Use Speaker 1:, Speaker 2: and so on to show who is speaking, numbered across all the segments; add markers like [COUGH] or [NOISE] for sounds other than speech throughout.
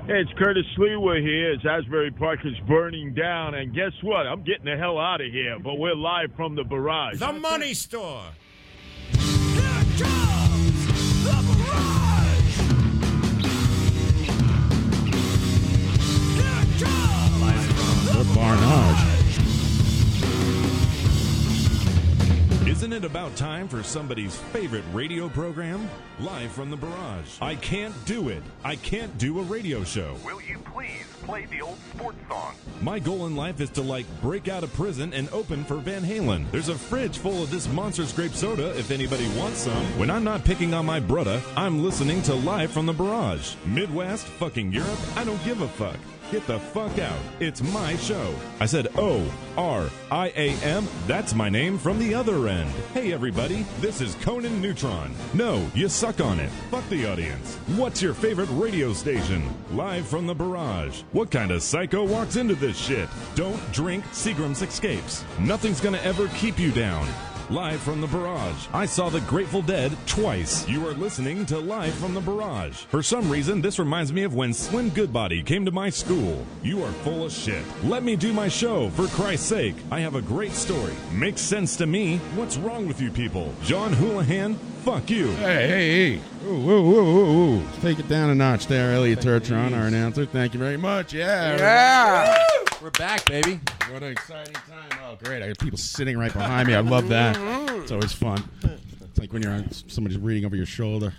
Speaker 1: Hey, it's Curtis Lewa here as Asbury Park is burning down. And guess what? I'm getting the hell out of here, but we're live from the barrage.
Speaker 2: The money store.
Speaker 3: Isn't it about time for somebody's favorite radio program? Live from the barrage. I can't do it. I can't do a radio show.
Speaker 4: Will you please play the old sports song?
Speaker 3: My goal in life is to like break out of prison and open for Van Halen. There's a fridge full of this monster's grape soda if anybody wants some. When I'm not picking on my brudda, I'm listening to Live from the Barrage. Midwest, fucking Europe, I don't give a fuck. Get the fuck out. It's my show. I said O R I A M. That's my name from the other end. Hey everybody, this is Conan Neutron. No, you suck on it. Fuck the audience. What's your favorite radio station? Live from the barrage. What kind of psycho walks into this shit? Don't drink Seagram's Escapes. Nothing's gonna ever keep you down. Live from the Barrage. I saw the Grateful Dead twice. You are listening to Live from the Barrage. For some reason, this reminds me of when Slim Goodbody came to my school. You are full of shit. Let me do my show, for Christ's sake. I have a great story. Makes sense to me. What's wrong with you people? John Houlihan, fuck you.
Speaker 5: Hey, hey, hey. Ooh, ooh, ooh, ooh, ooh. Let's take it down a notch there, Elliot Turtron, our announcer. Thank you very much. Yeah.
Speaker 6: Ah.
Speaker 7: Yeah. We're back, baby.
Speaker 5: What an exciting time. Oh, great. I got people sitting right behind me. I love that. It's always fun. It's like when you're on somebody's reading over your shoulder.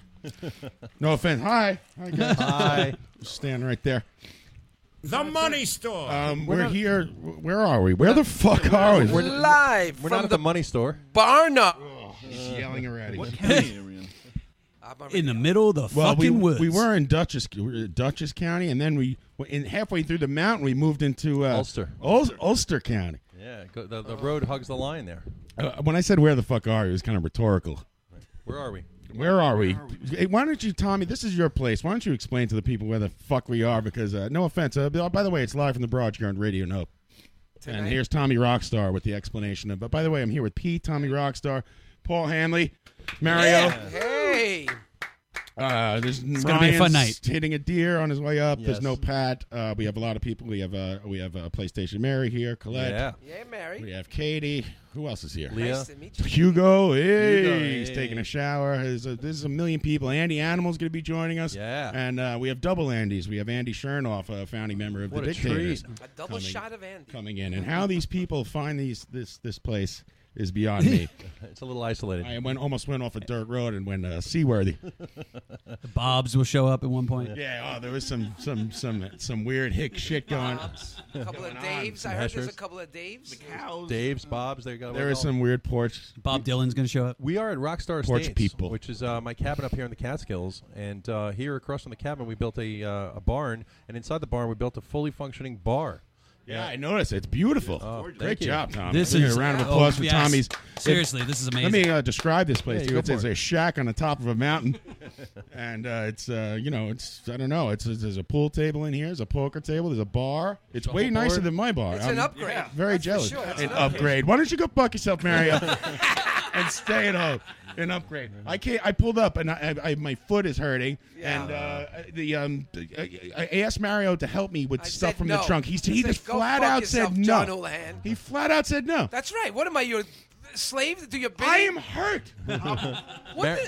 Speaker 5: No offense. Hi. Hi, guys.
Speaker 7: Hi.
Speaker 5: Stand right there.
Speaker 2: [LAUGHS] The money store.
Speaker 5: Um, we're here. Where are we? Where the fuck are we?
Speaker 7: We're live We're from not at the money store.
Speaker 8: Barna.
Speaker 5: Oh, He's yelling already.
Speaker 9: county are we in? In the middle of the
Speaker 5: Well,
Speaker 9: fucking
Speaker 5: we,
Speaker 9: woods.
Speaker 5: we were in Dutchess, we were in Dutchess County, and then we were in halfway through the mountain, we moved into uh,
Speaker 7: Ulster.
Speaker 5: Ul- Ulster County.
Speaker 7: Yeah, go, the, the road hugs the line there.
Speaker 5: Uh, when I said where the fuck are you, it was kind of rhetorical.
Speaker 7: Where are we?
Speaker 5: Where are we? Hey, why don't you, Tommy? This is your place. Why don't you explain to the people where the fuck we are? Because uh, no offense. Uh, by by the way, it's live from the Broad here on Radio Nope. And here's Tommy Rockstar with the explanation of. But by the way, I'm here with Pete, Tommy Rockstar, Paul Hanley, Mario.
Speaker 8: Hey.
Speaker 5: Uh, there's
Speaker 9: gonna be a fun
Speaker 5: Ryan's
Speaker 9: night.
Speaker 5: Hitting a deer on his way up. There's
Speaker 7: Yes.
Speaker 5: no Pat. Uh, we have a lot of people. We have uh, we have uh, PlayStation Mary here. Colette.
Speaker 7: Yeah.
Speaker 8: Yeah, Mary.
Speaker 5: We have Katie. Who else is here?
Speaker 7: Leah.
Speaker 8: Nice to meet you.
Speaker 5: Hugo, hey,
Speaker 7: Hugo,
Speaker 5: he's
Speaker 7: hey.
Speaker 5: taking a shower. There's a, there's a million people. Andy Animal's going to be joining us.
Speaker 7: Yeah.
Speaker 5: and uh, we have double Andys. We have Andy Chernoff, a founding member of
Speaker 7: What
Speaker 5: the
Speaker 7: a
Speaker 5: Dictators,
Speaker 7: treat.
Speaker 8: A double
Speaker 5: Coming.
Speaker 8: shot of Andy.
Speaker 5: coming in. And how these people find these this this place is beyond me.
Speaker 7: [LAUGHS] It's a little isolated.
Speaker 5: I went almost went off a dirt road and went uh, seaworthy.
Speaker 9: the Bobs will show up at one point.
Speaker 5: Yeah, oh, there was some some some some weird hick shit going.
Speaker 8: A
Speaker 5: [LAUGHS]
Speaker 8: couple of Daves. I heard there's a couple of Daves.
Speaker 7: Dave's,
Speaker 4: Mm.
Speaker 7: Bob's, they got.
Speaker 5: There was some weird porch.
Speaker 9: Bob Dylan's going to show up.
Speaker 7: We are at Rockstar
Speaker 5: Porch
Speaker 7: Estates,
Speaker 5: people.
Speaker 7: which is uh, my cabin up here in the Catskills. And uh, here across from the cabin, we built a, uh, a barn. And inside the barn, we built a fully functioning bar. Oh,
Speaker 5: Yeah, I noticed. It's beautiful. Great
Speaker 7: thank you.
Speaker 5: job, Tom.
Speaker 9: This
Speaker 5: Give me
Speaker 9: is
Speaker 5: a round of
Speaker 9: oh,
Speaker 5: applause for
Speaker 9: yes.
Speaker 5: Tommy's.
Speaker 9: Seriously, this is amazing.
Speaker 5: Let me uh, describe this place
Speaker 7: Yeah,
Speaker 5: to you.
Speaker 7: go
Speaker 5: It's,
Speaker 7: for
Speaker 5: it's
Speaker 7: it.
Speaker 5: a shack on the top of
Speaker 9: [LAUGHS]
Speaker 5: a mountain, and uh, it's uh, you know it's I don't know. It's, it's there's a pool table in here. There's a poker table. There's a bar. It's way nicer than my bar.
Speaker 8: It's an upgrade. Yeah.
Speaker 5: Very
Speaker 8: That's for
Speaker 5: jealous.
Speaker 8: sure. It's
Speaker 5: An
Speaker 8: an upgrade.
Speaker 5: upgrade. Why don't you go fuck yourself,
Speaker 8: [LAUGHS]
Speaker 5: Mario, and stay at home. An upgrade. I can't. I pulled up and I, I, I my foot is hurting.
Speaker 8: Yeah.
Speaker 5: And uh, the um, I, I asked Mario to help me with
Speaker 8: I
Speaker 5: stuff
Speaker 8: said
Speaker 5: from
Speaker 8: no.
Speaker 5: the trunk. He's,
Speaker 8: I
Speaker 5: he
Speaker 8: said,
Speaker 5: just
Speaker 8: "Go
Speaker 5: flat
Speaker 8: fuck
Speaker 5: out
Speaker 8: yourself,
Speaker 5: said no.
Speaker 8: John Houlihan."
Speaker 5: He flat out said no.
Speaker 8: That's right. What am I, your slave to your bidding?
Speaker 5: I
Speaker 7: [LAUGHS]
Speaker 5: am hurt.
Speaker 8: What
Speaker 7: Mar-
Speaker 8: the- where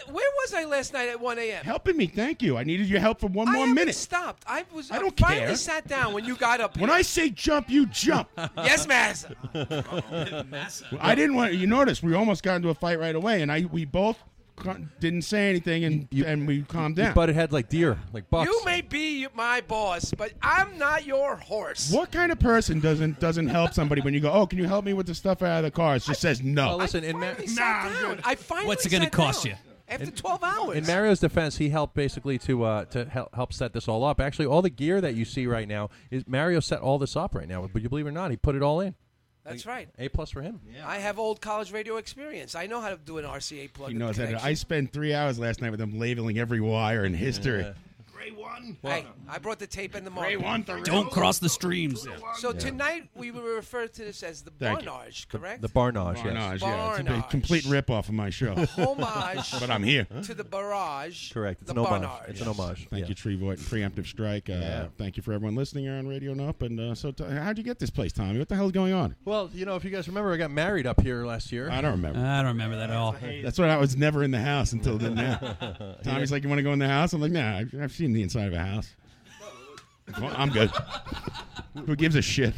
Speaker 8: was I last night at 1 a.m.?
Speaker 5: helping me. Thank you. I needed your help for one
Speaker 8: I
Speaker 5: more
Speaker 8: haven't
Speaker 5: minute.
Speaker 8: stopped. I was.
Speaker 5: I don't
Speaker 8: finally
Speaker 5: care.
Speaker 8: sat down when you got up.
Speaker 5: When I say jump, you jump.
Speaker 8: [LAUGHS] yes, master.
Speaker 5: [LAUGHS] I didn't want you notice we almost got into a fight right away, and I we both ca- didn't say anything, and and we calmed down.
Speaker 7: But it had like deer, like bucks.
Speaker 8: You may be my boss, but I'm not your
Speaker 5: [LAUGHS]
Speaker 8: horse.
Speaker 5: what kind of person doesn't doesn't help somebody when you go, oh, can you help me with the stuff out of the car? It just says
Speaker 7: Well,
Speaker 5: no.
Speaker 7: listen,
Speaker 8: I
Speaker 7: in, Mar-
Speaker 8: finally sat down. I finally
Speaker 9: What's it gonna
Speaker 8: sat
Speaker 9: cost
Speaker 8: down
Speaker 9: you?
Speaker 8: After 12 hours.
Speaker 7: in Mario's defense, he helped basically to uh, to hel- help set this all up. Actually, all the gear that you see right now is Mario set all this up right now. But you believe it or not, he put it all in.
Speaker 8: That's right.
Speaker 7: A plus for him.
Speaker 8: I have old college radio experience. I know how to do an RCA plug.
Speaker 5: He knows that. I spent three hours last night with him labeling every wire in history. Gray one.
Speaker 8: Hey, I brought the tape and the
Speaker 5: Gray
Speaker 8: mark.
Speaker 5: one. The
Speaker 9: Don't cross the streams.
Speaker 8: So tonight we will refer to this as the
Speaker 5: Thank you.
Speaker 8: Barnage, correct?
Speaker 7: The Barnage, yes.
Speaker 5: Barnage, yeah. It's a big-
Speaker 8: Barnage.
Speaker 5: complete ripoff of my show.
Speaker 8: [LAUGHS] homage
Speaker 5: but I'm here.
Speaker 8: to the barrage.
Speaker 7: Correct. It's
Speaker 8: The
Speaker 7: an homage.
Speaker 8: Barnage.
Speaker 7: It's an homage.
Speaker 5: Thank
Speaker 7: yeah.
Speaker 5: you, Tree Voigt, and Preemptive Strike. Uh, Thank you for everyone listening here on Radio Nope. And uh, so, t- how'd you get this place, Tommy? What the hell's going on?
Speaker 7: Well, you know, if you guys remember, I got married up here last year.
Speaker 5: I
Speaker 7: [LAUGHS]
Speaker 5: don't remember.
Speaker 9: I don't remember that at all.
Speaker 5: That's why I was never in the house until
Speaker 7: [LAUGHS]
Speaker 5: then. Now, Tommy's like, "You want to go in the house?" I'm like, "Nah, I've, I've seen the inside of a house. Well, I'm good. Who gives a shit?"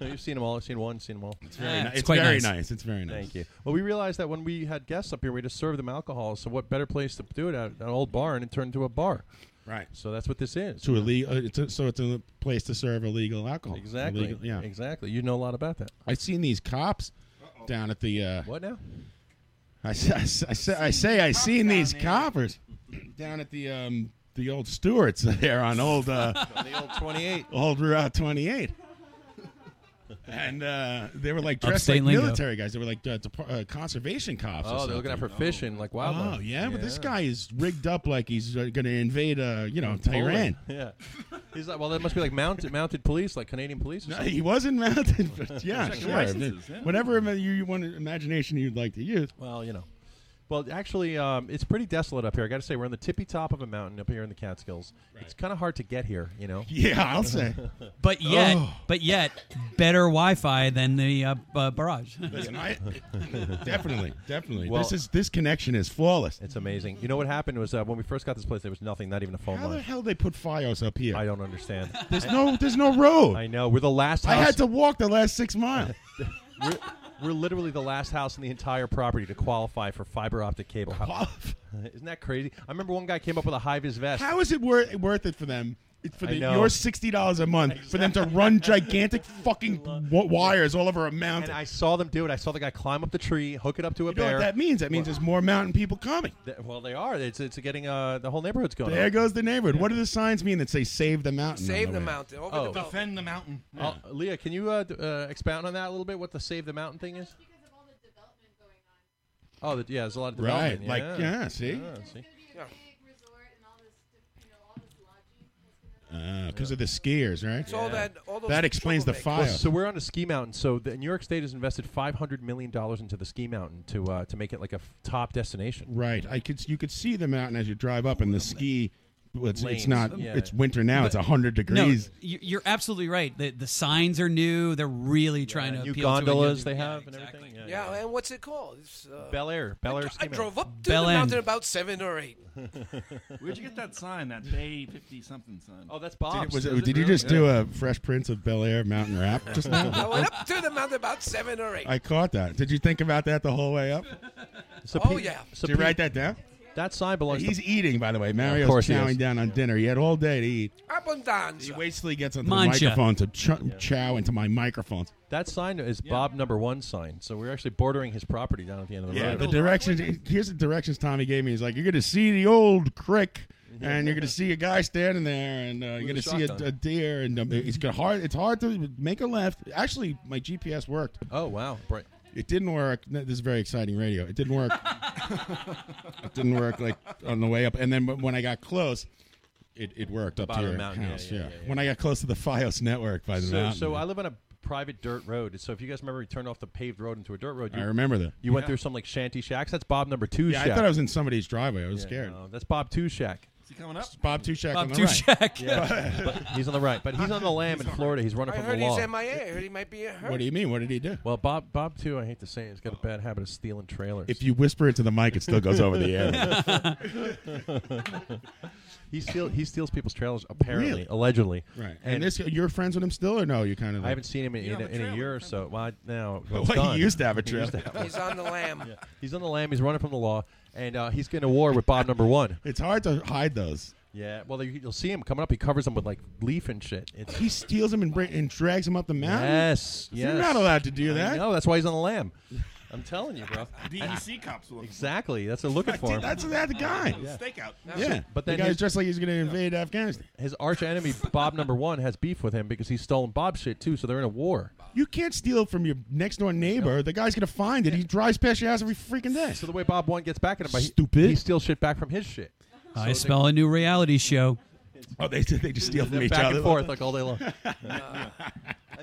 Speaker 7: You've seen them all. I've seen one, seen them all.
Speaker 9: Eh,
Speaker 5: Ah, It's,
Speaker 9: quite
Speaker 5: very
Speaker 9: nice.
Speaker 5: nice. It's very nice.
Speaker 7: Thank you. Well, we realized that when we had guests up here, we just served them alcohol. So, what better place to do it at an old bar and it turned into a bar?
Speaker 5: Right.
Speaker 7: So that's what this is.
Speaker 5: To illegal, uh, it's a, so it's a place to serve illegal alcohol.
Speaker 7: Exactly.
Speaker 5: Illegal- yeah.
Speaker 7: Exactly. You know a lot about that.
Speaker 5: I've seen these cops down at the. Uh,
Speaker 7: What now?
Speaker 5: I, s- I s- I say I say I seen these coppers down at the um the old Stewarts there on old uh,
Speaker 7: [LAUGHS] The old 28.
Speaker 5: old Route 28. And uh, they were like dressed
Speaker 9: Upstate
Speaker 5: like
Speaker 9: lingo.
Speaker 5: military guys. They were like uh, depar- uh, conservation cops. or
Speaker 7: Oh, they're looking out
Speaker 5: something.
Speaker 7: for fishing, like wildlife.
Speaker 5: Oh yeah, but this guy is rigged up like he's uh, going to invade, uh, you know,
Speaker 7: Poland.
Speaker 5: Tehran.
Speaker 7: Yeah. He's like, well, that must be like mounted mounted police, like Canadian police. Or
Speaker 5: No,
Speaker 7: something.
Speaker 5: he wasn't
Speaker 7: [LAUGHS]
Speaker 5: mounted, but yeah, sure.
Speaker 10: licenses, yeah.
Speaker 5: Whatever ima- you, you want, imagination you'd like to use.
Speaker 7: Well, you know. Well, actually, um, it's pretty desolate up here. I got to say, we're on the tippy top of a mountain up here in the Catskills. It's kind of hard to get here, you know.
Speaker 5: [LAUGHS] Yeah,
Speaker 7: [LAUGHS]
Speaker 5: I'll say.
Speaker 9: [LAUGHS] But yet,
Speaker 5: Oh.
Speaker 9: but yet, better Wi-Fi than the uh, uh, barrage.
Speaker 5: [LAUGHS] Listen, I,
Speaker 7: [LAUGHS]
Speaker 5: definitely, definitely.
Speaker 7: Well-
Speaker 5: this is this connection is flawless.
Speaker 7: It's amazing. You know what happened was uh, when we first got this place, there was nothing, not even a phone
Speaker 5: How the
Speaker 7: line.
Speaker 5: hell they put FiOS up here?
Speaker 7: I don't understand.
Speaker 5: there's no, there's no road.
Speaker 7: I know we're the last.
Speaker 5: I
Speaker 7: House,
Speaker 5: had to walk the last
Speaker 7: [LAUGHS]
Speaker 5: six miles.
Speaker 7: We're, we're literally the last house in the entire property to qualify for fiber optic cable. How, [LAUGHS] isn't that crazy? I remember one guy came up with a high vis vest.
Speaker 5: How is it worth worth it for them? It's for
Speaker 7: I
Speaker 5: the,
Speaker 7: know.
Speaker 5: your sixty dollars a month for them to
Speaker 7: [LAUGHS]
Speaker 5: run gigantic fucking w- wires all over a mountain.
Speaker 7: and I saw them do it. I saw the guy climb up the tree, hook it up to a
Speaker 5: you know
Speaker 7: bear.
Speaker 5: what that means? That means there's more mountain people coming.
Speaker 7: Th- well, they are. It's, it's getting uh, the whole neighborhood's going.
Speaker 5: There
Speaker 7: on.
Speaker 5: goes the neighborhood. What do the signs mean that say "Save the mountain"? on
Speaker 8: Save
Speaker 5: the
Speaker 8: the
Speaker 5: way?
Speaker 8: mountain. Over
Speaker 7: Oh.
Speaker 8: the mountain.
Speaker 10: Defend the mountain.
Speaker 7: Uh, Leah, can you uh, d- uh, expound on that a little bit? What the save the mountain thing is?
Speaker 11: because of all the development going on.
Speaker 7: Oh, the, yeah, there's a lot of
Speaker 5: Right?
Speaker 7: development.
Speaker 5: Like
Speaker 7: yeah.
Speaker 5: yeah. See,
Speaker 7: Yeah, see?
Speaker 11: It's going to be a
Speaker 8: Yeah.
Speaker 11: big resort and all this, you know, all this lodging. That's gonna
Speaker 5: because Ah, of the skiers, right?
Speaker 8: It's all that. All those
Speaker 5: That explains the
Speaker 8: troublemakers.
Speaker 5: fire.
Speaker 7: Well, so we're on a ski mountain. So the, New York State has invested 500 million dollars into the ski mountain to uh, to make it like a f- top destination.
Speaker 5: Right. I could. You could see the mountain as you drive up, and the ski. It's,
Speaker 7: Lanes.
Speaker 5: it's not.
Speaker 7: Yeah.
Speaker 5: It's winter now. it's hundred
Speaker 9: No,
Speaker 5: degrees.
Speaker 9: you- you're absolutely right. The, the signs are new. They're really trying to
Speaker 7: new
Speaker 9: appeal
Speaker 7: gondolas
Speaker 9: to a
Speaker 7: they
Speaker 9: young- yeah,
Speaker 7: have and
Speaker 9: exactly.
Speaker 7: everything. Yeah,
Speaker 8: Yeah, and what's it called? It's, uh,
Speaker 7: Bel Air, Bel Air.
Speaker 8: I
Speaker 7: ski
Speaker 8: drove up to
Speaker 9: Bel
Speaker 8: the
Speaker 9: End.
Speaker 8: mountain about seven
Speaker 5: [LAUGHS]
Speaker 8: or eight.
Speaker 10: Where'd you get that sign? That Bay 50 something sign?
Speaker 7: Oh, that's
Speaker 5: Did,
Speaker 7: Bob's.
Speaker 5: it- was it- did you just do a Fresh Prince of Bel Air mountain
Speaker 7: [LAUGHS]
Speaker 5: rap just
Speaker 8: [LAUGHS]
Speaker 5: now?
Speaker 8: I went up to the mountain about seven or eight.
Speaker 5: I caught that. Did you think about that the whole way up?
Speaker 7: So
Speaker 8: Oh,
Speaker 7: Pete-
Speaker 8: yeah.
Speaker 7: So
Speaker 5: Did you
Speaker 7: Pete,
Speaker 5: write that down?
Speaker 7: that sign belongs
Speaker 5: He's
Speaker 7: to.
Speaker 5: eating, by the way. Mario's
Speaker 7: course he is.
Speaker 5: chowing down on dinner. He had all day to eat. He
Speaker 8: Abundanza.
Speaker 5: waits till he gets onto
Speaker 9: Mancha.
Speaker 5: the microphone to ch- chow into my microphone.
Speaker 7: That sign is Bob Number One sign. So we're actually bordering his property down at the end of the
Speaker 5: Yeah,
Speaker 7: road.
Speaker 5: the directions. Here's the directions Tommy gave me. He's like, you're going to see the old creek, and you're going to see a guy standing there, and uh, you're going
Speaker 7: a
Speaker 5: to see a,
Speaker 7: shotgun.
Speaker 5: a deer, and um, it's gonna hard. It's hard to make a left. Actually, my GPS worked.
Speaker 7: oh wow, Bright.
Speaker 5: It didn't work. No, This is very exciting radio. It
Speaker 7: [LAUGHS]
Speaker 5: didn't work. it didn't work like on the way up. And then w- when I got close, it, it worked up to
Speaker 7: bottom of
Speaker 5: your
Speaker 7: the mountain, yeah,
Speaker 5: house.
Speaker 7: yeah,
Speaker 5: Yeah,
Speaker 7: yeah, yeah.
Speaker 5: When I got close to the FiOS network by the
Speaker 7: So
Speaker 5: mountain.
Speaker 7: so uh, I live on a private dirt road. So if you guys remember, we turned off the paved road into a dirt road.
Speaker 5: I
Speaker 7: You,
Speaker 5: remember that.
Speaker 7: you went through some like shanty shacks. That's Bob Number Two.
Speaker 5: Yeah,
Speaker 7: shack.
Speaker 5: I thought I was in somebody's driveway. I was
Speaker 7: Yeah,
Speaker 5: scared.
Speaker 7: no, that's Bob Two Shack.
Speaker 10: Is he coming up?
Speaker 5: Bob Tushak
Speaker 9: Bob
Speaker 5: on the right.
Speaker 9: Tuchek.
Speaker 7: He's on the right, [LAUGHS] but he's on the lamb in Florida. He's running
Speaker 8: I
Speaker 7: from
Speaker 8: heard
Speaker 7: the
Speaker 8: he's
Speaker 7: law.
Speaker 8: MIA. I heard he might be hurt.
Speaker 5: What do you mean? What did he do?
Speaker 7: well, Bob, Bob too. I hate to say it, he's got a bad habit of stealing trailers.
Speaker 5: If you whisper into the mic, it still goes over the air.
Speaker 7: [LAUGHS] he steal, he steals people's trailers apparently,
Speaker 5: Really?
Speaker 7: allegedly.
Speaker 5: right. And,
Speaker 7: And,
Speaker 5: this, you're friends with him still, or no? You kind of.
Speaker 7: I haven't seen him in, in, a, in a year or so. Well, I, now well, it's
Speaker 5: Well,
Speaker 7: gone.
Speaker 5: he used to have a trip.
Speaker 8: He's on the lamb.
Speaker 7: He's on the lamb. He's running from the law, and uh, he's going to war with Bob Number One.
Speaker 5: [LAUGHS] It's hard to hide those.
Speaker 7: Yeah. Well, you, you'll see him coming up. He covers them with like leaf and shit. It's
Speaker 5: He steals them and, bring, and drags them up the mountain.
Speaker 7: yes, yes.
Speaker 5: You're not allowed to do that.
Speaker 7: No, that's why he's on the lamb. I'm telling you,
Speaker 5: [LAUGHS]
Speaker 7: bro.
Speaker 5: E
Speaker 10: DEC cops will
Speaker 7: Exactly. That's what they're looking for. him.
Speaker 5: Dude, that's that guy.
Speaker 10: stakeout.
Speaker 5: Yeah,
Speaker 7: But
Speaker 5: but
Speaker 7: then
Speaker 5: the guy's
Speaker 7: his-
Speaker 5: dressed like he's going to invade Afghanistan.
Speaker 7: his arch enemy Bob Number One has beef with him because he's stolen Bob shit too. So they're in a war.
Speaker 5: You can't steal from your next door neighbor. The guy's going to find it. He drives past your house every freaking day.
Speaker 7: So the way Bob One gets back at him, he-
Speaker 5: Stupid.
Speaker 7: he, steals shit back from his shit.
Speaker 9: I spell a new reality show.
Speaker 5: Oh, they they just steal from
Speaker 7: They're
Speaker 5: each
Speaker 7: back
Speaker 5: other.
Speaker 7: and forth like all day
Speaker 5: [LAUGHS]
Speaker 7: long. And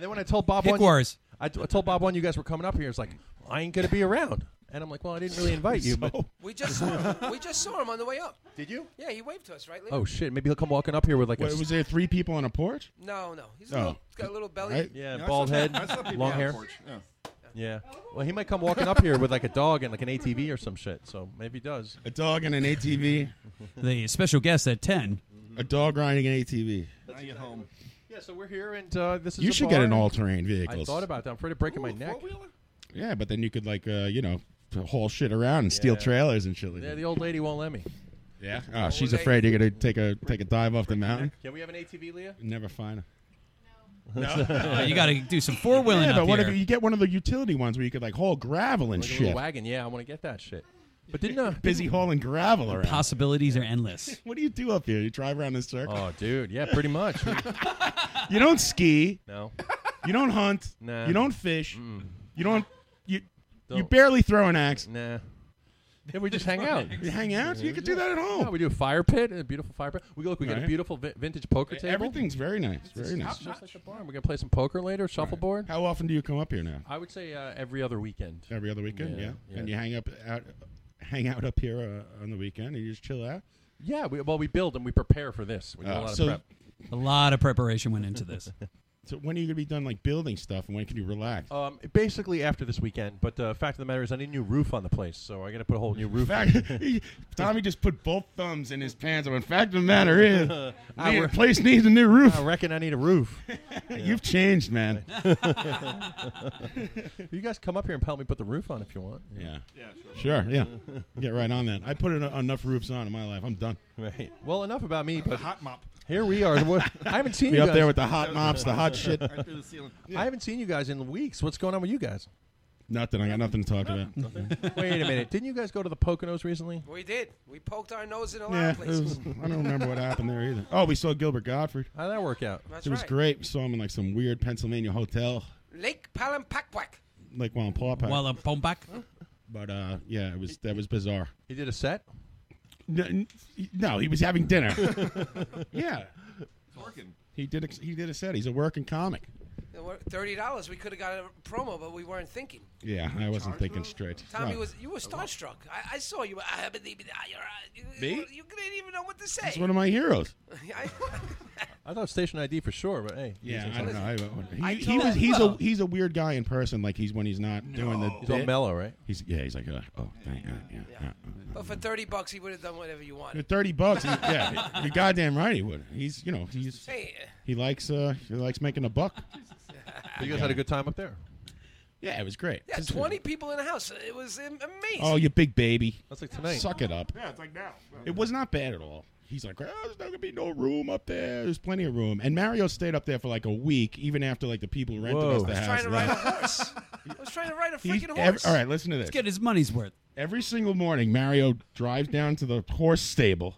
Speaker 7: then when I told Bob
Speaker 9: Pick
Speaker 7: one,
Speaker 9: wars.
Speaker 7: I, t- I told Bob one you guys were coming up here. It's like I ain't gonna be around, and I'm like, well, I didn't really invite you.
Speaker 5: [LAUGHS]
Speaker 7: But
Speaker 8: [LAUGHS] We just saw him. we just saw him on the way up.
Speaker 7: did you?
Speaker 8: Yeah, he waved to us, right? Leo?
Speaker 7: Oh shit! Maybe he'll come walking up here with like
Speaker 5: Wait,
Speaker 7: a
Speaker 5: was there three people on a porch?
Speaker 8: No, no. He's, a
Speaker 5: Oh.
Speaker 8: little, he's got a little belly.
Speaker 5: Right?
Speaker 7: [LAUGHS] yeah
Speaker 10: No, I
Speaker 7: bald
Speaker 10: saw-
Speaker 7: head,
Speaker 10: I saw people
Speaker 7: long
Speaker 10: on the
Speaker 7: hair.
Speaker 10: porch, yeah.
Speaker 7: Yeah. Well, he might come walking up here with like a dog and like an ATV or some shit. So maybe he does.
Speaker 5: A dog and
Speaker 7: [LAUGHS]
Speaker 5: an ATV.
Speaker 9: The special guest at ten.
Speaker 5: A dog riding an ATV.
Speaker 10: When I get home.
Speaker 7: Yeah. So we're here, and uh, this is.
Speaker 5: You
Speaker 7: a
Speaker 5: should
Speaker 7: bar.
Speaker 5: get an all-terrain vehicle.
Speaker 7: I thought about that. I'm afraid of breaking my neck.
Speaker 10: Four-wheeler?
Speaker 5: Yeah, but then you could like uh, you know haul shit around and steal
Speaker 7: Yeah.
Speaker 5: trailers and shit like
Speaker 7: Yeah,
Speaker 5: that.
Speaker 7: the old lady won't let me.
Speaker 5: Yeah. Oh, she's
Speaker 8: they-
Speaker 5: afraid you're gonna take a take a dive off the mountain.
Speaker 7: Can we have an ATV, Leah?
Speaker 5: Never find her.
Speaker 7: [LAUGHS]
Speaker 5: [LAUGHS]
Speaker 9: Uh, you got to do some four wheeling
Speaker 5: Yeah,
Speaker 9: up
Speaker 5: but one
Speaker 9: here.
Speaker 5: of you get one of the utility ones where you could like haul gravel and
Speaker 7: Like a
Speaker 5: shit.
Speaker 7: little wagon. Yeah, I want to get that shit. But didn't uh,
Speaker 5: Busy hauling gravel around.
Speaker 9: Possibilities are endless.
Speaker 5: [LAUGHS] what do you do up here? You drive around in circles.
Speaker 7: Oh, dude. Yeah, pretty much.
Speaker 5: [LAUGHS] you don't ski.
Speaker 7: no.
Speaker 5: You don't hunt.
Speaker 7: Nah.
Speaker 5: You don't fish. You don't. You you
Speaker 7: Don't.
Speaker 5: barely throw an axe.
Speaker 7: Nah. Yeah, we just hang out.
Speaker 5: [LAUGHS] You hang out. You could do that at
Speaker 7: Yeah,
Speaker 5: home.
Speaker 7: we do a fire pit, a beautiful fire pit. We go look. We get a
Speaker 5: Right. E-,
Speaker 7: beautiful vi- vintage poker table.
Speaker 5: Everything's very nice. Very nice.
Speaker 7: It's just like the bar. We're gonna play some poker later, shuffleboard.
Speaker 5: How often do you come up here now?
Speaker 7: I would say uh, every other weekend.
Speaker 5: Every other weekend,
Speaker 7: Yeah,
Speaker 5: yeah.
Speaker 7: yeah.
Speaker 5: And you hang up out, hang out up here uh, on the weekend, and you just chill out.
Speaker 7: Yeah, we, well, we build and we prepare for this. We do a
Speaker 5: Oh,
Speaker 7: lot
Speaker 5: so,
Speaker 7: of prep.
Speaker 9: A lot of preparation went into this.
Speaker 5: [LAUGHS] so when are you gonna be done like building stuff, and when can you relax?
Speaker 7: Um, basically after this weekend, but the fact of the matter is, I need a new roof on the place, so I got to put a whole new roof.
Speaker 5: Fact, [LAUGHS] he- Tommy just put both thumbs in his pants. In fact, of
Speaker 7: [LAUGHS]
Speaker 5: the matter is, man, the place needs a new roof.
Speaker 7: I reckon I need a roof.
Speaker 5: [LAUGHS] You've changed, man.
Speaker 7: [LAUGHS] you guys come up here and help me put the roof on if you want.
Speaker 5: Yeah. Sure.
Speaker 7: [LAUGHS]
Speaker 5: Yeah. Get right on that. I put en- enough roofs on in my life. I'm done.
Speaker 7: Right. Well, enough about me, but
Speaker 10: Hot mop.
Speaker 7: here we are. What- I haven't seen
Speaker 5: Be
Speaker 7: you
Speaker 5: up
Speaker 7: guys.
Speaker 5: there with the hot mops, the
Speaker 10: [LAUGHS]
Speaker 5: hot shit.
Speaker 10: Right through the ceiling.
Speaker 7: I haven't seen you guys in weeks. What's going on with you guys?
Speaker 5: Nothing. I got nothing to talk about.
Speaker 7: [LAUGHS] Wait a minute. Didn't you guys go to the Poconos recently?
Speaker 8: We did. We poked our nose in a lot
Speaker 5: [LAUGHS] Yeah.
Speaker 8: of
Speaker 5: it
Speaker 8: places.
Speaker 5: was- I don't remember what happened there either. Oh, we saw Gilbert Godfrey.
Speaker 7: How'd that work out?
Speaker 8: That's
Speaker 5: It was
Speaker 8: right.
Speaker 5: great. We saw him in like some weird Pennsylvania hotel,
Speaker 8: Lake Palampaquack.
Speaker 5: like while in Paw Pack.
Speaker 9: While a phone back,
Speaker 5: But uh, yeah, it was that was bizarre.
Speaker 7: You did a set.
Speaker 5: N- n- No, he was having
Speaker 7: [LAUGHS]
Speaker 5: dinner. yeah,
Speaker 10: Working.
Speaker 5: he did. A, he did a set. He's a working comic.
Speaker 8: There were Thirty dollars. We could have got a promo, but we weren't thinking.
Speaker 5: Yeah, I wasn't thinking straight.
Speaker 8: Tommy
Speaker 5: Oh.
Speaker 8: was you were starstruck. I, I saw you. I haven't even. I- you're, uh,
Speaker 5: Me?
Speaker 8: You, you didn't even know what to say.
Speaker 5: He's one of my
Speaker 8: [LAUGHS]
Speaker 5: heroes.
Speaker 8: I,
Speaker 7: I thought Station ID for sure, but hey,
Speaker 5: Yeah,
Speaker 7: he's,
Speaker 5: I don't know. I-
Speaker 8: I
Speaker 5: he, he [LAUGHS]
Speaker 8: told-
Speaker 5: was. He's a he's a weird guy in person. Like he's when he's not doing the.
Speaker 7: he's all
Speaker 5: bit.
Speaker 7: mellow, right?
Speaker 5: He's yeah. He's like uh, oh thank God, yeah. yeah.
Speaker 8: but for thirty bucks, he would have done whatever you
Speaker 5: For
Speaker 8: wanted.
Speaker 5: thirty
Speaker 8: [LAUGHS]
Speaker 5: bucks, he, yeah, you're goddamn right. He would. He's you know he's
Speaker 8: Hey,
Speaker 5: he likes uh he likes making a
Speaker 8: [LAUGHS]
Speaker 5: buck.
Speaker 7: So you guys had a good time up there.
Speaker 5: Yeah, it was great.
Speaker 8: yeah, twenty people in the house. It was am- amazing.
Speaker 5: Oh, you big baby.
Speaker 7: That's like tonight.
Speaker 5: Suck it up.
Speaker 10: Yeah, it's like now.
Speaker 5: It was not bad at all. He's like, oh, there's not gonna be no room up there. There's plenty of room. And Mario stayed up there for like a week, even after like the people rented
Speaker 7: Whoa.
Speaker 5: us the
Speaker 7: I was
Speaker 5: house.
Speaker 8: I was trying to
Speaker 5: Like,
Speaker 8: ride a horse. I was trying to ride a
Speaker 5: he-
Speaker 8: freaking
Speaker 5: ev-
Speaker 8: horse.
Speaker 5: all right, listen to this.
Speaker 9: get his money's worth.
Speaker 5: Every single morning, Mario drives down to the horse stable,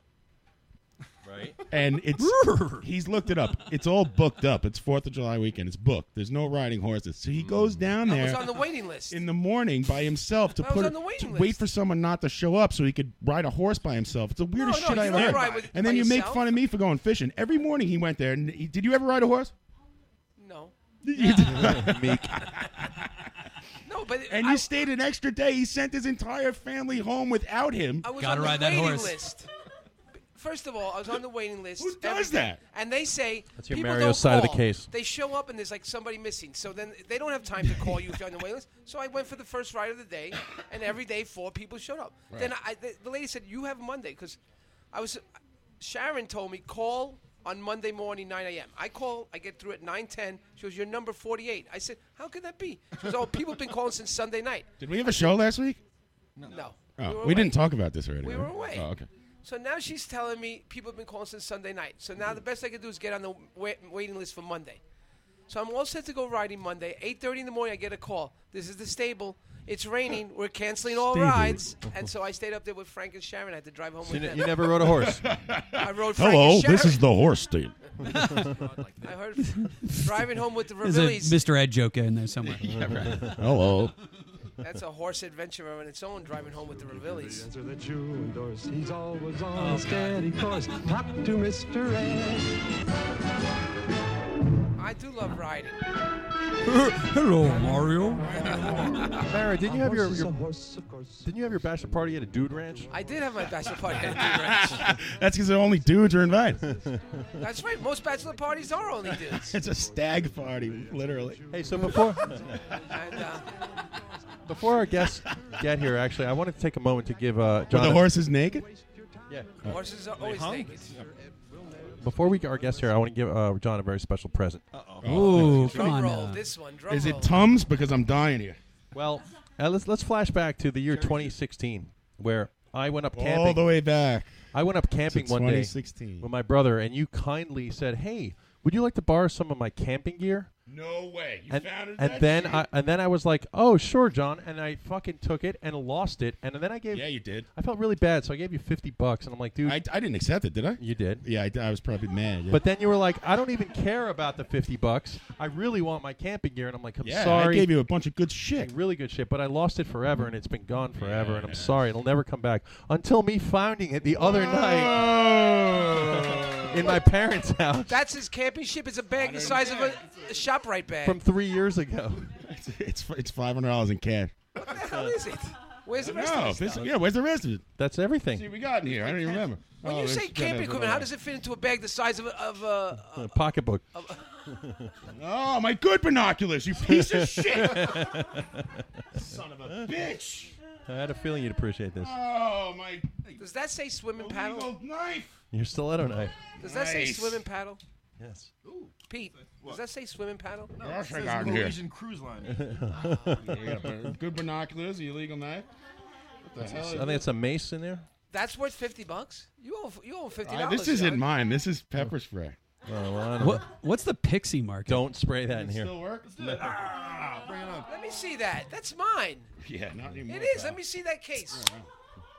Speaker 7: Right.
Speaker 5: and it's he's looked it up. It's all booked up. It's Fourth of July weekend. It's booked. There's no riding horses. So he goes down
Speaker 8: I was
Speaker 5: there
Speaker 8: on the waiting list.
Speaker 5: in the morning by himself to
Speaker 8: I was
Speaker 5: put
Speaker 8: on the
Speaker 5: to
Speaker 8: waiting
Speaker 5: wait
Speaker 8: list.
Speaker 5: for someone not to show up so he could ride a horse by himself. It's the weirdest
Speaker 8: no,
Speaker 5: shit
Speaker 8: you
Speaker 5: I ever
Speaker 8: don't
Speaker 5: heard.
Speaker 8: ride with-
Speaker 5: and
Speaker 8: by
Speaker 5: then you make
Speaker 8: yourself.
Speaker 5: fun of me for going fishing. Every morning he went there. And he, did you ever ride a horse?
Speaker 8: no,
Speaker 9: [LAUGHS] Oh,
Speaker 7: Meek.
Speaker 8: no, but
Speaker 5: And
Speaker 8: I,
Speaker 5: you stayed an extra day. He sent his entire family home without him.
Speaker 8: I was
Speaker 9: Gotta
Speaker 8: on the
Speaker 9: ride that
Speaker 8: waiting
Speaker 9: horse.
Speaker 8: list. First of all, I was on the waiting list.
Speaker 5: Who does
Speaker 8: everything,
Speaker 5: that?
Speaker 8: And they say
Speaker 7: That's your
Speaker 8: people
Speaker 7: Mario
Speaker 8: don't
Speaker 7: side of the
Speaker 8: call.
Speaker 7: case.
Speaker 8: They show up and there's like somebody missing, so then they don't have time to call you if you're on the waiting list. So I went for the first ride of the day, and every day four people showed up. Then I, the, the lady said, "You have Monday," because I was. Sharon told me call on Monday morning 9 a.m. I call, I get through at 9:10. She goes, "You're number 48." I said, "How could that be?" She goes, "Oh, people have been calling since Sunday night."
Speaker 5: Did we have a show last week?
Speaker 8: No,
Speaker 5: Oh,
Speaker 8: were
Speaker 5: we,
Speaker 8: away.
Speaker 5: didn't talk about this already.
Speaker 8: We
Speaker 5: right?
Speaker 8: were away.
Speaker 5: Oh, okay. [LAUGHS]
Speaker 8: So now she's telling me people have been calling since Sunday night. So now the best I can do is get on the wait- waiting list for Monday. So I'm all set to go riding Monday. 8:30 in the morning, I get a call. This is the stable. It's raining. We're canceling all
Speaker 5: Stable.
Speaker 8: rides. And so I stayed up there with Frank and Sharon. I had to drive home
Speaker 7: You,
Speaker 8: with
Speaker 7: ne-
Speaker 8: them.
Speaker 7: you never rode a horse.
Speaker 8: I rode Frank
Speaker 5: Hello,
Speaker 8: and Sharon.
Speaker 5: this is the horse state.
Speaker 8: I heard [LAUGHS] driving home with the
Speaker 9: There's a
Speaker 8: Ravillis.
Speaker 5: [LAUGHS]
Speaker 9: Mr. Ed joke in there somewhere.
Speaker 5: Hello.
Speaker 8: That's a horse adventure on its own, driving home with the Revillis.
Speaker 12: Answer that you endorse. He's always
Speaker 8: [LAUGHS] Oh,
Speaker 12: on
Speaker 8: God.
Speaker 12: a steady course. Talk to Mr. S.
Speaker 8: I do love
Speaker 5: [LAUGHS]
Speaker 8: riding.
Speaker 7: Hello, [LAUGHS] Mario. Barry, didn't you have your,
Speaker 8: Horses
Speaker 7: your
Speaker 8: and
Speaker 7: didn't you have your bachelor party at a dude ranch?
Speaker 8: I did have my bachelor party at Dude Ranch.
Speaker 5: That's because only dudes are invited.
Speaker 8: That's right. Most bachelor parties are only
Speaker 5: [LAUGHS]
Speaker 8: dudes.
Speaker 5: it's a stag party, literally.
Speaker 7: Hey, so before
Speaker 8: And, uh,
Speaker 7: before our guests get here, actually, I wanted to take a moment to give uh, John.
Speaker 5: the horse is naked.
Speaker 8: yeah. Horses are
Speaker 5: [LAUGHS]
Speaker 8: always naked.
Speaker 7: Before we get our guest here, I want to give uh, John a very special present.
Speaker 8: Oh. Ooh, come Drum on roll, now. this one, drum
Speaker 5: Is
Speaker 8: roll.
Speaker 5: it Tums? Because I'm dying here.
Speaker 7: Well, uh, let's let's flash back to the year 2016, where I went up
Speaker 5: All
Speaker 7: camping
Speaker 5: the way back.
Speaker 7: I went up camping
Speaker 5: To
Speaker 7: one day
Speaker 5: 2016.
Speaker 7: with my brother, and you kindly said, "Hey, would you like to borrow some of my camping gear?"
Speaker 5: No way. You
Speaker 7: and,
Speaker 5: founded
Speaker 7: and
Speaker 5: that
Speaker 7: then
Speaker 5: shit?
Speaker 7: I and then I was like, "Oh, sure, John," and I fucking took it and lost it, and then I gave.
Speaker 5: Yeah, you did.
Speaker 7: I felt really bad, so I gave you fifty bucks, and I'm like, "Dude,
Speaker 5: I, I didn't accept it, did I?
Speaker 7: You did.
Speaker 5: Yeah, I, I was probably mad. yeah.
Speaker 7: But then you were like, I don't even care about the 50 bucks. I really want my camping gear. And I'm like, I'm
Speaker 5: Yeah, I
Speaker 7: sorry.
Speaker 5: gave you a bunch of good shit.
Speaker 7: Really good shit. But I lost it forever and it's been gone forever. And I'm sorry. It'll never come back. Until me finding it the other
Speaker 5: [LAUGHS]
Speaker 7: night in my parents' house
Speaker 8: That's his camping ship. It's a bag the size of a, a shop right bag.
Speaker 7: from three years ago.
Speaker 5: [LAUGHS] it's it's five hundred dollars in cash.
Speaker 8: what the hell is it? Where's the rest
Speaker 5: No,
Speaker 8: of this
Speaker 5: this,
Speaker 8: stuff?
Speaker 5: yeah. Where's the rest of it?
Speaker 7: That's [LAUGHS]
Speaker 5: See,
Speaker 7: everything.
Speaker 5: we got in here. I don't even remember. Oh,
Speaker 8: When you say camping equipment, how does it fit into a bag the size of a, of a
Speaker 7: A pocketbook.
Speaker 5: Uh, Oh, my good binoculars, you piece
Speaker 7: [LAUGHS]
Speaker 5: of shit! Son of a bitch!
Speaker 7: I had a feeling you'd appreciate this.
Speaker 5: Oh, my
Speaker 8: Does that say swim and paddle?
Speaker 5: illegal knife!
Speaker 7: Your stiletto knife.
Speaker 8: Does that say
Speaker 5: Nice.
Speaker 8: swim and paddle?
Speaker 7: Yes.
Speaker 8: Pete, does that say swim and paddle?
Speaker 5: What else I
Speaker 10: Says
Speaker 5: got in here?
Speaker 10: Norwegian cruise
Speaker 7: [LAUGHS]
Speaker 10: line.
Speaker 5: We uh, got a- good binoculars, the illegal knife. What the hell?
Speaker 7: I
Speaker 5: is
Speaker 7: think it's a mace in there.
Speaker 8: That's worth fifty bucks. You owe you owe fifty
Speaker 5: Uh,
Speaker 8: dollars.
Speaker 5: this isn't mine. This is pepper spray.
Speaker 7: Oh, well, I don't
Speaker 9: What,
Speaker 7: know.
Speaker 9: what's the pixie mark?
Speaker 7: Don't spray that in here.
Speaker 5: Still work? Ah, bring it up.
Speaker 8: Let me see that. That's mine.
Speaker 5: Yeah, not anymore.
Speaker 8: It is. Let me see that case.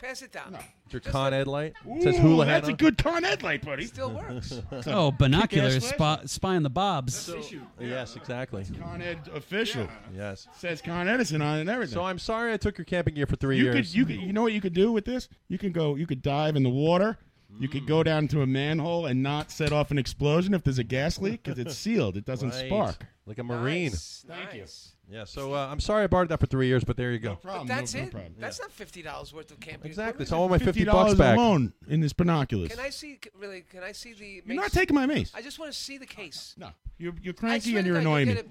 Speaker 8: Pass it down.
Speaker 7: Your Con Ed light. It says
Speaker 5: Ooh,
Speaker 7: Houlihan
Speaker 5: that's a
Speaker 7: on it.
Speaker 5: good Con Ed light, buddy.
Speaker 8: Still works.
Speaker 9: Oh, binoculars
Speaker 5: Kick-ass
Speaker 9: spy, spy on the bobs.
Speaker 7: Oh, Yes, exactly.
Speaker 5: Con Ed official
Speaker 7: Yes.
Speaker 5: says Con Edison on it and everything.
Speaker 7: So I'm sorry I took your camping gear for three
Speaker 5: you
Speaker 7: years.
Speaker 5: could you could you know what you could do with this? You can go you could dive in the water. You could
Speaker 7: Mm.
Speaker 5: go down to a manhole and not set off an explosion if there's a gas leak because it's sealed. It doesn't
Speaker 7: Right.
Speaker 5: spark.
Speaker 7: Like a marine.
Speaker 8: Nice, nice.
Speaker 7: Yeah. So uh, I'm sorry I borrowed that for three years, but there you go.
Speaker 5: Problem,
Speaker 8: But that's
Speaker 5: no- no
Speaker 8: it.
Speaker 5: problem.
Speaker 8: That's not fifty dollars worth of camping.
Speaker 7: Exactly.
Speaker 8: equipment.
Speaker 7: So I want my fifty bucks
Speaker 5: $50
Speaker 7: back.
Speaker 5: alone in this binoculars.
Speaker 8: Can I see? c- Really? Can I see the?
Speaker 5: You're not
Speaker 8: mace?
Speaker 5: taking my mace.
Speaker 8: I just want to see the case.
Speaker 5: no, you're you're
Speaker 8: I
Speaker 5: cranky
Speaker 8: swear
Speaker 5: and
Speaker 8: to
Speaker 5: you're
Speaker 8: God, you'll
Speaker 5: annoying me.
Speaker 8: Get it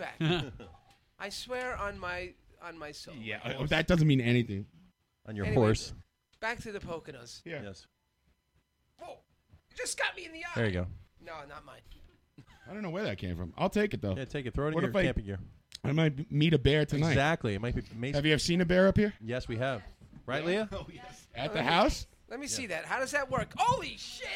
Speaker 5: [LAUGHS]
Speaker 8: back. I swear on my on my soul.
Speaker 5: Yeah, uh, that doesn't mean anything.
Speaker 7: On your
Speaker 8: Anyway.
Speaker 7: horse.
Speaker 8: Back to the Poconos.
Speaker 5: Yeah.
Speaker 7: Yes.
Speaker 8: Whoa! You just got me in the eye.
Speaker 7: There you go.
Speaker 8: No,
Speaker 5: [LAUGHS]
Speaker 8: not mine.
Speaker 5: I don't know where that came from. I'll take it though.
Speaker 7: Yeah. Take it. Throw it in
Speaker 5: What
Speaker 7: your
Speaker 5: if I-
Speaker 7: camping gear.
Speaker 5: I might meet a bear tonight.
Speaker 7: Exactly. It might be mace.
Speaker 5: Have you ever seen a bear up here
Speaker 7: Yes, we have. Right, Leah?
Speaker 5: Oh, at the house?
Speaker 8: Let me see that. How does that work? Holy shit!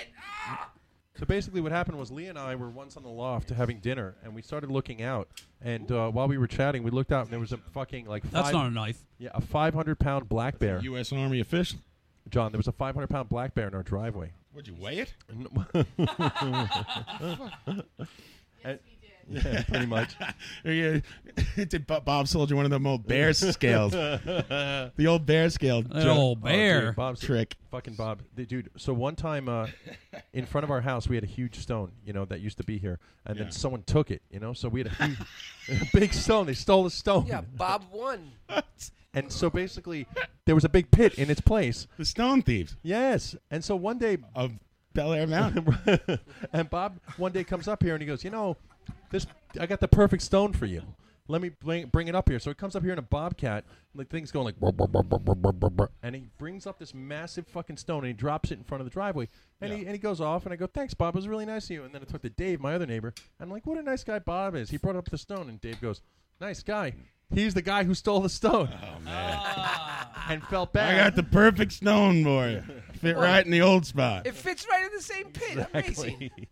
Speaker 8: Ah!
Speaker 7: So basically, what happened was Lee and I were once on the loft having dinner, and we started looking out. And uh, while we were chatting, we looked out, and there was a fucking like five,
Speaker 9: That's not a knife.
Speaker 7: yeah, a 500 pound black bear.
Speaker 5: U.S. Army official.
Speaker 7: John, there was a 500 pound black bear in our [LAUGHS] driveway.
Speaker 5: Would you weigh it?
Speaker 7: Yeah, pretty much.
Speaker 5: [LAUGHS] Yeah. [LAUGHS] Did Bo- Bob sold you one of them
Speaker 7: [LAUGHS]
Speaker 5: old bear scales? the old bear scale
Speaker 9: That
Speaker 5: joke-
Speaker 9: old
Speaker 7: Oh,
Speaker 9: bear.
Speaker 7: dude, Bob's
Speaker 5: trick.
Speaker 7: Fucking Bob, The- dude. So one time, uh, in front of our house, we had a huge stone, you know, that used to be here, and
Speaker 5: Yeah.
Speaker 7: then someone took it, you know. So we had a, huge, [LAUGHS] a big stone. They stole the stone.
Speaker 8: Yeah, Bob won.
Speaker 7: [LAUGHS] And so basically, there was a big pit in its place.
Speaker 5: The Stone Thieves
Speaker 7: Yes. And so one day,
Speaker 5: of Bel Air Mountain.
Speaker 7: [LAUGHS] and Bob one day comes up here and he goes, you know, this I got the perfect stone for you. Let me bring, bring it up here. So it comes up here in a bobcat, like things going like, "Brr, brr, brr, brr, brr, brr, brr, brr," and he brings up this massive fucking stone and he drops it in front of the driveway. And he and he goes off and I go, thanks, Bob. It was really nice of you. And then I talked to Dave, my other neighbor. and I'm like, what a nice guy Bob is. He brought up the stone and Dave goes, nice guy. He's the guy who stole the stone. Oh man. [LAUGHS] and felt
Speaker 5: I
Speaker 7: bad.
Speaker 5: got the perfect stone for you. Fit right in the old spot.
Speaker 8: It fits right in the same pit. Amazing.
Speaker 7: exactly.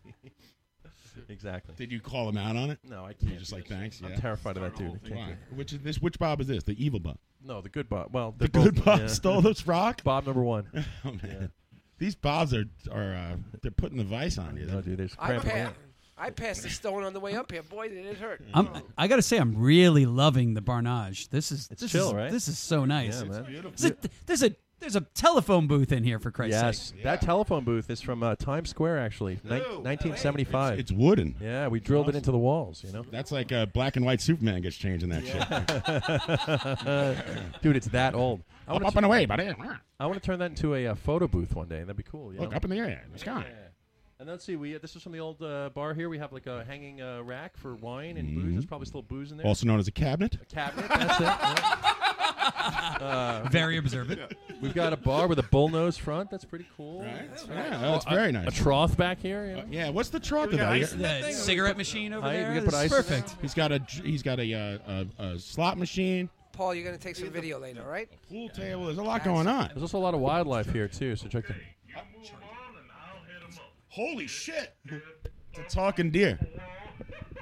Speaker 5: [LAUGHS]
Speaker 7: exactly.
Speaker 5: Did you call him out on it?
Speaker 7: No, I can't.
Speaker 5: Just
Speaker 7: do
Speaker 5: like
Speaker 7: that shit.
Speaker 5: thanks.
Speaker 7: I'm
Speaker 5: Yeah.
Speaker 7: terrified of that dude. I can't do
Speaker 5: Why?
Speaker 7: it.
Speaker 5: Which is this? Which Bob is this? The evil Bob.
Speaker 7: No, Oh, the good Bob. Well,
Speaker 5: The
Speaker 7: they're
Speaker 5: good
Speaker 7: both-
Speaker 5: Bob
Speaker 7: yeah. [LAUGHS]
Speaker 5: stole this rock.
Speaker 7: Bob number one.
Speaker 5: Oh man, these Bobs are are uh, they're putting the vice on you.
Speaker 7: No, dude, they're just
Speaker 8: I
Speaker 7: cramping
Speaker 8: pa-
Speaker 7: it.
Speaker 8: I passed the stone on the way up here. Boy, did it hurt.
Speaker 9: I'm, I gotta say, I'm really loving the Barnage. This is this
Speaker 7: chill,
Speaker 9: is,
Speaker 7: right?
Speaker 9: This is so nice.
Speaker 7: Yeah, man. It's
Speaker 9: There's
Speaker 7: beautiful.
Speaker 9: a, there's a there's a telephone booth in here for Christ's
Speaker 7: Yes,
Speaker 9: sake.
Speaker 7: that telephone booth is from uh, Times Square, actually, Nin- 1975.
Speaker 5: It's wooden.
Speaker 7: Yeah, we drilled it into the walls. You know,
Speaker 5: That's like uh, black and white Superman gets changed in that shit.
Speaker 7: [LAUGHS] Dude, it's that old. I
Speaker 5: Up,
Speaker 7: wanna
Speaker 5: up
Speaker 7: tu-
Speaker 5: and away, buddy.
Speaker 7: I want to turn
Speaker 5: [LAUGHS]
Speaker 7: that into a, uh photo booth one day. That'd be cool. You
Speaker 5: Look,
Speaker 7: know?
Speaker 5: up in the air. It's gone.
Speaker 7: Yeah. And let's see. We uh, this is from the old uh, bar here. We have like a hanging uh, rack for wine and booze. There's probably still booze in there.
Speaker 5: Mm-hmm. Also known as a cabinet.
Speaker 7: A cabinet.
Speaker 5: [LAUGHS]
Speaker 7: That's it. yeah. Uh,
Speaker 9: [LAUGHS] Very observant.
Speaker 7: [LAUGHS] We've got a bar with a bullnose front. That's pretty cool. Right.
Speaker 5: Yeah, that's very nice. Uh,
Speaker 7: A trough back here. Yeah.
Speaker 5: Yeah, what's the trough
Speaker 7: we got
Speaker 5: today?
Speaker 7: ice in that
Speaker 9: The cigarette machine over
Speaker 7: I- we
Speaker 9: there.
Speaker 7: could put
Speaker 9: this is
Speaker 7: ice in
Speaker 9: perfect.
Speaker 5: He's got a dr- he's got a, uh, a, a slot machine,
Speaker 8: Paul, you're going to take some video later, all right?
Speaker 5: pool table. There's a lot going on.
Speaker 7: There's also a lot of wildlife here too. So check that.
Speaker 5: Holy shit! It's a talking deer.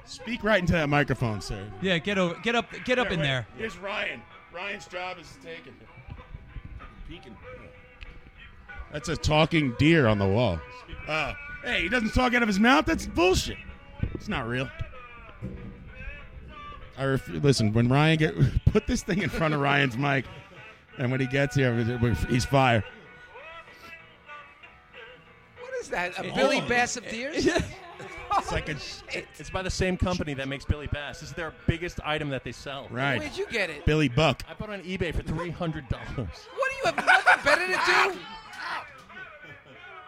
Speaker 5: Speak right into that microphone, sir.
Speaker 9: Yeah, get over, get up, get up in there.
Speaker 5: Here's Ryan. Ryan's job is taken. Peeking. That's a talking deer on the wall. Uh, hey, he doesn't talk out of his mouth. That's bullshit. It's not real. I ref- listen when Ryan get [LAUGHS] put this thing in front of Ryan's mic, and when he gets here, he's fire.
Speaker 8: What is that? A Billy Bass of Deers?
Speaker 5: It's like a
Speaker 7: It's by the same company that makes Billy Bass. This is their biggest item that they sell.
Speaker 5: right.
Speaker 8: Where'd you get it?
Speaker 5: Billy Buck.
Speaker 7: I bought it on eBay for three hundred dollars.
Speaker 8: What do you have nothing better to do?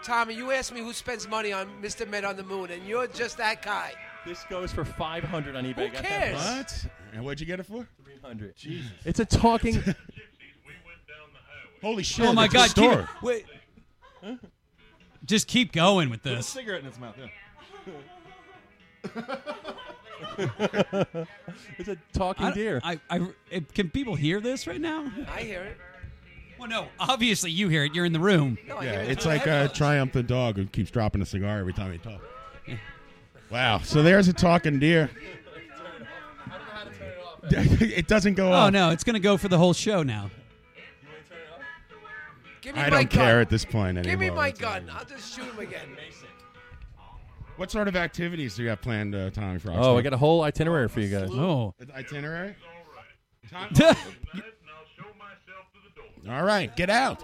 Speaker 8: Tommy, you asked me who spends money on Mr. Men on the Moon, and you're just that guy.
Speaker 7: This goes for five hundred on eBay.
Speaker 8: Who
Speaker 7: I got that
Speaker 8: cares?
Speaker 7: for
Speaker 5: What? And what'd you get it for?
Speaker 7: 300. Jesus. It's a talking.
Speaker 5: [LAUGHS] Holy shit!
Speaker 9: Oh my
Speaker 5: that's a
Speaker 9: God! Keep,
Speaker 5: store.
Speaker 9: wait. Just keep going with this.
Speaker 10: cigarette in his mouth. Yeah.
Speaker 7: [LAUGHS] it's a talking
Speaker 9: I-
Speaker 7: deer.
Speaker 9: I, I, it- can people hear this right now?
Speaker 8: I hear it.
Speaker 9: Well, no. Obviously, you hear it. You're in the room.
Speaker 8: No, I
Speaker 5: Yeah,
Speaker 8: hear it.
Speaker 5: it's like a triumphant dog who keeps dropping a cigar every time he talks. Wow. [LAUGHS] So there's a talking deer. it doesn't go
Speaker 9: Oh
Speaker 5: off.
Speaker 9: no, it's gonna go for the whole show now.
Speaker 8: Give me
Speaker 5: I
Speaker 8: my
Speaker 5: don't care
Speaker 8: gun.
Speaker 5: at this point anymore.
Speaker 8: Give me my
Speaker 5: It's-
Speaker 8: gun. I'll just shoot him again.
Speaker 5: What sort of activities do you have planned, uh, Tommy Frost?
Speaker 7: oh, I got a whole itinerary for you guys.
Speaker 9: Oh,
Speaker 5: itinerary. Tom-
Speaker 9: All
Speaker 5: All right, get out.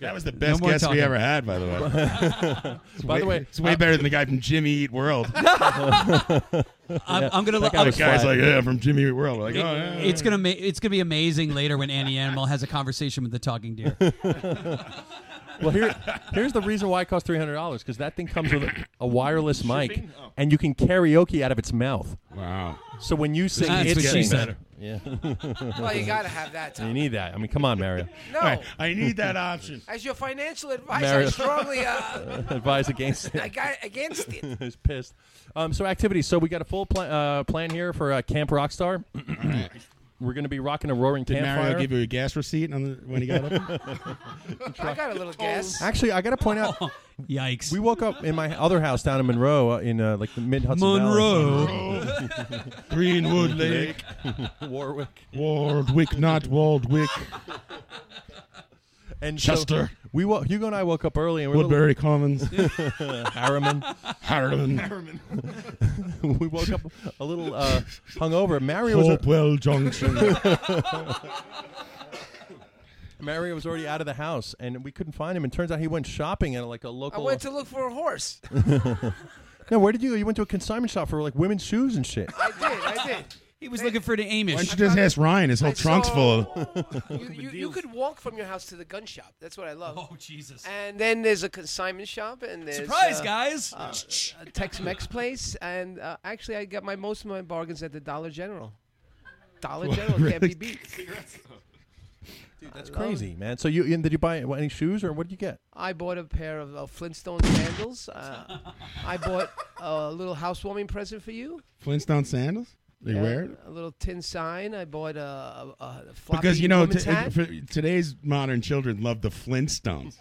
Speaker 5: That was the best
Speaker 9: more
Speaker 5: guest
Speaker 9: talking.
Speaker 5: we ever had, by the way.
Speaker 6: [LAUGHS]
Speaker 7: By the way,
Speaker 5: it's way better than the guy from Jimmy Eat World.
Speaker 9: I'm, I'm gonna. let
Speaker 7: That guy was
Speaker 5: the guy's like, yeah, from Jimmy Eat World. Like, oh,
Speaker 9: It-
Speaker 5: yeah, yeah.
Speaker 9: it's gonna ma- it's gonna be amazing later when Annie Animal has a conversation with the talking
Speaker 7: [LAUGHS]
Speaker 9: deer.
Speaker 7: well, here, here's the reason why it costs three hundred dollars because that thing comes with a, a wireless mic,
Speaker 10: Shipping? Oh.
Speaker 7: and you can karaoke out of its mouth.
Speaker 5: Wow.
Speaker 7: So when you sing,
Speaker 9: That's
Speaker 7: it
Speaker 9: what she
Speaker 7: sings.
Speaker 9: said.
Speaker 7: Yeah, [LAUGHS]
Speaker 8: Well, you got to have that,
Speaker 7: you
Speaker 8: Tommy.
Speaker 7: need that. I mean, come on, Mario.
Speaker 8: No.
Speaker 5: All right, I need that option.
Speaker 8: As your financial advisor,
Speaker 7: Mario-
Speaker 8: I strongly uh, [LAUGHS]
Speaker 7: [LAUGHS] Advise against
Speaker 8: I
Speaker 7: it.
Speaker 8: got against it.
Speaker 7: [LAUGHS] He's pissed. Um, so activities. So we got a full pla- uh, plan here for uh, Camp Rockstar. [CLEARS THROAT] We're going to be rocking a roaring
Speaker 5: Did
Speaker 7: campfire.
Speaker 5: Mario give you a gas receipt on the, when he
Speaker 7: [LAUGHS]
Speaker 5: got up? Oh.
Speaker 8: I got a little gas.
Speaker 7: Actually, I got to point out.
Speaker 9: Yikes!
Speaker 7: We woke up in my other house down in Monroe, uh, in uh, like the mid Hudson
Speaker 9: Monroe.
Speaker 5: Greenwood Lake,
Speaker 7: Warwick,
Speaker 5: Wardwick, not Waldwick,
Speaker 7: and so
Speaker 5: Chester,
Speaker 7: we wo- Hugo and I woke up early and we were
Speaker 5: Woodbury Commons,
Speaker 7: [LAUGHS] Harriman.
Speaker 5: Harriman,
Speaker 7: [LAUGHS] we woke up a little uh, hungover. Mario was [LAUGHS]
Speaker 5: Hopewell
Speaker 6: [LAUGHS]
Speaker 5: Junction.
Speaker 7: Mario was already out of the house, and we couldn't find him. And turns out he went shopping at like a
Speaker 8: I
Speaker 7: local.
Speaker 8: went to look for a horse.
Speaker 7: no, where did you go? You went to a consignment shop for like women's shoes and shit.
Speaker 8: I did. I did.
Speaker 9: He was looking for the
Speaker 5: Why don't you
Speaker 9: Amish.
Speaker 5: just ask Ryan? His whole
Speaker 8: I
Speaker 5: trunk's
Speaker 8: saw-
Speaker 5: full of.
Speaker 8: You, you, you could walk from your house to the gun shop. That's what I love.
Speaker 9: Oh Jesus!
Speaker 8: And then there's a consignment shop, and there's
Speaker 9: Surprise,
Speaker 8: uh,
Speaker 9: guys!
Speaker 8: uh, a Tex-Mex place, and uh, actually, I got my most of my bargains at the Dollar General. Dollar General can't be beat.
Speaker 9: [LAUGHS]
Speaker 7: That's crazy, man. So you and did you buy any shoes or what did you get?
Speaker 8: I bought a pair of uh, Flintstone sandals.
Speaker 9: [LAUGHS]
Speaker 8: Uh, I bought a little housewarming present for you.
Speaker 5: Flintstone sandals? They
Speaker 8: Yeah,
Speaker 5: wear it?
Speaker 8: a little tin sign. I bought a, a, a floppy
Speaker 5: Because, you know,
Speaker 8: woman's
Speaker 5: t- uh,
Speaker 8: hat.
Speaker 5: for today's modern children love the Flintstones.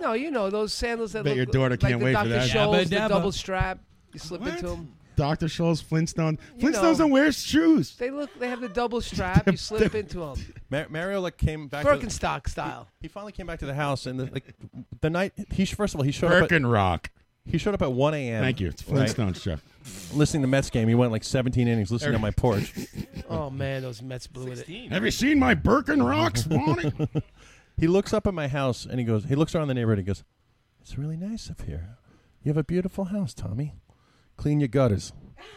Speaker 8: no, you know those sandals that
Speaker 5: Bet
Speaker 8: look
Speaker 5: your daughter
Speaker 8: like
Speaker 5: can't
Speaker 8: the
Speaker 5: wait for
Speaker 8: Dr.
Speaker 5: that.
Speaker 8: Scholl's,
Speaker 9: Dabba
Speaker 8: the
Speaker 9: dabba.
Speaker 8: double strap. You slip
Speaker 5: What?
Speaker 8: into them.
Speaker 5: Dr. Scholl's Flintstone.
Speaker 8: You
Speaker 5: Flintstones
Speaker 8: know-
Speaker 5: don't wear shoes.
Speaker 8: They look. They have the
Speaker 5: [LAUGHS]
Speaker 8: double strap. you slip into them.
Speaker 7: Mar- Mario like came back. To the,
Speaker 8: Birkenstock style.
Speaker 7: he finally came back to the house, and the, like the night he sh- first of all he showed up.
Speaker 5: Birkin Rock.
Speaker 7: He showed up at 1 a.m.
Speaker 5: Thank you. It's
Speaker 7: right?
Speaker 5: Flintstones, Chuck.
Speaker 7: Listening to Mets game, he went like 17 innings listening on my porch.
Speaker 8: Oh man, those Mets blew it.
Speaker 5: Have you seen my Birkin
Speaker 8: [LAUGHS]
Speaker 5: rocks, Bonnie?
Speaker 7: [LAUGHS] he looks up at my house and he goes, he looks around the neighborhood and he goes, It's really nice up here. You have a beautiful house, Tommy. Clean your gutters.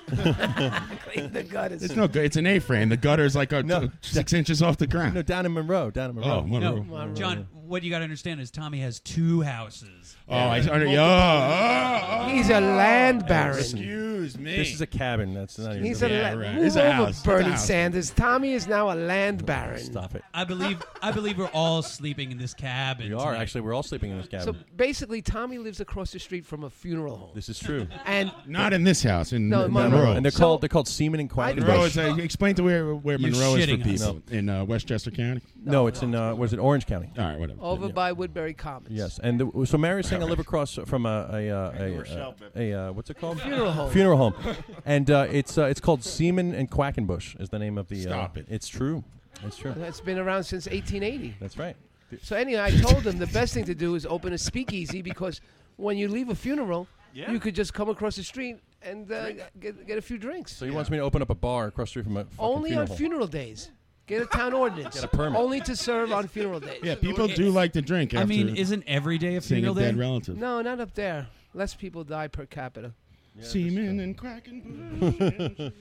Speaker 8: [LAUGHS] Clean the gutters.
Speaker 5: It's no good. It's an A-frame. The gutter's like a,
Speaker 7: No.
Speaker 5: six inches off the ground.
Speaker 7: No, down in Monroe. Down in Monroe.
Speaker 5: Oh, Monroe.
Speaker 9: No, John, what you got to understand is Tommy has two houses.
Speaker 5: Oh, I already. Oh, oh, oh.
Speaker 8: He's a land baron.
Speaker 5: Excuse me.
Speaker 7: This is a cabin. That's not even.
Speaker 8: He's
Speaker 7: the-
Speaker 8: a
Speaker 5: Yeah,
Speaker 8: la-
Speaker 5: right.
Speaker 8: move
Speaker 5: It's a
Speaker 8: over,
Speaker 5: house. It's a
Speaker 8: Bernie
Speaker 5: house.
Speaker 8: Sanders. Tommy is now a land baron.
Speaker 7: Stop it.
Speaker 9: [LAUGHS] I believe I believe we're all sleeping in this cabin.
Speaker 7: We are
Speaker 9: tonight.
Speaker 7: actually. We're all sleeping in this cabin.
Speaker 8: So basically, Tommy lives across the street from a funeral home,
Speaker 7: this is
Speaker 9: [LAUGHS]
Speaker 7: true.
Speaker 8: and
Speaker 5: [LAUGHS] Not in this house. In
Speaker 8: No,
Speaker 5: Monroe.
Speaker 8: Monroe.
Speaker 5: Monroe.
Speaker 7: And they're
Speaker 8: So-
Speaker 7: called they're called semen and quacking.
Speaker 5: Monroe is a, explain to where where
Speaker 9: You're
Speaker 5: Monroe is for
Speaker 9: shitting us.
Speaker 5: people in uh, Westchester County.
Speaker 7: No, it's in uh, was it Orange County?
Speaker 5: All right, whatever.
Speaker 8: over by Woodbury Commons.
Speaker 7: Yes, and the, so Mary's saying I live across from a a, uh, a, uh, a, uh, what's it called
Speaker 8: Funeral home.
Speaker 7: Funeral home,
Speaker 8: [LAUGHS]
Speaker 7: and uh, it's uh, it's called Seaman and Quackenbush is the name of the. uh,
Speaker 5: Stop it.
Speaker 7: It's true. It's true.
Speaker 8: that's been around since 1880.
Speaker 7: That's right.
Speaker 8: So anyway, I told him the best thing to do is open a speakeasy because when you leave a funeral,
Speaker 10: Yeah.
Speaker 8: you could just come across the street and uh, get, get a few drinks.
Speaker 7: So he wants me to open up a bar across the street from a fucking
Speaker 8: Only
Speaker 7: funeral
Speaker 8: on
Speaker 7: home.
Speaker 8: funeral days. Get a town ordinance.
Speaker 7: Get a permit.
Speaker 8: Only to serve on funeral days.
Speaker 5: Yeah, people do like to drink. eh? After
Speaker 9: I mean, isn't every day a
Speaker 5: seeing a
Speaker 9: funeral day?
Speaker 5: dead relative.
Speaker 8: No, not up there. Less people die per capita.
Speaker 5: Semen and cracking.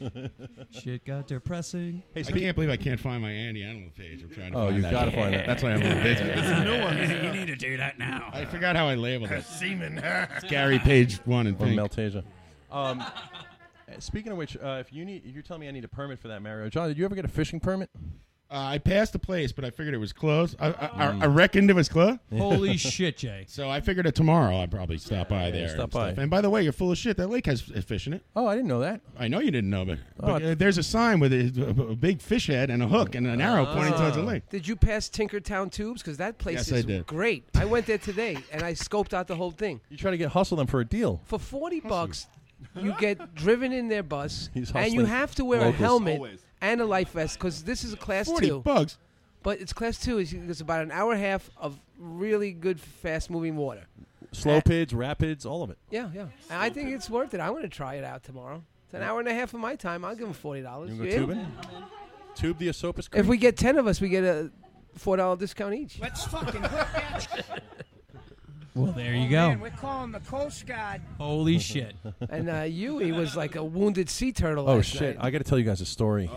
Speaker 9: Shit got depressing.
Speaker 5: I can't believe I can't find my Andy Animal page. I'm trying to.
Speaker 7: Oh,
Speaker 5: find
Speaker 7: you
Speaker 5: that.
Speaker 7: gotta find that.
Speaker 5: That's why I'm [LAUGHS] a little busy.
Speaker 9: you need to do that now.
Speaker 5: I forgot how I labeled it.
Speaker 10: Semen.
Speaker 5: It's Gary Page one and
Speaker 7: Or
Speaker 5: thing.
Speaker 7: Maltasia. Um, [LAUGHS] uh, speaking of which, uh, if you need, if you're telling me I need a permit for that, Mario. John, did you ever get a fishing permit?
Speaker 5: Uh, I passed the place, but I figured it was closed. I, I,
Speaker 7: Hmm.
Speaker 5: I, I reckoned it was closed.
Speaker 9: [LAUGHS] Holy shit, Jay.
Speaker 5: So I figured that tomorrow I'd probably stop by there.
Speaker 7: stop
Speaker 5: and, stuff.
Speaker 7: by.
Speaker 5: and by the way, you're full of shit. That lake has f- fish in it.
Speaker 7: Oh, I didn't know that.
Speaker 5: I know you didn't know, but, but,
Speaker 7: Oh.
Speaker 5: uh, there's a sign with a, a big fish head and a hook and an arrow Oh, pointing towards the
Speaker 7: Oh.
Speaker 5: lake.
Speaker 8: Ah. Did you pass Tinkertown Tubes? Because that place
Speaker 5: Yes,
Speaker 8: is
Speaker 5: I did.
Speaker 8: great. I went there today and I scoped out the whole thing.
Speaker 7: You try to get hustle them for a deal.
Speaker 8: For 40 bucks, you get driven in
Speaker 5: [LAUGHS]
Speaker 8: their bus
Speaker 7: He's
Speaker 8: and you
Speaker 7: hustling
Speaker 8: have to wear
Speaker 7: locals.
Speaker 8: a helmet
Speaker 10: Always.
Speaker 8: and a life vest because this is a class
Speaker 5: Forty
Speaker 8: two.
Speaker 5: bugs.
Speaker 8: But it's class two. It's, it's about an hour and a half of really good, fast moving water.
Speaker 7: Slow pids, rapids, all of it.
Speaker 8: Yeah, yeah. And I think it's worth it. I want to try it out tomorrow. It's an hour and a half of my time. I'll give them forty dollars.
Speaker 7: You wanna go tubing? Tube the Esopus Creek.
Speaker 8: If we get ten of us, we get a four dollar discount each.
Speaker 13: Let's fucking look
Speaker 5: [LAUGHS]
Speaker 13: at you.
Speaker 9: Well, there you
Speaker 13: Man,
Speaker 9: go.
Speaker 13: we're calling the Coast Guard.
Speaker 5: Oh.
Speaker 9: Holy shit.
Speaker 8: [LAUGHS] And uh, Yui was like a wounded sea turtle.
Speaker 7: Oh
Speaker 8: last
Speaker 7: shit! [LAUGHS]
Speaker 8: night.
Speaker 7: I got to tell you guys a story.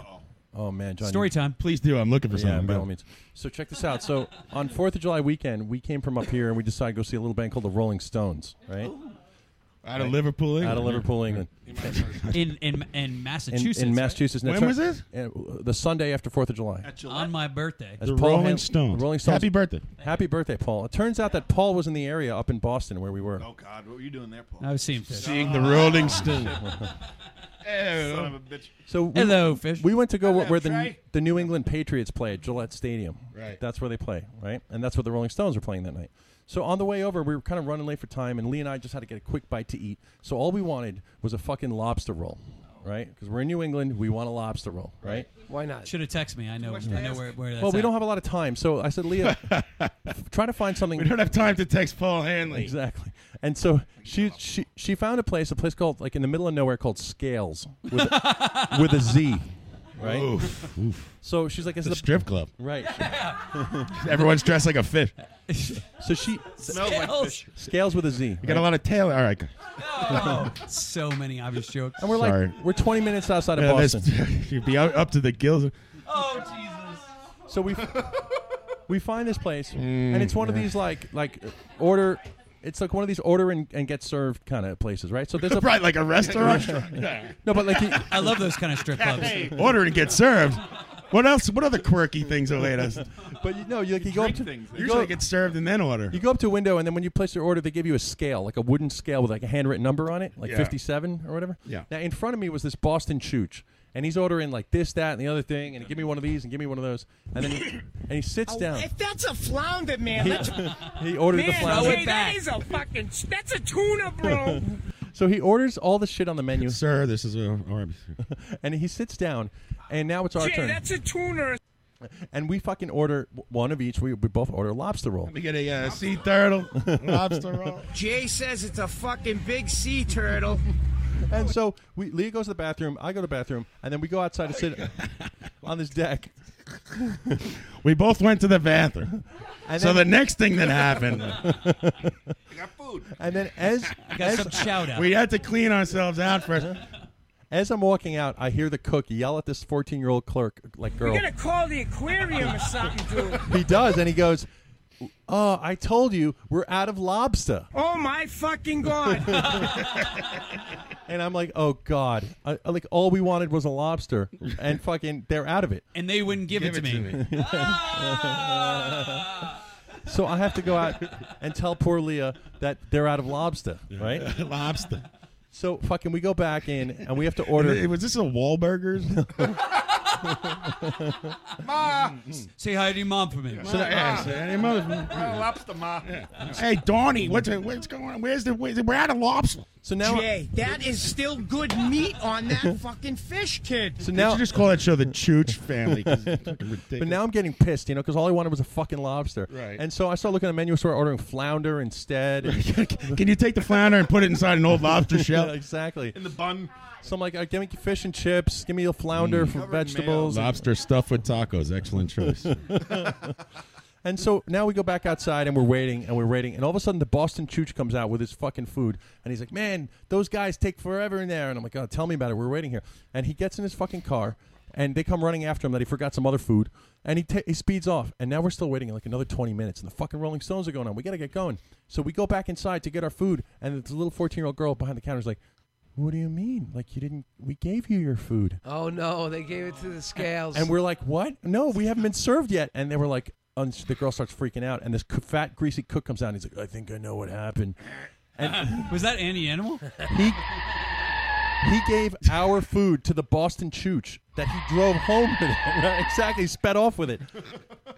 Speaker 7: Oh man, John.
Speaker 9: Story time.
Speaker 5: Please do. I'm looking for
Speaker 7: you- Yeah,
Speaker 5: something.
Speaker 7: by
Speaker 5: but-
Speaker 7: all means. So check this out. So on Fourth of July weekend, we came from up here and we decided to go see a little band called the Rolling Stones, right?
Speaker 5: out of Liverpool,
Speaker 7: Out of
Speaker 5: England.
Speaker 7: Liverpool, England,
Speaker 9: In in in
Speaker 7: in,
Speaker 9: Massachusetts.
Speaker 7: in
Speaker 9: right?
Speaker 7: Massachusetts.
Speaker 5: When
Speaker 7: That's
Speaker 5: was
Speaker 7: right.
Speaker 5: this?
Speaker 7: And, uh, The Sunday after Fourth of July.
Speaker 10: At
Speaker 9: [LAUGHS] On
Speaker 10: Gillette.
Speaker 9: my birthday.
Speaker 7: That's
Speaker 5: The
Speaker 7: Paul
Speaker 5: Rolling
Speaker 7: Han-
Speaker 5: Stones.
Speaker 7: The Rolling Stones.
Speaker 5: Happy birthday.
Speaker 7: Happy birthday, Paul. It turns out that Paul was in the area up in Boston where we were.
Speaker 10: Oh God, what were you doing there, Paul?
Speaker 9: I've seen fish.
Speaker 5: Seeing the Rolling Stones.
Speaker 10: [LAUGHS] Son of a bitch.
Speaker 7: So we,
Speaker 9: Hello, fish.
Speaker 7: We went to go
Speaker 10: Hello,
Speaker 7: where the,
Speaker 10: Trey.
Speaker 7: the New England Patriots play at Gillette Stadium.
Speaker 5: Right.
Speaker 7: That's where they play, right? And that's where the Rolling Stones were playing that night. So on the way over, we were kind of running late for time, and Lee and I just had to get a quick bite to eat. So all we wanted was a fucking lobster roll, right? Because we're in New England, we want a lobster roll, right?
Speaker 8: Why not?
Speaker 9: Should have texted me. I know. I know where, where that's
Speaker 7: Well, we
Speaker 9: at.
Speaker 7: don't have a lot of time, so I said,
Speaker 5: [LAUGHS]
Speaker 7: Leah, try to find something.
Speaker 5: We don't have time to text Paul Hanley.
Speaker 7: Exactly. And so she she she found a place, a place called like in the middle of nowhere called Scales with
Speaker 5: [LAUGHS]
Speaker 7: a, with a Z, right?
Speaker 5: Oof, oof.
Speaker 7: So she's like, is
Speaker 5: The
Speaker 7: the
Speaker 5: strip club. [LAUGHS]
Speaker 7: right?
Speaker 5: Everyone's dressed like a fish.
Speaker 7: So
Speaker 5: [LAUGHS]
Speaker 7: she
Speaker 9: Scales.
Speaker 7: Scales with a Z.
Speaker 5: You got a lot of tail. All right.
Speaker 9: Oh, [LAUGHS] so many obvious jokes.
Speaker 7: And we're
Speaker 5: [LAUGHS] Sorry.
Speaker 7: like, we're 20 minutes outside of
Speaker 5: Yeah, that's-
Speaker 7: Boston.
Speaker 5: [LAUGHS] you'd be up, up to the gills.
Speaker 9: Oh Jesus.
Speaker 7: So we we find this place,
Speaker 5: Mm,
Speaker 7: and it's one of these like like uh, order. It's like one of these order and, and get served kind of places, right? So there's a
Speaker 5: [LAUGHS] Right, like a restaurant. Yeah.
Speaker 7: [LAUGHS] no, but like you-
Speaker 9: [LAUGHS] I love those kind of
Speaker 7: [LAUGHS]
Speaker 9: strip clubs.
Speaker 5: Order and get [LAUGHS] served. What else? What other quirky things are laid us?
Speaker 7: but you know you like you go up
Speaker 10: Drink
Speaker 7: to
Speaker 10: things.
Speaker 7: you
Speaker 5: Usually
Speaker 7: go,
Speaker 5: get served and then order.
Speaker 7: you go up to a window, and then when you place your order, they give you a scale, like a wooden scale with like a handwritten number on it, like
Speaker 5: Yeah.
Speaker 7: 57 or whatever.
Speaker 5: Yeah.
Speaker 7: Now in front of me was this Boston chooch, and he's ordering like this, that, and the other thing, and give me one of these, and give me one of those, and then he, and he sits
Speaker 5: Oh,
Speaker 7: down.
Speaker 13: If that's a flounder, Oh, man,
Speaker 7: He,
Speaker 13: let's
Speaker 7: [LAUGHS] he ordered the
Speaker 13: man,
Speaker 7: flounder.
Speaker 13: okay, that is a fucking that's a tuna, bro.
Speaker 7: [LAUGHS] So he orders all the shit on the menu, [LAUGHS]
Speaker 5: Sir, this is a. Or,
Speaker 7: and he sits down, and now [LAUGHS] it's our
Speaker 13: Jay,
Speaker 7: turn.
Speaker 13: that's a tuna.
Speaker 7: and we fucking order w- one of each. We, we both order lobster roll.
Speaker 5: We get a uh, sea
Speaker 7: [LAUGHS]
Speaker 5: turtle, lobster roll.
Speaker 13: Jay says it's a fucking big sea turtle.
Speaker 7: And so we Leah goes to the bathroom, I go to the bathroom, and then we go outside to sit on this deck.
Speaker 5: We both went to the bathroom.
Speaker 7: And
Speaker 5: so
Speaker 7: then-
Speaker 5: the next thing that happened,
Speaker 7: got food. And then as
Speaker 5: Got
Speaker 7: as,
Speaker 5: some chowder. We had to clean ourselves out first.
Speaker 7: As I'm walking out, I hear the cook yell at this 14 year old clerk, like girl.
Speaker 13: We're gonna call the aquarium or something, dude.
Speaker 7: he does, and he goes, "Oh, I told you, we're out of lobster."
Speaker 13: Oh my fucking god!
Speaker 7: And I'm like, "Oh God!" I, I- like all we wanted was a lobster,
Speaker 9: [LAUGHS]
Speaker 7: and fucking, they're out of it.
Speaker 9: [LAUGHS] And they wouldn't give, it, to me.
Speaker 13: [LAUGHS]
Speaker 9: [LAUGHS] Ah!
Speaker 13: Ah!
Speaker 7: so I have to go out and tell poor Leah that they're out of lobster, right?
Speaker 5: [LAUGHS] lobster.
Speaker 7: So fucking, we go back in and we have to order.
Speaker 5: Was this
Speaker 7: [LAUGHS]
Speaker 5: a Wahlburgers? [LAUGHS]
Speaker 9: Ma! Mm-hmm. Say hi to your mom for me.
Speaker 5: So that- yeah, so any mother-
Speaker 10: lobster, ma.
Speaker 5: hey, Donnie, what's, what's going on? Where's the? Where's the we're out of lobster.
Speaker 7: So
Speaker 13: Jay, that is still good meat on
Speaker 7: [LAUGHS]
Speaker 13: that fucking fish, kid.
Speaker 7: So
Speaker 5: Did
Speaker 7: now,
Speaker 5: you just
Speaker 7: [LAUGHS]
Speaker 5: call that show the Chooch Family? 'Cause it's fucking
Speaker 7: but
Speaker 5: ridiculous.
Speaker 7: now I'm getting pissed, you know, because all I wanted was a fucking lobster.
Speaker 5: Right.
Speaker 7: And so I started looking at the menu, started ordering flounder instead.
Speaker 5: [LAUGHS] Can you take the flounder and put it inside an old lobster shell?
Speaker 7: Yeah, [LAUGHS] exactly.
Speaker 10: In the bun.
Speaker 7: So I'm like, uh, give me fish and chips. Give me a flounder for vegetables.
Speaker 5: Mm. Lobster stuffed with tacos. Excellent choice.
Speaker 7: [LAUGHS] And so now we go back outside and we're waiting and we're waiting. And all of a sudden, the Boston Chooch comes out with his fucking food. And he's like, man, those guys take forever in there. And I'm like, oh, tell me about it. We're waiting here. And he gets in his fucking car and they come running after him that he forgot some other food. And he, ta he speeds off. And now we're still waiting like another 20 minutes. And the fucking Rolling Stones are going on. We got to get going. So we go back inside to get our food. And this little 14 year old girl behind the counter is like, what do you mean? Like, you didn't, we gave you your food.
Speaker 8: Oh no, they gave it to the scales.
Speaker 7: And we're like, what? No, we haven't been served yet. And they were like, and the girl starts freaking out. And this c- fat, greasy cook comes out and he's like, I think I know what happened. And
Speaker 9: [LAUGHS] Was that Annie Animal?
Speaker 7: he he gave our food to the Boston Chooch that he drove home with it. [LAUGHS] Right? Exactly, sped off with it.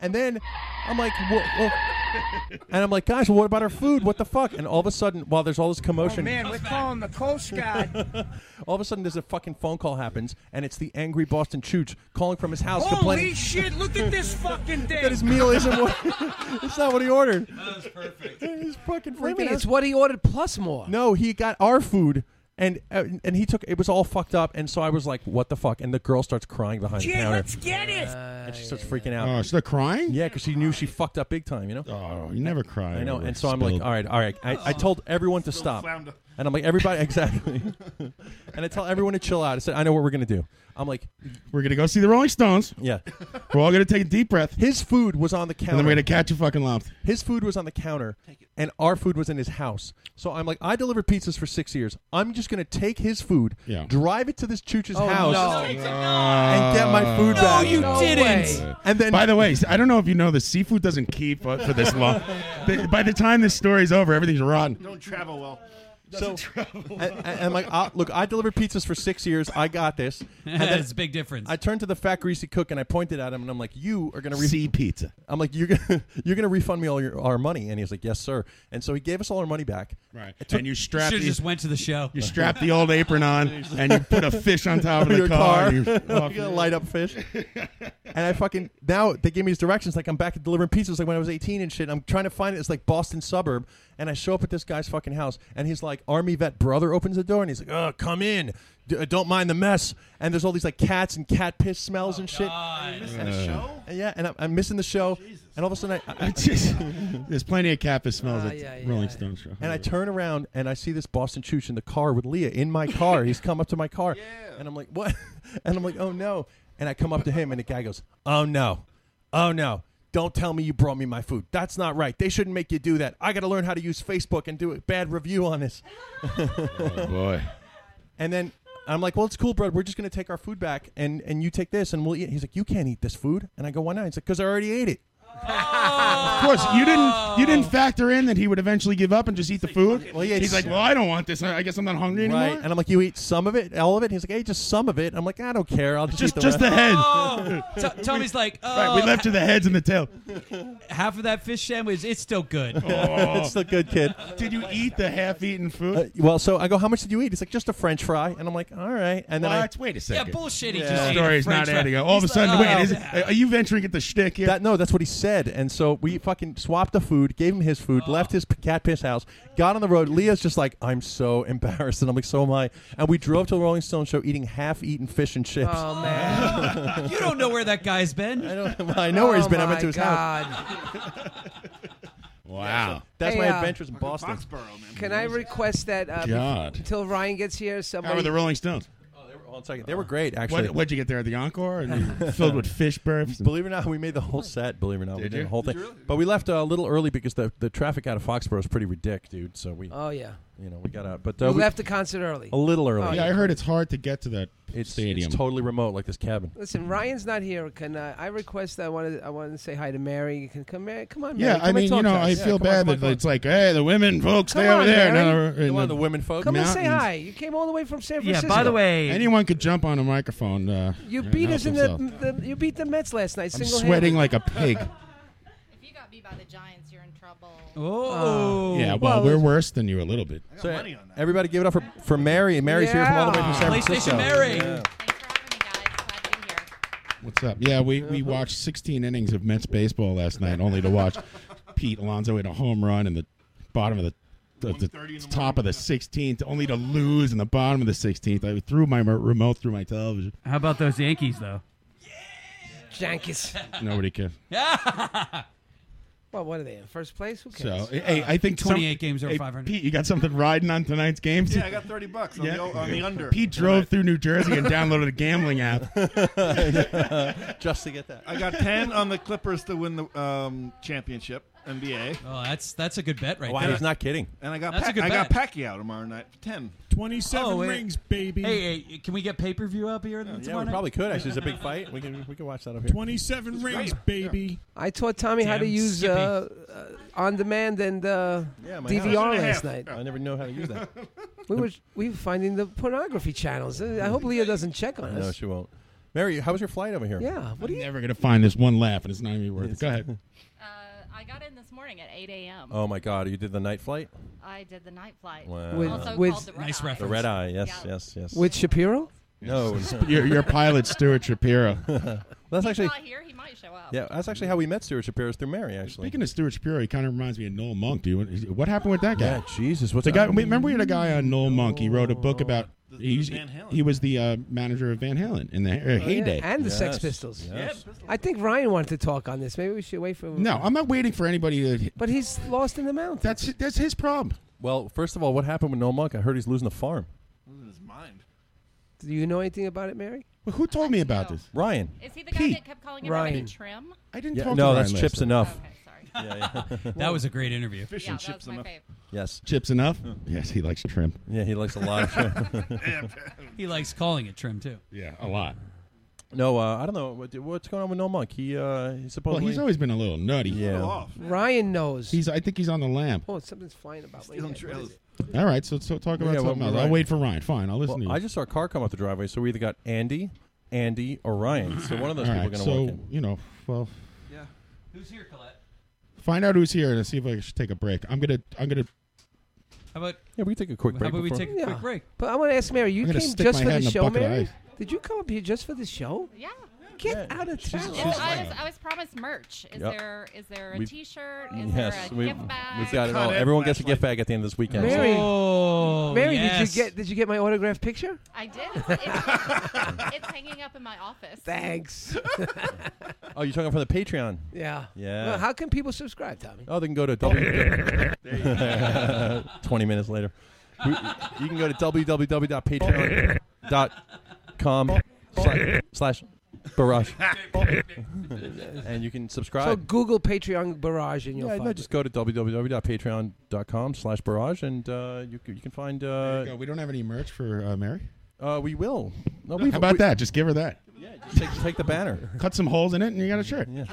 Speaker 7: And then I'm like, well, well- and I'm like, guys, what about our food? What the fuck? And all of a sudden, while there's all this
Speaker 13: Oh
Speaker 7: commotion,
Speaker 13: man, we're calling the Coast Guard.
Speaker 7: [LAUGHS] all of a sudden there's a fucking phone call happens, and it's the angry Boston Chooch calling from his house, complaining.
Speaker 13: Holy
Speaker 7: [LAUGHS]
Speaker 13: shit! Look at this fucking thing.
Speaker 7: that his meal
Speaker 13: [LAUGHS]
Speaker 7: isn't what [LAUGHS] it's not what he ordered.
Speaker 9: That was perfect.
Speaker 7: [LAUGHS] He's fucking
Speaker 8: What do you
Speaker 7: freaking
Speaker 8: mean? It's
Speaker 7: out.
Speaker 8: what he ordered plus more.
Speaker 7: No, he got our food and uh, and he took it was all fucked up and so I was like, what the fuck? And the girl starts crying behind the
Speaker 13: Jay,
Speaker 7: counter
Speaker 13: let's get it.
Speaker 7: and she starts freaking out.
Speaker 5: oh, still crying?
Speaker 7: yeah, because she knew she fucked up big time, you know.
Speaker 5: Oh, you never cry.
Speaker 7: I know,
Speaker 5: over
Speaker 7: and so I'm
Speaker 5: spilled-
Speaker 7: like, all right, all right. I, I told everyone to stop,
Speaker 10: flounder.
Speaker 7: and I'm like, everybody, [LAUGHS] exactly. and I tell everyone to chill out. I said, I know what we're gonna do. I'm like,
Speaker 5: we're gonna go see the Rolling Stones.
Speaker 7: yeah.
Speaker 5: We're all gonna take a deep breath, and
Speaker 7: His food was on the counter.
Speaker 5: then we're gonna catch a fucking lobster.
Speaker 7: His food was on the counter, and our food was in his house. So I'm like, I delivered pizzas for six years. I'm just gonna take his food,
Speaker 5: Yeah.
Speaker 7: drive it to this chooch's
Speaker 8: Oh,
Speaker 7: house,
Speaker 8: no.
Speaker 7: and get my food
Speaker 9: No,
Speaker 7: back.
Speaker 9: you
Speaker 8: No
Speaker 9: didn't.
Speaker 8: way.
Speaker 7: And then
Speaker 5: By the way, I don't know if you know, the seafood doesn't keep up for this [LAUGHS] long. The- By the time this story's over, everything's rotten.
Speaker 10: Don't travel well.
Speaker 7: so, and, and- and I'm like, I, look, I delivered pizzas for six years. I got
Speaker 9: [LAUGHS]
Speaker 7: this. And then
Speaker 9: That's a big difference.
Speaker 7: I turned to the fat greasy cook and I pointed at him and I'm like, you are gonna re-
Speaker 5: Sea pizza.
Speaker 7: I'm like, you're gonna [LAUGHS] you're gonna refund me all your our money. And he's like, yes, sir. And so he gave us all our money back.
Speaker 5: Right.
Speaker 7: It took-
Speaker 5: And you strap
Speaker 9: should have
Speaker 5: the,
Speaker 9: just went to the show.
Speaker 5: you strap the old apron on, and you put a fish on top of the
Speaker 7: your car.
Speaker 5: car.
Speaker 7: You're
Speaker 5: and
Speaker 7: [LAUGHS]
Speaker 5: you-
Speaker 7: gonna light up
Speaker 5: [LAUGHS]
Speaker 7: fish. and I fucking now they gave me his directions. Like I'm back at delivering pizzas like when I was 18 and shit. I'm trying to find it. It's like Boston suburb, and I show up at this guy's fucking house, and he's like army vet brother opens the door, and he's like, "Oh, come in. D- uh, don't mind the mess." And there's all these like cats and cat piss smells and shit.
Speaker 9: God.
Speaker 10: Missing
Speaker 5: Uh,
Speaker 10: a show?
Speaker 7: And yeah, and I'm, I'm missing the show. And all of a sudden, I, I
Speaker 5: It's just- [LAUGHS] there's plenty of catfish smells
Speaker 8: Ah,
Speaker 5: at
Speaker 8: yeah, yeah,
Speaker 5: Rolling
Speaker 8: yeah.
Speaker 5: Stone show.
Speaker 7: And I turn around and I see this Boston Chooch in the car with Leah in my car. He's come up to my car. And I'm like, what? [LAUGHS] And I'm like, oh no. And I come up to him and the guy goes, oh no. Oh no. Don't tell me you brought me my food. That's not right. They shouldn't make you do that. I got to learn how to use Facebook and do a bad review on this.
Speaker 5: oh boy.
Speaker 7: And then I'm like, well, it's cool, bro. We're just going to take our food back and, and you take this and we'll eat. it." He's like, you can't eat this food. And I go, why not? He's like, because I already ate it.
Speaker 5: Of course, you didn't. You didn't factor in that he would eventually give up and just eat the food.
Speaker 7: he ate
Speaker 5: He's like,
Speaker 7: some.
Speaker 5: well, I don't want this. I guess I'm not hungry anymore.
Speaker 7: Right. And I'm like, you eat some of it, all of it? He's like, hey, just some of it. I'm like, I don't care. I'll just
Speaker 5: Just,
Speaker 7: eat the
Speaker 5: just the
Speaker 7: rest.
Speaker 5: head.
Speaker 9: Oh. T- Tommy's like, oh.
Speaker 5: [LAUGHS] Right, we left to the heads and the tail.
Speaker 9: Half of that fish sandwich, it's still good.
Speaker 7: [LAUGHS] it's still good, kid.
Speaker 5: Oh. Did you eat the half-eaten food?
Speaker 7: Uh, well, so I go, how much did you eat? He's like, just a French fry. And I'm like, all right. And then
Speaker 5: What?
Speaker 7: I
Speaker 5: Wait a second.
Speaker 9: Yeah, bullshit. He
Speaker 7: Yeah.
Speaker 9: just
Speaker 5: The
Speaker 9: ate
Speaker 5: story's
Speaker 9: French
Speaker 5: not
Speaker 9: fry.
Speaker 5: adding up. All of a
Speaker 9: He's
Speaker 5: sudden,
Speaker 9: like,
Speaker 5: wait,
Speaker 9: oh.
Speaker 5: is it, are you venturing at the shtick here?
Speaker 7: That, no, that's what he said. And so we fucking swapped the food, gave him his food, left his p- cat piss house, got on the road. Leah's just like, I'm so [LAUGHS] embarrassed. And I'm like, so am I. And we drove to the Rolling Stone show eating half eaten fish and chips.
Speaker 8: Oh
Speaker 9: [LAUGHS]
Speaker 7: [LAUGHS]
Speaker 8: man.
Speaker 9: you don't know where that guy's been. I
Speaker 7: don't. I know where he's
Speaker 8: Oh,
Speaker 7: been. I went
Speaker 8: my
Speaker 7: to his house.
Speaker 8: God.
Speaker 5: wow.
Speaker 7: That's
Speaker 8: Hey,
Speaker 7: my
Speaker 8: uh,
Speaker 7: adventures in Boston.
Speaker 8: Can I request that uh,
Speaker 5: God.
Speaker 8: until Ryan gets here,
Speaker 5: How
Speaker 8: somebody
Speaker 5: were the Rolling Stones?
Speaker 7: One second. They were great, actually.
Speaker 5: What, what'd you get there at the encore? [LAUGHS] And you filled with fish burps. and-
Speaker 7: Believe it or not, we made the whole set. Believe it or not, we
Speaker 5: Did
Speaker 7: did
Speaker 5: you?
Speaker 7: the whole thing. But we left uh, a little early because the, the traffic out of Foxborough is pretty ridiculous, dude. So we,
Speaker 8: Oh yeah,
Speaker 7: you know, we got out. But
Speaker 8: we
Speaker 7: uh, we-
Speaker 8: left the concert early.
Speaker 7: a little early.
Speaker 8: Oh,
Speaker 5: yeah, I heard it's hard to get to that
Speaker 7: It's,
Speaker 5: stadium.
Speaker 7: it's totally remote, like this cabin.
Speaker 8: Listen, Ryan's not here. Can uh, I request? I want to. I want to say hi to Mary. You can come, Mary. Come on, Mary.
Speaker 5: yeah,
Speaker 8: Come
Speaker 5: I
Speaker 8: and
Speaker 5: mean,
Speaker 8: talk
Speaker 5: you know,
Speaker 8: to
Speaker 5: I
Speaker 8: us. Yeah,
Speaker 5: feel
Speaker 8: come on,
Speaker 5: bad
Speaker 8: come on,
Speaker 5: that
Speaker 8: come on.
Speaker 5: it's like, hey, the women folks,
Speaker 8: Come
Speaker 5: stay over
Speaker 8: on,
Speaker 5: there.
Speaker 8: Mary.
Speaker 5: and, uh, and
Speaker 7: Come on,
Speaker 5: the-
Speaker 7: the women folk.
Speaker 8: Come and say
Speaker 5: mountains.
Speaker 8: hi. You came all the way from San
Speaker 9: Yeah,
Speaker 8: Francisco.
Speaker 9: by the way,
Speaker 5: anyone could jump on a microphone. Uh,
Speaker 8: you
Speaker 5: and
Speaker 8: beat
Speaker 5: help
Speaker 8: us in
Speaker 5: themselves.
Speaker 8: the, the. You beat the Mets last night.
Speaker 5: I'm
Speaker 8: Single
Speaker 5: sweating like a
Speaker 8: [LAUGHS]
Speaker 5: pig.
Speaker 11: If you got beat by the Giants, you're in trouble.
Speaker 9: [LAUGHS] oh.
Speaker 5: yeah, well, we're worse than you a little bit.
Speaker 7: So everybody, give it up for, for Mary. Mary's here from all the way from San
Speaker 9: PlayStation
Speaker 7: Francisco.
Speaker 9: Mary.
Speaker 11: Thanks for having me, guys. Glad to be here.
Speaker 5: What's up? Yeah, we, we watched 16 innings of Mets baseball last night, only to watch Pete Alonso hit a home run in the bottom of the, the, the top of the 16th, only to lose in the bottom of the 16th. I threw my mo- remote through my television.
Speaker 9: How about those Yankees, though?
Speaker 8: Jankis.
Speaker 9: [LAUGHS]
Speaker 5: Nobody cared.
Speaker 8: Well, what are they in first place? Who cares?
Speaker 5: So, hey, I think some-
Speaker 9: 28 games over
Speaker 5: hey,
Speaker 9: 500.
Speaker 5: Pete, you got something riding on tonight's games?
Speaker 10: Yeah, I got 30 bucks on, the, o- on the under.
Speaker 5: Pete drove through New Jersey and downloaded a gambling app.
Speaker 7: [LAUGHS]
Speaker 5: [LAUGHS]
Speaker 7: Just to get that.
Speaker 10: I got 10 on the Clippers to win the um, championship, NBA.
Speaker 9: Oh, that's that's a good bet right
Speaker 7: Wow,
Speaker 9: there.
Speaker 7: he's not kidding.
Speaker 10: And I got
Speaker 9: That's a
Speaker 10: Pac-
Speaker 9: good
Speaker 10: I got
Speaker 9: bet.
Speaker 10: Pacquiao tomorrow night. for 10.
Speaker 14: 27
Speaker 9: Oh, wait.
Speaker 14: rings, baby.
Speaker 9: Hey, hey, can we get pay per view up here?
Speaker 7: Yeah, we probably could actually. It's a big fight. We can we can watch that up here.
Speaker 14: 27 rings, baby.
Speaker 8: I taught Tommy how to
Speaker 9: Damn
Speaker 8: use
Speaker 9: Skippy.
Speaker 7: [LAUGHS]
Speaker 8: uh, uh, on demand and uh,
Speaker 7: Yeah, my
Speaker 8: DVR
Speaker 7: house.
Speaker 8: last night.
Speaker 7: I never know how to use that.
Speaker 8: [LAUGHS] We were we were finding the pornography channels. Uh, I hope Leah doesn't check on
Speaker 7: no,
Speaker 8: us.
Speaker 7: she won't. Mary, how was your flight over here?
Speaker 8: Yeah. Ah, What do
Speaker 5: I'm
Speaker 8: you?
Speaker 5: never going to find this one laugh, and it's not even worth it. Go ahead.
Speaker 11: Uh, I got in this morning at 8 a.m.
Speaker 7: Oh my God, you did the night flight.
Speaker 11: I did the night flight.
Speaker 7: Wow.
Speaker 8: With-
Speaker 11: also
Speaker 8: with-
Speaker 11: called the red
Speaker 9: Nice
Speaker 11: eye.
Speaker 7: The
Speaker 9: reference.
Speaker 7: red eye. Yes,
Speaker 11: Yeah.
Speaker 7: yes, yes.
Speaker 8: With Shapiro?
Speaker 7: no, no.
Speaker 5: [LAUGHS] Your, your pilot, Stuart
Speaker 7: [LAUGHS]
Speaker 5: Shapiro.
Speaker 7: that's
Speaker 11: He's
Speaker 7: actually
Speaker 11: not here. He might show up.
Speaker 7: yeah. That's actually how we met Stuart Shapiro is through Mary. Actually.
Speaker 5: Speaking of Stuart Shapiro, he kind of reminds me of Noel Monk, dude. What happened with that guy?
Speaker 7: yeah, Jesus, what's
Speaker 5: The
Speaker 7: up?
Speaker 5: guy, remember we had a guy on Noel Monk. He wrote a book about.
Speaker 10: The- the
Speaker 5: He's,
Speaker 10: Van Halen.
Speaker 5: he was the uh, manager of Van Halen in the uh, heyday.
Speaker 8: Oh, And the Sex
Speaker 7: Yes,
Speaker 8: Pistols.
Speaker 7: yes.
Speaker 8: I think Ryan wanted to talk on this. Maybe we should wait for.
Speaker 5: No, I'm not waiting for anybody. To,
Speaker 8: But he's lost in the mountains.
Speaker 5: that's that's his problem.
Speaker 7: Well, first of all, what happened with Noel Monk? I heard he's losing the farm.
Speaker 10: Losing his mind.
Speaker 8: Do you know anything about it, Mary?
Speaker 5: Well, who told me about this?
Speaker 7: Ryan.
Speaker 11: Is he the guy
Speaker 5: Pete.
Speaker 11: that kept calling everybody
Speaker 8: Ryan.
Speaker 11: trim?
Speaker 5: I didn't
Speaker 7: Yeah,
Speaker 5: talk.
Speaker 7: no,
Speaker 5: to
Speaker 7: that's
Speaker 5: Ryan
Speaker 7: chips
Speaker 5: last night.
Speaker 7: enough.
Speaker 11: Okay, sorry.
Speaker 8: [LAUGHS]
Speaker 9: That was a great interview.
Speaker 10: Fish
Speaker 11: Yeah,
Speaker 10: and
Speaker 11: that
Speaker 10: chips
Speaker 11: was my
Speaker 10: enough.
Speaker 11: favorite.
Speaker 7: Yes.
Speaker 5: Chips enough? Yes, he likes shrimp.
Speaker 7: Yeah, he likes a lot
Speaker 5: [LAUGHS]
Speaker 7: of
Speaker 9: He likes calling it trim too.
Speaker 5: Yeah, a lot.
Speaker 7: No, uh, I don't know what, what's going on with Noel Monk. He uh, he's
Speaker 5: Well,
Speaker 7: supposedly
Speaker 5: he's always been a little nutty.
Speaker 10: Go
Speaker 7: yeah.
Speaker 10: off.
Speaker 8: Ryan knows.
Speaker 5: He's. I think he's on the lamp.
Speaker 8: oh, something's flying about. my
Speaker 10: Stealing
Speaker 8: head. What
Speaker 10: trailers.
Speaker 8: is it?
Speaker 5: All right, so so talk about
Speaker 7: Yeah, well,
Speaker 5: something else. I'll
Speaker 7: Ryan-
Speaker 5: wait for Ryan. Fine, I'll listen
Speaker 7: Well,
Speaker 5: to you.
Speaker 7: I just saw a car come up the driveway, so we either got Andy, Andy, or Ryan. So one of those
Speaker 5: All
Speaker 7: people
Speaker 5: right,
Speaker 7: are going to
Speaker 5: so
Speaker 7: walk in.
Speaker 5: you know, well,
Speaker 9: Who's here, Colette?
Speaker 5: find out who's here and see if I should take a break. I'm gonna I'm gonna
Speaker 9: How about
Speaker 7: Yeah, we can take a quick
Speaker 9: how
Speaker 7: break.
Speaker 9: about we
Speaker 7: before-
Speaker 9: take a
Speaker 8: Yeah.
Speaker 9: quick break?
Speaker 8: But I want to ask Mary. You
Speaker 5: I'm gonna
Speaker 8: came
Speaker 5: stick
Speaker 8: just
Speaker 5: my
Speaker 8: for
Speaker 5: head
Speaker 8: the
Speaker 5: in a
Speaker 8: show,
Speaker 5: bucket of
Speaker 8: Mary.
Speaker 5: ice.
Speaker 8: Did you come up here just for the show?
Speaker 11: Yeah.
Speaker 8: Get out of town.
Speaker 11: Well, I, was, I was promised merch. Is
Speaker 7: Yep.
Speaker 11: there is there a
Speaker 7: We've-
Speaker 11: shirt? Is
Speaker 7: Yes,
Speaker 11: there a
Speaker 7: we,
Speaker 11: gift bag?
Speaker 7: we've got it
Speaker 10: Cut
Speaker 7: all.
Speaker 10: it,
Speaker 7: Everyone gets a
Speaker 10: flashlight.
Speaker 7: gift bag at the end of this weekend.
Speaker 8: Mary.
Speaker 9: Oh,
Speaker 8: Mary,
Speaker 9: yes.
Speaker 8: did you get did you get my autographed picture?
Speaker 11: I did. It's, it's hanging up in my office.
Speaker 8: Thanks. [LAUGHS]
Speaker 7: So- oh, you're talking from the Patreon.
Speaker 8: yeah.
Speaker 7: Yeah.
Speaker 8: Well, how can people subscribe, Tommy?
Speaker 7: Oh, they can go to w- [LAUGHS] 20 minutes later. We- you can go to www.patreon.com slash, slash
Speaker 8: [LAUGHS]
Speaker 7: barrage. and you can
Speaker 8: So
Speaker 7: subscribe.
Speaker 8: Google Patreon Barrage and you'll
Speaker 7: yeah,
Speaker 8: find
Speaker 7: no, just go to www.patreon.com slash barrage and uh, you, c- you can find.
Speaker 5: There you
Speaker 7: Uh,
Speaker 5: go. We don't have any merch for uh, Mary.
Speaker 7: uh, we will. No, we've-
Speaker 5: How about
Speaker 7: we-
Speaker 5: that? Just give her that.
Speaker 7: Just take, take the banner.
Speaker 5: Cut some holes in it, and you got a shirt.
Speaker 11: I'll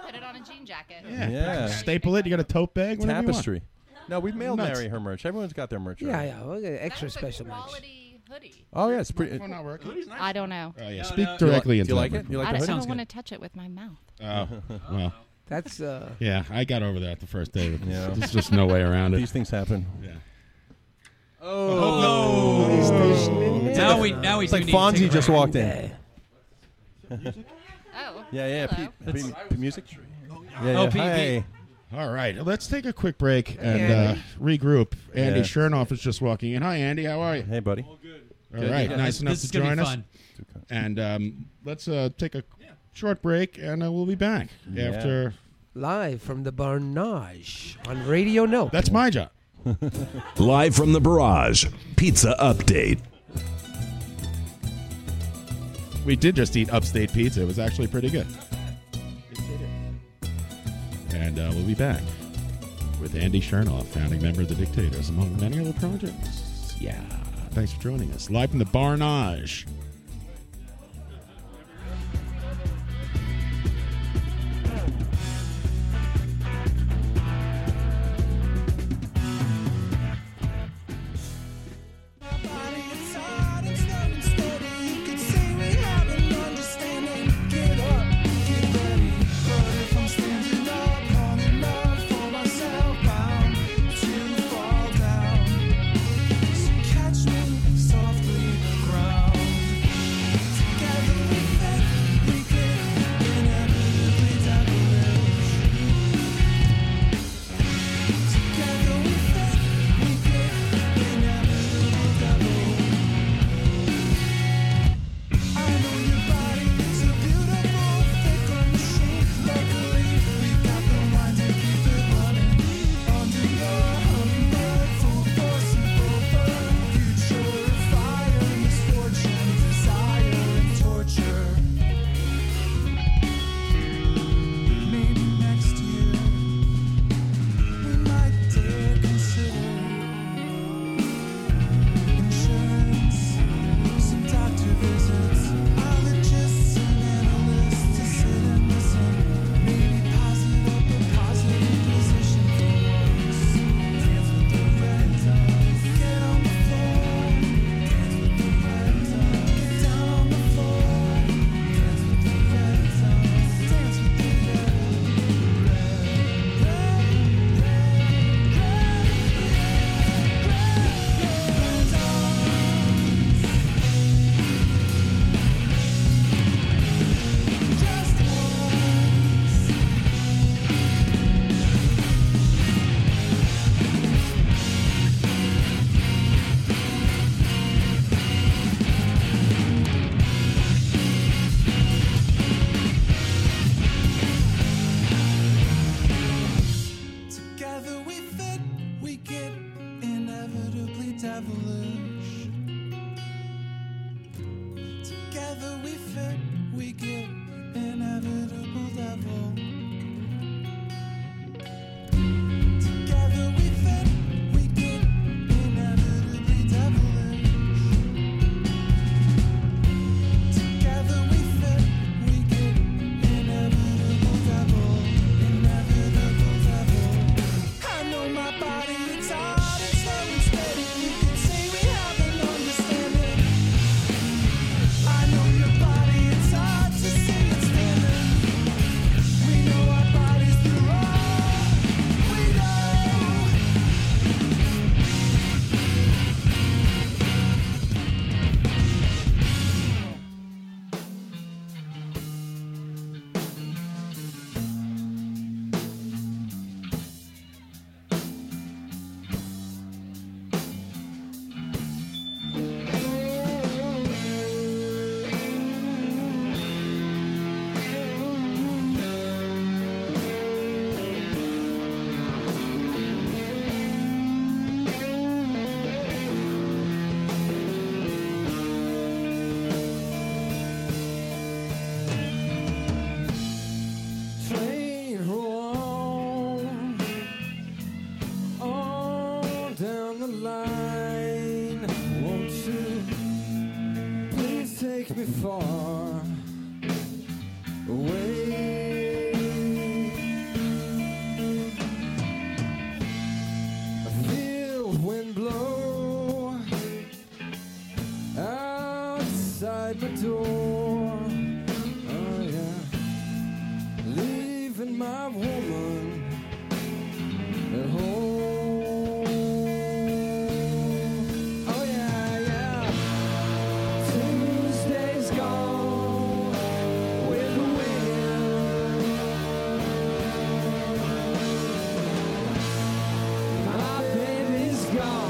Speaker 11: put it on a jean
Speaker 15: jacket.
Speaker 5: Yeah. Staple it. You got a tote bag. whatever you want.
Speaker 7: Tapestry. No, we've mailed
Speaker 5: Nuts.
Speaker 7: Mary her merch. Everyone's got their merch.
Speaker 8: Yeah,
Speaker 7: already.
Speaker 8: yeah. We'll get an extra special merch.
Speaker 7: Oh yeah, it's pretty.
Speaker 5: not working.
Speaker 15: I don't know.
Speaker 5: Oh yeah.
Speaker 7: No,
Speaker 5: Speak
Speaker 7: no.
Speaker 5: directly
Speaker 7: Do you
Speaker 5: into
Speaker 7: like
Speaker 5: the
Speaker 7: it?
Speaker 5: mic.
Speaker 7: Do you like
Speaker 15: I
Speaker 7: the
Speaker 15: just
Speaker 7: hoodie?
Speaker 15: don't want to touch it with my mouth.
Speaker 5: Oh well.
Speaker 8: That's uh.
Speaker 5: Yeah, I got over that the first day. but
Speaker 7: Yeah.
Speaker 5: There's just no way around it.
Speaker 7: These things happen.
Speaker 5: Yeah.
Speaker 7: Oh,
Speaker 9: no. Now we- now we
Speaker 7: It's
Speaker 9: do
Speaker 7: like
Speaker 9: need to take a
Speaker 7: Fonzie just
Speaker 9: break.
Speaker 7: walked in.
Speaker 15: Oh.
Speaker 7: Yeah, yeah.
Speaker 15: Hello.
Speaker 7: Pete- Pete- Pete music.
Speaker 5: Yeah,
Speaker 7: yeah. Oh, Pete, Pete. Hey.
Speaker 5: All right, let's take a quick break and
Speaker 7: Andy.
Speaker 5: uh, regroup. Andy
Speaker 7: Yeah.
Speaker 5: Chernoff is just walking in. Hi, Andy. How are you?
Speaker 7: Hey, buddy.
Speaker 5: All good.
Speaker 7: Good,
Speaker 5: right,
Speaker 7: good.
Speaker 5: nice
Speaker 7: This
Speaker 5: enough
Speaker 7: is
Speaker 5: to
Speaker 7: gonna be
Speaker 5: join us.
Speaker 7: fun.
Speaker 5: And um, let's uh, take a short break, and uh, we'll be back
Speaker 8: Yeah.
Speaker 5: after.
Speaker 8: Live from the Barnage on Radio No.
Speaker 5: That's my job.
Speaker 16: [LAUGHS] Live from the
Speaker 5: [LAUGHS]
Speaker 16: barrage, pizza update.
Speaker 5: We did just eat upstate pizza. It was actually pretty good. And uh, we'll be back with Andy Chernoff, founding member of the Dictators, among many other projects. Yeah. Thanks for joining us. Live from the Barnage.
Speaker 6: Together we fit, we get inevitably devilish. Together we fit, we get inevitable devil. Together we fit, we get inevitably devilish. Together we fit, we get inevitable devil, inevitable devil. I know my body, it's hard, it's slow and steady. You can say we have an understanding. I know your body, it's hard to see it standing. We know our bodies, they're all we know.
Speaker 17: train home on down the line. Won't you please take me far away?
Speaker 6: outside my door. Oh yeah, leaving my woman at home. Oh yeah, yeah. Tuesday's gone with the wind. My baby's gone.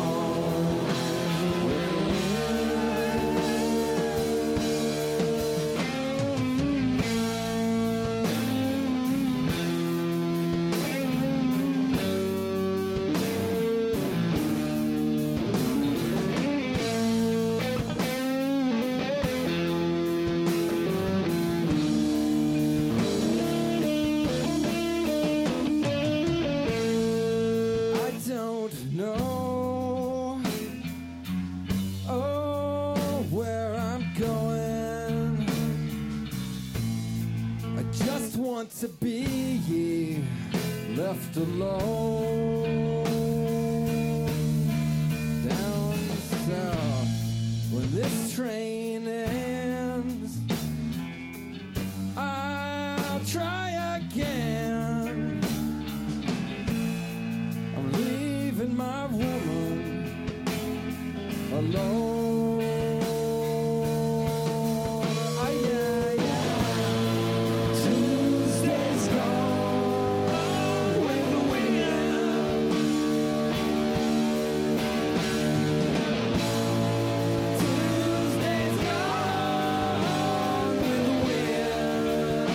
Speaker 6: I don't know. Oh, where I'm going. I just want to be left alone. Down south, when this train ends, I'll try again. I'm leaving my woman alone. Oh, yeah, yeah. Tuesday's gone with the wind. Tuesday's gone with the wind.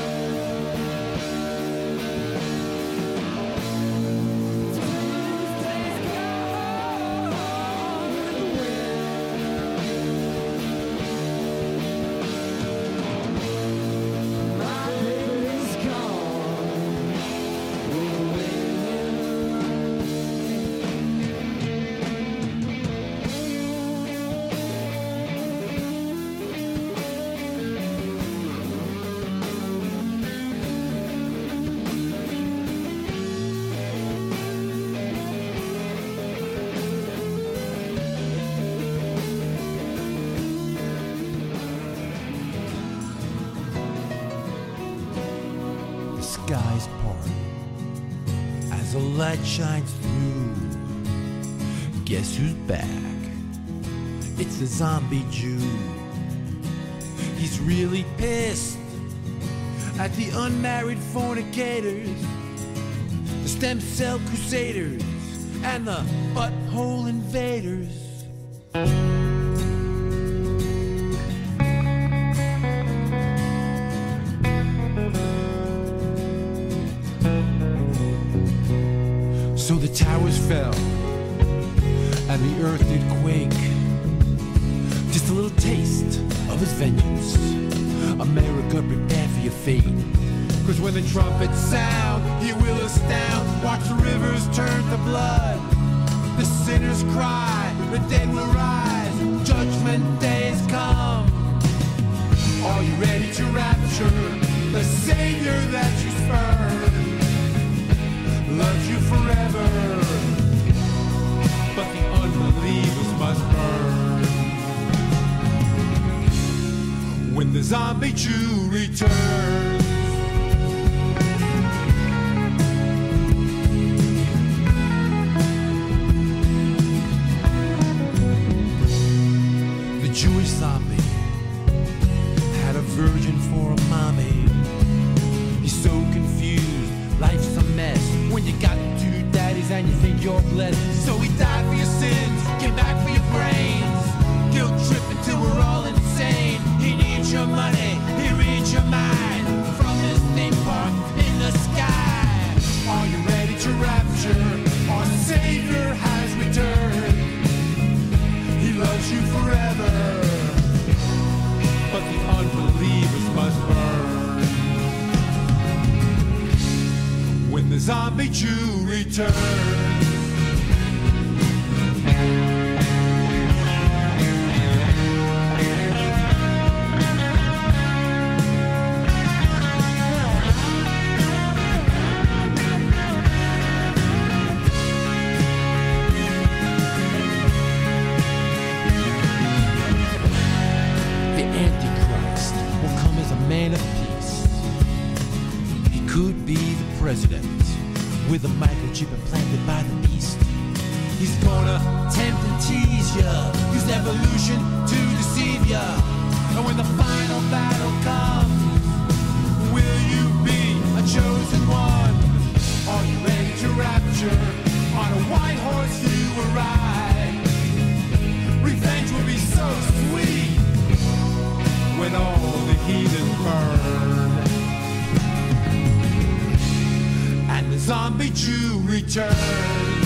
Speaker 18: The skies part as the light shines through. Guess who's back? It's the zombie Jew. He's really pissed at the unmarried fornicators, the stem cell crusaders, and the butthole invaders. So the towers fell, and the earth did quake. Just a little taste of his vengeance. America, prepare for your fate. Cause when the trumpets sound, he will astound. Watch the rivers turn to blood. The sinners cry, the dead will rise. Judgment day has come. Are you ready to rapture the savior that you spurned? loves you forever. But the unbelievers must burn when the zombie Jew returns. The Jewish zombie had a virgin for a mommy. He's so confused, life's a mess. When you got two daddies and you think you're blessed, so he died for your sins, came back for your brains. Guilt trip until we're all insane. He needs your money, he reads your mind. From his theme park in the sky, are you ready to rapture? Our Savior has returned. He loves you forever, but the unbelievers must burn when the zombie Jew returns. The
Speaker 19: be the president with a microchip implanted by the beast. He's gonna tempt and tease ya, use evolution to deceive ya. And when the final battle comes, will you be a chosen one? Are you ready to rapture? On a white horse you will ride. Revenge will be so sweet when all the heathen burn and the zombie Jew returns.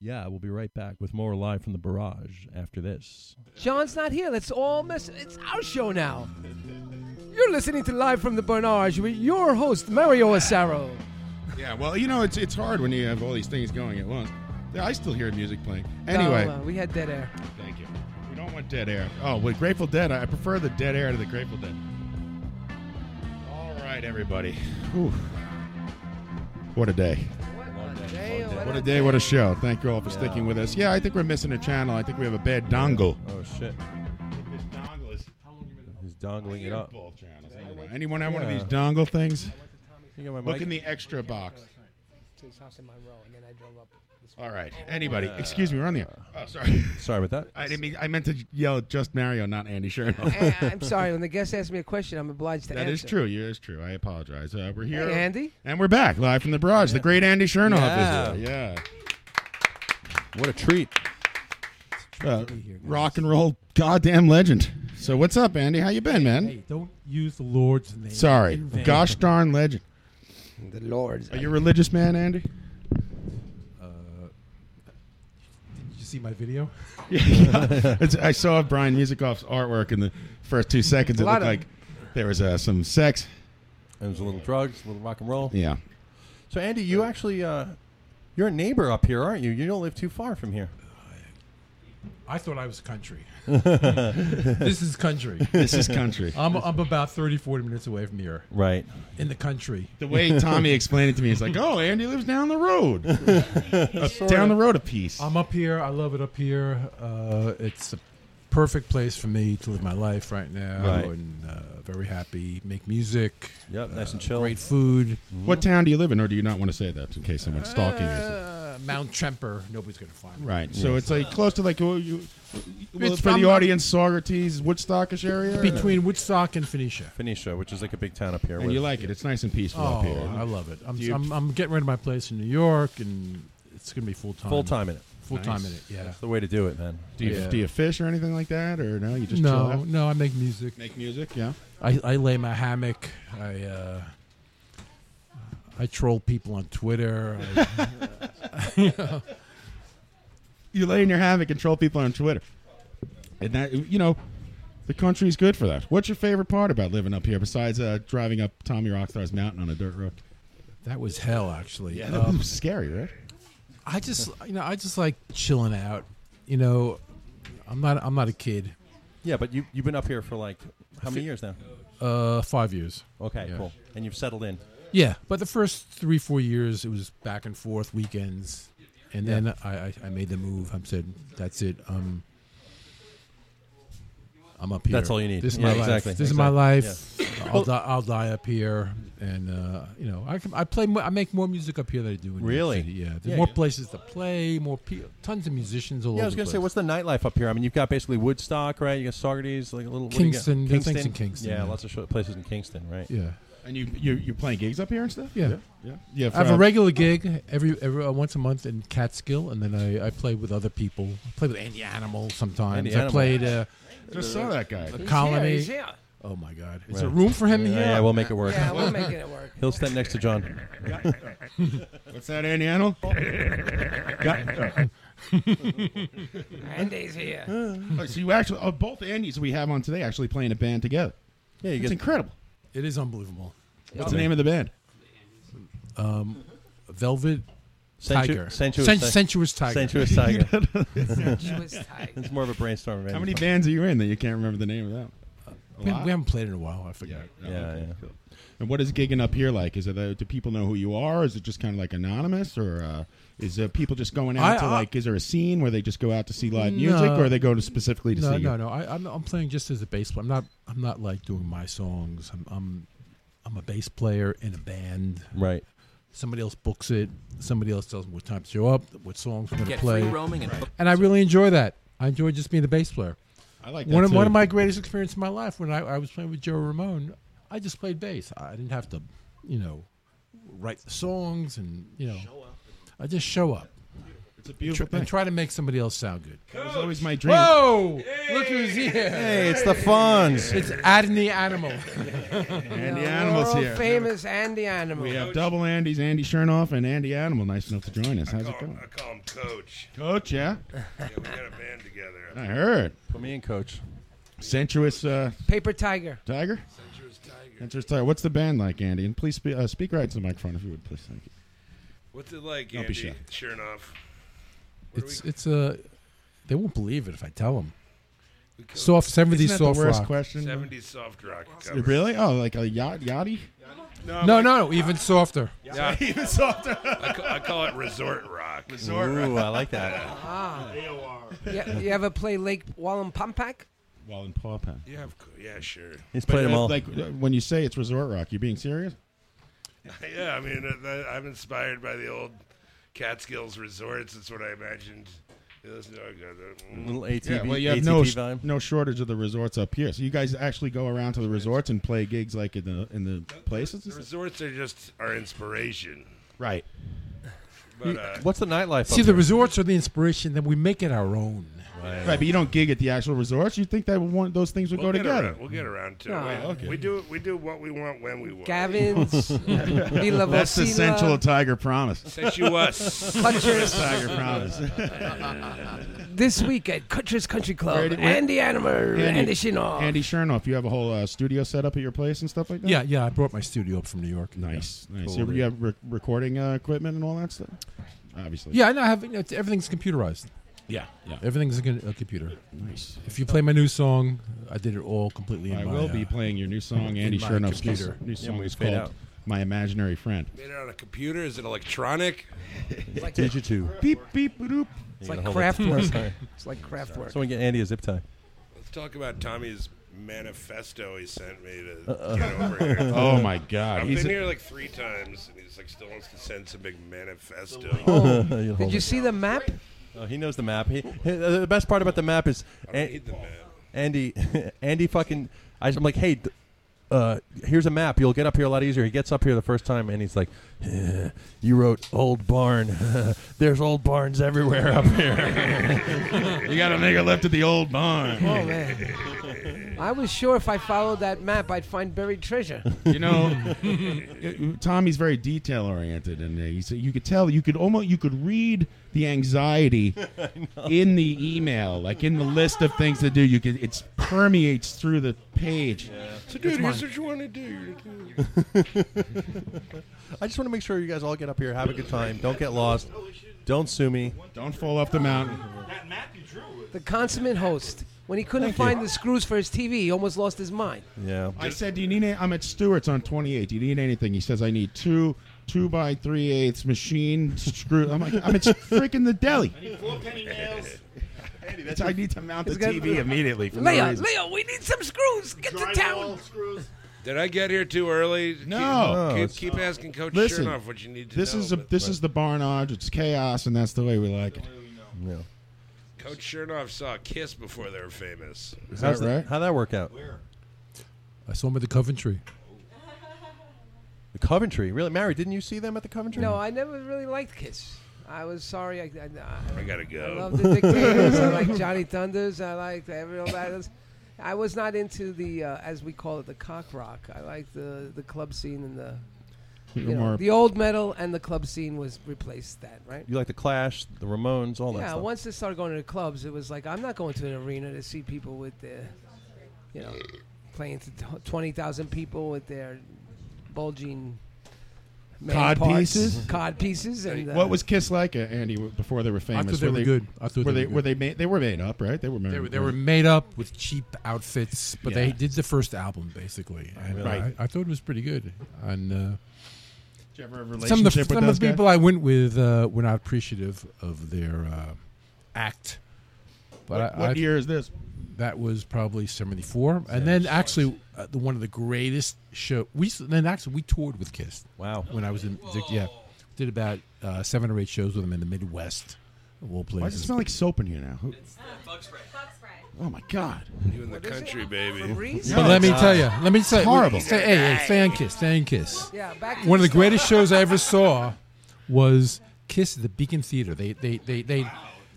Speaker 7: Yeah, we'll be right back with more live from the barrage after this.
Speaker 8: John's not here. Let's all miss. It's our show now. You're listening to Live from the Barnage with your host, Mario Asaro.
Speaker 5: Yeah, well, you know, it's it's hard when you have all these things going at once. Yeah, I still hear music playing. Anyway,
Speaker 8: No, uh, we had dead air.
Speaker 5: Thank you. We don't want dead air. Oh, with Grateful Dead, I I prefer the dead air to the Grateful Dead. All right, everybody. Whew. What a day. What a day, what a show. Thank you all for sticking with us. Yeah, I think we're missing a channel. I think we have a bad dongle.
Speaker 7: Oh shit. He's dongling it up.
Speaker 5: Anyone have one of
Speaker 7: Yeah.
Speaker 5: these dongle things?
Speaker 7: You got my
Speaker 5: Look
Speaker 7: mic?
Speaker 5: in the extra box. All right. Anybody.
Speaker 7: Uh,
Speaker 5: Excuse me, we're on the air. Oh, sorry.
Speaker 7: [LAUGHS] Sorry about that.
Speaker 5: I didn't mean I meant to yell just Mario, not
Speaker 7: [LAUGHS]
Speaker 5: Andy Sherman.
Speaker 8: I- I'm sorry. When the guest asked me a question, I'm obliged
Speaker 5: [LAUGHS]
Speaker 8: to
Speaker 5: That
Speaker 8: answer.
Speaker 5: is true. Yeah, it's true. I apologize. Uh, we're here,
Speaker 8: Hey, Andy.
Speaker 5: and we're back live from the barrage. The great Andy Chernoff is here. Yeah.
Speaker 7: What a treat.
Speaker 5: Uh, rock and roll, goddamn legend. So what's up, Andy? How you been, man?
Speaker 18: Don't use the Lord's name.
Speaker 5: Sorry,
Speaker 18: in vain.
Speaker 5: gosh darn legend.
Speaker 8: The Lord's.
Speaker 5: Are you a religious man, Andy?
Speaker 18: Uh, did you see my video?
Speaker 5: [LAUGHS] It's- I saw Brian Musikoff's artwork in the first two seconds. It
Speaker 18: A lot
Speaker 5: looked
Speaker 18: of-
Speaker 5: like there was uh, some sex.
Speaker 7: There was a little drugs, a little rock and roll.
Speaker 5: Yeah.
Speaker 7: So Andy, you actually uh, you're a neighbor up here, aren't you? You don't live too far from here.
Speaker 18: [LAUGHS] I thought I was
Speaker 5: [LAUGHS]
Speaker 18: country. this is country.
Speaker 5: This is country.
Speaker 18: I'm, I'm about 30, 40 minutes away from here.
Speaker 7: Right.
Speaker 18: In the country. [LAUGHS]
Speaker 5: The way Tommy explained it to me, he's like, "Oh, Andy lives down the [LAUGHS] road, Uh, down the road a piece."
Speaker 18: I'm up here. I love it up here. Uh, it's a perfect place for me to live my life right now.
Speaker 5: Right.
Speaker 18: And uh, very happy. Make music.
Speaker 7: Yep, nice and
Speaker 18: chill. Great food.
Speaker 5: What town do you live in, or do you not want to say that in case someone's stalking you?
Speaker 18: Uh, Mount Tremper. Nobody's going to find me.
Speaker 5: Right. So it's like close to like well, you, well,
Speaker 18: It's
Speaker 5: for
Speaker 18: from- uh,
Speaker 5: the audience, Socrates, Woodstockish area,
Speaker 18: Between Woodstock and Phoenicia.
Speaker 7: Phoenicia, which is like a big town up here.
Speaker 5: And
Speaker 7: with-
Speaker 5: you like it? It's nice and peaceful
Speaker 18: Oh,
Speaker 5: up here.
Speaker 18: I love it. I'm,
Speaker 5: Do you-
Speaker 18: I'm, I'm getting rid of my place in New York, and it's going to be full time.
Speaker 7: full time in it.
Speaker 18: Full time in it. Yeah.
Speaker 7: That's the way to do it, man.
Speaker 5: do you
Speaker 18: Yeah.
Speaker 5: do you fish or anything like that, or no? You just chill
Speaker 18: no,
Speaker 5: out?
Speaker 18: no. I make music.
Speaker 5: Make music. Yeah.
Speaker 18: I, I lay my hammock. I uh, I troll people on Twitter. I, [LAUGHS] you know,
Speaker 5: You lay in your hammock and troll people on Twitter, and that you know, the country's good for that. What's your favorite part about living up here besides uh, driving up Tommy Rockstar's mountain on a dirt road?
Speaker 18: that was hell, actually.
Speaker 5: Yeah, that
Speaker 18: Um,
Speaker 5: was scary, right?
Speaker 18: I just you know I just like chilling out. You know, I'm not I'm not a kid.
Speaker 7: Yeah, but you you've been up here for like how many years now?
Speaker 18: Uh, five years.
Speaker 7: Okay,
Speaker 18: Yeah.
Speaker 7: cool. And you've settled in.
Speaker 18: Yeah, but the first three, four years, it was back and forth weekends, and then I, I, I made the move. I said, "That's it. Um, I'm up here.
Speaker 7: That's all you need.
Speaker 18: This is
Speaker 7: Yeah,
Speaker 18: my
Speaker 7: exactly,
Speaker 18: life. This is my life. I'll, die, I'll die up here, and uh, you know, I, can- I play. More, I make more music up here than I do in New York
Speaker 7: Really?
Speaker 18: City. Yeah, there's
Speaker 7: Yeah,
Speaker 18: more
Speaker 7: you-
Speaker 18: places to play. More people, tons of musicians all
Speaker 7: Yeah, I
Speaker 18: over.
Speaker 7: was
Speaker 18: the
Speaker 7: gonna say,
Speaker 18: place.
Speaker 7: what's the nightlife up here? I mean, you've got basically Woodstock, right? You got Saugerties, like a little what do you got?
Speaker 18: Kingston, there are things in Kingston,
Speaker 7: Yeah,
Speaker 18: yeah.
Speaker 7: lots of show, places in Kingston, right?
Speaker 18: Yeah.
Speaker 5: And you you you're playing gigs up here and stuff?
Speaker 18: Yeah.
Speaker 5: yeah, yeah. yeah
Speaker 18: I have a
Speaker 5: for-
Speaker 18: regular gig every every uh, once a month in Catskill, and then I, I play with other people. I play with Andy Animal sometimes.
Speaker 7: Andy
Speaker 18: I
Speaker 7: Animal.
Speaker 18: played. Uh,
Speaker 5: Just saw that guy.
Speaker 18: A
Speaker 5: He's
Speaker 18: colony.
Speaker 8: here, he's here.
Speaker 18: Oh my God! Is
Speaker 7: Right.
Speaker 18: there room for him
Speaker 7: yeah,
Speaker 18: here?
Speaker 7: Yeah, we'll make it work.
Speaker 8: Yeah, we're making it work.
Speaker 7: He'll stand next to John.
Speaker 5: What's that, Andy Animal? Got-
Speaker 8: Andy's here.
Speaker 5: Oh, so you actually, oh, both Andys we have on today actually playing a band together.
Speaker 7: Yeah, you
Speaker 5: it's
Speaker 7: get-
Speaker 5: incredible.
Speaker 18: It is unbelievable.
Speaker 5: What's the name of the band?
Speaker 18: Um, Velvet
Speaker 7: Sensu-
Speaker 18: Tiger.
Speaker 7: Sensuous,
Speaker 18: Sen-
Speaker 7: Ti-
Speaker 18: sensuous Tiger.
Speaker 7: Sensuous Tiger.
Speaker 5: Sensuous [LAUGHS]
Speaker 7: [LAUGHS] It's more of a brainstorm.
Speaker 5: How many bands are you in that you can't remember the name of that?
Speaker 18: We haven't, we haven't played in a while. I forget.
Speaker 5: Yeah, okay, cool. And what is gigging up here like? Is it uh, do people know who you are? Is it just kind of like anonymous, or uh, is uh, people just going out
Speaker 18: I-
Speaker 5: to
Speaker 18: I-
Speaker 5: like? Is there a scene where they just go out to see live music, or they go to specifically to
Speaker 18: no,
Speaker 5: see
Speaker 18: No,
Speaker 5: you?
Speaker 18: no, I, I'm, I'm playing just as a bass player. I'm not. I'm not like doing my songs. I'm. I'm, I'm a bass player in a band.
Speaker 7: Right.
Speaker 18: Somebody else books it. Somebody else tells me what time to show up, what songs we're going to
Speaker 7: Get
Speaker 18: play.
Speaker 7: free roaming and book-
Speaker 18: I really enjoy that. I enjoy just being the bass player.
Speaker 5: I like
Speaker 18: one
Speaker 5: that
Speaker 18: of one
Speaker 5: too.
Speaker 18: of my greatest experiences in my life when I, I was playing with Joe Ramone. I just played bass. I didn't have to, you know, write the songs and you know, I just show up.
Speaker 5: It's a beautiful
Speaker 18: and tr-
Speaker 5: thing.
Speaker 18: And try to make somebody else sound good.
Speaker 5: That was always my dream.
Speaker 18: Whoa! Look who's here.
Speaker 5: Hey, it's the Fonz.
Speaker 18: It's Adney Animal.
Speaker 5: And the animals
Speaker 8: World
Speaker 5: here.
Speaker 8: famous and the animal.
Speaker 5: We have double Andy's, Andy Chernoff, and Andy Animal. Nice enough to join us. How's it going?
Speaker 20: I call him Coach.
Speaker 5: Coach, yeah?
Speaker 20: yeah, we got a band together.
Speaker 5: I heard.
Speaker 7: Put me in, Coach.
Speaker 5: Sensuous uh,
Speaker 8: Paper Tiger.
Speaker 5: Tiger? Sensuous Tiger. What's the band like, Andy? And please spe- uh, speak right into the microphone if you would, please. Thank you.
Speaker 20: What's it like,
Speaker 5: Don't be
Speaker 20: Andy?
Speaker 5: shy.
Speaker 20: Sure enough,
Speaker 18: It's it's a. They won't believe it if I tell them. Soft seventies
Speaker 5: Isn't that
Speaker 18: soft
Speaker 5: the worst
Speaker 18: rock.
Speaker 5: question?
Speaker 20: 70s soft rock. cover.
Speaker 5: Really? Oh, like a yacht, yachty?
Speaker 18: No, no, even softer.
Speaker 20: Yeah.
Speaker 5: [LAUGHS] Even softer.
Speaker 20: I, ca- I call it resort rock.
Speaker 7: Resort Ooh, rock. I like that.
Speaker 8: Ah. You, you ever play Lake Wallenpumpak?
Speaker 5: While in Paw Pen.
Speaker 20: yeah, of course. Yeah, sure.
Speaker 7: He's
Speaker 5: But,
Speaker 7: played 'em
Speaker 5: uh,
Speaker 7: all.
Speaker 5: Like uh, when you say it's resort rock, you're being serious.
Speaker 20: [LAUGHS] yeah, I mean, uh, that- I'm inspired by the old Catskills resorts. That's what I imagined. You listen to- I go, mm.
Speaker 5: yeah, well, you have no sh- no shortage of the resorts up here. So you guys actually go around to the resorts and play gigs like in the in the places. and
Speaker 20: The
Speaker 5: stuff?
Speaker 20: resorts are just our inspiration.
Speaker 5: Right.
Speaker 20: But uh,
Speaker 7: What's the nightlife?
Speaker 18: See, the resorts are the inspiration. Then we make it our own.
Speaker 5: Right, but you don't gig at the actual resorts. You think that would want those things would
Speaker 20: we'll
Speaker 5: go
Speaker 20: get
Speaker 5: together?
Speaker 20: Around, we'll get around to
Speaker 5: Oh,
Speaker 20: it. We,
Speaker 5: okay.
Speaker 20: we do we do what we want when we
Speaker 5: [LAUGHS]
Speaker 20: want.
Speaker 8: Gavin's, Villa
Speaker 5: That's
Speaker 8: Vocila.
Speaker 5: essential Tiger Promise.
Speaker 20: Sensuous.
Speaker 5: [LAUGHS]
Speaker 8: Clutches.
Speaker 5: Tiger Promise.
Speaker 8: This week at Kutcher's Country Club, Andy Animal, Andy, Shinoff.
Speaker 5: Andy Chernoff, you have a whole uh, studio set up at your place and stuff like that.
Speaker 18: Yeah, yeah. I brought my studio up from New York.
Speaker 5: Nice,
Speaker 18: yeah.
Speaker 5: nice. You- you have re- recording uh, equipment and all that stuff. Obviously.
Speaker 18: Yeah, I know. I have, it's, everything's computerized.
Speaker 5: Yeah, yeah.
Speaker 18: Everything's a, con- a computer.
Speaker 5: Nice.
Speaker 18: If you play my new song, I did it all completely. In
Speaker 5: I
Speaker 18: my,
Speaker 5: will be
Speaker 18: uh,
Speaker 5: playing your new song,
Speaker 18: in
Speaker 5: Andy
Speaker 18: my
Speaker 5: Chernoff's new,
Speaker 18: computer.
Speaker 5: new
Speaker 7: Yeah,
Speaker 5: song.
Speaker 7: we
Speaker 5: is
Speaker 7: fade
Speaker 5: called
Speaker 7: out.
Speaker 5: "My Imaginary Friend."
Speaker 20: Made it on a computer? Is it electronic?
Speaker 7: Digital.
Speaker 5: Beep beep boop.
Speaker 7: You
Speaker 8: It's
Speaker 7: gotta
Speaker 8: like
Speaker 7: hold it.
Speaker 8: craft work.
Speaker 7: Sorry.
Speaker 8: it's like craft work.
Speaker 7: Someone get Andy a zip tie.
Speaker 20: Let's talk about Tommy's manifesto he sent me to
Speaker 7: Uh-oh.
Speaker 20: get over here.
Speaker 7: Oh, my God.
Speaker 20: I've
Speaker 7: He's
Speaker 20: been
Speaker 7: a-
Speaker 20: here like three times, and he's like still wants to send some big manifesto.
Speaker 7: Oh. [LAUGHS] You'll Did hold you it.
Speaker 8: see the map?
Speaker 7: Oh, he knows the map. He, he- uh, the best part about the map is An- Andy. [LAUGHS] Andy fucking. I, am like, hey, th- uh, here's a map. You'll get up here a lot easier. He gets up here the first time, and he's like, "Eh, you wrote old barn. [LAUGHS] There's old barns everywhere up
Speaker 5: [LAUGHS]
Speaker 7: here. [LAUGHS]
Speaker 5: You got to make a left at the old barn.
Speaker 8: [LAUGHS] Oh, man. I was sure if I followed that map, I'd find buried treasure.
Speaker 5: You know, it- [LAUGHS] Tommy's very detail oriented, and uh, he's, you could tell you could almost you could read the [LAUGHS] anxiety in the email, like in the list of things to do. You could it permeates through the page.
Speaker 20: So,
Speaker 5: It's
Speaker 20: dude, here's
Speaker 5: mine.
Speaker 20: what you want to do.
Speaker 7: I just want to make sure you guys all get up here, have a good time, don't get lost, don't sue me,
Speaker 5: don't fall off the [LAUGHS] mountain.
Speaker 8: The consummate host. When he couldn't
Speaker 7: Thank you.
Speaker 8: find the screws for his TV, he almost lost his mind.
Speaker 7: Yeah.
Speaker 5: I said, "Do you need?" Any-? I'm at Stewart's on 28. Do you need anything? He says, "I need two two by three eighths machine screw." I'm like, [LAUGHS] "I'm at freaking the deli."
Speaker 6: Four
Speaker 5: [LAUGHS]
Speaker 6: penny nails.
Speaker 5: That's I need to mount the
Speaker 6: It's gotta-
Speaker 5: TV immediately. For no
Speaker 8: Leo,
Speaker 5: reason.
Speaker 8: Leo, we need some screws. Get to town.
Speaker 20: Did I get here too early?
Speaker 5: No.
Speaker 20: Keep,
Speaker 5: No,
Speaker 20: keep, keep asking Coach
Speaker 5: Listen,
Speaker 20: Chernoff what you need to
Speaker 5: this
Speaker 20: know.
Speaker 5: is a,
Speaker 20: but-
Speaker 5: this
Speaker 20: but
Speaker 5: is the barnage. It's chaos, and that's the way we like it.
Speaker 7: Yeah.
Speaker 20: Coach Chernoff saw Kiss before they were famous.
Speaker 5: Is
Speaker 7: How's
Speaker 5: that
Speaker 7: the-
Speaker 5: right?
Speaker 7: How'd that work out?
Speaker 18: I saw him at the Coventry.
Speaker 7: The Coventry, really? Mary, didn't you see them at the Coventry?
Speaker 8: No, I never really liked Kiss. I was sorry. I, I, I,
Speaker 20: I gotta go.
Speaker 8: I love the Dictators. I
Speaker 20: [LAUGHS]
Speaker 8: like Johnny Thunders. I like Avril Battles. I was not into the, uh, as we call it, the cock rock. I like the the club scene and the,
Speaker 7: You're
Speaker 8: you know,
Speaker 7: more-
Speaker 8: the old metal and the club scene was replaced that right.
Speaker 7: You like the Clash, the Ramones, all that
Speaker 8: yeah,
Speaker 7: stuff.
Speaker 8: once they started going to the clubs, it was like I'm not going to an arena to see people with their, you know, playing to twenty thousand people with their bulging man
Speaker 5: Cod
Speaker 8: parts,
Speaker 5: pieces?
Speaker 8: [LAUGHS] cod pieces, and uh,
Speaker 5: what was [LAUGHS] Kiss like, uh, Andy, w- before they were famous?
Speaker 18: they were good. I thought
Speaker 5: were
Speaker 18: they
Speaker 5: they
Speaker 18: were
Speaker 5: were they made? They were made up, right? They were.
Speaker 18: They were, they were made up with cheap outfits, but they
Speaker 5: Yeah.
Speaker 18: did the first album basically. And uh,
Speaker 5: Right.
Speaker 18: I, I thought it was pretty good. And uh,
Speaker 5: Did you ever have a
Speaker 18: some of
Speaker 5: relationship
Speaker 18: the,
Speaker 5: with
Speaker 18: some of
Speaker 5: those
Speaker 18: the
Speaker 5: guys?
Speaker 18: people I went with uh, were not appreciative of their uh, act. But
Speaker 5: What- what year
Speaker 18: is this? That was probably '74, and then actually uh, the one of the greatest show. We s- then actually we toured with Kiss. Wow! When I was in, yeah, did about uh, seven or eight shows with them in the Midwest. of all
Speaker 5: Why does it
Speaker 18: places.
Speaker 5: smell like soap in here now? Who-
Speaker 18: Oh my God!
Speaker 20: You in the country, baby.
Speaker 18: But let me tell you, let me
Speaker 5: It's
Speaker 18: say,
Speaker 5: horrible.
Speaker 18: Say, hey, hey, fan kiss, fan kiss.
Speaker 8: Yeah, back to
Speaker 18: One of
Speaker 8: the
Speaker 18: the greatest shows I ever saw was Kiss at the Beacon Theater. They they they they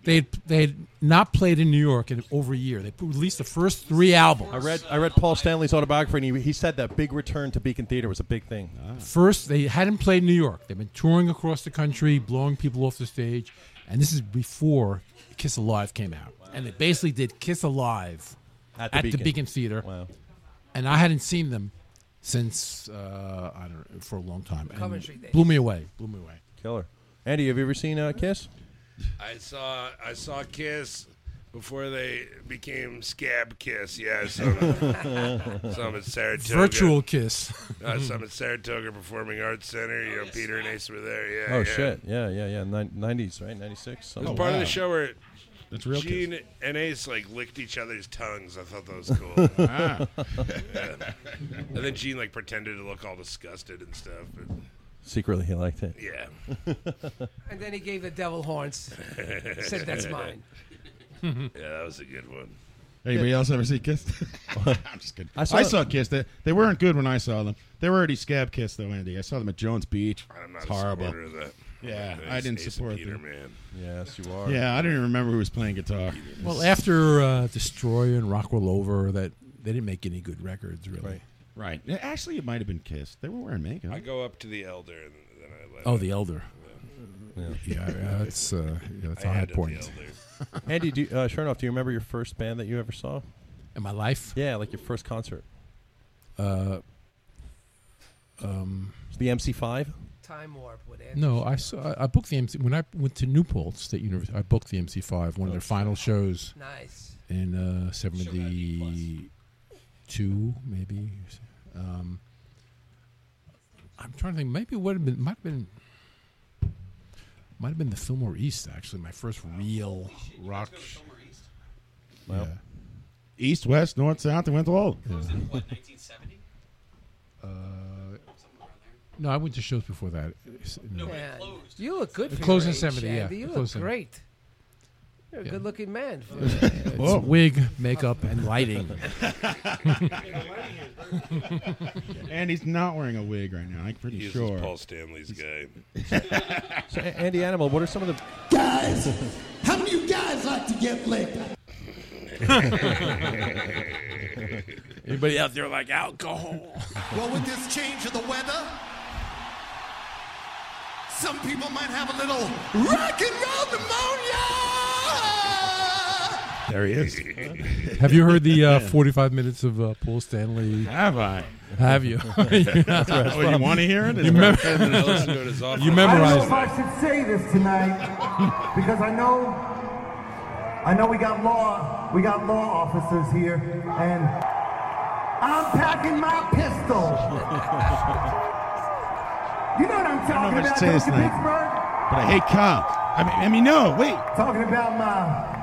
Speaker 18: they had, they had not played in New York in over a year. They released the first three albums.
Speaker 7: I read I read Paul Stanley's autobiography, and he, he said that big return to Beacon Theater was a big thing.
Speaker 18: First, they hadn't played in New York. They've been touring across the country, blowing people off the stage, and this is before Kiss Alive came out. And they basically did Kiss Alive
Speaker 7: At the Beacon.
Speaker 18: Theater. And I hadn't seen them since uh, I don't know, for a long time. And
Speaker 7: Coventry days.
Speaker 18: blew me away. Blew me away.
Speaker 7: Killer. Andy, have you ever seen uh, Kiss?
Speaker 20: I saw I saw Kiss before they became Scab Kiss. Yeah,
Speaker 18: [LAUGHS]
Speaker 20: I saw them, saw them at Saratoga.
Speaker 18: Virtual Kiss.
Speaker 20: No, I saw them at Saratoga Performing Arts Center. You know, Peter and Ace were there. Yeah.
Speaker 7: oh
Speaker 20: yeah.
Speaker 7: shit! Yeah, yeah, yeah. Nin- Nineties, right? Ninety six.
Speaker 20: It was part of the show where
Speaker 7: Oh, That's real Kiss.
Speaker 20: Gene and Ace like licked each other's tongues. I thought that was cool.
Speaker 7: Ah.
Speaker 20: [LAUGHS] Yeah. And then Gene like pretended to look all disgusted and stuff. But
Speaker 7: Secretly, he liked it.
Speaker 20: yeah.
Speaker 8: [LAUGHS] and then he gave the devil horns. said that's mine.
Speaker 20: yeah, that was a good one.
Speaker 5: Anybody else
Speaker 20: [LAUGHS]
Speaker 5: ever see Kiss? [LAUGHS] I'm just kidding.
Speaker 20: I
Speaker 5: I
Speaker 20: saw-
Speaker 5: saw, Kiss. They, they weren't good when I saw them. They were already scab Kiss though, Andy. I saw them at Jones Beach.
Speaker 20: I'm not
Speaker 5: it's
Speaker 20: a
Speaker 5: horrible.
Speaker 20: supporter of that.
Speaker 5: Yeah,
Speaker 20: Thanks,
Speaker 5: I didn't
Speaker 20: Ace and
Speaker 5: support
Speaker 20: Peter,
Speaker 5: them.
Speaker 20: man.
Speaker 7: Yes,
Speaker 20: [LAUGHS]
Speaker 7: you are.
Speaker 5: Yeah, I didn't even remember who was playing guitar.
Speaker 18: Well, after uh, Destroyer and Rockwell Over, that they didn't make any good records really.
Speaker 5: Right. Right. Yeah, Actually, it might have been Kiss. They were wearing makeup.
Speaker 20: I go up to the elder and then I let
Speaker 18: Oh,
Speaker 20: it-
Speaker 18: the Elder.
Speaker 7: Yeah,
Speaker 18: yeah, yeah that's uh, yeah, that's a
Speaker 7: I
Speaker 18: high
Speaker 7: had it, the
Speaker 18: point.
Speaker 7: Andy, do you, uh, sure enough, do you remember your first band that you ever saw
Speaker 18: in my life?
Speaker 7: Yeah, like your first
Speaker 18: [LAUGHS]
Speaker 7: concert.
Speaker 18: Uh, um,
Speaker 7: the MC5.
Speaker 8: Time warp with Andy.
Speaker 18: No, I saw. I- I booked the MC when I went to Newport State University. I booked the MC5, one of their final shows.
Speaker 8: Nice.
Speaker 18: In uh, seventy-two, maybe. Um, I'm trying to think. Maybe it would have been. Might have been. Might have been the Fillmore East. Actually, my first real rock.
Speaker 7: Wow.
Speaker 18: Yeah.
Speaker 5: East, west, north, south. They went all.
Speaker 18: Yeah. Uh, no, I went to shows before that. It's- no.
Speaker 8: Man, you look good.
Speaker 18: It
Speaker 8: for
Speaker 18: closed
Speaker 8: your
Speaker 18: in
Speaker 8: age,
Speaker 18: 70, yeah,
Speaker 8: Andy.
Speaker 18: it
Speaker 8: You look
Speaker 18: closed in-
Speaker 8: great. You're a good-looking
Speaker 18: [LAUGHS]
Speaker 8: man. for-
Speaker 18: It's wig, makeup, and lighting. [LAUGHS]
Speaker 5: [LAUGHS] And he's not wearing a wig right now. I'm pretty
Speaker 20: He's
Speaker 5: sure.
Speaker 20: Paul Stanley's guy.
Speaker 7: [LAUGHS]
Speaker 20: [LAUGHS]
Speaker 7: So, A- Andy Animal, what are some of the
Speaker 6: Guys, how do you guys like to get licked?
Speaker 18: Anybody out there like alcohol?
Speaker 6: well, with this change of the weather, some people might have a little rock and roll pneumonia.
Speaker 5: There he is. [LAUGHS]
Speaker 18: Have you heard the uh, 45 minutes of uh, Paul Stanley?
Speaker 5: Have I?
Speaker 18: Have
Speaker 5: [LAUGHS]
Speaker 18: you? [LAUGHS]
Speaker 5: That's where it's Well, you from. wanna hear it?
Speaker 18: You, mem-
Speaker 5: And I listen to it as often.
Speaker 18: you
Speaker 21: I
Speaker 18: memorized
Speaker 21: don't
Speaker 18: it.
Speaker 21: know if I should say this tonight [LAUGHS] because I know, I know we got law, we got law officers here, and I'm packing my pistol.
Speaker 5: uh,
Speaker 21: you know what I'm
Speaker 5: I don't
Speaker 21: talking
Speaker 5: know if
Speaker 21: about,
Speaker 5: I should say this
Speaker 21: don't you,
Speaker 5: tonight,
Speaker 21: Pittsburgh?
Speaker 5: But I hate Cobb. I mean, I mean, no, wait.
Speaker 21: Talking about my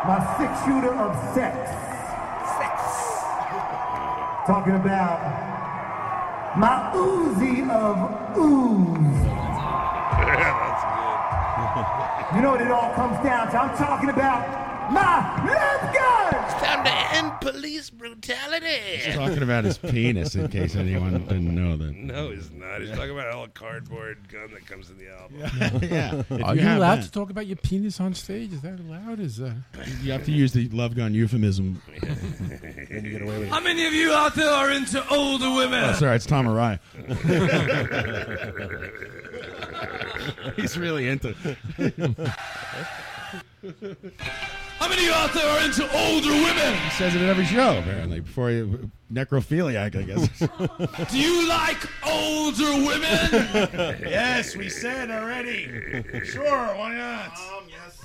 Speaker 21: my six shooter of sex. Sex. Talking about my Uzi of ooze. You know what it all comes down to. I'm talking about my left gun. It's time to end police brutality.
Speaker 5: He's talking about his penis, in case anyone didn't know that.
Speaker 20: No, he's not. He's talking about a little cardboard gun that comes in the
Speaker 5: [LAUGHS]
Speaker 20: album.
Speaker 18: Are you allowed to talk about your penis on stage? Is that allowed? Is uh, that?
Speaker 5: You have to use the love gun
Speaker 7: [LAUGHS]
Speaker 5: euphemism.
Speaker 7: and you get away with
Speaker 6: How many of you out there are into older women?
Speaker 5: Oh, sorry, it's [LAUGHS]
Speaker 6: [LAUGHS]
Speaker 7: [LAUGHS]
Speaker 5: Tom Araya.
Speaker 6: He's
Speaker 20: [LAUGHS]
Speaker 5: He's really into.
Speaker 1: How many of you out there are into older women?
Speaker 5: He says it at every show, apparently. Before you, necrophiliac,
Speaker 7: [LAUGHS]
Speaker 5: I guess.
Speaker 1: Do you like older
Speaker 21: [LAUGHS]
Speaker 1: women?
Speaker 10: yes, we said already. Sure, why not? Um, yes.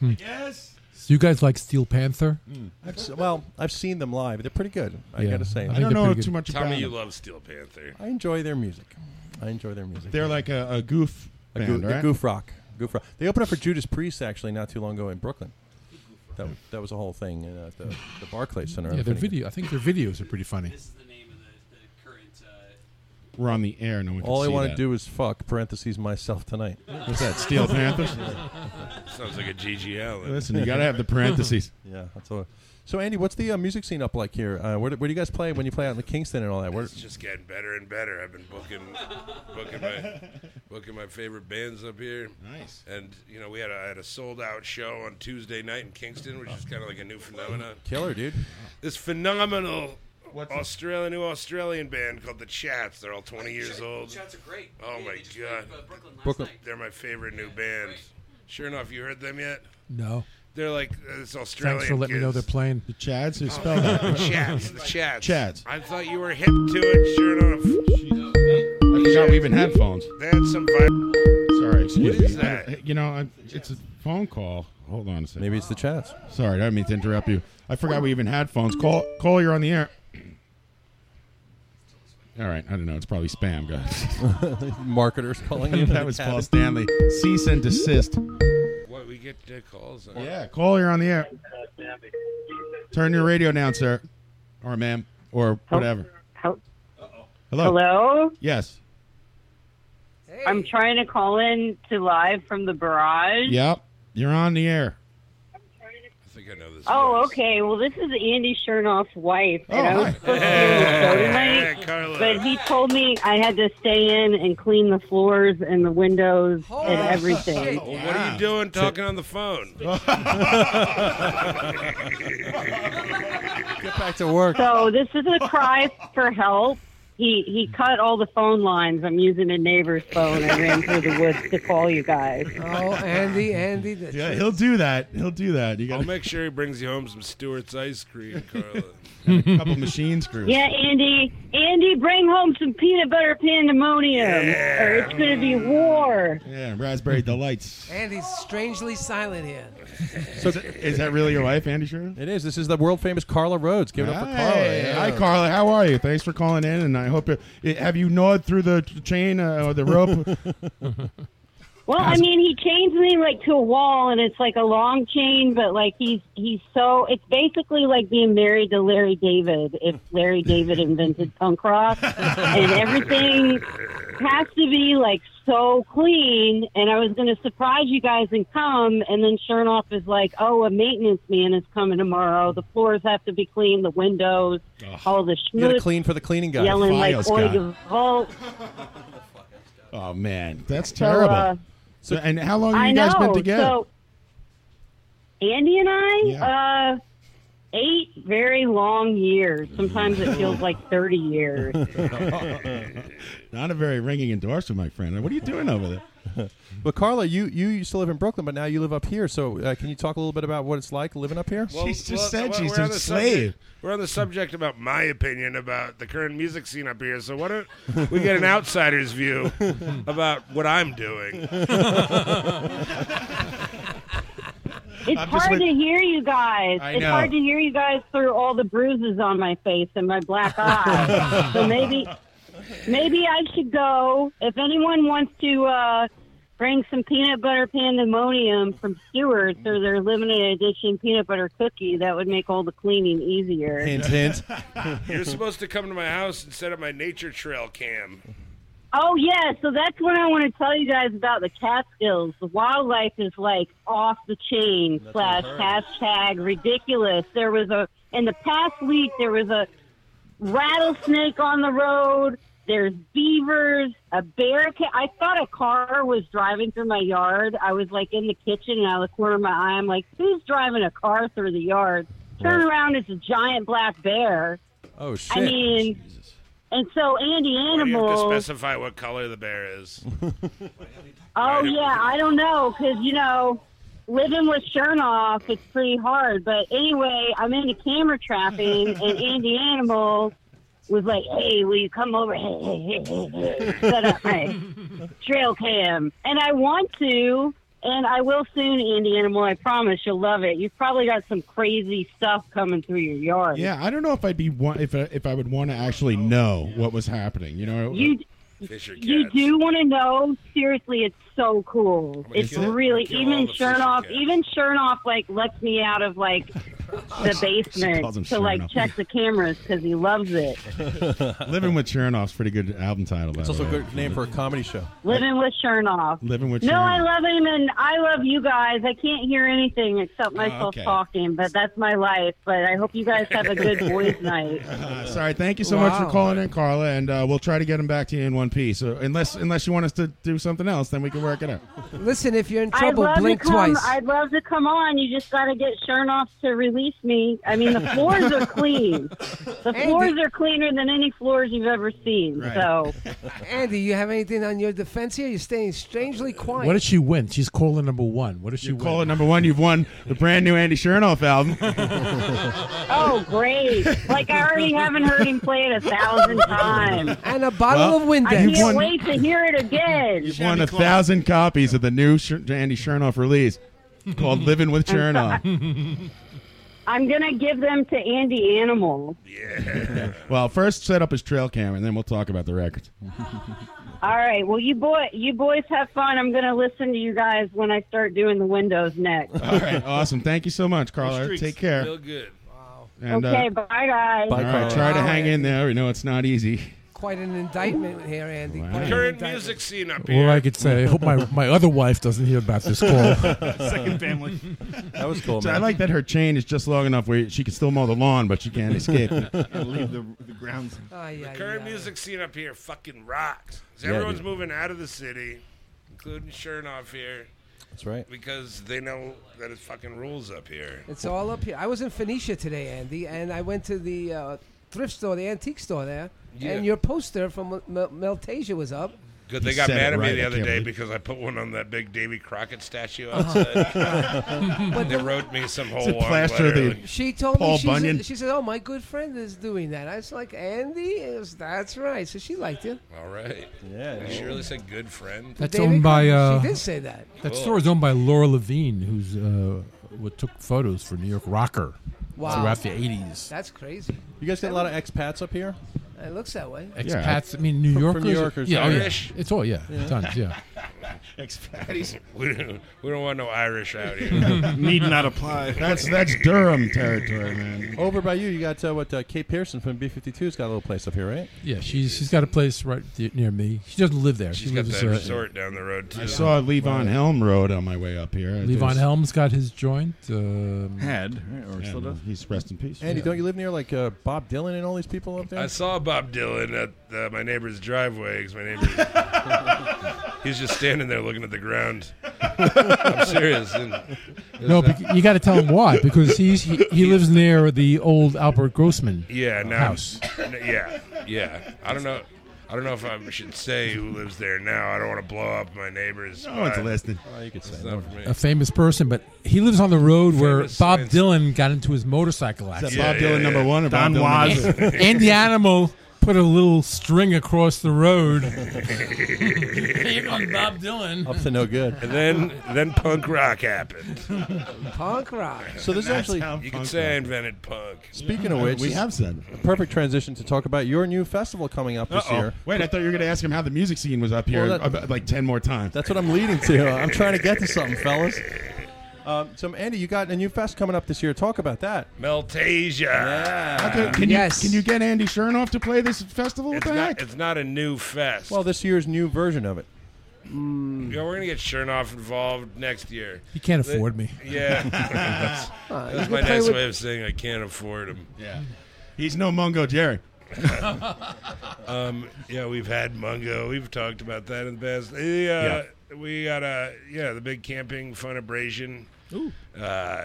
Speaker 18: Hmm.
Speaker 10: Yes.
Speaker 18: So you guys like Steel Panther?
Speaker 7: I've s- well, I've seen them live. They're pretty good. I
Speaker 18: Yeah,
Speaker 7: gotta say.
Speaker 18: I think I don't they're know pretty
Speaker 5: too good. much
Speaker 20: Tell
Speaker 5: about
Speaker 20: me you
Speaker 5: them.
Speaker 20: love Steel Panther.
Speaker 7: I enjoy their music. I enjoy their music.
Speaker 5: They're like a, a goof
Speaker 7: A,
Speaker 5: band,
Speaker 7: goo- a
Speaker 5: right?
Speaker 7: goof rock. Goof rock. They opened up for Judas Priest actually not too long ago in Brooklyn. That, that was a whole thing uh, at the, the Barclays Center.
Speaker 18: Yeah, their video. I think their videos are pretty funny.
Speaker 5: We're on the air. No one can
Speaker 7: All I
Speaker 5: see
Speaker 7: want to
Speaker 5: that.
Speaker 7: do is fuck parentheses myself tonight.
Speaker 5: What's
Speaker 7: [LAUGHS]
Speaker 5: that, Steel [LAUGHS] Panthers?
Speaker 20: Sounds like a GG Allen.
Speaker 5: Listen, you gotta have the parentheses.
Speaker 7: [LAUGHS] yeah, that's all. So Andy, what's the uh, music scene up like here? Uh, where, do, where do you guys play when you play out in the Kingston and all that? Where,
Speaker 20: It's just getting better and better. I've been booking, booking my, booking my favorite bands up here.
Speaker 5: Nice.
Speaker 20: And you know, we had a, I had a sold out show on Tuesday night in Kingston, which is kind of like a new phenomenon.
Speaker 7: Killer, dude.
Speaker 20: This phenomenal Australian new Australian band called the Chats. They're all 20 years old. Chats
Speaker 8: are great.
Speaker 20: Oh my god,
Speaker 18: Brooklyn.
Speaker 20: They're my favorite new band. Sure enough, you heard them yet?
Speaker 18: No.
Speaker 20: They're like uh, it's Australian.
Speaker 18: Thanks for letting me know
Speaker 20: kids.
Speaker 18: they're playing.
Speaker 5: The Chads
Speaker 18: who
Speaker 20: Oh, the
Speaker 5: [LAUGHS]
Speaker 20: Chats. The Chats.
Speaker 18: Chads.
Speaker 20: I thought you were hip to it. Sure enough.
Speaker 5: I forgot we even had phones.
Speaker 20: That's some vibe.
Speaker 5: Sorry, excuse
Speaker 20: What is
Speaker 5: me.
Speaker 20: that?
Speaker 5: I- you know, I, it's a phone call. Hold on a second. Maybe
Speaker 7: it's the chats.
Speaker 5: Sorry, I didn't mean to interrupt you. I forgot we even had phones. Call, call. You're on the air. All right, I don't know. It's probably spam, guys.
Speaker 7: [LAUGHS] Marketers calling you.
Speaker 5: that was Paul Stanley. Cease and desist.
Speaker 20: What we get uh, calls? On.
Speaker 5: Yeah, Call, you're on the air. Turn your radio down, sir, or ma'am, or whatever.
Speaker 22: Hel-
Speaker 5: Hello.
Speaker 22: Hello?
Speaker 5: Yes.
Speaker 22: I'm trying to call in to live from the barrage.
Speaker 5: Yep. You're on the air.
Speaker 22: Oh, okay. Well, this is Andy Chernoff's wife, and
Speaker 7: Oh.
Speaker 22: I was
Speaker 7: [LAUGHS]
Speaker 22: supposed to do the show
Speaker 20: Hey,
Speaker 22: tonight,
Speaker 20: Carla.
Speaker 22: but he told me I had to stay in and clean the floors and the windows [LAUGHS] and everything.
Speaker 20: Well, what are you doing talking on the phone? [LAUGHS]
Speaker 7: Get back to work.
Speaker 22: So this is a cry for help. He he cut all the phone lines. I'm using a neighbor's phone. I ran through the woods to call you guys.
Speaker 8: Oh, Andy, Andy. that's
Speaker 5: Yeah,
Speaker 8: right.
Speaker 5: he'll do that. He'll do that. You got
Speaker 20: I'll make sure he brings you home some Stewart's ice
Speaker 5: [LAUGHS]
Speaker 20: cream, Carla.
Speaker 5: a couple machine screws.
Speaker 22: Yeah, Andy, Andy, bring home some peanut butter pandemonium, or it's going to be war.
Speaker 5: Yeah, raspberry delights.
Speaker 8: Andy's strangely silent here.
Speaker 5: So is that really your wife, Andy Sure.
Speaker 7: It is. This is the world famous Carla Rhodes. Give it up for Carla.
Speaker 5: Hey,
Speaker 7: Yeah.
Speaker 5: hi Carla. How are you? Thanks for calling in, and I hope you eh, have you gnawed through the t- chain uh, or the [LAUGHS] rope.
Speaker 22: Well, I mean, he chains me like to a wall, and it's like a long chain, but like he's he's so it's basically like being married to Larry David if Larry David invented punk rock, and everything has to be like so clean. And I was going to surprise you guys and come, and then Chernoff is like, "Oh, a maintenance man is coming tomorrow. The floors have to be clean, the windows, all the
Speaker 7: You got to
Speaker 22: schmutz."
Speaker 7: clean for the cleaning guy.
Speaker 22: Yelling
Speaker 5: Files
Speaker 22: like,
Speaker 5: guy."
Speaker 22: "Oi, the vault!"
Speaker 5: oh man, that's
Speaker 22: So,
Speaker 5: terrible.
Speaker 22: uh,
Speaker 5: So- and how long have
Speaker 22: I
Speaker 5: you guys
Speaker 22: know.
Speaker 5: been together?
Speaker 22: So, Andy and I, uh, eight very long years. Sometimes it feels like 30 years.
Speaker 5: Not a very ringing endorsement, my friend. What are you doing over there?
Speaker 7: [LAUGHS] But Carla, you, you used to live in Brooklyn, but now you live up here. So uh, can you talk a little bit about what it's like living up here?
Speaker 20: Well, well, well, we're on the subject- We're on the subject about my opinion about the current music scene up here. So why don't we
Speaker 5: [LAUGHS]
Speaker 20: get an outsider's view about what
Speaker 5: [LAUGHS]
Speaker 20: I'm doing?
Speaker 22: It's
Speaker 20: I'm just
Speaker 22: hard
Speaker 20: with-
Speaker 22: to hear you guys.
Speaker 20: I
Speaker 22: it's
Speaker 20: know.
Speaker 22: hard to hear you guys through all the bruises on my face and my black
Speaker 20: [LAUGHS]
Speaker 22: eye. so maybe, maybe I should go. If anyone wants to uh, bring some peanut butter pandemonium from Stewart's or their limited edition peanut butter cookie, that would make all the cleaning easier.
Speaker 20: [LAUGHS] You're supposed to come to my house and set up my nature trail cam.
Speaker 22: Oh yeah, so that's when I want to tell you guys about the Catskills. The wildlife is like off the chain slash hashtag ridiculous. There was a in the past week there was a rattlesnake on the road. There's beavers, a bear. Ca- I thought a car was driving through my yard. I was like in the kitchen and out of the corner of my eye, I'm like, who's driving a car through the yard? Turn
Speaker 7: Right.
Speaker 22: around, it's a giant black bear.
Speaker 7: Oh, shit.
Speaker 22: I mean, and so Andy
Speaker 20: Why do you have to
Speaker 22: Animal.
Speaker 20: specify what color the bear is?
Speaker 22: Oh yeah, I don't know because you know living with Chernoff, it's pretty hard. But anyway, I'm into camera trapping, and Andy Animal was like, "Hey, will you come over? Hey, hey, hey, hey, hey, set up my trail cam." And I want to, and I will soon, Andy Animal. I promise you'll love it. You've probably got some crazy stuff coming through your yard.
Speaker 5: Yeah, I don't know if I'd be one, if I, if I would want to actually know what was happening. You know,
Speaker 22: You
Speaker 20: Fisher
Speaker 22: You do want to know? Seriously, it's so cool. It's
Speaker 5: kill-
Speaker 22: really
Speaker 5: kill all
Speaker 22: even
Speaker 5: the fisher
Speaker 22: Chernoff. Even Chernoff like lets me out of
Speaker 5: [LAUGHS]
Speaker 22: like the
Speaker 5: calls him
Speaker 22: basement to like
Speaker 5: Chernoff.
Speaker 22: check the cameras because he loves
Speaker 5: [LAUGHS]
Speaker 22: it.
Speaker 5: [LAUGHS] Living with Chernoff's a pretty good album title.
Speaker 7: It's also a good name for a comedy
Speaker 20: [LAUGHS]
Speaker 7: show.
Speaker 22: Living with Chernoff.
Speaker 5: Living with
Speaker 22: No,
Speaker 5: Chernoff.
Speaker 22: I love him and I love you guys. I can't hear anything except myself
Speaker 5: Ah, okay.
Speaker 22: talking, but that's my life. But I hope you guys have a
Speaker 5: [LAUGHS]
Speaker 22: good boys' night.
Speaker 5: Uh, sorry, thank you so much for calling in, Carla, and uh, we'll try to get him back to you in one piece. Uh, unless unless you want us to do something else, then we can work it out.
Speaker 8: Listen, if you're in
Speaker 22: I'd
Speaker 8: trouble,
Speaker 22: love
Speaker 8: blink
Speaker 22: to come,
Speaker 8: twice.
Speaker 22: I'd love to come on. You just got to get Chernoff to release me. I mean, the floors are clean. The
Speaker 8: Andy-
Speaker 22: floors are cleaner than any floors you've ever seen.
Speaker 18: [LAUGHS]
Speaker 22: So
Speaker 8: Andy, you have anything on your defense here? You're staying strangely quiet.
Speaker 18: What did she win? She's caller number one. What did she win?
Speaker 5: Caller number one, you've won the brand new Andy
Speaker 7: [LAUGHS]
Speaker 5: Chernoff album.
Speaker 22: Oh, great. Like, I already [LAUGHS] haven't heard
Speaker 5: [LAUGHS]
Speaker 22: him play it a
Speaker 8: [LAUGHS]
Speaker 22: thousand times.
Speaker 8: And a
Speaker 5: bottle Well, of Windex.
Speaker 22: I can't
Speaker 5: you've won-
Speaker 22: wait to hear it again.
Speaker 5: You've won a thousand copies of the new Cher- Andy Chernoff release called "Living
Speaker 22: [LAUGHS]
Speaker 5: with Chernoff."
Speaker 22: I'm going to give them to Andy Animal.
Speaker 5: [LAUGHS] well, first set up his trail cam, and then we'll talk about the
Speaker 8: [LAUGHS]
Speaker 5: records.
Speaker 22: All right. Well, you boy, you boys have fun. I'm going to listen to you guys when I start doing the windows next.
Speaker 5: All right, awesome. Thank you so much, Carla. Take care.
Speaker 20: Feel good. [LAUGHS]
Speaker 5: And, uh,
Speaker 22: okay. bye, guys.
Speaker 5: all right, try to hang in there. We know it's not easy.
Speaker 8: Quite an indictment here, Andy. Quite an
Speaker 20: Current
Speaker 8: indictment.
Speaker 20: music scene up here.
Speaker 18: Or I could say, I hope my, my other wife doesn't hear about this
Speaker 7: [LAUGHS]
Speaker 18: call.
Speaker 8: [LAUGHS]
Speaker 7: That was cool,
Speaker 5: So
Speaker 7: man.
Speaker 5: I like that her chain is just long enough where she can still mow the lawn, but she can't
Speaker 7: [LAUGHS]
Speaker 8: [LAUGHS]
Speaker 5: escape.
Speaker 20: And
Speaker 10: leave the, the grounds.
Speaker 20: the current music scene up here fucking rocks. 'Cause
Speaker 5: Yeah,
Speaker 20: everyone's
Speaker 5: dude.
Speaker 20: moving out of the city, including Chernoff here.
Speaker 7: That's right.
Speaker 20: Because they know that it fucking rules up here.
Speaker 8: It's all up here. I was in Phoenicia today, Andy, and I went to the uh, thrift store, the antique store there,
Speaker 20: Yeah.
Speaker 8: and your poster from M- M- Meltasia was up.
Speaker 20: Good, they
Speaker 5: He
Speaker 20: got
Speaker 5: said it
Speaker 20: mad at
Speaker 5: right,
Speaker 20: me the
Speaker 5: I
Speaker 20: other
Speaker 5: can't
Speaker 20: day
Speaker 5: believe-
Speaker 20: because I put one on that big Davy Crockett statue
Speaker 8: But [LAUGHS]
Speaker 20: outside. they
Speaker 8: Uh-huh. the-
Speaker 20: wrote me some whole
Speaker 5: a
Speaker 20: long
Speaker 5: plaster
Speaker 20: letter,
Speaker 5: of the-
Speaker 20: like,
Speaker 8: She told
Speaker 5: Paul
Speaker 8: me she said-
Speaker 5: Bunyan.
Speaker 8: she said, "Oh, my good friend is doing that." I was like, "Andy, is that's right." So she liked it.
Speaker 20: All right. Yeah. She really said good friend.
Speaker 18: That's
Speaker 8: David
Speaker 18: owned by.
Speaker 8: Crockett,
Speaker 18: Uh,
Speaker 8: she did say that.
Speaker 18: That
Speaker 20: Cool.
Speaker 18: store is owned by Laura Levine, who's uh, what took photos for New York Rocker
Speaker 8: Wow.
Speaker 18: throughout the '80s.
Speaker 8: That's crazy.
Speaker 7: You guys get a lot of expats up here?
Speaker 8: It looks that way.
Speaker 18: Expats. I mean, New
Speaker 7: From-
Speaker 18: Yorkers.
Speaker 7: from New Yorkers,
Speaker 18: Yeah, oh, yeah.
Speaker 7: Irish.
Speaker 18: It's all yeah,
Speaker 7: Yeah.
Speaker 18: tons. Yeah. uh,
Speaker 5: Expatties.
Speaker 20: [LAUGHS] We don't, we don't want no Irish out here.
Speaker 5: [LAUGHS] Need not apply. That's that's [LAUGHS] Durham territory, man.
Speaker 7: Over by you, you got uh, what? Uh, Kate Pearson from B52's got a little place up here, right?
Speaker 18: Yeah, she's she's got a place right th- near me. She doesn't live there.
Speaker 20: She's
Speaker 18: she
Speaker 20: got
Speaker 18: lives
Speaker 20: that
Speaker 18: uh,
Speaker 20: resort down the road too.
Speaker 5: I saw Levon Helm Road on my way up here.
Speaker 18: Levon
Speaker 5: There's-
Speaker 18: Helm's got his joint. Um,
Speaker 7: Had, right, or
Speaker 5: Yeah,
Speaker 7: still does?
Speaker 5: He's rest in peace.
Speaker 7: Andy,
Speaker 5: Yeah.
Speaker 7: don't you live near like uh, Bob Dylan and all these people up there?
Speaker 20: I saw Bob Dylan at uh, my neighbor's driveway 'cause my neighbor, [LAUGHS] he's just standing there looking at the ground. [LAUGHS] I'm serious. And it was
Speaker 18: no,
Speaker 20: that-
Speaker 18: but you got to tell him why because he's he, he lives near the old Albert Grossman.
Speaker 20: [LAUGHS] yeah, now,
Speaker 18: house.
Speaker 20: n- yeah, yeah. I don't know. I don't know if I should say who lives there now. I don't want to blow up my neighbors.
Speaker 5: No one's listening.
Speaker 7: Oh, you could
Speaker 20: say not for me.
Speaker 18: A famous person, but he lives on the road where
Speaker 20: Famous
Speaker 18: Bob Dylan got into his motorcycle
Speaker 5: Is that
Speaker 18: accident.
Speaker 5: Bob Dylan number one or
Speaker 18: Don
Speaker 5: Bob Dylan
Speaker 18: Juan.
Speaker 5: number two?
Speaker 18: [LAUGHS] and the animal put a little string across the
Speaker 20: [LAUGHS]
Speaker 18: road. Here comes Bob Dylan.
Speaker 7: Up to no good.
Speaker 20: And then, then punk rock happened.
Speaker 8: [LAUGHS] Punk rock.
Speaker 7: So this is actually-
Speaker 20: you could say I invented punk.
Speaker 7: Speaking of which,
Speaker 5: Uh, We
Speaker 7: this
Speaker 5: have
Speaker 7: is
Speaker 5: said.
Speaker 7: a perfect transition to talk about your new festival coming up this
Speaker 5: Uh-oh.
Speaker 7: year.
Speaker 5: Wait, I thought you were going to ask him how the music scene was up here
Speaker 7: Well, that-
Speaker 5: about, like 10 more times.
Speaker 7: That's what I'm leading to. I'm trying to get to something, fellas. Um, so, Andy, you got a new fest coming up this year. Talk about that.
Speaker 20: Meltasia.
Speaker 5: How could- can, you, can you get Andy Chernoff to play this festival? What
Speaker 20: It's
Speaker 5: the
Speaker 20: not,
Speaker 5: heck?
Speaker 20: it's not a new fest.
Speaker 7: Well, this year's new version of it.
Speaker 18: Hmm.
Speaker 20: Yeah, we're gonna get Chernoff involved next year.
Speaker 18: You can't
Speaker 20: They-
Speaker 18: afford me.
Speaker 5: [LAUGHS]
Speaker 20: Yeah, that's,
Speaker 18: Uh,
Speaker 20: that
Speaker 18: you
Speaker 20: was
Speaker 18: can
Speaker 20: my
Speaker 18: play
Speaker 20: nice
Speaker 18: with-
Speaker 20: way of saying I can't afford him.
Speaker 5: Yeah, He's no Mungo Jerry.
Speaker 20: [LAUGHS] um, yeah, we've had Mungo. We've talked about that in the past. The, uh, We got a yeah, the big camping fun abrasion.
Speaker 6: Ooh.
Speaker 20: Uh,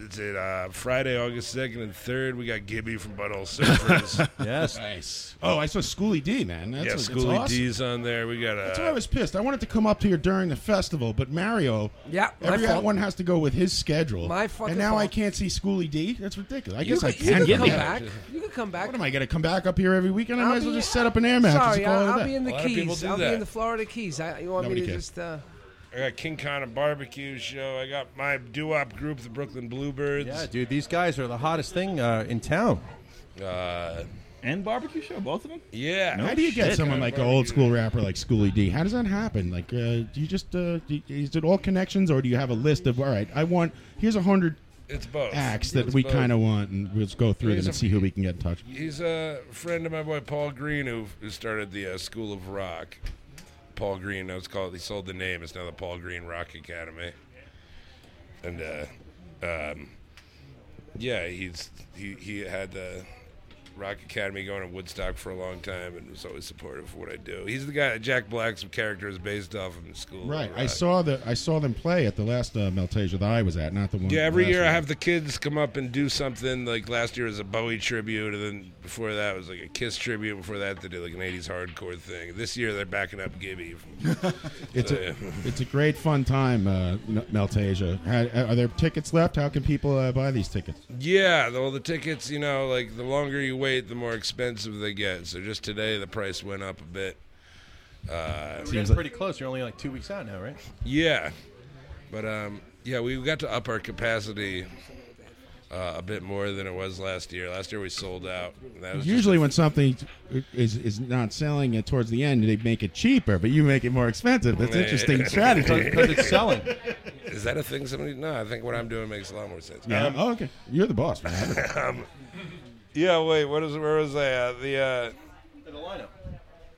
Speaker 20: It's it, uh, Friday, August 2nd and 3rd. We got Gibby from Butthole
Speaker 5: [LAUGHS]
Speaker 20: Surfers.
Speaker 7: yes.
Speaker 5: Nice. Oh, I saw Schooly D, man. That's
Speaker 20: yeah,
Speaker 5: what- that's
Speaker 20: Schooly
Speaker 5: awesome.
Speaker 20: D's on there. We got
Speaker 5: That's
Speaker 20: uh,
Speaker 5: why I was pissed. I wanted to come up here during the festival, but Mario,
Speaker 8: Yeah, my fault.
Speaker 5: everyone has to go with his schedule.
Speaker 8: My fucking
Speaker 5: and now I
Speaker 8: fault.
Speaker 5: can't see Schooly D. That's ridiculous. I
Speaker 8: You
Speaker 5: guess I
Speaker 8: could- you
Speaker 5: can
Speaker 8: could
Speaker 5: get
Speaker 8: come
Speaker 5: there.
Speaker 8: back. You could come back.
Speaker 5: What am I going to come back up here every weekend? I
Speaker 8: I'll
Speaker 5: might as well
Speaker 8: be-
Speaker 5: just set up an air match.
Speaker 8: Sorry,
Speaker 5: Just call it
Speaker 8: I'll,
Speaker 5: a
Speaker 8: I'll
Speaker 5: day.
Speaker 8: be in the
Speaker 20: A lot of people
Speaker 8: Keys.
Speaker 20: do
Speaker 8: I'll
Speaker 20: that.
Speaker 8: be in the Florida Keys. I, you want
Speaker 5: Nobody
Speaker 8: me to
Speaker 5: cares.
Speaker 8: just? Uh,
Speaker 20: I got King Kong and Barbecue Show. I got my doo-wop group, the Brooklyn Bluebirds.
Speaker 7: Yeah, dude, these guys are the hottest thing uh, in town.
Speaker 20: Uh,
Speaker 3: and barbecue show, both of them.
Speaker 20: Yeah.
Speaker 5: How do you get someone like an old school rapper like Schooly D? How does that happen? Like, uh, do you just uh, do you- is it all connections, or do you have a list of all right? I want here's a hundred
Speaker 20: It's both.
Speaker 5: acts that
Speaker 20: It's
Speaker 5: we
Speaker 20: both.
Speaker 5: kind of want, and we'll just go through
Speaker 20: Here's
Speaker 5: them and
Speaker 20: a-
Speaker 5: see who we can get in touch.
Speaker 20: He's a friend of my boy Paul Green, who, who started the uh, School of Rock. Paul Green, now it's called. He sold the name. It's now the Paul Green Rock Academy. And uh, um, yeah, he's he he had the Rock Academy going in Woodstock for a long time, and was always supportive of what I do. He's the guy that Jack Black's character is based off of in School. of
Speaker 5: Right, I
Speaker 20: Rock.
Speaker 5: saw the I saw them play at the last uh, Meltasia that I was at, not the one.
Speaker 20: Yeah, every
Speaker 5: last
Speaker 20: year I
Speaker 5: one.
Speaker 20: have the kids come up and do something. Like last year was a Bowie tribute, and then before that was like a Kiss tribute. Before that, they did like an '80s hardcore thing. This year they're backing up
Speaker 5: [LAUGHS]
Speaker 20: Gibby. From,
Speaker 5: It's
Speaker 20: So,
Speaker 5: a,
Speaker 20: yeah.
Speaker 5: it's a great fun time, uh, M- Meltasia. How, are there tickets left? How can people uh, buy these tickets?
Speaker 20: [LAUGHS] yeah. the- Well, the tickets, you know, like the longer you wait, the more expensive they get. So just today, the price went up a bit. Uh,
Speaker 7: We're getting pretty close. You're only like two weeks out now, right?
Speaker 20: Yeah, but um, yeah, we got to up our capacity uh, a bit more than it was last year. Last year we sold out. and That was just
Speaker 5: Usually, when something is is not selling it towards the end, they make it cheaper, but you make it more expensive. That's
Speaker 20: [LAUGHS]
Speaker 5: interesting strategy.
Speaker 20: Is that a thing? Somebody? No, I think what I'm doing makes a lot more sense.
Speaker 5: [LAUGHS] Yeah.
Speaker 20: Um,
Speaker 5: oh, okay. You're the boss. Man.
Speaker 20: [LAUGHS] um, yeah. Wait. What is? Where was I? At? The. Uh, the lineup.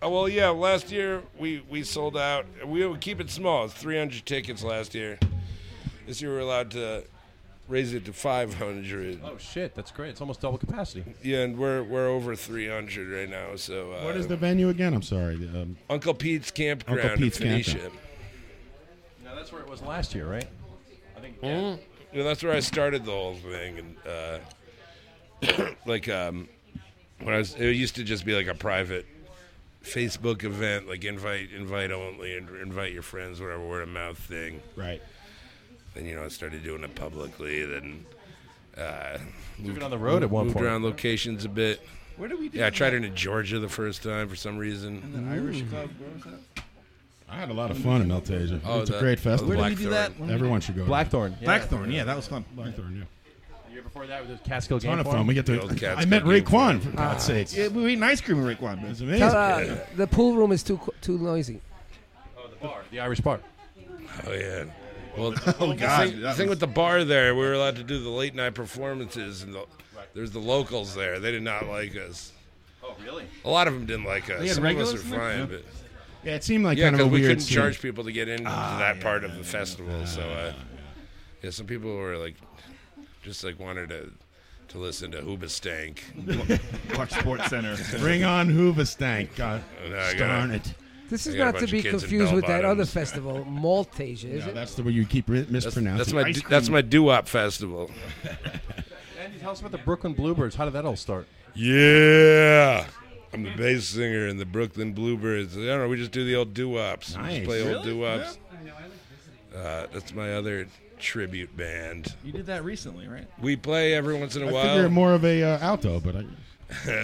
Speaker 20: Oh well, yeah. Last year we we sold out. We would keep it small. It's 300 tickets last year. This year we're allowed to raise it to 500.
Speaker 7: Oh shit, that's great. It's almost double capacity.
Speaker 20: Yeah, and we're we're over 300 right now. So. Uh,
Speaker 5: what is the venue again? I'm sorry. Um,
Speaker 20: Uncle Pete's campground? in
Speaker 5: Pete's
Speaker 20: Phoenicia.
Speaker 5: Campground.
Speaker 7: Now that's where it was last year, right? I think.
Speaker 20: Yeah. that's where I started the whole thing, and uh, [COUGHS] like um, when I was, it used to just be like a private Facebook event, like invite, invite only, and invite your friends, whatever word of mouth thing.
Speaker 5: Right.
Speaker 20: Then you know I started doing it publicly. Then uh,
Speaker 7: Even on the road at one
Speaker 20: moved
Speaker 7: point.
Speaker 20: around locations a bit.
Speaker 3: Where did we do
Speaker 20: Yeah, I tried
Speaker 3: that?
Speaker 20: it in Georgia the first time for some reason.
Speaker 3: And the Irish Club. Where was that?
Speaker 5: I had a lot of fun in Meltasia.
Speaker 20: Oh,
Speaker 5: it's a
Speaker 20: the-
Speaker 5: great
Speaker 20: oh,
Speaker 5: festival.
Speaker 20: Where did we do that? Blackthorn.
Speaker 5: Everyone should go.
Speaker 7: Blackthorn.
Speaker 5: Yeah.
Speaker 7: Yeah.
Speaker 3: Blackthorn, yeah, that was fun.
Speaker 5: Blackthorn, yeah.
Speaker 7: The year before that was the Catskill
Speaker 5: Ton
Speaker 7: Game Ah.
Speaker 5: of
Speaker 7: Forum.
Speaker 5: fun. We get to. I met Raekwon for God's sakes.
Speaker 3: Yeah, we ate ice cream in Raekwon. It's
Speaker 8: Ah. tell, uh, the pool room is too qu- too noisy.
Speaker 7: The Irish bar.
Speaker 20: Oh yeah. Well,
Speaker 3: [LAUGHS] Oh,
Speaker 20: the
Speaker 3: God,
Speaker 20: thing,
Speaker 3: that
Speaker 20: the thing with
Speaker 3: was-
Speaker 20: the bar there, we were allowed to do the late night performances, and the, there's the locals there. They did not like us.
Speaker 7: Oh really?
Speaker 20: A lot of them didn't like us.
Speaker 3: They had
Speaker 20: Some of us were
Speaker 3: regulars in there?
Speaker 20: fine,
Speaker 3: Yeah.
Speaker 20: but
Speaker 5: Yeah, it seemed like
Speaker 20: yeah,
Speaker 5: kind of a
Speaker 20: because we
Speaker 5: weird
Speaker 20: couldn't
Speaker 5: scene. Ah,
Speaker 20: charge people to get into that part of the festival. so uh, yeah. some people were like, just like wanted to to listen to
Speaker 5: [LAUGHS]
Speaker 20: Hoobastank,
Speaker 3: Watch Sports Center.
Speaker 5: Bring on Hoovastank.
Speaker 20: [LAUGHS]
Speaker 5: God,
Speaker 20: No, I got
Speaker 5: darn
Speaker 20: it.
Speaker 5: it.
Speaker 8: This
Speaker 20: I
Speaker 8: is
Speaker 20: got a
Speaker 8: not to
Speaker 20: bunch of
Speaker 8: be
Speaker 20: kids in
Speaker 8: confused
Speaker 20: bell
Speaker 8: with that other
Speaker 20: bottoms.
Speaker 8: festival, Maltasia, is
Speaker 5: No,
Speaker 8: it?
Speaker 5: that's the way you keep re- mispronouncing.
Speaker 20: That's my d- that's my doo wop festival.
Speaker 7: Andy, tell us about the Brooklyn Bluebirds. How did that all start?
Speaker 20: Yeah. I'm the bass singer in the Brooklyn Bluebirds. I don't know. We just do the old doo wops.
Speaker 5: Nice.
Speaker 20: Just play old
Speaker 5: Really?
Speaker 20: doo wops. Uh, that's my other tribute band.
Speaker 3: You did that recently, right?
Speaker 20: We play every once in a
Speaker 5: I
Speaker 20: while.
Speaker 5: figure more of a uh, alto, but I,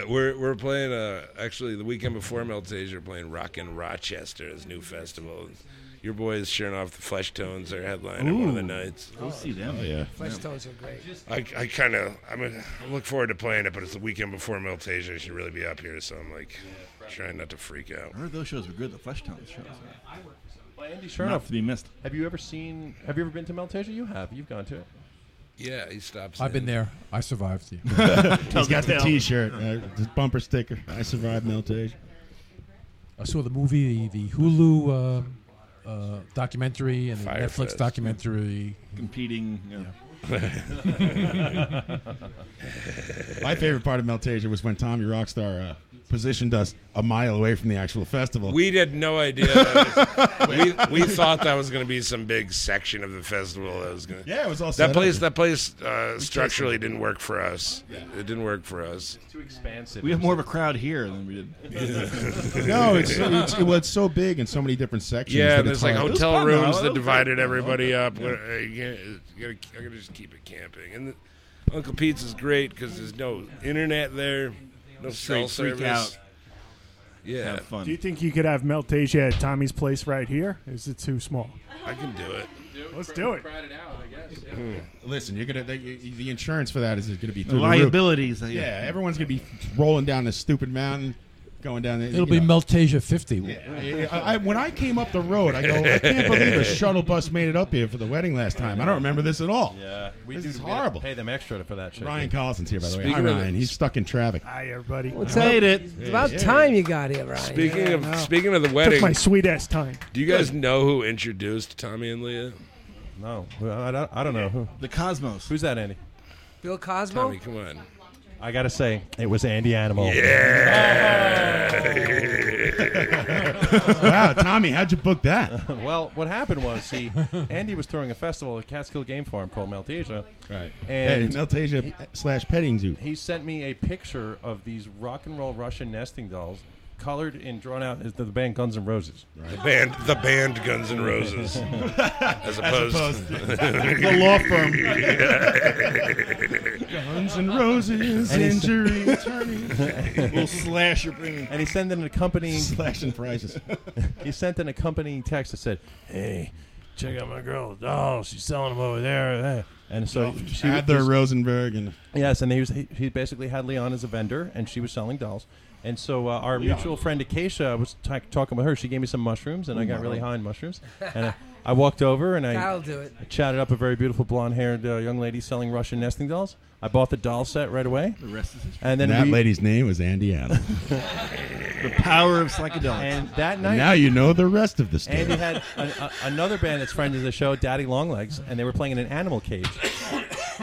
Speaker 20: [LAUGHS] we're we're playing uh, actually the weekend before Meltasia, we're playing Rockin' Rochester, his new festival. Your boys, sure enough, the Flesh Tones are headlining one of the
Speaker 3: Oow.
Speaker 20: nights.
Speaker 3: Go see them.
Speaker 5: Oh, yeah.
Speaker 8: Flesh tones are great.
Speaker 20: I, I kind of I'm gonna I look forward to playing it, but it's the weekend before Meltasia. I should really be up here, so I'm like trying not to freak out.
Speaker 3: I heard those shows were good. The Flesh Tones shows.
Speaker 7: Well, Andy, sure
Speaker 3: Not
Speaker 7: enough,
Speaker 3: to be missed.
Speaker 7: Have you ever seen? Have you ever been to Meltasia? You have. You've gone to it.
Speaker 20: Yeah, he stops.
Speaker 18: I've been
Speaker 20: [LAUGHS]
Speaker 18: there. I survived.
Speaker 5: [LAUGHS] he's got the T-shirt, uh, the bumper sticker. I survived Meltasia.
Speaker 18: I saw the
Speaker 5: [LAUGHS]
Speaker 20: [LAUGHS]
Speaker 18: movie, the, the Hulu uh, uh, documentary, and the
Speaker 3: Fire
Speaker 18: Netflix
Speaker 3: Fest.
Speaker 18: documentary.
Speaker 3: Competing. you know.
Speaker 5: My favorite part of Meltasia was when Tommy Rockstar uh, positioned us a mile away from the actual festival.
Speaker 20: We had no
Speaker 5: [LAUGHS]
Speaker 20: idea. that was- we, we thought that was going to be some big section of the festival that was going. to
Speaker 5: Yeah, it was all set
Speaker 20: that
Speaker 5: up.
Speaker 20: place. That place uh, structurally didn't work for us. It didn't work for us. It's
Speaker 7: too expansive.
Speaker 3: We have more of a crowd here than we did.
Speaker 5: no, it's, it's it was so big in so many different sections.
Speaker 20: Yeah,
Speaker 5: that
Speaker 20: there's
Speaker 5: it's
Speaker 20: like
Speaker 5: hard-
Speaker 20: hotel
Speaker 5: It was fun,
Speaker 20: rooms
Speaker 5: though.
Speaker 20: that divided everybody up.
Speaker 5: Yeah.
Speaker 20: We're- uh, You gotta, you gotta, I gotta just keep it camping. And the, Uncle Pete's is great because there's no internet there, no cell
Speaker 3: Straight freak
Speaker 20: service.
Speaker 3: out.
Speaker 20: Yeah,
Speaker 3: Have fun.
Speaker 14: Do you think you could have Meltasia at Tommy's place right here? Is it too small?
Speaker 20: I can do it.
Speaker 14: Let's do it.
Speaker 5: Listen, you're gonna they, you- the insurance for that is going to be through the roof.
Speaker 3: liabilities, uh,
Speaker 5: Yeah.
Speaker 3: yeah.
Speaker 5: everyone's going to be rolling down this stupid mountain, going down. The,
Speaker 18: It'll be
Speaker 5: you know.
Speaker 18: Meltasia 50.
Speaker 5: Yeah, I, I, when I came up the road, I go, I can't
Speaker 7: [LAUGHS]
Speaker 5: believe a shuttle bus made it up here for the wedding last time. I don't remember this at all.
Speaker 7: Yeah, we
Speaker 5: This
Speaker 7: do
Speaker 5: is
Speaker 7: we gotta
Speaker 5: horrible.
Speaker 7: Pay them extra for that. shit.
Speaker 5: Ryan Collison's here, by the way. Hi,
Speaker 7: Speaking of-
Speaker 5: Ryan. He's stuck in
Speaker 7: [LAUGHS]
Speaker 5: traffic.
Speaker 14: Hi, everybody.
Speaker 7: What's
Speaker 14: Made
Speaker 7: up?
Speaker 14: it.
Speaker 7: It's
Speaker 2: about time you got here, Ryan.
Speaker 20: Speaking
Speaker 2: Yeah,
Speaker 20: of
Speaker 2: I know.
Speaker 20: speaking of the
Speaker 14: Took
Speaker 20: wedding,
Speaker 14: my sweet ass time.
Speaker 20: do you guys know who introduced Tommy and Leah?
Speaker 7: No, Well, I don't, I don't know who.
Speaker 3: The Cosmos.
Speaker 7: Who's that, Andy?
Speaker 2: Bill Cosmo?
Speaker 20: Tommy, come on.
Speaker 7: I gotta say, it was Andy Animal. [LAUGHS]
Speaker 5: wow, Tommy, how'd you book that?
Speaker 7: [LAUGHS] well, what happened was, he Andy was throwing a festival at Catskill Game Farm called Meltasia.
Speaker 5: Right.
Speaker 7: And
Speaker 5: hey, Meltasia slash petting zoo.
Speaker 7: he sent me a picture of these rock and roll Russian nesting dolls, colored and drawn out as the band Guns N' Roses.
Speaker 20: The band, the band Guns N'
Speaker 7: [LAUGHS]
Speaker 20: Roses, as opposed, [LAUGHS]
Speaker 7: opposed to-
Speaker 5: the law
Speaker 20: [LAUGHS]
Speaker 5: firm. Guns and Roses,
Speaker 7: And he's- [LAUGHS]
Speaker 5: injury attorney.
Speaker 7: We'll slash your premium. And he sent an [LAUGHS] accompanying
Speaker 5: slashing prices.
Speaker 7: he sent an accompanying text that said, "Hey, check out my girl. Oh, she's selling them over there." eh." And so she
Speaker 5: Adler
Speaker 7: he's-
Speaker 5: Rosenberg and
Speaker 7: Yes, and he was he, he basically had Leon as a vendor, and she was selling dolls. And so uh, our
Speaker 5: Leon.
Speaker 7: mutual friend Acacia I was ta- talking with her. She gave me some mushrooms, and I got
Speaker 2: Ooh.
Speaker 7: really high on mushrooms. And I, I walked over and I
Speaker 2: That'll do it.
Speaker 7: I chatted up a very beautiful blonde-haired uh, young lady selling Russian nesting dolls. I bought the doll set right away. The
Speaker 3: rest is history.
Speaker 7: And then
Speaker 5: that
Speaker 7: we, [LAUGHS]
Speaker 5: lady's [LAUGHS] name was Andy Adler.
Speaker 7: the
Speaker 3: power of psychedelics.
Speaker 7: And that night,
Speaker 5: And now you know the rest of the story.
Speaker 7: Andy had a, a, another band that's friend of the show, Daddy Longlegs, and they were playing in an animal cage.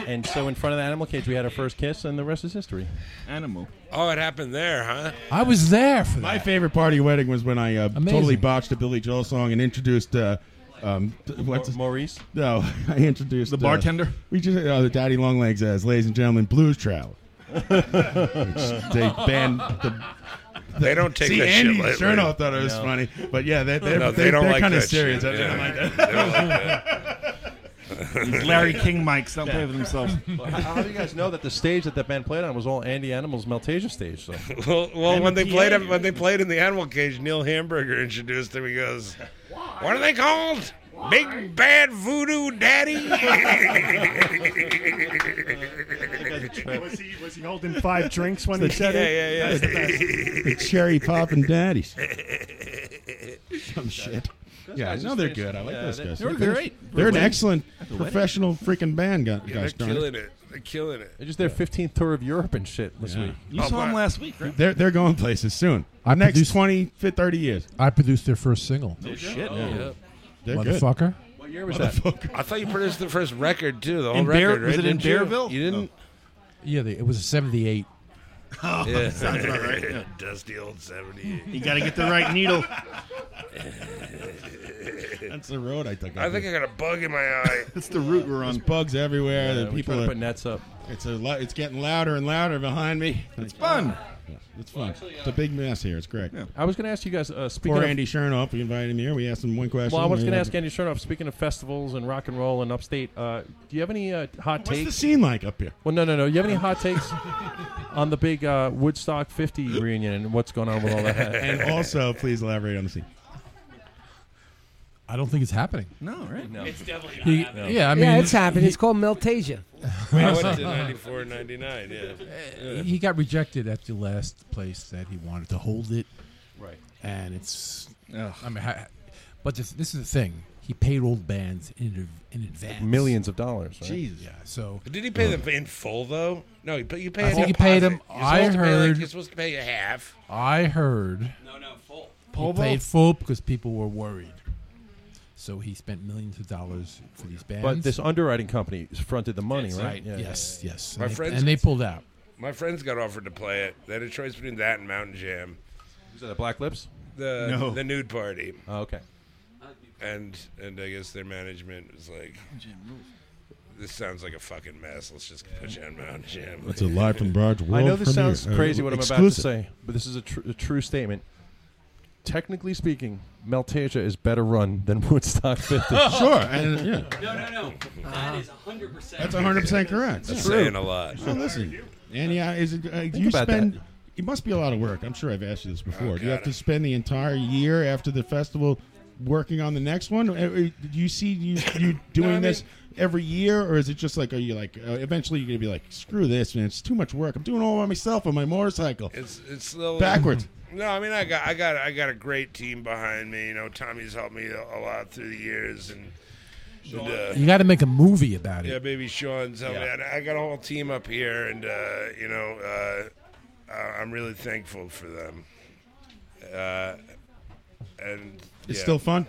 Speaker 7: and so in front of the animal cage, we had our first kiss, and the rest is history.
Speaker 3: Animal.
Speaker 20: Oh, it happened there, huh?
Speaker 18: I was there for
Speaker 5: My favorite party wedding was when I uh, totally botched a Billy Joel song and introduced. Uh, um, t- what's his-
Speaker 7: [LAUGHS] Maurice?
Speaker 5: No, [LAUGHS] I introduced
Speaker 3: The
Speaker 5: uh,
Speaker 3: bartender?
Speaker 5: we just uh, the Daddy Longlegs as, ladies and gentlemen, Blues Travel. Which
Speaker 20: [LAUGHS]
Speaker 5: they banned the.
Speaker 20: They don't take
Speaker 5: See,
Speaker 20: that shit
Speaker 5: Andy
Speaker 20: lightly.
Speaker 5: Chernoff thought it was
Speaker 20: No.
Speaker 5: funny, but yeah, they, they're,
Speaker 20: No,
Speaker 5: they
Speaker 20: they don't
Speaker 5: are
Speaker 20: like
Speaker 5: kind of
Speaker 20: that
Speaker 5: serious.
Speaker 20: shit.
Speaker 5: They don't
Speaker 20: Yeah.
Speaker 5: like that.
Speaker 20: They don't like
Speaker 5: [LAUGHS]
Speaker 20: that.
Speaker 3: These Larry King mics don't play with themselves.
Speaker 7: [LAUGHS] Well, how, how do you guys know that the stage that that band played on was all Andy Animal's Meltasia stage? So.
Speaker 20: [LAUGHS] Well, well when they played when they played in the animal cage, Neil Hamburger introduced him. He goes, "What are they called? Big Bad Voodoo [LAUGHS] Daddy."
Speaker 14: Was he was he holding five drinks when he
Speaker 5: The-
Speaker 14: said it?
Speaker 20: Yeah, yeah, yeah.
Speaker 14: That's the best.
Speaker 5: the cherry pop and daddies. Some shit. Yeah,
Speaker 7: guys
Speaker 5: no,
Speaker 7: just
Speaker 5: they're
Speaker 7: finished-
Speaker 5: good. I like
Speaker 7: yeah,
Speaker 5: those
Speaker 7: they-
Speaker 5: guys.
Speaker 7: they were
Speaker 5: finished-
Speaker 7: great.
Speaker 5: They're an
Speaker 7: Wedding.
Speaker 5: excellent
Speaker 7: At the wedding.
Speaker 5: professional freaking band. Got,
Speaker 20: They're
Speaker 5: guys, darn it.
Speaker 20: killing it. They're killing it.
Speaker 7: They're just their 15th tour of Europe and shit this week.
Speaker 3: You
Speaker 20: Oh,
Speaker 3: saw him
Speaker 20: but-
Speaker 3: last week, right?
Speaker 5: They're they're going places soon.
Speaker 18: I
Speaker 5: Next
Speaker 18: produced-
Speaker 5: 20, 50, 30 years.
Speaker 18: I produced their first single.
Speaker 20: Oh,
Speaker 3: shit.
Speaker 5: Yeah. They're good.
Speaker 18: Motherfucker.
Speaker 7: What year was that?
Speaker 20: I thought you produced the first record too. The whole
Speaker 18: In Bear-
Speaker 20: record. right?
Speaker 18: was it in
Speaker 20: Didn't you?
Speaker 18: Bearville?
Speaker 20: You didn't.
Speaker 18: Yeah, they, it was a
Speaker 5: [LAUGHS]
Speaker 18: 78.
Speaker 5: Oh,
Speaker 20: yeah.
Speaker 3: sounds
Speaker 20: [LAUGHS]
Speaker 3: about right, yeah.
Speaker 20: Dusty old seventy.
Speaker 3: You gotta get the right needle.
Speaker 5: That's the road I took.
Speaker 20: I think I got a bug in my [LAUGHS] eye.
Speaker 5: it's the route we're on. There's bugs everywhere.
Speaker 7: Yeah,
Speaker 5: the
Speaker 7: we try
Speaker 5: people
Speaker 7: to
Speaker 5: are,
Speaker 7: put nets up.
Speaker 5: It's a lo- it's getting louder and louder behind me. It's fun. It's fun. it's a big mess here. It's great.
Speaker 7: I was going to ask you guys. Uh, speaking
Speaker 5: Poor
Speaker 7: of,
Speaker 5: Andy Chernoff, we invited him here. We asked him one question.
Speaker 7: Well, I was
Speaker 5: We
Speaker 7: going to
Speaker 5: had-
Speaker 7: ask Andy Chernoff. Speaking of festivals and rock and roll and upstate, uh, do you have any uh, hot
Speaker 5: What's
Speaker 7: takes?
Speaker 5: the scene like up here?
Speaker 7: Well, no, no, no. You have any hot takes on the big uh, Woodstock 50 reunion and what's going on with all that?
Speaker 5: [LAUGHS] and also, please elaborate on the scene.
Speaker 18: I don't think it's happening.
Speaker 3: No, right?
Speaker 7: No.
Speaker 20: It's definitely
Speaker 18: He- yeah, I mean,
Speaker 2: yeah, it's happened.
Speaker 18: he-
Speaker 2: It's called
Speaker 20: [LAUGHS]
Speaker 2: Meltasia.
Speaker 20: I went to 94, 99, Yeah. yeah.
Speaker 18: [LAUGHS] Uh, he got rejected at the last place that he wanted to hold it.
Speaker 7: Right.
Speaker 18: And it's,
Speaker 7: Ugh.
Speaker 18: I mean, ha- but this, this is the thing. He paid old bands in, in advance.
Speaker 7: Millions of dollars. Right?
Speaker 18: Yeah. So
Speaker 20: Did he pay them in full though? No, he pay, you paid.
Speaker 18: I
Speaker 20: a
Speaker 18: think he paid
Speaker 20: deposit.
Speaker 18: him-
Speaker 20: You're
Speaker 18: I
Speaker 20: supposed to pay, like,
Speaker 18: heard-
Speaker 20: you're supposed to pay a half.
Speaker 18: I heard.
Speaker 20: No, no, full.
Speaker 18: He paid full because people were worried. So he spent millions of dollars for these bands.
Speaker 7: But this underwriting company fronted the money,
Speaker 18: That's
Speaker 7: right?
Speaker 18: right. Yes, yes.
Speaker 20: My
Speaker 18: and, they,
Speaker 20: friends-
Speaker 18: and they pulled out.
Speaker 20: My friends got offered to play it. They had a choice between that and Mountain Jam.
Speaker 7: Is that the Black Lips?
Speaker 20: The
Speaker 7: No.
Speaker 20: the nude party.
Speaker 7: Oh, okay.
Speaker 20: And and I guess their management was like, "This sounds like a fucking mess. Let's just put you on Mountain Jam."
Speaker 5: It's a live from Broad
Speaker 7: I know
Speaker 5: world
Speaker 7: this
Speaker 5: premiere.
Speaker 7: sounds
Speaker 5: Uh,
Speaker 7: crazy what I'm about to
Speaker 5: exclusive.
Speaker 7: say, but this is a, tr- a true statement. Technically speaking, Maltasia is better run than [LAUGHS] Woodstock 50.
Speaker 5: [LAUGHS] Sure, and, yeah.
Speaker 9: No, no, no. That is 100%.
Speaker 5: That's 100 percent correct.
Speaker 20: That's
Speaker 5: Yeah.
Speaker 20: saying a lot.
Speaker 5: Well, listen, Annie, uh, is it, uh, do you
Speaker 20: about
Speaker 5: spend? It must be a lot of work. I'm sure I've asked you this before. do you
Speaker 20: God.
Speaker 5: have to spend the entire year after the festival working on the next one? Uh, uh, Do you see you
Speaker 20: [LAUGHS]
Speaker 5: you doing
Speaker 20: mean-
Speaker 5: this every year, or is it just like are you like uh, eventually you're gonna be like screw this man? It's too much work. I'm doing it all by myself on my motorcycle.
Speaker 20: It's it's slowly
Speaker 5: backwards.
Speaker 20: No, I mean I got I got I got a great team behind me. You know, Tommy's helped me a lot through the years, and, and, uh,
Speaker 18: You got to make a movie about
Speaker 20: yeah,
Speaker 18: it.
Speaker 20: baby Sean's helped me. And I got a whole team up here, and uh, you know, uh, I- I'm really thankful for them. Uh, and
Speaker 5: It's
Speaker 20: yeah.
Speaker 5: still fun?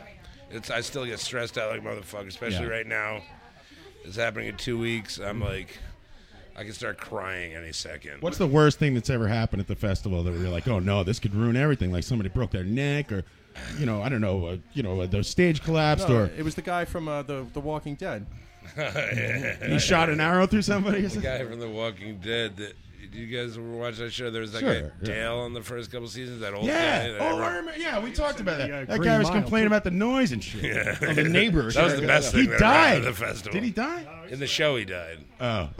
Speaker 20: It's I still get stressed out like motherfucker, especially
Speaker 5: Yeah.
Speaker 20: right now. It's happening in two weeks. I'm like, I can start crying any second.
Speaker 5: What's the worst thing that's ever happened at the festival that we're like, oh no, this could ruin everything? Like somebody broke their neck, or you know, I don't know, uh, you know, uh, the stage collapsed,
Speaker 7: No,
Speaker 5: or
Speaker 7: It was the guy from uh, the, the Walking Dead.
Speaker 5: [LAUGHS] He shot an arrow through somebody or
Speaker 20: The
Speaker 5: something?
Speaker 20: guy from The Walking Dead. That you guys were watching that show. There was that
Speaker 5: Sure,
Speaker 20: guy
Speaker 5: yeah.
Speaker 20: Dale on the first couple seasons. That old
Speaker 5: Yeah.
Speaker 20: guy. that
Speaker 5: Oh, I
Speaker 20: everyone-
Speaker 5: remember- yeah, we talked about that. that
Speaker 20: Green
Speaker 5: guy was
Speaker 20: Mile,
Speaker 5: complaining
Speaker 20: too.
Speaker 5: about the noise and shit.
Speaker 20: [LAUGHS] [LAUGHS] Yeah,
Speaker 5: Of Oh, the neighbor.
Speaker 20: That was the best thing.
Speaker 5: He
Speaker 20: that ever
Speaker 5: died.
Speaker 20: happened at the festival.
Speaker 5: Did he die?
Speaker 20: In the show, he died.
Speaker 5: Oh. [LAUGHS]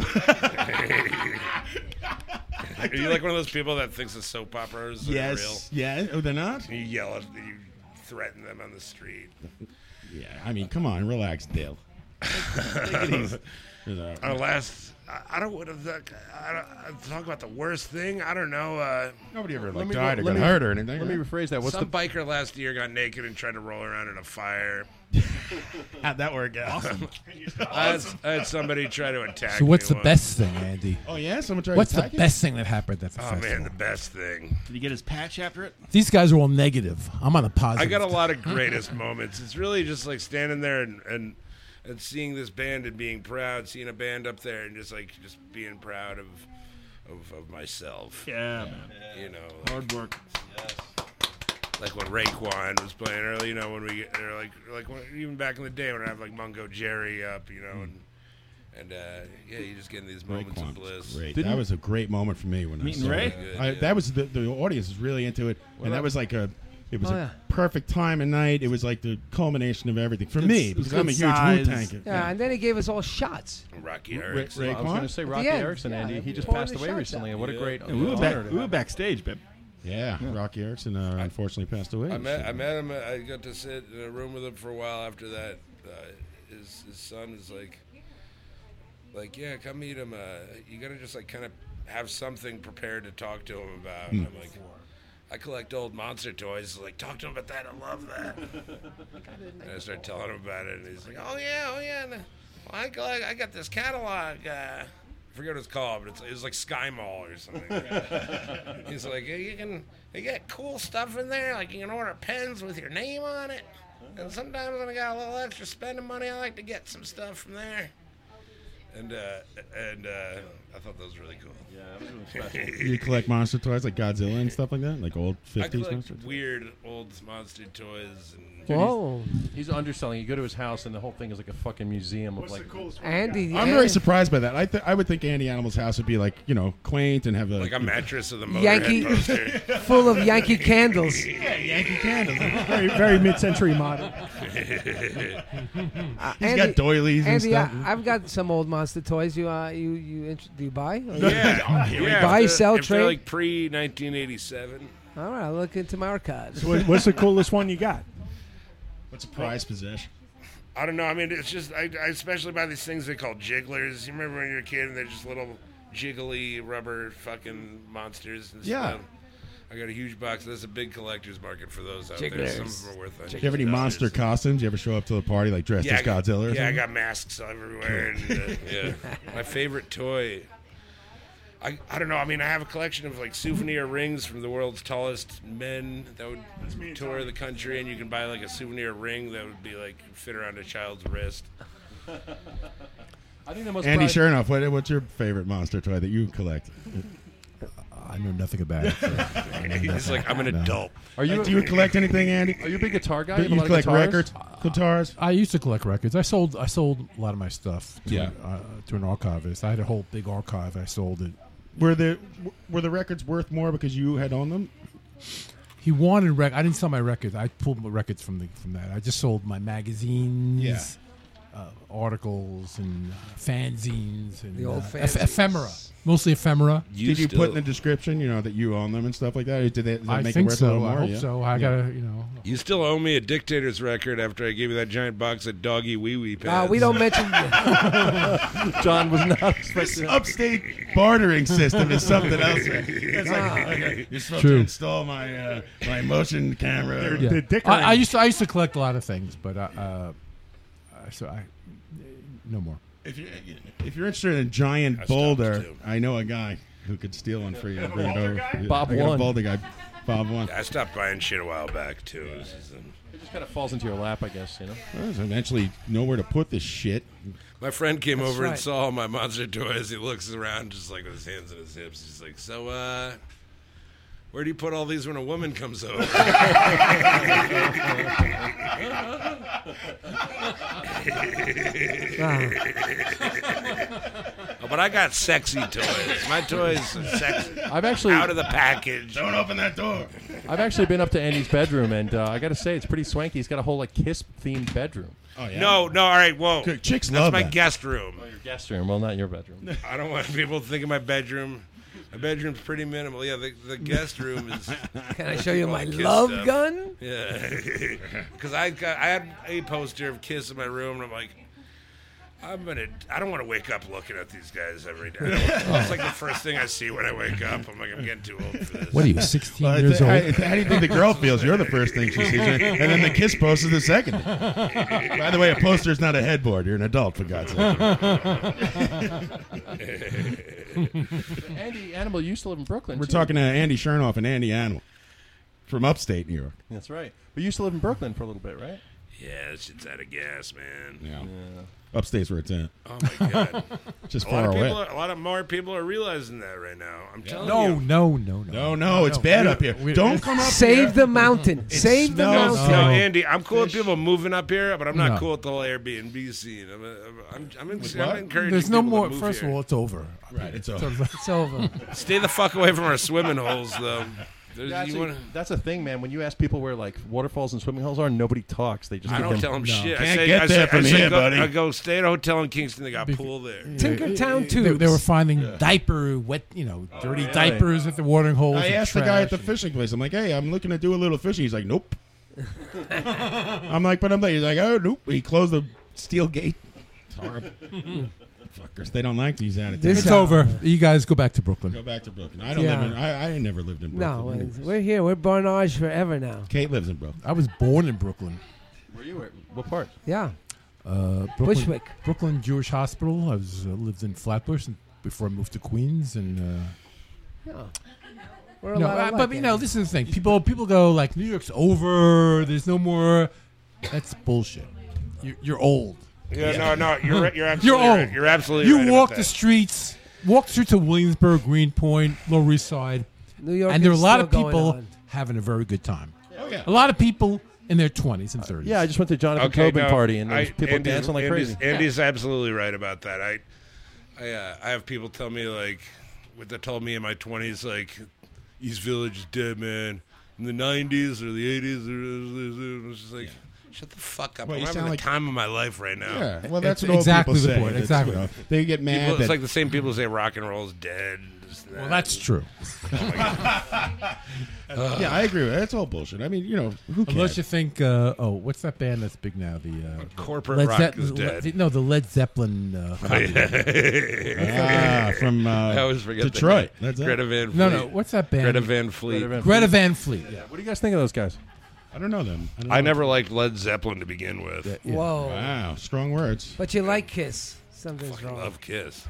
Speaker 20: Are you like one of those people that thinks that soap operas are
Speaker 5: Yes. Yeah. Oh, they're not.
Speaker 20: real? You yell at, you threaten them on the street.
Speaker 5: Yeah. I mean, come on, relax,
Speaker 20: [LAUGHS]
Speaker 5: Dale. Take it easy.
Speaker 20: Our last, I- I don't want to I don't, I talk about the worst thing. I don't know. Uh,
Speaker 5: Nobody ever
Speaker 7: Let
Speaker 5: like
Speaker 7: me-
Speaker 5: died or
Speaker 7: let
Speaker 5: got
Speaker 7: me-
Speaker 5: hurt or anything.
Speaker 7: let me rephrase that. What's
Speaker 20: Some
Speaker 7: the-
Speaker 20: biker last year got naked and tried to roll around in a fire.
Speaker 5: [LAUGHS] How'd that work out? [LAUGHS] Awesome.
Speaker 20: I, had, I had somebody try to attack.
Speaker 18: So what's
Speaker 20: me
Speaker 18: the
Speaker 20: once.
Speaker 18: best thing, Andy?
Speaker 5: Oh, yeah? Someone tried to
Speaker 18: What's the
Speaker 5: attack you?
Speaker 18: best thing that happened at the
Speaker 20: Oh
Speaker 18: festival?
Speaker 20: man, the best thing.
Speaker 10: Did he get his patch after it?
Speaker 18: These guys are all negative. I'm on a
Speaker 20: I
Speaker 18: positive.
Speaker 20: got a lot of greatest moments. It's really just like standing there and, and and seeing this band and being proud, seeing a band up there and just like just being proud of of, of myself.
Speaker 10: Yeah, man.
Speaker 20: You know,
Speaker 10: Hard work.
Speaker 20: like when Raekwon was playing early, you know, when we or like like when, even back in the day when I have like Mungo Jerry up, you know,
Speaker 5: Hmm.
Speaker 20: and and uh, yeah, you just get in these moments
Speaker 5: Raekwon
Speaker 20: of bliss.
Speaker 5: Great. that was a great moment for me when
Speaker 20: Meeting
Speaker 5: I saw
Speaker 20: Ray?
Speaker 5: that. I, that was the, the audience was really into it, and that
Speaker 20: up?
Speaker 5: was like a. It was
Speaker 2: Oh,
Speaker 5: a
Speaker 2: yeah.
Speaker 5: perfect time of night. It was like the culmination of everything for
Speaker 2: Good-
Speaker 5: me
Speaker 2: it was
Speaker 5: because I'm a
Speaker 2: good
Speaker 5: huge Wu
Speaker 2: size.
Speaker 5: Tang.
Speaker 2: Yeah, and then he gave us all shots.
Speaker 20: Rocky
Speaker 5: Ra-
Speaker 20: Erickson.
Speaker 5: Raekwon?
Speaker 7: I was going to say
Speaker 2: At the
Speaker 7: Rocky
Speaker 2: end.
Speaker 7: Erickson,
Speaker 2: Yeah,
Speaker 7: Andy.
Speaker 2: they
Speaker 7: He just
Speaker 2: pouring
Speaker 7: passed
Speaker 2: the
Speaker 7: away
Speaker 2: shots
Speaker 7: recently, and what a great
Speaker 3: we, were
Speaker 7: honor
Speaker 3: back,
Speaker 7: to
Speaker 3: we were
Speaker 7: have.
Speaker 3: backstage, babe.
Speaker 5: Yeah, Rocky Erickson uh, unfortunately passed away.
Speaker 20: I met I met him. uh, I got to sit in a room with him for a while. After that, uh, his his son is like, like yeah, come meet him. Uh, you gotta just like kind of have something prepared to talk to him about.
Speaker 5: Hmm.
Speaker 20: I'm like, I collect old monster toys. Like talk to him about that. I love that. and I start telling him about it, and he's like, oh yeah, oh yeah. and, uh, well, I collect, I got this catalog. Uh, I forget what it's called, but it's, it was like Sky Mall or something. He's like, "Yeah, you can, you get cool stuff in there. Like you can order pens with your name on it. And sometimes when I got a little extra spending money, I like to get some stuff from there. And uh, and uh, I thought that was really cool. Yeah, [LAUGHS]
Speaker 5: you collect monster toys like Godzilla and stuff like that, like old
Speaker 20: I
Speaker 5: fifties
Speaker 20: collect
Speaker 5: monster.
Speaker 20: weird old monster toys. And
Speaker 7: Dude, he's- He's, underselling. You go to his house, and the whole thing is like a fucking museum of like.
Speaker 2: Andy,
Speaker 5: I'm very surprised by that. I th- I would think Andy Animal's house would be like you know quaint and have a
Speaker 20: like a mattress of the Motorhead
Speaker 2: Yankee,
Speaker 20: poster.
Speaker 2: [LAUGHS] full of Yankee candles.
Speaker 5: Yeah, Yankee candles.
Speaker 14: Very, very mid-century
Speaker 5: [LAUGHS]
Speaker 14: modern.
Speaker 2: Uh,
Speaker 5: He's got doilies and
Speaker 2: Andy,
Speaker 5: stuff.
Speaker 2: I, I've got some old monster toys. You, uh, you, you, int- do you buy? [LAUGHS]
Speaker 20: [LAUGHS] yeah, Oh, yeah.
Speaker 2: buy,
Speaker 20: if they're-
Speaker 2: sell,
Speaker 20: if they're,
Speaker 2: trade.
Speaker 20: like pre 1987.
Speaker 2: All right, I'll look into my archives.
Speaker 14: So what- what's the coolest one you got?
Speaker 5: What's a prized possession?
Speaker 20: I don't know. I mean, it's just I, I especially buy these things they call jigglers. You remember when you were a kid and they're just little jiggly rubber fucking monsters and
Speaker 5: Yeah.
Speaker 20: stuff. I got a huge box. There's a big collector's market for those out there. Some of
Speaker 5: Jigglers.
Speaker 20: them are worth.
Speaker 5: Do you have any
Speaker 20: $100.
Speaker 5: monster costumes? You ever show up to the party like dressed
Speaker 20: Yeah,
Speaker 5: as
Speaker 20: I got-
Speaker 5: Godzilla? Or
Speaker 20: yeah, I
Speaker 5: something?
Speaker 20: got masks everywhere. And, uh, [LAUGHS] yeah, my favorite toy. I, I don't know. I mean, I have a collection of like souvenir rings from the world's tallest men that would tour the country, and you can buy like a souvenir ring that would be like fit around a child's wrist.
Speaker 7: I think the most
Speaker 5: Andy
Speaker 7: pride-
Speaker 5: Chernoff, what, what's your favorite monster toy that you collect?
Speaker 18: I know nothing about it.
Speaker 20: [LAUGHS] He's like, I'm an adult.
Speaker 5: Are [LAUGHS] you? do you collect anything, Andy?
Speaker 7: Are you a big guitar guy?
Speaker 5: Do
Speaker 7: You have a
Speaker 5: you
Speaker 7: lot of
Speaker 5: collect
Speaker 7: guitars?
Speaker 5: records? Guitars?
Speaker 18: Uh, I used to collect records. I sold I sold a lot of my stuff to,
Speaker 5: Yeah.
Speaker 18: uh, to an archivist. I had a whole big archive. I sold it.
Speaker 5: Were the were the records worth more because you had owned them?
Speaker 18: He wanted rec. I didn't sell my records. I pulled my records from the from that. I just sold my magazines,
Speaker 5: Yeah.
Speaker 18: uh, articles, and fanzines, and
Speaker 2: The old
Speaker 18: uh,
Speaker 2: fanzines.
Speaker 18: ephemera, mostly ephemera.
Speaker 5: did you put in the description, you know, that you own them and stuff like that? Or did that, does that
Speaker 18: I
Speaker 5: make
Speaker 18: think
Speaker 5: it worth
Speaker 18: so.
Speaker 5: a little
Speaker 18: I
Speaker 5: more?
Speaker 18: hope
Speaker 5: Yeah.
Speaker 18: so. I
Speaker 5: Yeah.
Speaker 18: gotta, you
Speaker 5: Oh,
Speaker 18: know.
Speaker 20: You still owe me a dictator's record after I gave you that giant box of doggy wee wee
Speaker 2: Uh,
Speaker 20: pants.
Speaker 2: we don't
Speaker 5: [LAUGHS]
Speaker 2: mention.
Speaker 7: [LAUGHS] John was not
Speaker 5: This upstate bartering system is something else.
Speaker 2: [LAUGHS]
Speaker 5: It's like, okay, you're supposed
Speaker 18: True.
Speaker 5: to install my uh, my motion camera.
Speaker 18: Yeah. I, I used to I used to collect a lot of things, but I, uh, I- so I no more.
Speaker 5: If you're [LAUGHS] if you're interested in a giant boulder, I know a guy who could steal one for you. and bring it over. Yeah,
Speaker 7: Bob
Speaker 5: I got
Speaker 7: One.
Speaker 5: A boulder guy. Bob one.
Speaker 20: [LAUGHS] I stopped buying shit a while back too. This is an-
Speaker 7: It just kind of falls into your lap, I guess. You know.
Speaker 5: There's eventually nowhere to put this shit.
Speaker 20: My friend came
Speaker 5: That's
Speaker 20: over and
Speaker 5: right.
Speaker 20: saw my monster toys. He looks around just like with his hands in his hips. He's like, "So, uh, where do you put all these when a woman comes over?"
Speaker 5: [LAUGHS]
Speaker 20: Oh, Oh, but I got sexy toys. My toys are sexy.
Speaker 7: I've actually-
Speaker 20: out of the package.
Speaker 5: Don't open that door.
Speaker 7: I've actually been up to Andy's bedroom, and uh, I got to say, it's pretty swanky. He's got a whole like kiss themed bedroom.
Speaker 5: Oh
Speaker 20: [LAUGHS] No, no. All right, whoa.
Speaker 7: Good, chicks
Speaker 20: That's
Speaker 7: love
Speaker 20: my
Speaker 7: that.
Speaker 20: guest room. Oh, your
Speaker 7: guest room. Well, not your
Speaker 5: [LAUGHS]
Speaker 7: bedroom. [LAUGHS]
Speaker 20: [LAUGHS] I don't want people to think of my bedroom. My bedroom's pretty minimal. Yeah, the, the guest room is.
Speaker 2: [LAUGHS] Can I show you
Speaker 20: all
Speaker 2: my
Speaker 20: the Kiss
Speaker 2: love
Speaker 20: stuff.
Speaker 2: gun?
Speaker 20: Yeah, [LAUGHS] because I got I had a poster of Kiss in my room, and I'm like, I'm gonna. I don't want to wake up looking at these guys
Speaker 5: [LAUGHS]
Speaker 20: every day. It's like the first thing I see when I wake up. I'm like, I'm getting too old for this.
Speaker 18: What are
Speaker 5: [LAUGHS]
Speaker 18: you, 16
Speaker 5: Well, I
Speaker 18: years
Speaker 5: thi-
Speaker 18: old?
Speaker 5: I- how do you think the girl feels? You're the first thing she sees, and then
Speaker 20: [LAUGHS]
Speaker 5: the kiss post is the second. By the way, a poster is not a headboard. You're an adult, for God's sake.
Speaker 7: Andy Animal you used to live in Brooklyn.
Speaker 5: We're
Speaker 7: too.
Speaker 5: talking to Andy Chernoff and Andy Animal from upstate New York.
Speaker 7: That's right. But you used to live in Brooklyn for a little bit, right?
Speaker 20: Yeah, that shit's out of gas, man.
Speaker 5: Yeah. Upstate's where it's at.
Speaker 20: Oh my
Speaker 18: [LAUGHS]
Speaker 20: god!
Speaker 5: [LAUGHS] Just
Speaker 20: a
Speaker 5: far
Speaker 20: lot of
Speaker 5: away.
Speaker 20: people, are- a lot of more people are realizing that right now. I'm telling
Speaker 18: No,
Speaker 20: you.
Speaker 18: no, no, no,
Speaker 5: No, no, it's bad up here. Don't come up
Speaker 2: Save
Speaker 5: here.
Speaker 2: the mountain.
Speaker 5: It
Speaker 2: Save the
Speaker 5: smells-
Speaker 2: mountain.
Speaker 20: No, Andy, I'm cool with people moving up here, but I'm not
Speaker 18: No.
Speaker 20: cool with the whole Airbnb scene. I'm, I'm, I'm, I'm,
Speaker 18: With
Speaker 20: I'm
Speaker 18: what?
Speaker 20: encouraging
Speaker 18: There's no
Speaker 20: people
Speaker 18: more.
Speaker 20: To move
Speaker 18: First
Speaker 20: here.
Speaker 18: of all, it's over.
Speaker 5: Right, it's
Speaker 7: over.
Speaker 2: It's
Speaker 18: [LAUGHS]
Speaker 2: over.
Speaker 20: [LAUGHS] Stay the fuck away from our swimming holes, though. There's,
Speaker 7: That's,
Speaker 20: you
Speaker 7: a,
Speaker 20: wanna,
Speaker 7: that's a thing, man. When you ask people where like waterfalls and swimming holes are, nobody talks. They just
Speaker 20: I
Speaker 7: give
Speaker 20: don't
Speaker 7: them,
Speaker 20: tell them shit. I
Speaker 5: Can't
Speaker 20: say,
Speaker 5: get
Speaker 20: I
Speaker 5: there
Speaker 20: say, I
Speaker 5: from
Speaker 20: say
Speaker 5: here,
Speaker 20: go,
Speaker 5: buddy.
Speaker 20: I go stay at a hotel in Kingston. They got a pool there.
Speaker 2: Tinkertown
Speaker 18: They, they were
Speaker 2: tubes.
Speaker 18: finding diaper wet, you know, dirty
Speaker 5: Oh, yeah.
Speaker 18: diapers at the watering holes.
Speaker 5: I
Speaker 18: and
Speaker 5: asked the guy at
Speaker 18: trash.
Speaker 5: the fishing place. I'm like, hey, I'm looking to do a little fishing. He's like, nope. I'm like, but I'm like, he's like, oh, nope. He closed the steel gate. It's horrible. Fuckers, they don't like these attitudes.
Speaker 18: It's over. You guys go back to Brooklyn.
Speaker 5: Go back to Brooklyn. I don't
Speaker 2: Yeah.
Speaker 5: live in. I, I never lived in Brooklyn.
Speaker 2: No, it's- we're here. We're Barnage forever now.
Speaker 5: Kate lives in Brooklyn.
Speaker 18: I was born in Brooklyn.
Speaker 7: Were you at? What part?
Speaker 2: Yeah.
Speaker 18: Uh, Brooklyn,
Speaker 2: Bushwick.
Speaker 18: Brooklyn Jewish Hospital. I was uh, lived in Flatbush and- before I moved to Queens, and uh,
Speaker 2: We're a
Speaker 18: no,
Speaker 2: lot
Speaker 18: uh,
Speaker 2: alike,
Speaker 18: but you
Speaker 2: Andy.
Speaker 18: know, this is the thing. People people go like New York's over. There's no more. That's bullshit. You're, you're old.
Speaker 20: Yeah, no, no,
Speaker 18: [LAUGHS]
Speaker 20: you're right-
Speaker 18: you're
Speaker 20: you're absolutely
Speaker 18: old.
Speaker 20: right. You're absolutely
Speaker 18: You
Speaker 20: right about
Speaker 18: walk the
Speaker 20: that.
Speaker 18: streets, walk through to Williamsburg, Greenpoint, Lower East Side,
Speaker 2: New York
Speaker 18: and there are a
Speaker 2: is
Speaker 18: lot of
Speaker 2: still going
Speaker 18: people
Speaker 2: on.
Speaker 18: having a very good time.
Speaker 5: Oh, yeah.
Speaker 18: A lot of people in their 20s and 30s.
Speaker 7: Yeah, I just went to Jonathan
Speaker 20: Okay,
Speaker 7: Coben
Speaker 20: no,
Speaker 7: party, and there was
Speaker 20: I-
Speaker 7: people
Speaker 20: Andy's-
Speaker 7: dancing like
Speaker 20: Andy's,
Speaker 7: crazy.
Speaker 20: Andy's absolutely right about that. I, I, uh, I have people tell me like, what they told me in my twenties, like, East Village is dead, man. In the nineties or the eighties, it was just like, shut the fuck up.
Speaker 5: Well,
Speaker 20: I'm
Speaker 5: you
Speaker 20: having
Speaker 5: sound
Speaker 20: the [LAUGHS]
Speaker 5: like-
Speaker 20: time of my life right now.
Speaker 5: Yeah, well, that's
Speaker 18: It's
Speaker 5: what old
Speaker 18: exactly
Speaker 5: people
Speaker 18: the
Speaker 5: say.
Speaker 18: point,
Speaker 5: That's,
Speaker 18: exactly.
Speaker 5: you know, they get mad.
Speaker 20: People,
Speaker 5: that-
Speaker 20: it's like the same people say rock and roll is dead.
Speaker 18: Well, that's true.
Speaker 20: Oh
Speaker 5: [LAUGHS] yeah, I agree with that. That's all bullshit. I mean, you know, who cares?
Speaker 18: Unless you think, uh, oh, what's that band that's big now? The uh,
Speaker 20: Corporate
Speaker 18: Led
Speaker 20: rock
Speaker 18: Zep-
Speaker 20: is
Speaker 18: Le-
Speaker 20: dead.
Speaker 18: no, the Led Zeppelin.
Speaker 20: [LAUGHS]
Speaker 18: Uh, copy.
Speaker 20: yeah.
Speaker 5: Ah, from, uh,
Speaker 20: [LAUGHS] I always forget the
Speaker 5: Detroit.
Speaker 20: name.
Speaker 5: That's it.
Speaker 20: Greta Van Fleet.
Speaker 18: No, no, what's that band?
Speaker 20: Greta Van Fleet.
Speaker 18: Greta Van Fleet. Yeah.
Speaker 7: What do you guys think of those guys?
Speaker 5: I don't know them. don't
Speaker 20: I
Speaker 5: know.
Speaker 20: never liked Led Zeppelin to begin with.
Speaker 2: Whoa.
Speaker 5: Wow, strong words.
Speaker 2: But you like Kiss. Something's wrong.
Speaker 20: Love Kiss.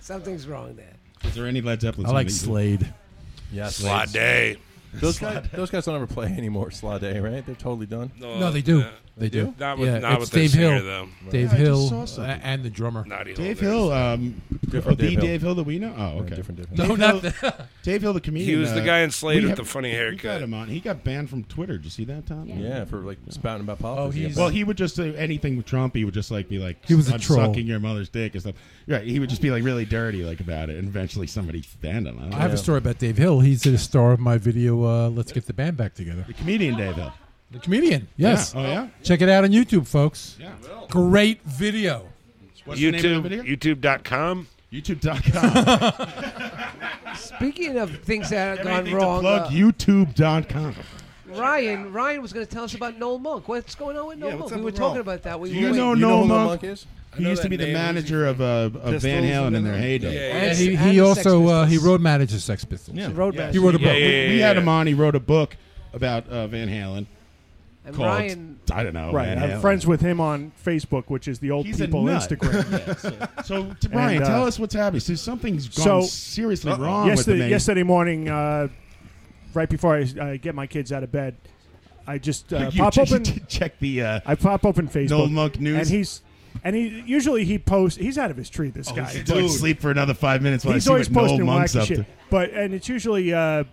Speaker 2: Something's wrong there.
Speaker 5: Is there any Led Zeppelin?
Speaker 18: I like
Speaker 5: song
Speaker 18: Slade.
Speaker 7: Yeah,
Speaker 20: Slade.
Speaker 7: Those guys, those guys don't ever play anymore. Slade, right? They're totally done.
Speaker 18: No, they do. They do.
Speaker 20: Not with-
Speaker 18: yeah,
Speaker 20: not
Speaker 18: it's
Speaker 20: with the
Speaker 18: Dave
Speaker 20: singer,
Speaker 18: Hill,
Speaker 20: though. Right.
Speaker 18: Dave
Speaker 20: Yeah, I just
Speaker 18: Hill,
Speaker 20: saw
Speaker 18: uh, and the drummer.
Speaker 5: Dave Hill, um,
Speaker 20: Different
Speaker 5: oh, the
Speaker 20: Dave
Speaker 5: Dave,
Speaker 20: Hill.
Speaker 5: Hill that we know. Oh,
Speaker 20: Right,
Speaker 5: okay,
Speaker 20: different Dave Hill.
Speaker 5: Dave
Speaker 20: No,
Speaker 5: Hill,
Speaker 20: not
Speaker 18: [LAUGHS]
Speaker 5: Dave Hill, the comedian.
Speaker 20: He was the
Speaker 5: uh,
Speaker 20: guy in Slade
Speaker 5: we have-
Speaker 20: with the funny
Speaker 5: We got
Speaker 20: haircut.
Speaker 5: him on. He got banned from Twitter. Did you see that, Tom?
Speaker 7: Yeah, for like spouting about
Speaker 5: Oh,
Speaker 7: politics.
Speaker 5: he's,
Speaker 7: Yeah.
Speaker 5: well, he would just do anything with Trump. He would just like be like,
Speaker 7: He was a
Speaker 5: "I'm
Speaker 7: troll."
Speaker 5: sucking your mother's dick and stuff. Right? He would just be like really dirty like about it, and eventually somebody banned him.
Speaker 18: I have a story about Dave Hill. He's the star of my video. Uh, Let's get the band back together. The
Speaker 5: comedian Dave Hill.
Speaker 18: The comedian. Yes.
Speaker 5: Yeah. Oh, yeah?
Speaker 18: Check it out on YouTube, folks.
Speaker 5: Yeah.
Speaker 14: [LAUGHS]
Speaker 18: Great video.
Speaker 20: YouTube, YouTube.com.
Speaker 5: YouTube.com.
Speaker 2: Speaking of things that have gone
Speaker 5: Anything
Speaker 2: wrong,
Speaker 5: to plug
Speaker 2: uh,
Speaker 5: YouTube.com.
Speaker 2: Ryan Ryan was going to tell us about Noel Monk. What's going on with Noel
Speaker 8: Yeah, what's
Speaker 2: Monk?
Speaker 8: up
Speaker 2: We were
Speaker 8: with
Speaker 2: talking
Speaker 8: Noel?
Speaker 2: about that. We
Speaker 5: Do you,
Speaker 2: were-
Speaker 5: know, Noel Monk? He
Speaker 2: know
Speaker 5: used to
Speaker 2: that
Speaker 5: be the
Speaker 2: name.
Speaker 5: manager of, uh, of Van
Speaker 2: Pistols
Speaker 5: Halen
Speaker 2: and
Speaker 5: in their heyday.
Speaker 18: And he, he also uh, he road manages Sex Pistols.
Speaker 5: Yeah.
Speaker 18: He wrote a book.
Speaker 5: We- we had him on. He wrote a book about uh, Van Halen.
Speaker 2: And
Speaker 5: called,
Speaker 2: Ryan-
Speaker 5: I don't know.
Speaker 14: right.
Speaker 5: Van
Speaker 14: I'm
Speaker 5: Halen.
Speaker 14: friends with him on Facebook, which is the old
Speaker 5: He's a
Speaker 14: people
Speaker 5: nut.
Speaker 14: [LAUGHS]
Speaker 5: [LAUGHS]
Speaker 14: Instagram.
Speaker 5: So, t- Brian,
Speaker 14: And, uh,
Speaker 5: tell us what's happening. So something's gone seriously
Speaker 14: Uh-oh.
Speaker 5: wrong with the
Speaker 14: yesterday,
Speaker 5: man.
Speaker 14: yesterday morning, uh, right before I uh, get my kids out of bed, I just uh,
Speaker 5: [LAUGHS] You
Speaker 14: pop
Speaker 5: che-
Speaker 14: open
Speaker 5: check the. Uh,
Speaker 14: I pop open Facebook.
Speaker 5: Noel Monk news?
Speaker 14: and he's and he usually he posts. He's out of his tree. This guy,
Speaker 5: Oh, He's
Speaker 14: Dude.
Speaker 5: like, sleep for another five minutes while
Speaker 14: he's
Speaker 5: I
Speaker 14: always
Speaker 5: see what Noel
Speaker 14: posting
Speaker 5: Monk's
Speaker 14: wacky
Speaker 5: up
Speaker 14: shit.
Speaker 5: to.
Speaker 14: But and it's usually uh,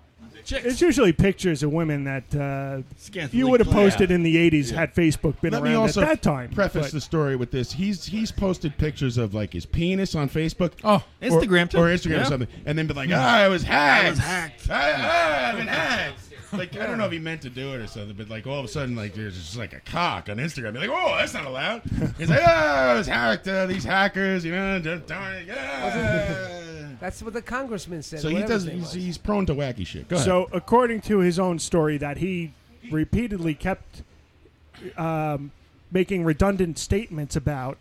Speaker 14: it's usually pictures of women that uh,
Speaker 5: Scantily
Speaker 14: you would have
Speaker 5: clad.
Speaker 14: posted in the '80s had Facebook been
Speaker 5: Let
Speaker 14: around
Speaker 5: me also
Speaker 14: at that time.
Speaker 5: preface
Speaker 14: But-
Speaker 5: the story with this: he's he's posted pictures of like his penis on Facebook,
Speaker 18: oh,
Speaker 5: or,
Speaker 1: Instagram, too.
Speaker 5: or Instagram or
Speaker 1: Yeah.
Speaker 5: something, and then be [LAUGHS] like, "Ah, I was hacked.
Speaker 1: I was hacked.
Speaker 5: I, ah, I've been hacked." Like I don't know if he meant to do it or something, but like all of a sudden, like there's just like a cock on Instagram. You're like, "Oh, that's not allowed." He's like, "Ah, I was hacked. Uh, these hackers, you know." Darn it, yeah.
Speaker 2: That's what the congressman said.
Speaker 5: So he
Speaker 2: whatever
Speaker 5: does.
Speaker 2: his name
Speaker 5: He's,
Speaker 2: was.
Speaker 5: he's prone to wacky shit. Go ahead.
Speaker 14: So, according to his own story, that he repeatedly kept um, making redundant statements about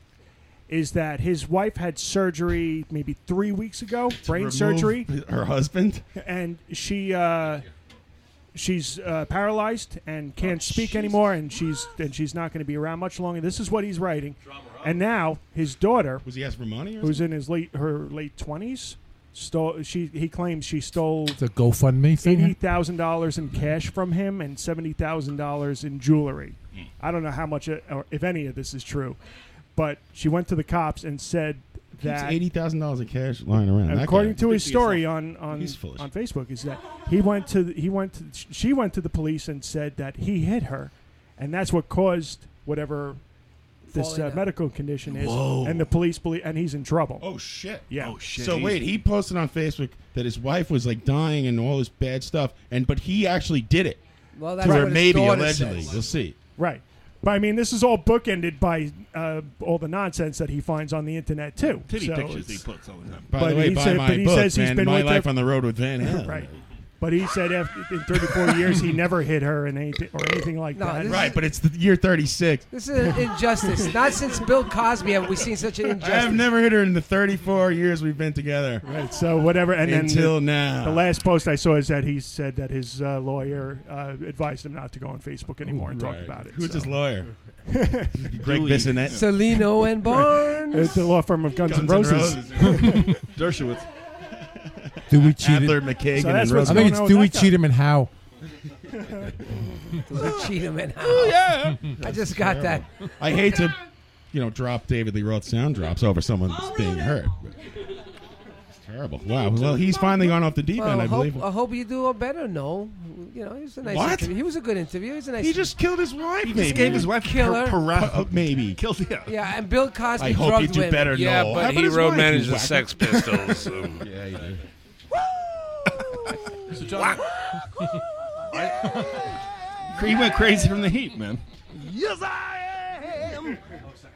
Speaker 14: is that his wife had surgery maybe three weeks ago, brain
Speaker 5: remove
Speaker 14: surgery.
Speaker 5: her husband?
Speaker 14: and she uh, she's uh, paralyzed and can't speak anymore, and she's and she's not going to be around much longer. This is what he's writing, and now his daughter
Speaker 5: was he asked for money, or
Speaker 14: who's in his late her late twenties. Stole she? He claims she stole
Speaker 18: The GoFundMe
Speaker 14: eighty
Speaker 18: thing.
Speaker 14: thousand dollars in cash from him and seventy thousand dollars in jewelry. I don't know how much, uh, or if any of this is true, but she went to the cops and said
Speaker 5: Keeps
Speaker 14: that.
Speaker 5: eighty thousand dollars in cash lying around. That
Speaker 14: according
Speaker 5: guy-
Speaker 14: to his story on on,
Speaker 5: He's full of
Speaker 14: on Facebook, is that he went to he went to, she went to the police and said that he hit her, and that's what caused whatever this
Speaker 5: Falling
Speaker 14: uh,
Speaker 5: down.
Speaker 14: medical condition is.
Speaker 5: Whoa.
Speaker 14: And the police believe, and he's in trouble.
Speaker 5: Oh shit!
Speaker 14: Yeah. Oh
Speaker 5: So wait, he posted on Facebook that his wife was like dying and all this bad stuff, and but he actually did it.
Speaker 2: Well,
Speaker 14: that's
Speaker 5: To where
Speaker 14: what his
Speaker 5: maybe
Speaker 14: daughter
Speaker 5: allegedly.
Speaker 14: says.
Speaker 5: We'll see.
Speaker 14: Right. But I mean, this is all bookended by uh, all the nonsense that he finds on the internet too.
Speaker 10: Titty
Speaker 14: So
Speaker 10: pictures he
Speaker 14: it's-
Speaker 10: puts all the time.
Speaker 5: By
Speaker 14: But
Speaker 5: the way,
Speaker 14: he
Speaker 5: buy
Speaker 14: said-
Speaker 5: my
Speaker 14: but he
Speaker 5: book,
Speaker 14: says he's
Speaker 5: man,
Speaker 14: been
Speaker 5: My
Speaker 14: with
Speaker 5: Life
Speaker 14: her-
Speaker 5: on the Road with Van Halen.
Speaker 14: [LAUGHS] Right. But he said after, in 34 years he never hit her and anything or anything like
Speaker 2: No,
Speaker 14: that.
Speaker 2: this
Speaker 5: Right, but it's the year thirty-six.
Speaker 2: This is an injustice. Not since Bill Cosby have we seen such an
Speaker 5: I
Speaker 2: injustice.
Speaker 5: have never hit her in the thirty-four years we've been together.
Speaker 14: Right. So whatever. And then
Speaker 5: until
Speaker 14: the-
Speaker 5: now,
Speaker 14: the last post I saw is that he said that his uh, lawyer uh, advised him not to go on Facebook anymore and
Speaker 5: Right.
Speaker 14: talk about it.
Speaker 5: Who's
Speaker 14: so.
Speaker 5: his lawyer? Greg Bissonette.
Speaker 2: Salino
Speaker 5: [LAUGHS]
Speaker 2: and Barnes.
Speaker 14: It's the law firm of Guns, N' Roses.
Speaker 5: Dershowitz.
Speaker 18: [LAUGHS] Dewey Cheatham.
Speaker 5: Adler, McKagan,
Speaker 14: So that's
Speaker 18: and
Speaker 14: what's
Speaker 18: I think
Speaker 14: going
Speaker 18: it's
Speaker 14: on with
Speaker 18: Dewey
Speaker 14: that guy.
Speaker 18: Cheatham and Howe.
Speaker 2: Cheatham and Howe.
Speaker 1: yeah.
Speaker 2: I just got that.
Speaker 5: I hate to, you know, drop David Lee Roth sound drops over someone being hurt. It's terrible. Wow. Well, he's finally gone off the deep
Speaker 2: Well,
Speaker 5: end, I
Speaker 2: I, hope,
Speaker 5: believe.
Speaker 2: I hope you do better. No, you know he was a nice.
Speaker 5: What?
Speaker 2: Interview. He was a good interview. He was a nice.
Speaker 5: He just killed his wife.
Speaker 2: just gave his wife Killer.
Speaker 5: Per, per,
Speaker 14: [LAUGHS]
Speaker 5: uh, maybe. Killed
Speaker 2: yeah, and Bill Cosby.
Speaker 5: I hope
Speaker 2: drugged
Speaker 5: you do
Speaker 2: women.
Speaker 5: better,
Speaker 20: Yeah,
Speaker 5: Noel. How
Speaker 20: but
Speaker 5: about
Speaker 20: he
Speaker 5: his
Speaker 20: road
Speaker 5: wife,
Speaker 20: managed
Speaker 5: you
Speaker 20: the
Speaker 5: whacker?
Speaker 20: Sex Pistols. so-
Speaker 5: yeah, you do.
Speaker 10: So John,
Speaker 6: [LAUGHS]
Speaker 10: he went crazy from the heat, man.
Speaker 6: Yes, I am.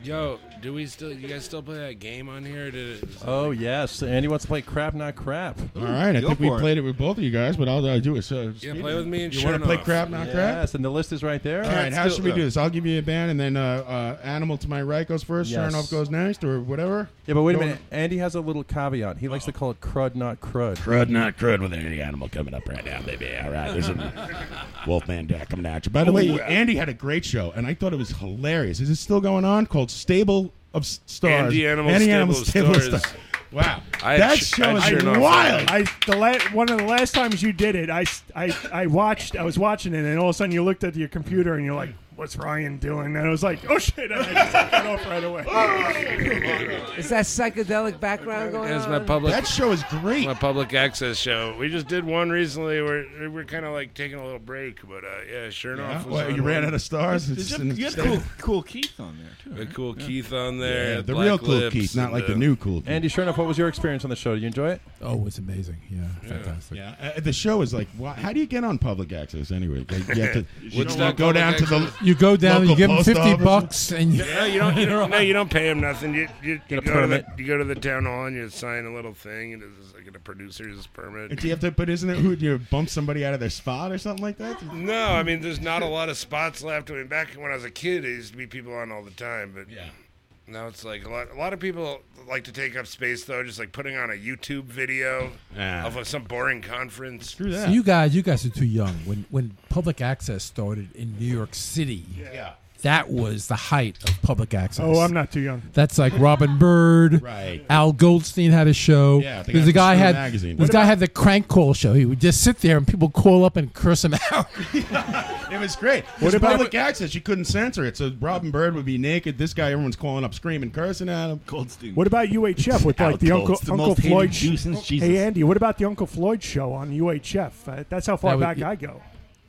Speaker 20: Yo, do we still? You guys still play that game on here? Or did it,
Speaker 7: Oh yes, Andy wants to play crap, not crap.
Speaker 5: [LAUGHS] All right. I think we played it with both of you guys, but all I do is. Uh,
Speaker 20: Yeah, play with me and
Speaker 5: You wanna
Speaker 20: Chernoff.
Speaker 5: play crap, not crap?
Speaker 7: Yes, and the list is right there.
Speaker 5: all right, how should we do this? I'll give you a band, and then uh, uh, Animal to my right goes first,
Speaker 7: Yes.
Speaker 5: Chernoff goes next, or whatever.
Speaker 7: Yeah, but wait a
Speaker 5: Going-
Speaker 7: minute. Andy has a little caveat. He likes to call it crud, not crud.
Speaker 5: Crud, not crud with any animal coming up right now, baby. All right, there's a
Speaker 20: [LAUGHS]
Speaker 5: Wolfman Jack coming at you. By the
Speaker 20: Oh,
Speaker 5: way, Andy had a great show, and I thought it was hilarious. Is it still going on? Called Stable of S- Stars.
Speaker 20: Andy Animal
Speaker 5: Any Animal
Speaker 20: Stable
Speaker 5: Stable
Speaker 20: of
Speaker 5: of
Speaker 20: Stars.
Speaker 5: Stars. Wow,
Speaker 20: I
Speaker 5: that
Speaker 20: sh-
Speaker 5: show
Speaker 20: I
Speaker 5: is
Speaker 20: sure know.
Speaker 5: wild.
Speaker 14: I the la- one of the last times you did it, I, s- I- I watched. I was watching it, and all of a sudden you looked at your computer and you're like, what's Ryan doing? And I was like, oh shit! And I just cut off right away.
Speaker 6: Oh,
Speaker 2: Is that psychedelic background going
Speaker 20: That's
Speaker 2: on?
Speaker 20: my public.
Speaker 5: That show is great.
Speaker 20: My public access show. We just did one recently. We're we're kind of like taking a little break, but uh, yeah, sure
Speaker 5: Yeah?
Speaker 20: enough. was
Speaker 5: Well,
Speaker 20: on
Speaker 5: you ran
Speaker 20: one.
Speaker 5: out of stars? It's just an extended-
Speaker 20: cool Keith on there too. The cool Keith on there.
Speaker 5: Yeah, the
Speaker 20: Black
Speaker 5: real cool
Speaker 20: Lips
Speaker 5: Keith, not
Speaker 20: and,
Speaker 5: like the
Speaker 20: uh,
Speaker 5: new cool.
Speaker 7: Andy, sure enough, what was your experience on the show? Did you enjoy it?
Speaker 18: Oh, it was amazing. Yeah, fantastic.
Speaker 5: Yeah, uh, the show is like, why, how do you get on public access anyway? Like, you
Speaker 20: [LAUGHS]
Speaker 5: have to
Speaker 20: You
Speaker 5: you
Speaker 20: don't
Speaker 5: go
Speaker 20: want
Speaker 5: down
Speaker 20: public
Speaker 5: to the
Speaker 20: access.
Speaker 18: You go down, you
Speaker 5: local
Speaker 18: give them
Speaker 5: post
Speaker 18: fifty
Speaker 5: office.
Speaker 18: bucks, and you,
Speaker 20: No, you don't.
Speaker 18: [LAUGHS]
Speaker 20: You don't no, you don't pay him nothing. You you,
Speaker 18: Get
Speaker 20: you
Speaker 18: a
Speaker 20: go to the,
Speaker 18: permit.
Speaker 20: you go to the town hall and you sign a little thing and it's like a producer's permit.
Speaker 5: And [LAUGHS] Do you have to? But isn't it who do you bump somebody out of their spot or something like that?
Speaker 20: [LAUGHS] No, I mean, there's not a lot of spots left. I mean, back when I was a kid, there used to be people on all the time, but yeah. Now it's like a lot. A lot of people like to take up space, though. Just like putting on a YouTube video
Speaker 5: Ah.
Speaker 20: of uh, some boring conference. Screw
Speaker 18: So you guys, you guys are too young. When when public access started in New York City,
Speaker 20: Yeah.
Speaker 18: that was the height of public access.
Speaker 14: Oh, I'm not too young.
Speaker 18: That's like Robin Bird,
Speaker 14: Right.
Speaker 18: Al Goldstein had a show.
Speaker 14: Yeah, they
Speaker 18: there's
Speaker 14: got
Speaker 18: a guy
Speaker 14: Screw
Speaker 18: had
Speaker 14: Magazine.
Speaker 18: this
Speaker 14: What
Speaker 18: guy
Speaker 14: about-
Speaker 18: had the crank call show. He would just sit there and people would call up and curse him out.
Speaker 5: [LAUGHS] It was great. What about public access? You couldn't censor it. So Robin Bird would be naked. This guy, everyone's calling up, screaming, cursing at him. Goldstein.
Speaker 14: What about UHF with like the
Speaker 5: Alcohol.
Speaker 14: Uncle
Speaker 5: It's the
Speaker 14: Uncle Oh,
Speaker 5: most hated
Speaker 14: Floyd?
Speaker 5: Jew since Jesus.
Speaker 14: Hey Andy, what about the Uncle Floyd show on UHF? Uh, that's how far
Speaker 18: That would-
Speaker 14: back I go.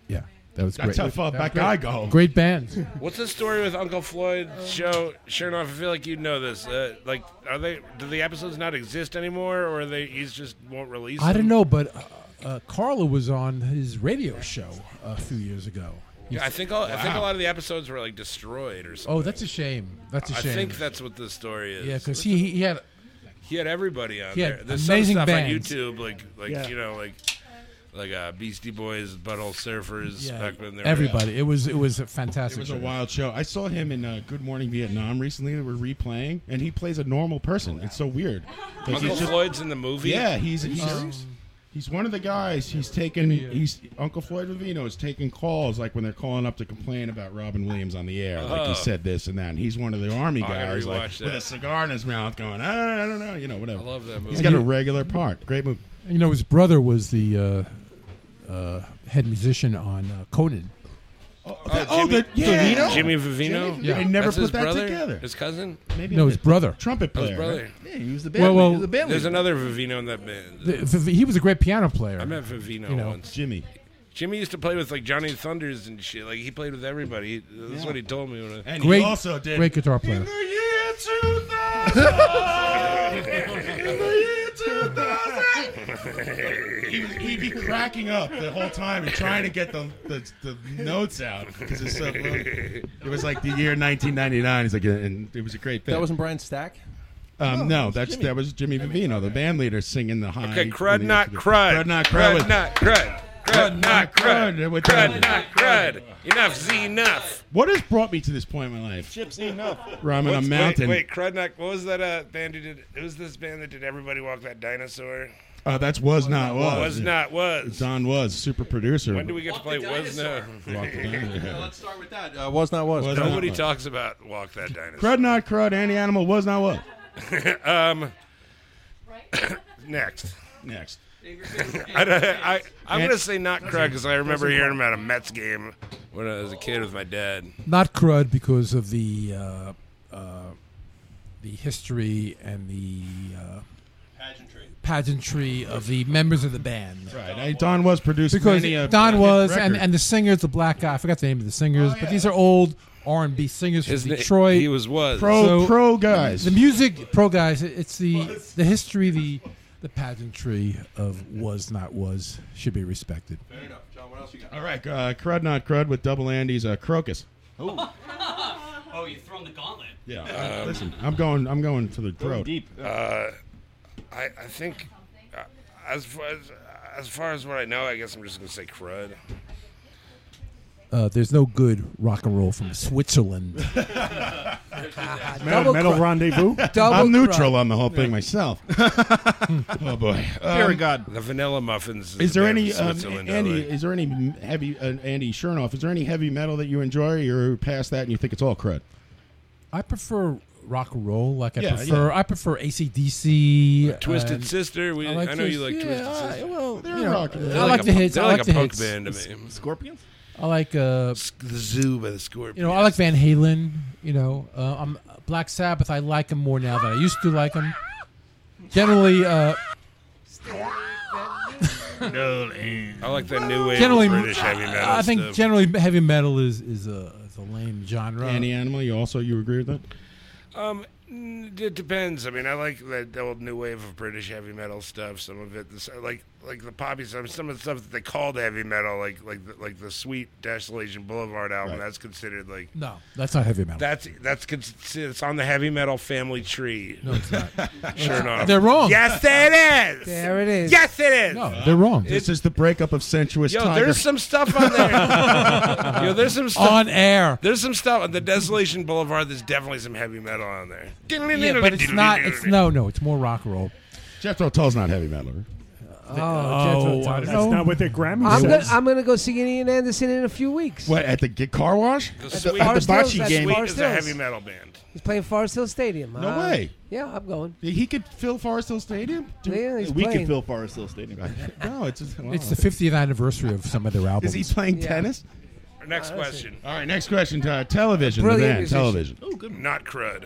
Speaker 18: Yeah, that was
Speaker 5: That's
Speaker 18: great.
Speaker 5: how far back
Speaker 18: great.
Speaker 5: I go.
Speaker 18: Great band.
Speaker 20: What's the story with Uncle Floyd show? Sure enough, I feel like you know this. Uh, like, are they? Do the episodes not exist anymore, or are they? He's just won't release.
Speaker 18: I
Speaker 20: them?
Speaker 18: don't know, but uh, uh, Carla was on his radio show a few years ago.
Speaker 20: Yeah, I think all, I think a
Speaker 18: Wow.
Speaker 20: lot of the episodes were like destroyed or something.
Speaker 18: Oh, that's a shame. That's a
Speaker 20: I
Speaker 18: shame.
Speaker 20: think that's what the story is.
Speaker 18: Yeah, because he, he had
Speaker 20: He had everybody on
Speaker 18: He had
Speaker 20: there. There's some
Speaker 18: amazing
Speaker 20: stuff
Speaker 18: bands.
Speaker 20: on YouTube, like like
Speaker 18: Yeah.
Speaker 20: you know, like like uh, Beastie Boys, Butthole Surfers,
Speaker 18: Yeah,
Speaker 20: back when they were- uh,
Speaker 18: everybody. It was it was a fantastic.
Speaker 5: It was a
Speaker 18: show.
Speaker 5: wild show. I saw him in uh, Good Morning Vietnam recently. They were replaying, and he plays a normal person. It's so
Speaker 20: [LAUGHS]
Speaker 5: weird. Like, he's
Speaker 20: Uncle
Speaker 5: just-
Speaker 20: Floyd's in the movie.
Speaker 5: Yeah, he's.
Speaker 20: Are you
Speaker 5: he's
Speaker 20: serious?
Speaker 5: He's one of the guys. He's taking. He's Uncle Floyd Ravino is taking calls like when they're calling up to complain about Robin Williams on the air. Like
Speaker 20: Oh.
Speaker 5: he said this and that. And he's one of the army
Speaker 20: Oh, I gotta
Speaker 5: guys, like
Speaker 20: rewatch that.
Speaker 5: with a cigar in his mouth, going, "Ah, I don't know, you know, whatever.
Speaker 20: I love that
Speaker 5: He's
Speaker 20: movie.
Speaker 5: got a regular part. Great movie.
Speaker 18: You know, his brother was the uh, uh, head musician on uh, Conan.
Speaker 5: Oh, the, yeah.
Speaker 20: Jimmy Vivino.
Speaker 5: Jimmy- They never
Speaker 20: That's
Speaker 5: put
Speaker 20: his
Speaker 5: that
Speaker 20: brother?
Speaker 5: together.
Speaker 20: His cousin?
Speaker 5: Maybe
Speaker 18: No, his brother.
Speaker 5: Trumpet
Speaker 20: Oh,
Speaker 5: player.
Speaker 20: his brother.
Speaker 5: right? Yeah, he was the
Speaker 18: band Well, leader. He was well- the
Speaker 5: band
Speaker 20: There's
Speaker 5: leader.
Speaker 20: another Vivino in that band.
Speaker 18: The- Viv- he was a great piano player.
Speaker 20: I met Vivino
Speaker 18: You know.
Speaker 20: once.
Speaker 5: Jimmy.
Speaker 20: Jimmy used to play with like Johnny Thunders and shit. Like he played with everybody. He, that's
Speaker 5: Yeah.
Speaker 20: what he told me. When I,
Speaker 5: And
Speaker 18: great,
Speaker 5: he also did.
Speaker 18: great guitar player.
Speaker 5: He- He'd be cracking up the whole time and trying to get the, the, the notes out because it's so funny. It was like the year 1999. He's like, and it was a great bit.
Speaker 7: That wasn't Brian Stack.
Speaker 5: Um,
Speaker 7: Oh,
Speaker 5: no,
Speaker 7: it's
Speaker 5: that's
Speaker 7: Jimmy.
Speaker 5: that was Jimmy Vivino, the band leader, singing the high.
Speaker 20: Okay, crud
Speaker 5: the-
Speaker 20: not crud.
Speaker 5: Crud not crud. with-
Speaker 20: not crud. Crud not crud.
Speaker 5: crud with
Speaker 20: Crud
Speaker 5: the-
Speaker 20: not crud. Enough Z enough.
Speaker 5: What has brought me to this point in my life?
Speaker 20: Chips enough.
Speaker 5: Where I'm on a mountain.
Speaker 20: Wait, wait, crud not. What was that uh, band who did? It was this band that did Everybody Walk That Dinosaur.
Speaker 5: Uh, that's was not was.
Speaker 20: Was not was.
Speaker 5: Don was super producer.
Speaker 20: When do we get to play Was Not? [LAUGHS]
Speaker 5: Walk the Dinosaur.
Speaker 20: Let's start with that.
Speaker 7: Uh, was not was.
Speaker 5: Was Not
Speaker 20: Nobody
Speaker 5: Was.
Speaker 20: talks about Walk [LAUGHS] That Dinosaur.
Speaker 5: crud not crud? Any animal was not what?
Speaker 20: [LAUGHS] um, [COUGHS] next.
Speaker 5: Next.
Speaker 20: I, don't- I, I'm
Speaker 5: And-
Speaker 20: going to say not crud because I remember
Speaker 5: Doesn't-
Speaker 20: hearing him at a Mets game when I was a kid with my dad.
Speaker 18: Not crud because of the uh, uh, the history and the uh, pageantry pageantry of the members of the band.
Speaker 5: Right. Hey, Don was produced
Speaker 18: because
Speaker 5: many a
Speaker 18: Don
Speaker 5: hit
Speaker 18: was and,
Speaker 5: record. Oh,
Speaker 18: and the singers, the black guy. I forgot the name of the singers, but these are old R and B singers
Speaker 20: His
Speaker 18: from
Speaker 20: na-
Speaker 18: Detroit.
Speaker 20: he was was.
Speaker 5: Pro- pro guys.
Speaker 18: The music, pro guys. it- It's the the history, the the pageantry of was not was should be respected.
Speaker 5: All right, uh, crud not crud with double Andy's uh, crocus.
Speaker 9: [LAUGHS]
Speaker 6: Oh. oh, you've thrown the gauntlet.
Speaker 5: Yeah.
Speaker 20: Um,
Speaker 5: Listen, I'm going. I'm going for the throat.
Speaker 20: Uh, I, I think uh, as, far as as far as what I know, I guess I'm just going to
Speaker 5: [LAUGHS]
Speaker 20: say crud.
Speaker 18: Uh, there's no good rock and roll from
Speaker 5: [LAUGHS]
Speaker 18: Switzerland.
Speaker 14: Metal- metal
Speaker 18: [LAUGHS]
Speaker 5: crud.
Speaker 14: rendezvous? [LAUGHS] Double
Speaker 5: I'm neutral
Speaker 14: crud.
Speaker 5: on the whole thing myself. oh boy. Um,
Speaker 20: God. The vanilla muffins.
Speaker 5: Is there
Speaker 20: band
Speaker 5: any
Speaker 20: from
Speaker 5: um,
Speaker 20: Switzerland, I
Speaker 5: Andy?
Speaker 20: like.
Speaker 5: Is there any m- heavy uh, Andy Chernoff? Is there any heavy metal that you enjoy, or you're past that and you think it's all crud?
Speaker 18: I prefer rock and roll. Like I
Speaker 5: Yeah,
Speaker 18: prefer
Speaker 5: yeah.
Speaker 18: I prefer ACDC.
Speaker 20: Twisted
Speaker 18: and-
Speaker 20: Sister. We, I,
Speaker 18: uh, I like
Speaker 20: know you
Speaker 18: Twist-
Speaker 20: like
Speaker 18: yeah,
Speaker 20: Twisted
Speaker 18: I-
Speaker 20: Sister.
Speaker 18: well,
Speaker 5: They're
Speaker 18: you know,
Speaker 5: rock and
Speaker 18: I
Speaker 5: roll.
Speaker 20: They're like
Speaker 18: like
Speaker 20: a
Speaker 18: the
Speaker 20: punk-
Speaker 18: hits.
Speaker 20: they're
Speaker 18: I
Speaker 20: like
Speaker 18: like
Speaker 20: a
Speaker 18: the
Speaker 20: punk
Speaker 18: hits.
Speaker 20: band to me.
Speaker 10: Scorpions?
Speaker 18: I like uh,
Speaker 20: the Zoo by the Scorpions.
Speaker 18: You know, I like Van Halen. You know, uh, I'm Black Sabbath. I like them more now than I used to like them. Generally, uh,
Speaker 20: I like that new wave
Speaker 18: generally,
Speaker 20: of British heavy metal.
Speaker 18: I think
Speaker 20: stuff.
Speaker 18: generally heavy metal is is a, is a lame genre.
Speaker 5: Any animal? You also you agree with that?
Speaker 20: Um, n- it depends. I mean, I like that old new wave of British heavy metal stuff. Some of it, this- like like the poppy stuff, some of the stuff that they called heavy metal, like like the, like the Sweet Desolation Boulevard album, that's considered like
Speaker 18: No, that's not heavy metal.
Speaker 20: That's that's cons- it's on the heavy metal family tree. No,
Speaker 18: it's not.
Speaker 20: [LAUGHS] sure enough,
Speaker 18: They're wrong.
Speaker 20: Yes, it is. [LAUGHS]
Speaker 2: There it is.
Speaker 20: Yes, it is.
Speaker 18: They're wrong.
Speaker 5: This is the breakup of sensuous
Speaker 20: Yo,
Speaker 5: tiger.
Speaker 20: there's some stuff
Speaker 5: [LAUGHS]
Speaker 20: on there. Yo, there's some stuff
Speaker 5: On air.
Speaker 20: There's some stuff on the Desolation Boulevard. There's definitely some heavy metal on there.
Speaker 18: Yeah, but it's not. It's no, no. It's more rock and roll.
Speaker 5: Jethro Tull's not heavy metal.
Speaker 2: Oh,
Speaker 18: [LAUGHS] Oh, I
Speaker 2: Jethro Tull.
Speaker 18: don't
Speaker 14: That's
Speaker 18: know.
Speaker 14: not what the Grammy
Speaker 2: I'm
Speaker 14: says.
Speaker 2: gonna, I'm gonna go see Ian Anderson in a few weeks.
Speaker 5: What at the g- car wash?
Speaker 20: The
Speaker 5: At
Speaker 20: Sweet,
Speaker 5: at
Speaker 2: Forest Hills,
Speaker 5: bocce
Speaker 2: that's
Speaker 5: game.
Speaker 2: Forest
Speaker 20: is a
Speaker 2: Hills.
Speaker 20: heavy metal band.
Speaker 2: He's playing Forest Hill Stadium.
Speaker 5: No
Speaker 2: Uh,
Speaker 5: way.
Speaker 2: Yeah, I'm going.
Speaker 5: He could fill Forest Hill Stadium.
Speaker 2: yeah, he's
Speaker 10: we
Speaker 2: playing.
Speaker 10: could fill Forest Hill Stadium.
Speaker 18: [LAUGHS]
Speaker 5: No, it's just,
Speaker 18: It's the 50th anniversary of some of their albums.
Speaker 5: he playing Yeah. tennis?
Speaker 20: Our next
Speaker 18: Oh,
Speaker 20: question.
Speaker 5: All right, next question. Uh, television. The
Speaker 18: Brilliant
Speaker 5: band,
Speaker 18: musician.
Speaker 5: television.
Speaker 20: Oh, good. Not crud.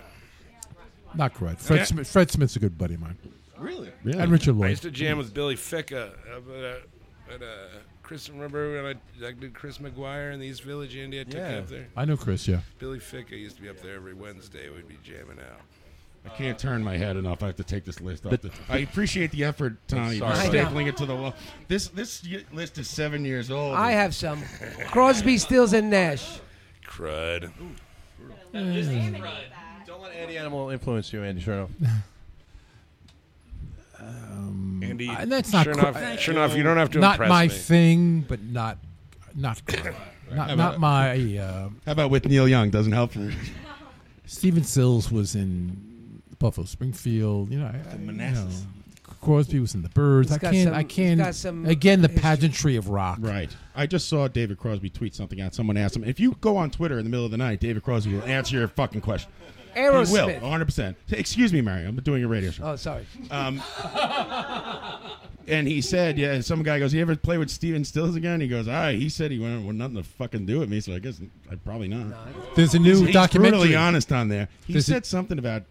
Speaker 18: Not correct. Fred,
Speaker 20: Yeah.
Speaker 18: Smith, Fred Smith's a good buddy of mine.
Speaker 20: Really?
Speaker 5: Really?
Speaker 18: And Richard
Speaker 20: I
Speaker 18: Lloyd.
Speaker 20: used to jam with Billy Ficka. Uh, but, uh, at, uh, Chris, remember when I, I did Chris McGuire in the East Village, India? I took you
Speaker 7: Yeah.
Speaker 20: up there.
Speaker 18: I know Chris, yeah.
Speaker 20: Billy Ficka used to be up there every Wednesday. We'd be jamming out.
Speaker 5: I can't turn my head enough. I have to take this list off.
Speaker 20: The-
Speaker 5: the, I appreciate the effort, Tommy. for
Speaker 20: Sorry. I know.
Speaker 5: Stapling it to the wall. This this y- list is seven years old.
Speaker 2: I have some. Crosby, Stills, and Nash.
Speaker 20: Crud.
Speaker 5: Mm.
Speaker 7: Don't let Andy Animal influence you, Andy
Speaker 18: [LAUGHS]
Speaker 7: Chernoff.
Speaker 20: Andy,
Speaker 18: And Um, Uh, that's not
Speaker 20: sure
Speaker 18: cor-
Speaker 20: enough, sure enough, you don't have to
Speaker 18: Not
Speaker 20: impress
Speaker 18: my
Speaker 20: me.
Speaker 18: thing, but not not
Speaker 20: [COUGHS]
Speaker 18: correct.
Speaker 5: How
Speaker 18: not,
Speaker 5: about-
Speaker 18: not my. Uh,
Speaker 5: How about with Neil Young? Doesn't help. For
Speaker 18: Steven Sills was in Buffalo Springfield. You know, I, I, you
Speaker 10: Manassas.
Speaker 18: know, Crosby was in the Birds.
Speaker 2: He's
Speaker 18: I
Speaker 2: got
Speaker 18: can't.
Speaker 2: some-
Speaker 18: I
Speaker 2: he's got
Speaker 18: can't.
Speaker 2: some
Speaker 18: again, the pageantry of rock.
Speaker 5: Right. I just saw David Crosby tweet something out. Someone asked him if you go on Twitter in the middle of the night, David Crosby will answer your fucking question. He will,
Speaker 2: Aerosmith.
Speaker 5: 100. percent Excuse me, Mary. I'm doing a radio show.
Speaker 2: Oh, sorry.
Speaker 5: Um, and he said, yeah. And some guy goes, "You ever play with Steven Stills again?" He goes, "I." He said he wanted well, nothing to fucking do with me, so I guess I probably not.
Speaker 18: There's a new
Speaker 5: He's- he's
Speaker 18: documentary.
Speaker 5: brutally honest on there. He
Speaker 18: There's a-
Speaker 5: said something about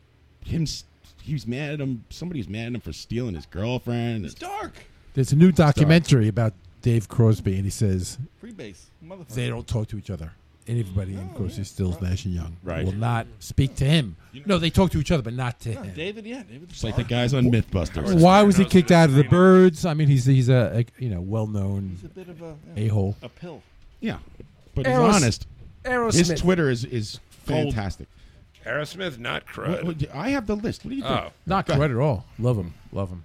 Speaker 5: him. s- He was mad at him. Somebody's mad at him for stealing his girlfriend. It's
Speaker 10: dark.
Speaker 18: There's a new documentary about Dave Crosby, and he says
Speaker 10: Freebase. Motherfucker.
Speaker 18: they don't talk to each other. Anybody,
Speaker 20: Oh,
Speaker 18: in Crosby, Stills, Nash, and Young
Speaker 5: Right.
Speaker 18: will not speak to him. No, they talk to each other, but not to him.
Speaker 10: David, yeah. David.
Speaker 5: It's like the guys on MythBusters.
Speaker 18: Why was he kicked out of the Birds? I mean, he's he's a, a you know well-known
Speaker 10: He's a bit of a yeah,
Speaker 18: a-hole.
Speaker 10: A pill.
Speaker 5: Yeah, but he's
Speaker 18: Aeros-
Speaker 5: honest.
Speaker 18: Aerosmith.
Speaker 5: His Twitter is is
Speaker 18: Gold.
Speaker 5: fantastic.
Speaker 20: Aerosmith, not
Speaker 5: What-
Speaker 20: crud.
Speaker 5: what- I have the list. What do you think?
Speaker 20: Oh.
Speaker 18: Not
Speaker 5: Go ahead.
Speaker 18: right at all. Love him. Love him.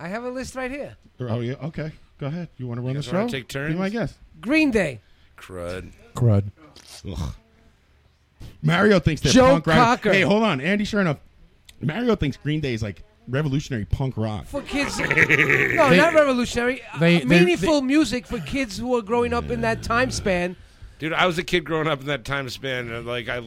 Speaker 2: I have a list right here.
Speaker 5: Oh yeah. Okay. Go ahead. You want to run
Speaker 20: You
Speaker 5: the
Speaker 20: guys wanna
Speaker 5: show?
Speaker 20: take turns?
Speaker 5: Be my guest.
Speaker 2: Green Day.
Speaker 20: Crud.
Speaker 18: Crud.
Speaker 5: Ugh. Mario thinks they're
Speaker 2: Joe
Speaker 5: punk rock.
Speaker 2: Cocker.
Speaker 5: Hey, hold on, Andy. Sure enough, Mario thinks Green Day is like revolutionary punk rock.
Speaker 2: For
Speaker 5: [LAUGHS]
Speaker 2: kids. No,
Speaker 5: They-
Speaker 2: not revolutionary. Uh,
Speaker 5: they- they-
Speaker 2: meaningful music for kids who are growing up in that time span.
Speaker 20: Dude, I was a kid growing up in that time span, and like I,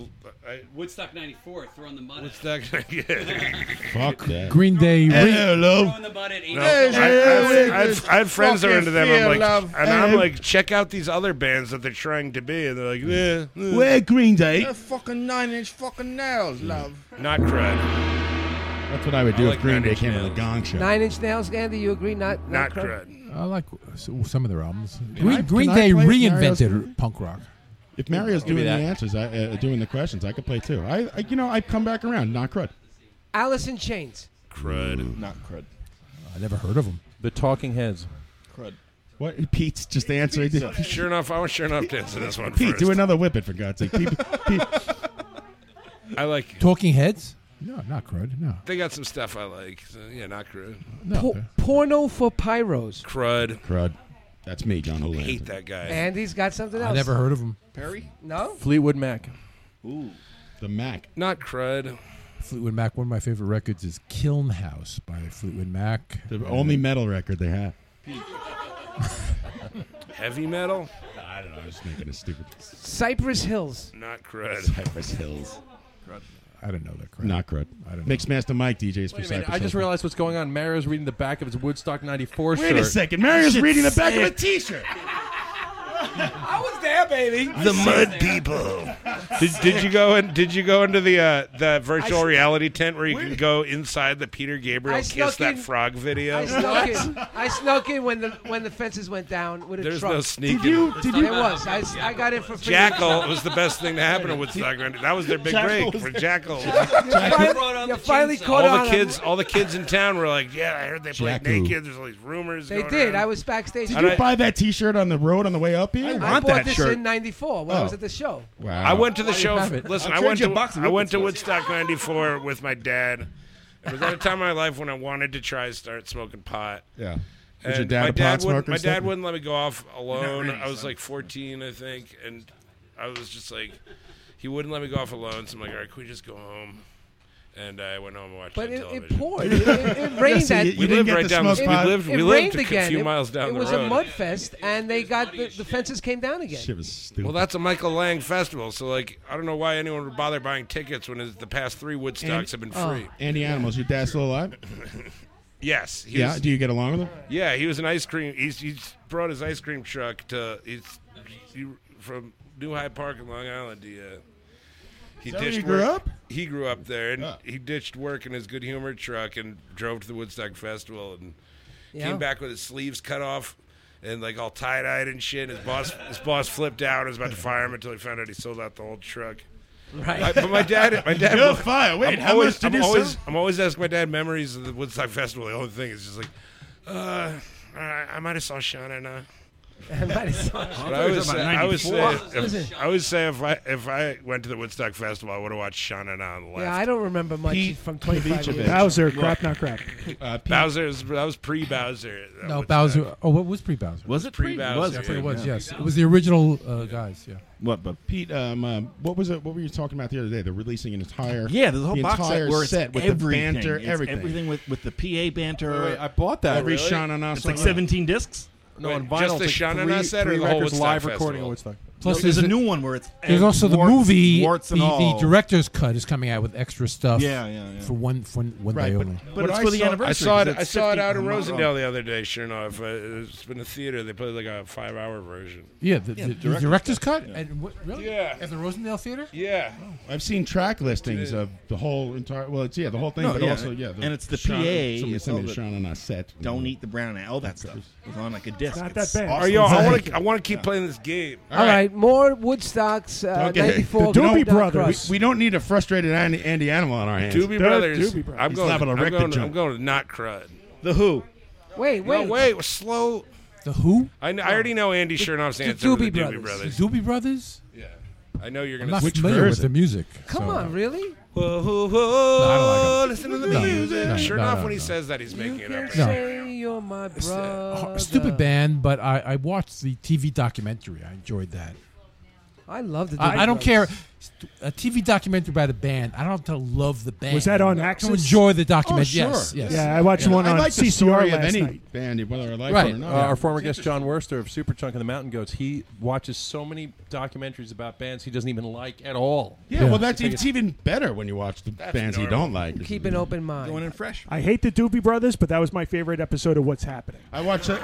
Speaker 20: I [LAUGHS]
Speaker 9: Woodstock '94, throwing the mud.
Speaker 20: Woodstock,
Speaker 7: [LAUGHS]
Speaker 20: yeah.
Speaker 9: [LAUGHS]
Speaker 5: Fuck that.
Speaker 18: Green Day.
Speaker 20: Hey,
Speaker 18: re-
Speaker 5: hello.
Speaker 20: No, I, I, I, have, I have friends that are into them.
Speaker 5: Fucking
Speaker 20: I'm like,
Speaker 5: feel love.
Speaker 20: and I'm
Speaker 5: Um,
Speaker 20: like, check out these other bands that they're trying to be, and they're like, eh, eh.
Speaker 5: Where Green Day?
Speaker 10: They're fucking nine inch fucking nails,
Speaker 2: Mm.
Speaker 10: love.
Speaker 20: Not crud.
Speaker 5: That's what I would do if Green Day came to the Gong Show.
Speaker 2: Nine Inch Nails, Andy, you agree? Not,
Speaker 20: Not
Speaker 2: not,
Speaker 20: crud.
Speaker 18: I like s- some of their albums.
Speaker 5: Can I-
Speaker 18: Green,
Speaker 5: can
Speaker 18: Green
Speaker 5: I
Speaker 18: Day
Speaker 5: play Mario's-
Speaker 18: reinvented punk rock.
Speaker 5: If Mario's
Speaker 18: Give me
Speaker 5: doing the
Speaker 18: that.
Speaker 5: answers, I, uh, doing the questions, I could play too. I, I, you know, I come back around. Not crud.
Speaker 2: Alice in Chains.
Speaker 20: Crud.
Speaker 10: Not crud.
Speaker 18: I never heard of them.
Speaker 7: The Talking Heads.
Speaker 10: Crud.
Speaker 5: What? Pete's just answering.
Speaker 20: Sure enough, I was sure enough to answer this one
Speaker 5: Pete,
Speaker 20: first.
Speaker 5: do another whip it for God's sake. Pete, Pete,
Speaker 20: I like.
Speaker 18: Talking Heads? No, not crud. No.
Speaker 20: They got some stuff I like. So, yeah, not crud.
Speaker 2: Po- porno for pyros.
Speaker 20: Crud.
Speaker 5: Crud. That's me, John Hulan.
Speaker 20: Hate that guy.
Speaker 2: Andy's got something else.
Speaker 18: I never heard of them.
Speaker 10: Perry?
Speaker 2: No?
Speaker 7: Fleetwood Mac.
Speaker 10: Ooh.
Speaker 5: The Mac. [LAUGHS]
Speaker 20: Not crud.
Speaker 18: Fleetwood Mac. One of my favorite records is Kiln House by Fleetwood Mac.
Speaker 5: The only metal record they have.
Speaker 20: Heavy metal.
Speaker 5: I don't know. I'm just making a stupid.
Speaker 2: Cypress Hills.
Speaker 20: Not crud.
Speaker 5: Cypress Hills.
Speaker 18: I don't know that crud.
Speaker 5: Not crud.
Speaker 18: I don't know.
Speaker 5: Mixmaster Mike DJs for
Speaker 7: Wait a minute,
Speaker 5: Cypress
Speaker 7: I just
Speaker 5: Hills.
Speaker 7: realized what's going on. Mario's reading the back of his Woodstock 94
Speaker 5: Wait
Speaker 7: shirt.
Speaker 5: a second. Mario's reading the back of a
Speaker 7: Shit's
Speaker 5: t shirt.
Speaker 8: I was there, baby.
Speaker 20: The mud people. Did, did you go in, Did you go into the uh, the virtual reality tent where you can go inside the Peter Gabriel
Speaker 8: I
Speaker 20: kiss
Speaker 8: snuck
Speaker 20: that
Speaker 8: in-
Speaker 20: frog video?
Speaker 8: I snuck in. I snuck in when the when the fences went down with a
Speaker 20: There's
Speaker 8: truck.
Speaker 20: no sneaking. Did you- did you-
Speaker 8: There was. I, I got in for free.
Speaker 20: Jackal was the best thing to happen to Woodstock. That was their big
Speaker 8: Jackal
Speaker 20: break
Speaker 8: was
Speaker 20: for
Speaker 8: there. [LAUGHS]
Speaker 20: Jackal.
Speaker 8: You finally, you finally caught
Speaker 20: all
Speaker 8: on.
Speaker 20: the kids, all the kids in town were like, "Yeah, I heard they played
Speaker 5: Jacku.
Speaker 20: naked." There's all these rumors.
Speaker 8: They
Speaker 20: going
Speaker 8: did.
Speaker 20: around."
Speaker 8: I was backstage.
Speaker 20: And
Speaker 5: Did you
Speaker 20: I-
Speaker 5: buy that T-shirt on the road on the way up here?
Speaker 8: I bought this in '94 when I was
Speaker 5: Oh.
Speaker 8: at the show.
Speaker 5: Wow.
Speaker 20: I went to the
Speaker 5: Why you
Speaker 20: show.
Speaker 5: have it?
Speaker 20: Listen,
Speaker 5: I'll
Speaker 20: I
Speaker 5: trade
Speaker 20: went
Speaker 5: you a
Speaker 20: to
Speaker 5: box of
Speaker 20: I went to
Speaker 5: Whippets.
Speaker 20: Woodstock '94 with my dad. It was at a time in my life when I wanted to try to start smoking pot.
Speaker 5: Yeah. Was
Speaker 20: And
Speaker 5: your dad
Speaker 20: my
Speaker 5: a pot
Speaker 20: dad
Speaker 5: smoker
Speaker 20: wouldn't,
Speaker 5: and
Speaker 20: my
Speaker 5: stuff?
Speaker 20: dad wouldn't let me go off alone.
Speaker 5: ready,
Speaker 20: I was
Speaker 5: son.
Speaker 20: like 14, I think, and I was just like, he wouldn't let me go off alone. So I'm like, all right, can we just go home? And I went home and watched
Speaker 8: But
Speaker 20: the
Speaker 8: it,
Speaker 20: television.
Speaker 8: it
Speaker 20: [LAUGHS]
Speaker 8: poured. It, it, it rained. that,
Speaker 20: we lived right down the We lived,
Speaker 8: It
Speaker 20: we
Speaker 8: rained
Speaker 20: lived a
Speaker 8: again.
Speaker 20: few
Speaker 8: It-
Speaker 20: miles down
Speaker 8: it
Speaker 20: the
Speaker 8: was
Speaker 20: road.
Speaker 8: a mud fest, and they got the, the fences came down again.
Speaker 20: Well, that's a Michael Lang festival, so like I don't know why anyone would bother buying tickets when his- the past three Woodstocks have been
Speaker 5: Oh. [LAUGHS]
Speaker 20: free.
Speaker 5: Andy Animals, your dad's still alive?
Speaker 20: Yes. he
Speaker 5: yeah.
Speaker 20: was-
Speaker 5: Do you get along with him?
Speaker 20: Yeah, he was an ice cream. He's, he's brought his ice cream truck to he's he, from New Hyde Park in Long Island. He, uh, he
Speaker 5: Is that where
Speaker 20: ditched
Speaker 5: you grew
Speaker 20: work-
Speaker 5: up?
Speaker 20: He grew up there, and
Speaker 5: Ah.
Speaker 20: he ditched work in his good humor truck and drove to the Woodstock Festival and
Speaker 8: Yeah.
Speaker 20: came back with his sleeves cut off. And like all tie dyed and shit. His boss, his boss flipped out. and was about to fire him until he found out he sold out the whole truck.
Speaker 8: Right.
Speaker 20: I- but my dad, my dad.
Speaker 5: You're fired. Wait,
Speaker 20: I'm
Speaker 5: how
Speaker 20: always,
Speaker 5: much did
Speaker 20: I'm
Speaker 5: you sell?
Speaker 20: always, I'm always asking my dad memories of the Woodstock Festival. The only thing is just like, uh, I, I might have saw Shauna. and I.
Speaker 8: [LAUGHS] I might have saw
Speaker 20: But I always say, I always say,
Speaker 8: Listen.
Speaker 20: if, I always say if I if I went to the Woodstock Festival, I would have watched Shauna on the left.
Speaker 8: Yeah, I don't remember much
Speaker 5: Pete
Speaker 8: from 25 years.
Speaker 14: Bowser,
Speaker 20: Look.
Speaker 14: crap, not crap.
Speaker 5: Uh,
Speaker 20: Bowser was, that was pre Bowser.
Speaker 18: No, Bowser. Oh, what was pre Bowser?
Speaker 20: Was it pre- Pre-Bowser,
Speaker 18: I think
Speaker 20: yeah.
Speaker 18: it was,
Speaker 20: yeah.
Speaker 18: yes. It was the original uh, guys, yeah.
Speaker 5: What? But Pete, um, um, what was it? What were you talking about the other day? They're releasing an entire
Speaker 4: Yeah, there's a whole
Speaker 5: the
Speaker 4: box
Speaker 5: entire
Speaker 4: set where it's
Speaker 5: set with
Speaker 4: everything.
Speaker 5: the banter,
Speaker 4: It's
Speaker 5: everything.
Speaker 4: everything with, with the PA banter.
Speaker 5: Wait, wait, I bought that.
Speaker 7: Oh,
Speaker 5: Every Really? Sean and us
Speaker 4: It's like
Speaker 5: song.
Speaker 4: 17 discs.
Speaker 7: No, Wait, on vinyl, just the it's like Sean and three- us set or three the whole records Woodstock live Festival? recording of Woodstock?
Speaker 4: Plus,
Speaker 18: No,
Speaker 4: there's,
Speaker 18: there's
Speaker 4: a
Speaker 18: a-
Speaker 4: new one where it's
Speaker 18: There's
Speaker 4: and
Speaker 18: also the
Speaker 4: warts-
Speaker 18: movie.
Speaker 4: warts
Speaker 18: the,
Speaker 4: and all.
Speaker 18: the director's cut is coming out with extra stuff.
Speaker 4: Yeah, yeah, yeah.
Speaker 18: For one for one
Speaker 4: Right,
Speaker 18: day
Speaker 4: but-
Speaker 18: only.
Speaker 4: but What it's I for the saw- anniversary.
Speaker 20: I saw it.
Speaker 4: 'cause
Speaker 20: I
Speaker 4: it's
Speaker 20: saw it
Speaker 4: 50
Speaker 20: out in
Speaker 4: I'm not wrong.
Speaker 20: Rosendale the other day. Sure enough, uh, it's been a theater. They played like a five-hour version.
Speaker 18: Yeah, the, the- the director's, cut.
Speaker 20: Yeah.
Speaker 18: And what, really? Yeah. At the Rosendale Theater?
Speaker 20: Yeah.
Speaker 5: I've seen track listings of the whole entire. Well, it's yeah, the whole thing,
Speaker 4: No,
Speaker 5: but
Speaker 4: yeah,
Speaker 5: also yeah,
Speaker 4: and it's the
Speaker 5: Sean,
Speaker 4: PA.
Speaker 5: Somebody
Speaker 4: it's
Speaker 5: sent
Speaker 4: all
Speaker 5: me the
Speaker 4: the
Speaker 5: Sean and us set.
Speaker 4: Don't eat the brown ale. All that stuff It's on like a disc.
Speaker 14: not
Speaker 4: It's
Speaker 14: that bad.
Speaker 4: awesome.
Speaker 20: Are you? I want to. I want to keep playing this game.
Speaker 8: All right, more Woodstocks. Uh,
Speaker 5: Okay.
Speaker 8: 94
Speaker 5: The
Speaker 8: Golden
Speaker 5: Doobie
Speaker 8: Dog
Speaker 5: Brothers.
Speaker 8: Cross.
Speaker 5: We, we don't need a frustrated Andy, Andy Animal on our hands.
Speaker 20: Doobie Brothers. I'm
Speaker 5: He's
Speaker 20: going.
Speaker 5: liable to
Speaker 20: I'm
Speaker 5: wreck the
Speaker 20: going,
Speaker 5: joint.
Speaker 20: I'm going to not crud.
Speaker 4: The Who.
Speaker 8: Wait, wait,
Speaker 20: No, wait. Slow.
Speaker 18: The Who?
Speaker 20: I, kn- I already know Andy Chernoff's
Speaker 18: the
Speaker 20: answer. to
Speaker 18: Doobie
Speaker 20: the
Speaker 18: Brothers.
Speaker 20: Doobie Brothers.
Speaker 18: The Doobie Brothers?
Speaker 20: Yeah. I know you're
Speaker 18: I'm
Speaker 20: gonna.
Speaker 18: not
Speaker 20: Which
Speaker 18: familiar
Speaker 20: version?
Speaker 18: with the music.
Speaker 8: Come
Speaker 18: so-
Speaker 8: on, really?
Speaker 20: Whoa, whoa, whoa!
Speaker 18: like it.
Speaker 20: listen to the
Speaker 18: No,
Speaker 20: music.
Speaker 18: no,
Speaker 20: sure
Speaker 18: no,
Speaker 20: enough,
Speaker 18: no,
Speaker 20: when he
Speaker 18: no.
Speaker 20: says that, he's making it
Speaker 8: You
Speaker 20: up.
Speaker 8: can say you're my brother.
Speaker 18: Stupid band, but I, I watched the TV documentary. I enjoyed that.
Speaker 8: I love the. Doobie
Speaker 18: I, I don't
Speaker 8: Brothers.
Speaker 18: care. St- A TV documentary about a band. I don't have to love the band.
Speaker 14: Was that on
Speaker 18: I have to
Speaker 14: Axis?
Speaker 18: enjoy the
Speaker 5: Oh,
Speaker 18: documentary.
Speaker 5: sure.
Speaker 18: Yes, yes.
Speaker 14: Yeah, I watched one
Speaker 5: I
Speaker 14: on
Speaker 5: like the
Speaker 14: CCR
Speaker 5: story of
Speaker 14: last
Speaker 5: any
Speaker 14: night.
Speaker 5: band, whether I like
Speaker 7: right.
Speaker 5: it or not.
Speaker 7: Uh, our former guest John Werster of Superchunk and the Mountain Goats, he watches so many documentaries about bands he doesn't even like at all.
Speaker 5: Yeah, well, that's it's even better when you watch the bands you don't like.
Speaker 8: Keep an open mind.
Speaker 4: Going in fresh.
Speaker 14: I hate the Doobie Brothers, but that was my favorite episode of What's Happening.
Speaker 5: I watched a,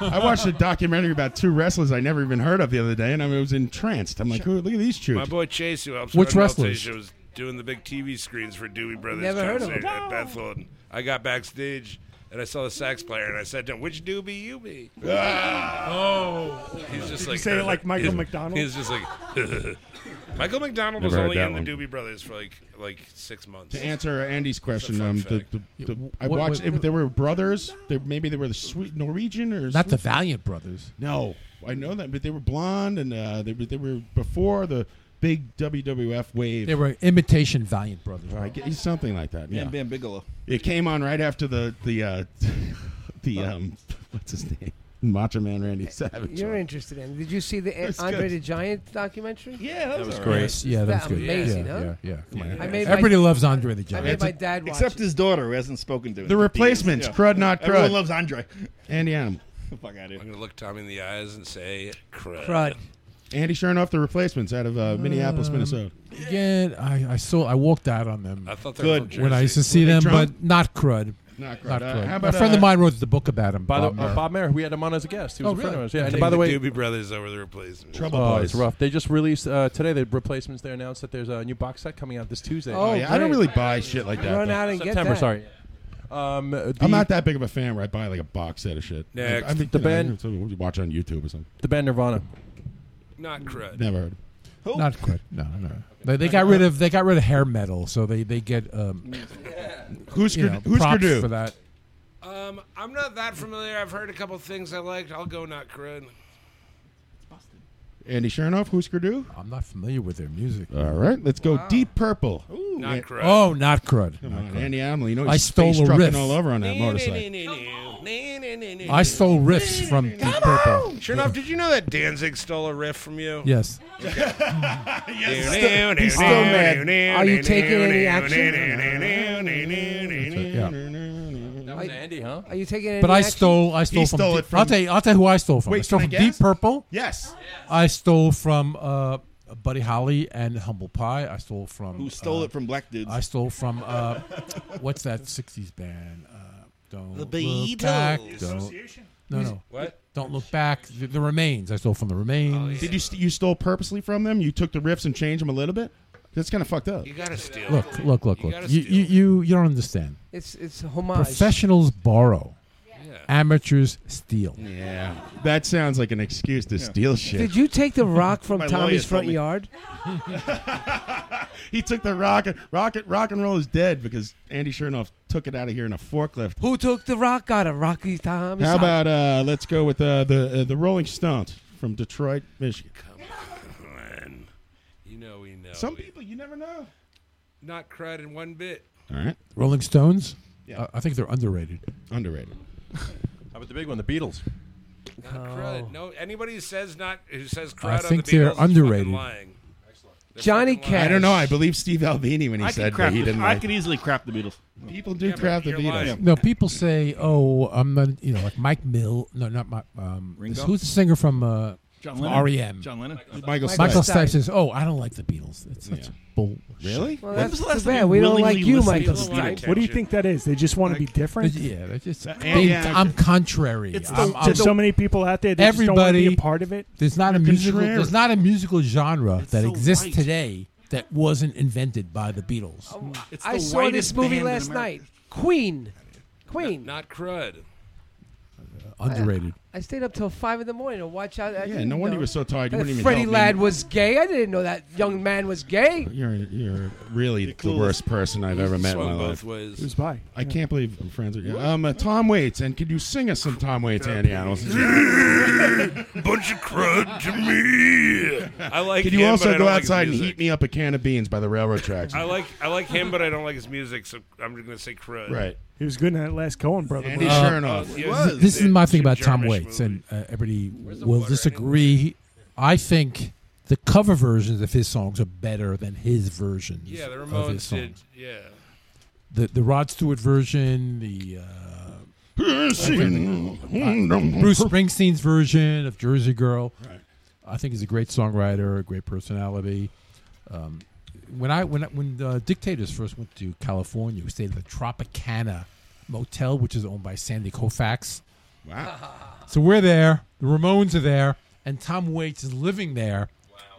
Speaker 5: I watched a documentary about two wrestlers I never even heard of the other day, and I was entranced. I'm like, "Ooh, look at these
Speaker 20: My
Speaker 5: chutes.
Speaker 20: boy Chase, who helps
Speaker 5: Which
Speaker 20: run Melts
Speaker 5: wrestlers?
Speaker 20: Asia, was doing the big TV screens for Doobie Brothers
Speaker 8: Never heard of
Speaker 20: concert
Speaker 8: him.
Speaker 20: at Bethel. And I got backstage and I saw the sax player and I said to him, "Which Doobie you be?"
Speaker 14: Ah.
Speaker 20: Oh, [LAUGHS] he's just
Speaker 14: Did you
Speaker 20: like
Speaker 14: say it like Michael McDonald?
Speaker 20: He's just like [LAUGHS] Michael McDonald was
Speaker 5: Never heard
Speaker 20: only in
Speaker 5: that
Speaker 20: the
Speaker 5: one.
Speaker 20: Doobie Brothers for like like six months.
Speaker 5: To answer Andy's question, um, the, the, the, I
Speaker 20: What-
Speaker 5: watched.
Speaker 20: what-
Speaker 5: it, they were brothers. They, maybe they were the sweet Norwegian or
Speaker 18: Not the
Speaker 5: Swe-
Speaker 18: Valiant Brothers.
Speaker 5: No, I know that, but they were blonde and uh, they were- they were before the big WWF wave.
Speaker 18: They were imitation Valiant Brothers.
Speaker 5: I get- something like that. Yeah,
Speaker 4: And Bam Bigelow.
Speaker 5: It came on right after the the uh, [LAUGHS] the um, [LAUGHS] what's his name, Macho Man Randy Savage.
Speaker 8: You're interested in. Did you see the
Speaker 5: That's
Speaker 8: Andre
Speaker 5: good.
Speaker 8: the Giant documentary?
Speaker 4: Yeah, that,
Speaker 5: was was
Speaker 18: great. great. Yeah, that was good.
Speaker 8: Amazing,
Speaker 18: Yeah,
Speaker 8: huh?
Speaker 18: yeah, yeah. Come on.
Speaker 8: I made
Speaker 18: Everybody
Speaker 8: my,
Speaker 18: loves Andre the
Speaker 8: I
Speaker 18: Giant.
Speaker 8: made
Speaker 18: It's a-
Speaker 8: my dad watch.
Speaker 4: Except his daughter, who hasn't spoken to him.
Speaker 5: The
Speaker 4: in 50 years.
Speaker 5: replacements,
Speaker 4: Yeah.
Speaker 5: crud not crud.
Speaker 4: Everyone loves Andre.
Speaker 5: Andy Animal.
Speaker 4: Fuck out
Speaker 20: I'm gonna look Tommy in the eyes and say, "Crud."
Speaker 5: Andy Chernoff, the replacements out of uh, Minneapolis,
Speaker 18: Um,
Speaker 5: Minnesota.
Speaker 18: Again, I, I saw I walked out on them.
Speaker 20: I thought they were Good. from
Speaker 18: when I used to see
Speaker 5: Were they
Speaker 18: them,
Speaker 5: drunk?
Speaker 18: but not crud.
Speaker 5: Not great.
Speaker 18: Not
Speaker 5: Uh,
Speaker 18: great.
Speaker 5: how about,
Speaker 18: a friend
Speaker 5: uh,
Speaker 18: of mine wrote the book about him.
Speaker 7: By
Speaker 18: Bob
Speaker 7: the uh,
Speaker 18: Mair.
Speaker 7: Bob Mayer, we had him on as a guest. He was
Speaker 18: Oh,
Speaker 7: a friend
Speaker 18: really?
Speaker 7: of ours. Yeah. And
Speaker 20: Take
Speaker 7: by the
Speaker 20: the
Speaker 7: way,
Speaker 20: Doobie Brothers over the replacements.
Speaker 5: Trouble
Speaker 7: oh,
Speaker 5: Boys.
Speaker 7: it's rough. They just released uh, today. The replacements. They announced that there's a new box set coming out this Tuesday.
Speaker 5: Oh, yeah, I don't really buy shit like that.
Speaker 7: Run
Speaker 5: though.
Speaker 7: out and get September, that. sorry. Um,
Speaker 5: I'm not that big of a fan where I buy like a box set of shit.
Speaker 7: Next.
Speaker 5: I mean,
Speaker 7: The
Speaker 5: you
Speaker 7: band-
Speaker 5: know, so you watch on YouTube or something.
Speaker 7: The band Nirvana.
Speaker 20: Not crud.
Speaker 5: Never heard.
Speaker 18: Not good. No, no. They, they got rid of they got rid of hair metal, so they they get
Speaker 20: [LAUGHS]
Speaker 18: um,
Speaker 5: Who's
Speaker 18: you
Speaker 5: Gr-
Speaker 18: know,
Speaker 5: who's
Speaker 18: props
Speaker 5: Gurdue?
Speaker 18: for that.
Speaker 20: Um, I'm not that familiar. I've heard a couple things I liked. I'll go not crud.
Speaker 5: Andy Chernoff, who's Gurdue?
Speaker 18: I'm not familiar with their music.
Speaker 5: All right, let's go Deep Purple.
Speaker 20: Not
Speaker 5: Yeah.
Speaker 20: crud.
Speaker 18: Oh, not crud.
Speaker 5: Come
Speaker 18: Not
Speaker 5: on,
Speaker 18: crud.
Speaker 5: Andy Hamlin, you know
Speaker 18: I
Speaker 5: he's
Speaker 18: stole
Speaker 5: face
Speaker 18: a
Speaker 5: trucking
Speaker 18: riff.
Speaker 5: all over on that motorcycle.
Speaker 18: I stole riffs from Deep Purple.
Speaker 20: Sure enough, did you know that Danzig stole a riff from you?
Speaker 5: [LAUGHS]
Speaker 20: [LAUGHS]
Speaker 18: Yes.
Speaker 20: He's
Speaker 6: still- he's still mad. Are you taking any
Speaker 7: That was Andy, huh?
Speaker 2: Are you taking any
Speaker 18: But I
Speaker 2: action?
Speaker 18: stole. I stole, from, Deep- I'll tell you. I'll tell you who I stole from. I
Speaker 5: Wait,
Speaker 18: stole
Speaker 5: can I
Speaker 18: from Deep
Speaker 5: guess?
Speaker 18: Purple.
Speaker 5: Yes.
Speaker 18: I stole from uh, Buddy Holly and Humble Pie. I stole from.
Speaker 4: Who stole
Speaker 18: uh,
Speaker 4: it from black dudes.
Speaker 18: I stole from. Uh, [LAUGHS] what's that '60s band? Uh, don't
Speaker 4: The
Speaker 18: look back.
Speaker 4: Beatles.
Speaker 18: don't-
Speaker 4: Association?
Speaker 18: No, no.
Speaker 20: What?
Speaker 18: Don't look back. The, the remains. I stole from the remains.
Speaker 20: Oh,
Speaker 5: Did you st- you stole purposely from them? You took the riffs and changed them a little bit. That's kind of fucked up.
Speaker 20: You gotta steal.
Speaker 18: Look, look, look,
Speaker 20: You
Speaker 18: look.
Speaker 20: gotta
Speaker 18: You,
Speaker 20: steal.
Speaker 18: you, you, you don't understand.
Speaker 2: It's it's homage.
Speaker 18: Professionals borrow.
Speaker 20: Yeah.
Speaker 18: Amateurs steal.
Speaker 5: Yeah. That sounds like an excuse to steal shit.
Speaker 2: Did you take the rock from
Speaker 5: My lawyers
Speaker 2: Tommy's
Speaker 5: told
Speaker 2: front
Speaker 5: me.
Speaker 2: yard?
Speaker 5: He took the rocket, rocket, rock and roll is dead because Andy Chernoff took it out of here in a forklift.
Speaker 2: Who took the rock out of Rocky Tommy's?
Speaker 5: How
Speaker 2: house?
Speaker 5: about uh, let's go with uh, the uh, the Rolling Stones from Detroit, Michigan.
Speaker 20: You know we know.
Speaker 5: Some
Speaker 20: we-
Speaker 5: people, you never know.
Speaker 20: Not crud in one bit.
Speaker 5: All right.
Speaker 18: Rolling Stones.
Speaker 5: Yeah.
Speaker 18: Uh, I think they're underrated.
Speaker 5: Underrated.
Speaker 7: How about the big one? The Beatles.
Speaker 20: Not crud. No, anybody who says not who says crud
Speaker 18: I
Speaker 20: on
Speaker 18: think
Speaker 20: the Beatles
Speaker 18: they're
Speaker 20: is fucking
Speaker 18: underrated.
Speaker 20: lying. They're
Speaker 2: Johnny
Speaker 20: fucking lying.
Speaker 5: I don't know. I believe Steve Albini when he
Speaker 4: I
Speaker 5: said
Speaker 4: could crap.
Speaker 5: that he
Speaker 4: the-
Speaker 5: didn't
Speaker 4: I
Speaker 5: like.
Speaker 4: could easily crap the Beatles.
Speaker 5: People do crap the
Speaker 20: you're
Speaker 5: Beatles.
Speaker 20: lying.
Speaker 18: No, people say, "Oh, I'm not," you know, like Mike Mill. No, not Mike. Um,
Speaker 4: Ringo?
Speaker 18: Who's the singer from, uh,
Speaker 4: John
Speaker 18: from
Speaker 4: Lennon.
Speaker 18: REM?
Speaker 4: John Lennon. Michael
Speaker 18: Michael,
Speaker 4: Stipe.
Speaker 18: Michael
Speaker 4: Stipe.
Speaker 18: Stipe says, "Oh, I don't like the Beatles." It's such bull.
Speaker 5: Really?
Speaker 2: Well, that's
Speaker 18: What? When was the
Speaker 2: too
Speaker 18: last time
Speaker 2: bad.
Speaker 18: you
Speaker 2: We don't like
Speaker 18: willingly
Speaker 2: you,
Speaker 18: listened
Speaker 2: Michael
Speaker 18: to the
Speaker 2: Stipe.
Speaker 14: What do you think that is? They just want to be different.
Speaker 18: Yeah, they're just.
Speaker 14: Uh,
Speaker 18: They-
Speaker 14: yeah.
Speaker 18: I'm contrary.
Speaker 14: It's
Speaker 18: I'm-
Speaker 14: the-
Speaker 18: I'm-
Speaker 14: so many people out there that just don't wanna be a part of it.
Speaker 18: There's not a
Speaker 14: You're
Speaker 18: musical.
Speaker 14: contrary.
Speaker 18: There's not a musical genre that
Speaker 14: so
Speaker 18: exists
Speaker 14: white.
Speaker 18: today that wasn't invented by the Beatles.
Speaker 2: Oh, I saw this movie last night. Queen. Queen.
Speaker 20: Not crud.
Speaker 2: Oh,
Speaker 18: Underrated.
Speaker 2: I stayed up till five in the morning to watch out. I
Speaker 5: Yeah,
Speaker 2: didn't
Speaker 5: no wonder
Speaker 2: know.
Speaker 5: you were so tired.
Speaker 2: That
Speaker 5: You wouldn't even
Speaker 2: Freddie
Speaker 5: help me.
Speaker 2: Ladd was gay. I didn't know that young man was gay.
Speaker 5: You're you're really the
Speaker 2: clueless.
Speaker 5: worst person I've ever met in my
Speaker 20: Swung both
Speaker 5: life.
Speaker 20: ways.
Speaker 14: Who's by?
Speaker 5: I can't believe I'm friends with you. Um, uh, Tom Waits, and could you sing us some Tom Waits, Andy Animals?
Speaker 20: [LAUGHS] Bunch
Speaker 2: [LAUGHS]
Speaker 20: of crud to me. I like.
Speaker 5: Could you
Speaker 20: him, but
Speaker 5: also
Speaker 20: I
Speaker 5: go
Speaker 20: don't like his
Speaker 5: outside and
Speaker 20: music.
Speaker 5: heat me up a can of beans by the railroad tracks?
Speaker 20: I like I like him, but I don't like his music, so I'm just gonna say crud.
Speaker 14: He was good in that last Cohen brother.
Speaker 20: Andy
Speaker 14: movie.
Speaker 20: Uh, Chernoff.
Speaker 18: Th-
Speaker 20: It was.
Speaker 18: This is my thing about Tom
Speaker 20: Jarmusch
Speaker 18: Waits, and uh, everybody will disagree. I think the cover versions of his songs are better than his versions.
Speaker 20: Yeah, the
Speaker 18: of his
Speaker 20: Ramones
Speaker 18: songs.
Speaker 20: did. Yeah.
Speaker 18: The the Rod Stewart version, the uh, Bruce Springsteen's version of Jersey Girl. I think he's a great songwriter, a great personality. Um, when I when I- when uh, Dictators first went to California, we stayed at the Tropicana Motel, which is owned by Sandy Koufax.
Speaker 5: Wow.
Speaker 18: [LAUGHS] So we're there. The Ramones are there, and Tom Waits is living there.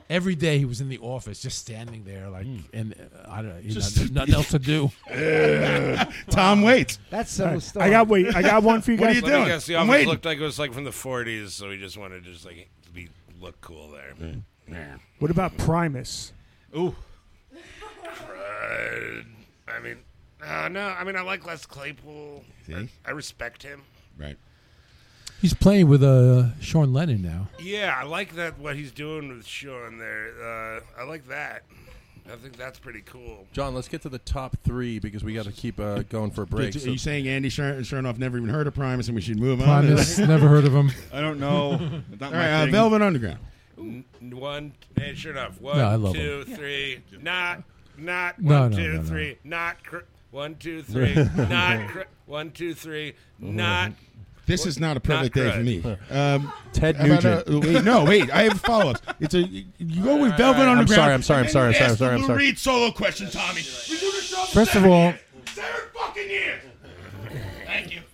Speaker 18: Every day he was in the office, just standing there, like, and uh, I don't know, you know,
Speaker 5: Just-
Speaker 18: there's nothing else to do. [LAUGHS]
Speaker 5: Tom Waits.
Speaker 2: That's
Speaker 14: so Alright, [LAUGHS] I got- wait, I got
Speaker 20: [LAUGHS]
Speaker 14: one for you
Speaker 5: What are
Speaker 14: guys.
Speaker 5: you
Speaker 20: Let
Speaker 5: doing?
Speaker 20: me guess. The
Speaker 5: I'm
Speaker 20: office
Speaker 5: waiting.
Speaker 20: looked like it was like from the 40s, so he just wanted to just like be look cool there.
Speaker 4: Mm.
Speaker 20: Yeah.
Speaker 14: What about Primus?
Speaker 20: Ooh. Crud. I mean, uh, no. I mean, I like Les Claypool. I,
Speaker 5: See?
Speaker 20: I respect him.
Speaker 5: Right.
Speaker 18: He's playing with uh, Sean Lennon now.
Speaker 20: Yeah, I like that. What he's doing with Sean there. Uh, I like that. I think that's pretty cool.
Speaker 7: John, let's get to the top three because we got to keep uh, going for a break.
Speaker 5: Did-
Speaker 7: so-
Speaker 5: Are you saying Andy Sher- Chernoff never even heard of Primus and we should move [LAUGHS]
Speaker 18: Primus,
Speaker 5: on?
Speaker 18: never heard of him.
Speaker 4: I don't know.
Speaker 14: [LAUGHS]
Speaker 4: Not
Speaker 5: All
Speaker 4: my
Speaker 5: right, uh,
Speaker 4: thing.
Speaker 5: Velvet Underground.
Speaker 20: N- one, eh, sure enough. One,
Speaker 5: I love
Speaker 20: two, three. Not, not.
Speaker 5: No,
Speaker 20: One,
Speaker 5: no,
Speaker 20: two,
Speaker 5: no, no.
Speaker 20: three. Not. Cr- one,
Speaker 5: [LAUGHS]
Speaker 20: two, three. not. Cr- one, two, three.
Speaker 5: [LAUGHS]
Speaker 20: Not.
Speaker 5: This is not a perfect day for me. Um,
Speaker 7: Ted
Speaker 5: how about, uh,
Speaker 7: Nugent.
Speaker 5: wait, no, wait. I have a follow up. It's a you go with Velvet
Speaker 7: all right. I'm
Speaker 5: Underground.
Speaker 7: sorry, I'm sorry, I'm
Speaker 5: and
Speaker 7: sorry, I'm
Speaker 5: you
Speaker 7: sorry,
Speaker 5: ask
Speaker 7: I'm sorry,
Speaker 5: the
Speaker 7: I'm
Speaker 5: Lou
Speaker 7: sorry.
Speaker 5: Reed solo question, Tommy. We do the show
Speaker 18: First of
Speaker 5: seven
Speaker 18: all-
Speaker 5: years. seven fucking years.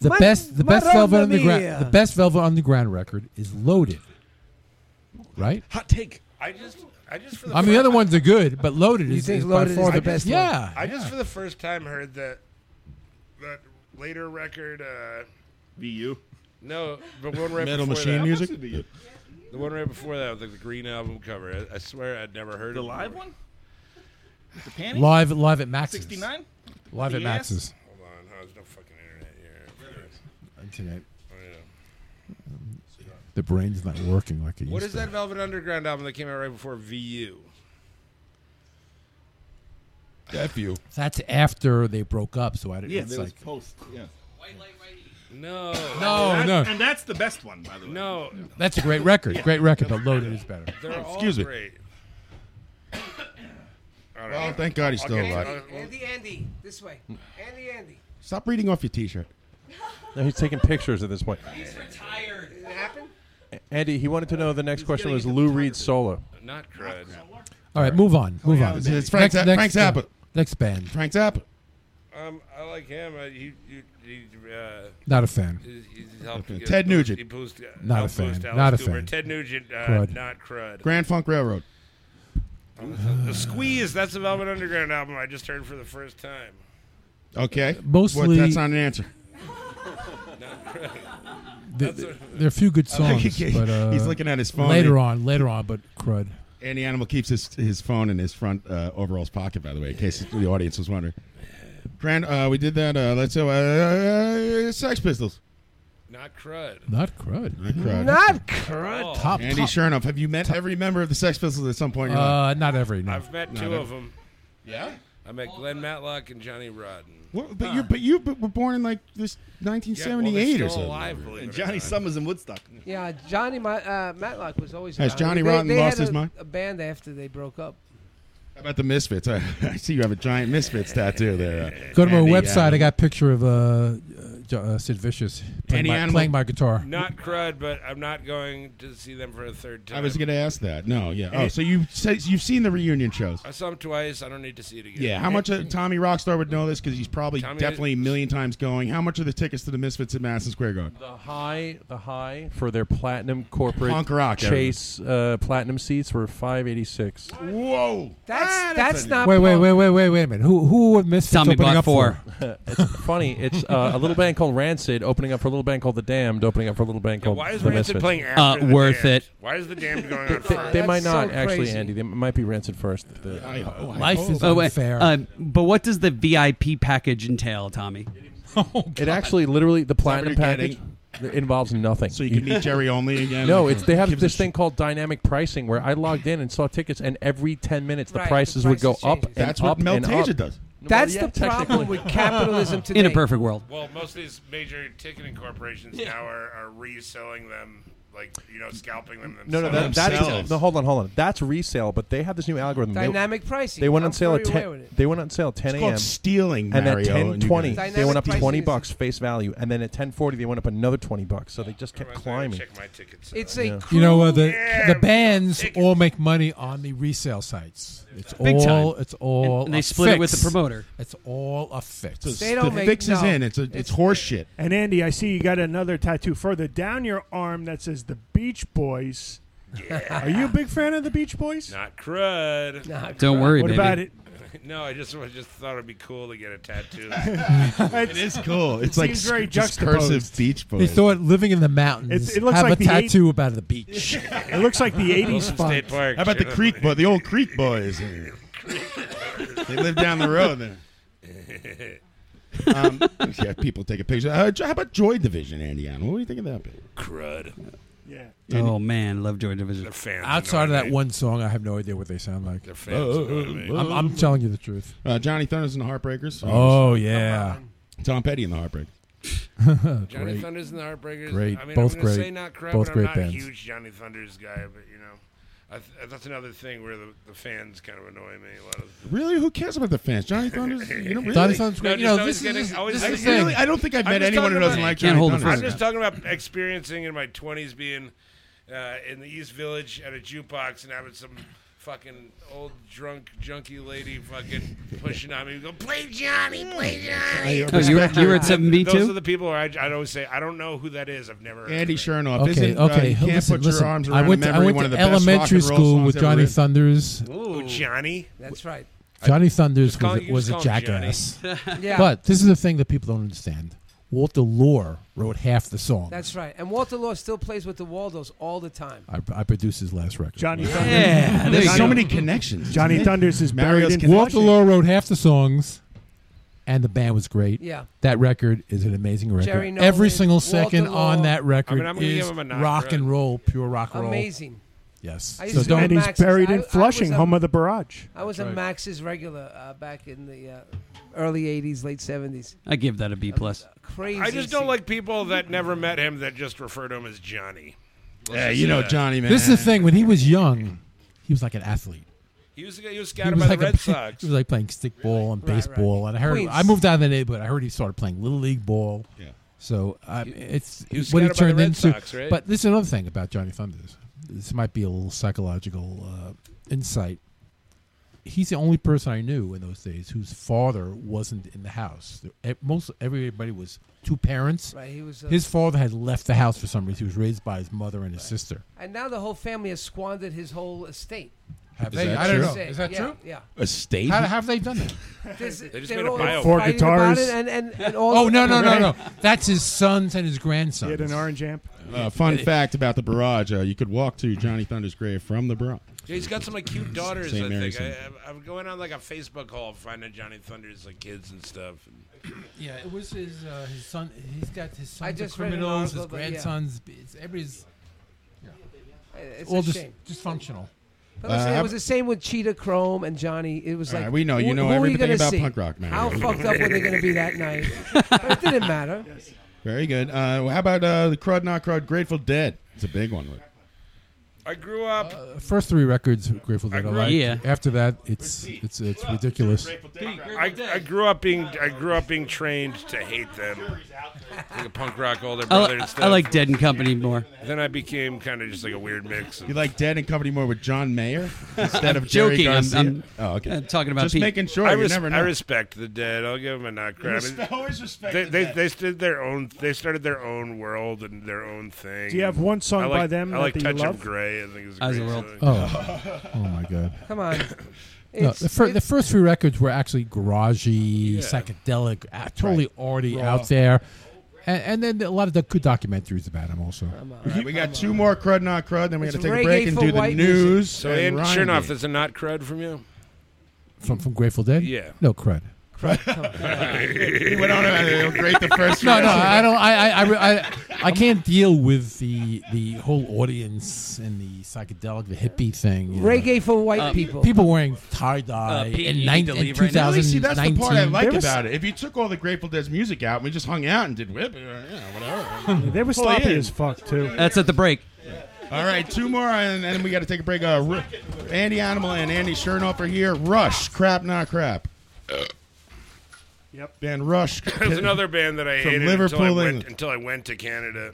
Speaker 18: The
Speaker 2: Ma-
Speaker 18: best, the best
Speaker 2: Madonna
Speaker 18: Velvet Underground,
Speaker 2: mia.
Speaker 18: the best Velvet Underground record is Loaded, right?
Speaker 20: Hot take. I just, I just for the
Speaker 18: I mean, the
Speaker 20: fir-
Speaker 18: other ones are good, but Loaded
Speaker 2: You
Speaker 18: is,
Speaker 2: think
Speaker 18: is
Speaker 2: Loaded
Speaker 18: by far
Speaker 2: is the
Speaker 18: the
Speaker 2: best one?
Speaker 18: Yeah,
Speaker 20: I
Speaker 18: yeah.
Speaker 20: just for the first time heard that that later record. Uh,
Speaker 4: VU.
Speaker 20: No, but one right
Speaker 5: Metal
Speaker 20: before
Speaker 5: Machine
Speaker 20: that.
Speaker 5: music? How much
Speaker 20: The one right before that with like, the green album cover. I, I swear I'd never heard the live one.
Speaker 4: The panties?
Speaker 18: live, live at Max's.
Speaker 4: 69?
Speaker 18: Live
Speaker 4: The ass?
Speaker 18: at Max's
Speaker 20: Hold on, huh? there's no fucking internet here.
Speaker 18: tonight.
Speaker 20: Oh, yeah.
Speaker 18: The brain's not working like it
Speaker 20: What is
Speaker 18: used
Speaker 20: that Velvet Underground album that came out right before VU?
Speaker 4: F you.
Speaker 18: to. That's after they broke up, so I didn't.
Speaker 4: Yeah,
Speaker 18: it's
Speaker 4: there was
Speaker 18: like
Speaker 4: post. Yeah.
Speaker 20: No.
Speaker 18: No, no.
Speaker 4: And that's the best one, by the way.
Speaker 20: No.
Speaker 18: that's a great record,
Speaker 4: Yeah.
Speaker 18: great record, but Loaded is better.
Speaker 20: They're all
Speaker 5: Excuse me.
Speaker 20: great. All
Speaker 5: Well, Oh, thank God he's still
Speaker 20: Okay,
Speaker 5: alive.
Speaker 20: uh,
Speaker 8: Andy, Andy, this way. Andy, Andy.
Speaker 5: Stop reading off your
Speaker 7: [LAUGHS]
Speaker 5: T-shirt.
Speaker 7: Now he's taking pictures at this point.
Speaker 8: He's retired. Did it happen?
Speaker 7: Andy, he wanted to know the next question was Lou Reed solo.
Speaker 20: Not crud.
Speaker 18: All right, move on, move
Speaker 5: Oh, yeah,
Speaker 18: on.
Speaker 5: it's- it's Frank Zappa- Frank
Speaker 18: uh,
Speaker 5: Zappa.
Speaker 18: next band.
Speaker 5: Frank Zappa.
Speaker 20: Um, I like him. Uh, he, he, he, uh,
Speaker 18: Not a fan.
Speaker 20: he's- he's helped
Speaker 5: Okay.
Speaker 20: get-
Speaker 5: Ted Nugent.
Speaker 20: He boost, uh,
Speaker 18: Not a
Speaker 20: helped boost
Speaker 18: fan.
Speaker 20: Alice
Speaker 18: Not a
Speaker 20: Cooper.
Speaker 18: fan.
Speaker 20: Ted Nugent, uh,
Speaker 18: Crud.
Speaker 20: not crud. Um,
Speaker 5: Grand Funk Railroad.
Speaker 20: The Squeeze, that's the Velvet Underground album I just heard for the first time.
Speaker 5: Okay.
Speaker 18: Mostly-
Speaker 5: What, that's not an answer.
Speaker 20: Not crud.
Speaker 18: There,
Speaker 20: That's a-
Speaker 18: there are a few good songs,
Speaker 5: [LAUGHS] Okay,
Speaker 18: but uh,
Speaker 5: he's looking at his phone.
Speaker 18: Later on, later on, but crud.
Speaker 5: And the animal keeps his, his phone in his front uh, overalls pocket, by the way, in case the audience was wondering. Grand, uh, we did that. Uh, let's say uh, Sex Pistols.
Speaker 20: Not crud. Oh,
Speaker 18: Not crud.
Speaker 5: Not crud.
Speaker 2: Not crud.
Speaker 18: Top-
Speaker 5: Andy
Speaker 18: top-
Speaker 5: Chernoff, have you met every member of the Sex Pistols at some point? in your life?
Speaker 18: Uh, not every. No.
Speaker 20: I've met
Speaker 5: No,
Speaker 20: two
Speaker 5: that-
Speaker 20: of them.
Speaker 5: Yeah?
Speaker 20: I met Glenn Matlock and Johnny Rodden.
Speaker 5: What, but you but you but were born in like this 1978
Speaker 20: Yeah, well, Uh. they're
Speaker 5: or
Speaker 20: still
Speaker 5: something.
Speaker 20: alive, believe it or
Speaker 4: Johnny
Speaker 20: not.
Speaker 4: Summers in Woodstock.
Speaker 2: Yeah, Johnny Ma- uh, Matlock was always.
Speaker 5: Has
Speaker 2: around.
Speaker 5: Johnny
Speaker 2: they,
Speaker 5: Rotten
Speaker 2: they
Speaker 5: lost
Speaker 2: had
Speaker 5: his
Speaker 2: a-
Speaker 5: mind?
Speaker 2: A band after they broke up.
Speaker 5: How about the Misfits? [LAUGHS] I, I see you have a giant Misfits tattoo there. uh,
Speaker 18: Go to my
Speaker 5: Andy, uh,
Speaker 18: website. I got a picture of uh, uh, Jo- uh, Sid Vicious playing
Speaker 5: Any
Speaker 18: my,
Speaker 5: animal-
Speaker 18: playing my guitar.
Speaker 20: Not crud, but I'm not going to see them for a third time.
Speaker 5: I was going to ask that. No, yeah. Oh, so you say, you've seen the reunion shows?
Speaker 20: I saw him twice. I don't need to see it again.
Speaker 5: Yeah. How much uh, of Tommy Rockstar would know this because he's probably
Speaker 20: Tommy-
Speaker 5: definitely a million times going. How much are the tickets to the Misfits at Madison Square Garden?
Speaker 7: The high, the high for their platinum corporate
Speaker 5: Punk rock,
Speaker 7: Chase uh, platinum seats were five eighty six.
Speaker 5: Whoa.
Speaker 2: That's
Speaker 20: Ah,
Speaker 2: that's not.
Speaker 18: Wait, wait,
Speaker 2: punk.
Speaker 18: wait, wait, wait, wait a minute. Who who would miss
Speaker 9: Tommy
Speaker 18: opening
Speaker 9: bought
Speaker 18: up for?
Speaker 7: [LAUGHS] it's funny. It's uh, a little band called Rancid opening up for a little band called The Damned opening up for a little band called
Speaker 20: Why is
Speaker 7: The
Speaker 20: Rancid
Speaker 7: Misfits.
Speaker 20: playing after
Speaker 9: Uh,
Speaker 20: the
Speaker 9: worth
Speaker 20: Damned?
Speaker 9: it.
Speaker 20: Why is the
Speaker 7: [LAUGHS]
Speaker 20: damned going on
Speaker 7: They,
Speaker 20: first?
Speaker 7: they might
Speaker 2: That's
Speaker 7: not
Speaker 2: so
Speaker 7: actually,
Speaker 2: crazy.
Speaker 7: Andy. They might be Rancid first. The-
Speaker 18: Life is
Speaker 9: Oh, wait,
Speaker 18: unfair.
Speaker 9: uh, but what does the VIP package entail, Tommy?
Speaker 7: it actually, literally, the platinum
Speaker 5: what you're
Speaker 7: package that involves nothing.
Speaker 5: So you
Speaker 7: [LAUGHS]
Speaker 5: can meet Jerry only again?
Speaker 7: No,
Speaker 5: Like,
Speaker 7: it's they have
Speaker 5: gives a
Speaker 7: this
Speaker 5: sh-
Speaker 7: thing called dynamic pricing where I logged in and saw tickets, and every ten minutes the
Speaker 8: Right, the
Speaker 7: prices would go
Speaker 8: prices
Speaker 7: up.
Speaker 8: changes.
Speaker 7: And
Speaker 5: That's
Speaker 7: up
Speaker 5: what Mel
Speaker 7: and
Speaker 5: Taser
Speaker 7: up.
Speaker 5: does.
Speaker 2: That's
Speaker 7: Well, yeah,
Speaker 2: the problem
Speaker 7: technically.
Speaker 2: with
Speaker 7: [LAUGHS]
Speaker 2: capitalism today.
Speaker 9: In a perfect world.
Speaker 20: Well, most of these major ticketing corporations now are, are reselling them, like you know, scalping them
Speaker 7: No, no,
Speaker 20: themselves.
Speaker 7: that, that's
Speaker 5: Themselves.
Speaker 7: no. Hold on, hold on. That's resale, but they have this new algorithm. They-
Speaker 2: Dynamic pricing.
Speaker 7: They went
Speaker 2: I'm
Speaker 7: on sale at
Speaker 2: very aware of
Speaker 7: ten.
Speaker 2: it.
Speaker 7: They went on sale at ten
Speaker 5: It's
Speaker 7: a.m.
Speaker 5: called stealing,
Speaker 7: and at
Speaker 5: Mario.
Speaker 7: ten
Speaker 5: and you
Speaker 7: twenty,
Speaker 5: guys-
Speaker 7: they went up
Speaker 2: Dynamic
Speaker 7: twenty
Speaker 2: pricing.
Speaker 7: bucks face value, and then at ten forty, they went up another twenty bucks. So they just kept
Speaker 20: I'm gonna
Speaker 7: climbing.
Speaker 20: Check my tickets.
Speaker 2: It's
Speaker 20: out.
Speaker 2: a
Speaker 7: Yeah.
Speaker 2: cruel,
Speaker 18: You know, uh, the
Speaker 20: Yeah,
Speaker 18: the bands all make money on the resale sites. It's
Speaker 9: Big
Speaker 18: all
Speaker 9: time.
Speaker 18: it's all
Speaker 9: And- and they
Speaker 18: a
Speaker 9: split it with
Speaker 18: fix.
Speaker 9: the promoter.
Speaker 18: It's all a fix.
Speaker 5: it's-
Speaker 2: They don't
Speaker 5: the
Speaker 2: make-
Speaker 5: fix is
Speaker 2: no.
Speaker 5: in. It's a, it's, horse shit.
Speaker 14: And Andy, I see you got another tattoo further down your arm that says the Beach Boys. Are you a big fan of the Beach Boys?
Speaker 20: not crud.
Speaker 9: Don't worry,
Speaker 14: what
Speaker 9: baby.
Speaker 14: about it?
Speaker 20: [LAUGHS] No, I just I just thought it'd be cool to get a tattoo.
Speaker 5: [LAUGHS] It is
Speaker 20: [LAUGHS]
Speaker 5: cool. It's like
Speaker 14: seems very
Speaker 5: sc- just
Speaker 14: juxtaposed.
Speaker 5: cursive beach
Speaker 18: They
Speaker 5: boys.
Speaker 18: thought living in the mountains
Speaker 14: It's- it looks
Speaker 18: have a
Speaker 14: like the eight-
Speaker 18: tattoo about the beach.
Speaker 14: It looks like the '80s
Speaker 20: Wilson
Speaker 14: font.
Speaker 20: Uh, State Park.
Speaker 5: How about the
Speaker 20: you know?
Speaker 5: Creek boy? The old Creek
Speaker 20: [LAUGHS]
Speaker 5: boys. they live down the road there. Um, yeah, people take a picture. Uh, how about Joy Division, Andy? Allen? What do you think of that?
Speaker 20: crud?
Speaker 14: Yeah.
Speaker 9: Oh man, love Joy Division.
Speaker 20: They're fans.
Speaker 18: Outside of
Speaker 20: annoy
Speaker 18: that
Speaker 20: me.
Speaker 18: one song, I have no idea what they sound like.
Speaker 20: They're fans. annoy me.
Speaker 5: Oh,
Speaker 18: I'm, I'm telling you the truth.
Speaker 5: Uh, Johnny Thunders and the Heartbreakers.
Speaker 18: Oh yeah,
Speaker 5: Tom Petty and the Heartbreakers.
Speaker 20: Johnny
Speaker 18: [LAUGHS] great.
Speaker 20: Thunders and the Heartbreakers.
Speaker 18: Great.
Speaker 20: I mean,
Speaker 18: Both
Speaker 20: I'm gonna Say
Speaker 18: great.
Speaker 20: not crap,
Speaker 18: Both
Speaker 20: but
Speaker 18: great
Speaker 20: I'm not
Speaker 18: bands.
Speaker 20: a huge Johnny Thunders guy, but you know, I th- that's another thing where the, the fans kind of annoy me a lot. Of
Speaker 5: Really? Who cares about the fans?
Speaker 20: [LAUGHS]
Speaker 5: Johnny Thunders. You know, really?
Speaker 18: Johnny Thunders
Speaker 20: No,
Speaker 18: great. You
Speaker 20: just
Speaker 18: know,
Speaker 20: always
Speaker 18: this
Speaker 20: getting-
Speaker 18: is
Speaker 20: always
Speaker 18: this
Speaker 5: I,
Speaker 18: is the
Speaker 20: getting-
Speaker 5: really,
Speaker 18: thing.
Speaker 5: I don't think I've
Speaker 20: I'm
Speaker 5: met
Speaker 20: just
Speaker 5: anyone who
Speaker 20: talking
Speaker 5: doesn't
Speaker 20: about-
Speaker 5: like
Speaker 9: Can't
Speaker 5: Johnny
Speaker 9: hold a
Speaker 5: Thunders.
Speaker 20: I'm just talking about experiencing in my 20s being uh, in the East Village at a jukebox and having some fucking old drunk junkie lady fucking pushing on me. Go play Johnny, play Johnny.
Speaker 5: Oh, you were- you were to Me
Speaker 20: Those
Speaker 5: Too?
Speaker 20: are the people where I, I'd always say I don't know who that is. I've never. heard
Speaker 5: Andy
Speaker 20: of it."
Speaker 5: Chernoff.
Speaker 18: Okay,
Speaker 5: isn't, uh,
Speaker 18: okay.
Speaker 5: you can't
Speaker 18: listen,
Speaker 5: put
Speaker 18: listen.
Speaker 5: your arms
Speaker 18: I
Speaker 5: around
Speaker 18: went to- I
Speaker 5: memory,
Speaker 18: went
Speaker 5: one
Speaker 18: to
Speaker 5: of the best rock and
Speaker 18: elementary
Speaker 5: roll
Speaker 18: school
Speaker 5: songs
Speaker 18: with
Speaker 5: ever
Speaker 18: Johnny
Speaker 5: written.
Speaker 18: Thunders.
Speaker 20: Ooh, Johnny.
Speaker 8: That's right.
Speaker 18: Johnny Thunders
Speaker 8: Just call-
Speaker 18: was,
Speaker 8: you
Speaker 18: was a
Speaker 8: just call him Johnny.
Speaker 14: [LAUGHS]
Speaker 18: jackass.
Speaker 8: Yeah.
Speaker 18: But this is the thing that people don't understand. Walter Lohr wrote half the song.
Speaker 8: That's right. And Walter Law still plays with the Waldos all the time.
Speaker 18: I, I produced his last record.
Speaker 14: Johnny
Speaker 18: Yeah.
Speaker 14: Thunders.
Speaker 18: Yeah, there's so many
Speaker 5: connections.
Speaker 14: Johnny Thunders is buried in
Speaker 18: Walter
Speaker 14: Flushing.
Speaker 18: Lohr wrote half the songs, and the band was great.
Speaker 14: Yeah.
Speaker 18: that record is an amazing record.
Speaker 8: Jerry Nolan,
Speaker 18: Every single
Speaker 8: Walter
Speaker 18: second on
Speaker 8: Lohr.
Speaker 18: that record
Speaker 8: I mean, I'm gonna
Speaker 18: is
Speaker 8: give him a nod,
Speaker 18: rock
Speaker 8: really.
Speaker 18: and roll, pure rock and roll.
Speaker 8: Amazing.
Speaker 18: Yes.
Speaker 8: I used
Speaker 18: So
Speaker 8: to go to
Speaker 18: don't- And he's
Speaker 8: Max's.
Speaker 14: buried in
Speaker 8: I- I was
Speaker 14: Flushing,
Speaker 8: a-
Speaker 14: home of the barrage.
Speaker 8: I was
Speaker 14: That's
Speaker 8: a
Speaker 14: right.
Speaker 8: Max's regular uh, back in the uh, early '80s, late '70s.
Speaker 9: I give that a B plus.
Speaker 8: Crazy.
Speaker 20: I just don't like people that never met him that just refer to him as Johnny. Let's
Speaker 5: Yeah,
Speaker 20: just
Speaker 5: you
Speaker 20: say
Speaker 5: know
Speaker 20: that.
Speaker 5: Johnny, man.
Speaker 18: This is the thing. When he was young, he was like an athlete.
Speaker 20: He was he was
Speaker 18: He
Speaker 20: scouted
Speaker 18: was,
Speaker 20: by
Speaker 18: like
Speaker 20: the Red
Speaker 18: a, [LAUGHS]
Speaker 20: Sox.
Speaker 18: he was like playing stickball and
Speaker 20: Right, right.
Speaker 18: baseball, and I heard
Speaker 20: Queens.
Speaker 18: I moved out of the neighborhood. I heard he started playing little league ball.
Speaker 20: Yeah.
Speaker 18: So I it's
Speaker 20: he was
Speaker 18: what he
Speaker 20: scouted by the
Speaker 18: turned
Speaker 20: Red
Speaker 18: into.
Speaker 20: Sox, right?
Speaker 18: But this is another thing about Johnny Thunders. This might be a little psychological uh, insight. He's the only person I knew in those days whose father wasn't in the house. E- Most everybody was two parents.
Speaker 8: Right, he was, uh,
Speaker 18: his father had left the house for some reason. He was raised by his mother and his sister.
Speaker 8: And now the whole family has squandered his whole estate.
Speaker 18: Have Is they? that I don't true? know. Is that
Speaker 8: yeah,
Speaker 18: true?
Speaker 8: Yeah.
Speaker 5: Estate?
Speaker 18: How have they
Speaker 8: [LAUGHS]
Speaker 18: done that?
Speaker 8: This-
Speaker 20: They just
Speaker 8: they're
Speaker 20: made a
Speaker 8: all
Speaker 20: bio.
Speaker 8: fighting about
Speaker 18: guitars.
Speaker 8: it and, and, and all
Speaker 18: oh no no no no! That's his sons and his grandsons.
Speaker 14: He had an orange amp.
Speaker 5: Uh, fun fact about the barrage: uh, you could walk to Johnny Thunder's grave from the barrage.
Speaker 20: Yeah, he's got some
Speaker 5: [CLEARS THROAT]
Speaker 20: like cute daughters.
Speaker 5: St.
Speaker 20: I
Speaker 5: Mary's
Speaker 20: think I, I, I'm going on like a Facebook haul finding Johnny Thunder's like kids and stuff.
Speaker 18: Yeah, it was his uh, his son. He's got his
Speaker 8: I
Speaker 18: sons are
Speaker 8: just read an
Speaker 18: criminals, his
Speaker 8: article that- yeah.
Speaker 18: grandsons. It's everybody's. Yeah.
Speaker 8: It's
Speaker 18: All
Speaker 8: a
Speaker 18: dis-
Speaker 8: shame.
Speaker 18: dysfunctional.
Speaker 8: But listen,
Speaker 5: Uh,
Speaker 8: it was the same with Cheetah Chrome and Johnny. It was
Speaker 5: All
Speaker 8: like
Speaker 5: right, we know. You
Speaker 8: who-
Speaker 5: know
Speaker 8: who are
Speaker 5: everything
Speaker 8: gonna
Speaker 5: about
Speaker 8: see?
Speaker 5: punk rock, man.
Speaker 8: How fucked up were they going to be that
Speaker 5: [LAUGHS]
Speaker 8: night? but it didn't matter.
Speaker 5: Very good. Uh, well, how about uh, the Crud Not Crud Grateful Dead? It's a big one.
Speaker 20: I grew up.
Speaker 18: The Uh, first three records, Grateful Dead. I
Speaker 20: grew-
Speaker 18: liked.
Speaker 20: Yeah.
Speaker 18: After that, it's it's it's ridiculous.
Speaker 20: I, I grew up being I grew up being trained to hate them. Like a punk rock older
Speaker 9: I,
Speaker 20: brother
Speaker 9: li-
Speaker 20: and stuff.
Speaker 9: I like Dead and Company more.
Speaker 20: Then I became kind of just like a weird mix. Of,
Speaker 5: You like Dead and Company more with John
Speaker 20: [LAUGHS]
Speaker 5: Mayer instead
Speaker 9: I'm
Speaker 5: of Jerry
Speaker 9: joking. I'm-
Speaker 5: Garcia?
Speaker 9: I'm-
Speaker 5: oh, okay.
Speaker 20: uh,
Speaker 9: I'm talking about
Speaker 5: just
Speaker 9: Pete.
Speaker 5: making sure.
Speaker 20: I,
Speaker 5: you
Speaker 20: res-
Speaker 5: never know.
Speaker 20: I respect the dead. I'll give them a not credit. I mean,
Speaker 5: Respe- always respect
Speaker 20: They
Speaker 5: the
Speaker 20: they,
Speaker 5: dead.
Speaker 20: they did their own. They started their own world and their own thing.
Speaker 14: Do you have one song
Speaker 20: I
Speaker 14: by
Speaker 20: like-
Speaker 14: them
Speaker 20: I like
Speaker 14: that you
Speaker 20: Touch
Speaker 14: love?
Speaker 20: of Grey. I think it's a
Speaker 14: Eyes
Speaker 20: great
Speaker 14: of the
Speaker 20: [LAUGHS]
Speaker 14: World.
Speaker 20: song.
Speaker 18: Oh, oh my
Speaker 5: [LAUGHS]
Speaker 18: God!
Speaker 8: Come on.
Speaker 18: No,
Speaker 8: It's-
Speaker 18: the, fir- the
Speaker 8: it's-
Speaker 18: first three records were actually garagey,
Speaker 8: Yeah.
Speaker 18: psychedelic, uh, totally already
Speaker 5: Raw.
Speaker 18: out there, and, and then a lot of the good documentaries about him also.
Speaker 5: All right, we got two more Crud Not Crud. Then we got
Speaker 18: It's
Speaker 5: to take
Speaker 18: reggae
Speaker 5: a break and
Speaker 18: for
Speaker 5: do the
Speaker 18: white music.
Speaker 5: news.
Speaker 20: So,
Speaker 5: and
Speaker 20: and
Speaker 5: Ryan
Speaker 20: sure enough,
Speaker 5: Gate.
Speaker 20: there's a not crud from you.
Speaker 5: [LAUGHS]
Speaker 18: From from Grateful Dead.
Speaker 20: Yeah.
Speaker 18: No crud.
Speaker 20: [LAUGHS] he
Speaker 5: went on a
Speaker 20: [LAUGHS]
Speaker 5: great the first.
Speaker 18: No, no, I don't. I, I, I, I, I can't deal with the the whole audience and the psychedelic, the hippie thing. you know.
Speaker 8: Reggae for white
Speaker 18: Uh,
Speaker 8: people.
Speaker 18: People wearing tie dye
Speaker 8: Uh, Pete,
Speaker 18: in,
Speaker 8: you
Speaker 18: nine,
Speaker 8: need to
Speaker 18: in
Speaker 8: leave right now.
Speaker 18: 2019.
Speaker 5: Really, see, that's the part I like
Speaker 14: There was-
Speaker 5: about it. If you took all the Grateful Dead's music out and we just hung out and did whip, yeah, whatever.
Speaker 14: They were
Speaker 5: Pull
Speaker 14: sloppy
Speaker 5: in.
Speaker 14: as fuck too.
Speaker 9: That's at the break.
Speaker 5: All right, two more, and then we got to take a break. Uh, Ru- Andy Animal and Andy Chernoff are here. Rush, crap, not crap.
Speaker 14: Yep.
Speaker 5: Band Rush.
Speaker 20: There's another band that I
Speaker 5: from
Speaker 20: hated
Speaker 5: Liverpool,
Speaker 20: until I went
Speaker 5: England.
Speaker 20: until I went to Canada.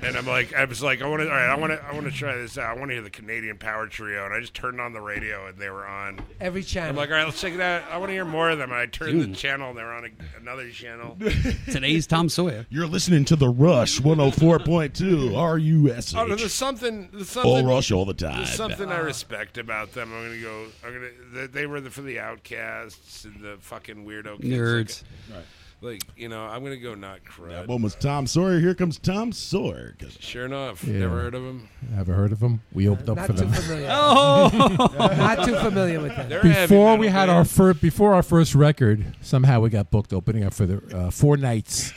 Speaker 20: And I'm like, I was like, I want to, all right, I want to, I want to try this out. I want to hear the Canadian Power Trio, and I just turned on the radio, and they were on
Speaker 8: Every channel.
Speaker 20: I'm like, all right, let's check it out. I want to hear more of them. And I turned the
Speaker 9: Dude.
Speaker 20: channel, and they were on a, another
Speaker 5: [LAUGHS]
Speaker 20: channel.
Speaker 9: Today's Tom Sawyer.
Speaker 5: You're listening to the Rush 104.2 R U S
Speaker 20: Oh no,
Speaker 5: H.
Speaker 20: there's something, there's something.
Speaker 5: All Rush all the time.
Speaker 20: There's something I respect about them. I'm gonna go. I'm gonna. They, they were the, for the outcasts and the fucking weirdo kids.
Speaker 5: Nerds.
Speaker 20: Like, like, you know, I'm gonna go not crud.
Speaker 5: That one was Tom Sawyer. Here comes Tom Sawyer.
Speaker 20: Sure enough,
Speaker 18: Yeah.
Speaker 20: never heard of them.
Speaker 18: Ever heard of them? We opened up
Speaker 20: Uh, Not
Speaker 18: for
Speaker 20: too
Speaker 18: them.
Speaker 20: familiar. Oh! [LAUGHS] Not too familiar with them. They're heavy
Speaker 18: Before we
Speaker 20: metal
Speaker 18: had
Speaker 20: band.
Speaker 18: our first, before our first record, somehow we got booked opening up for the uh, four nights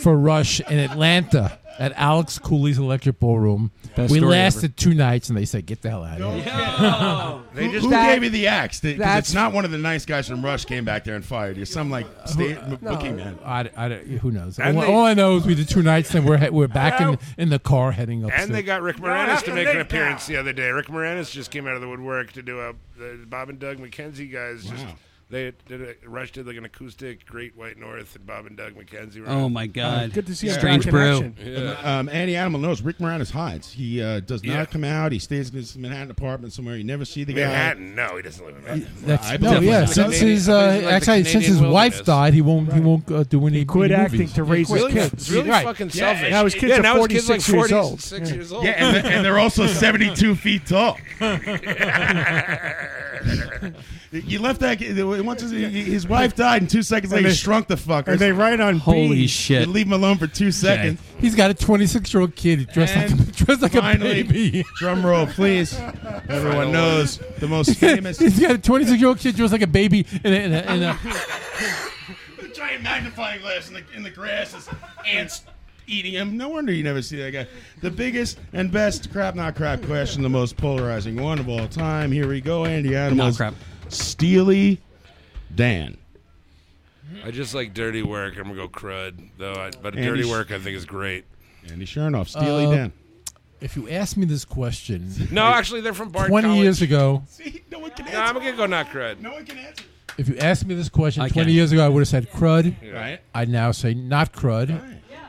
Speaker 18: for Rush in Atlanta at Alex Cooley's Electric Ballroom.
Speaker 5: Best
Speaker 18: we
Speaker 5: story
Speaker 18: lasted
Speaker 5: ever.
Speaker 18: two nights, and they said, "Get the hell out of here."
Speaker 5: Who, who gave you the axe? They- 'cause it's not one of the nice guys from Rush came back there and fired you. Some like state m- booking man.
Speaker 18: uh, I, I, who knows?
Speaker 5: And
Speaker 18: All,
Speaker 5: they-
Speaker 18: all I know is we did two nights, and we're he- we're back in,
Speaker 20: Well-
Speaker 18: in the car heading up.
Speaker 20: And they got Rick Moranis to make an appearance the other day. Rick Moranis just came out of the woodwork to do a the Bob and Doug McKenzie guys just They did a, Rush did like an acoustic Great White North, and Bob and Doug McKenzie. Were
Speaker 9: Oh,
Speaker 20: on.
Speaker 9: my God.
Speaker 5: Uh, Good to see
Speaker 9: you Strange back in brew. action.
Speaker 20: Yeah.
Speaker 5: Um, Andy Animal knows Rick Moranis hides. He uh, does not
Speaker 20: Yeah.
Speaker 5: come out. He stays in his Manhattan apartment somewhere. You never see the
Speaker 20: Manhattan? No, he doesn't live in Manhattan.
Speaker 5: guy.
Speaker 18: That's,
Speaker 5: I
Speaker 18: no,
Speaker 5: believe
Speaker 18: yeah.
Speaker 5: he's
Speaker 18: Since
Speaker 5: Canadian.
Speaker 18: his
Speaker 5: I
Speaker 18: uh,
Speaker 5: believe he's like the
Speaker 18: actually since
Speaker 5: Canadian
Speaker 18: his wife
Speaker 5: wilderness.
Speaker 18: died, he won't he won't uh, do any. He
Speaker 14: quit acting to raise his kids.
Speaker 20: It's really
Speaker 14: Right.
Speaker 20: fucking
Speaker 14: Yeah,
Speaker 20: selfish.
Speaker 14: now his kids
Speaker 20: yeah,
Speaker 14: are
Speaker 20: now his kid's
Speaker 14: 46
Speaker 20: like
Speaker 14: years
Speaker 20: 46
Speaker 14: old.
Speaker 20: Six
Speaker 14: Yeah.
Speaker 20: years old.
Speaker 5: Yeah, and, they're- and they're
Speaker 20: [LAUGHS]
Speaker 5: also 72 feet [LAUGHS] tall. you left that kid- once his, his wife died, and two seconds
Speaker 18: And
Speaker 5: later, he
Speaker 18: they-
Speaker 5: shrunk the fucker.
Speaker 18: and they write on Holy bees. shit.
Speaker 5: You leave him alone for two seconds.
Speaker 18: He's got a 26 year old kid who dressed like a,
Speaker 5: And
Speaker 18: [LAUGHS] dressed like
Speaker 5: finally,
Speaker 18: a baby.
Speaker 5: Drum roll, please. Everyone knows the most
Speaker 18: [LAUGHS]
Speaker 5: famous.
Speaker 18: He's got a 26 year old kid dressed like a baby in a, in a, in
Speaker 5: [LAUGHS]
Speaker 18: a
Speaker 5: The [LAUGHS] giant magnifying glass in the, in the grass is ants eating him. E No wonder you never see that guy. The biggest and best crap not crap question, the most polarizing one of all time. Here we go, Andy Adams.
Speaker 20: crap.
Speaker 5: Steely Dan.
Speaker 20: I just like dirty work. I'm gonna go crud though. I, but
Speaker 5: Andy
Speaker 20: dirty
Speaker 5: Sh-
Speaker 20: work, I think, is great.
Speaker 5: Andy Chernoff, Steely
Speaker 18: Uh,
Speaker 5: Dan.
Speaker 18: If you ask me this question,
Speaker 20: No, actually, they're from Bard
Speaker 18: 20
Speaker 20: College.
Speaker 18: years ago.
Speaker 20: See, no one can answer. I'm gonna go not crud. No one can answer.
Speaker 18: If you asked me this question
Speaker 20: I
Speaker 18: 20
Speaker 20: can.
Speaker 18: years ago, I would have said crud.
Speaker 20: Right.
Speaker 18: I now say not crud.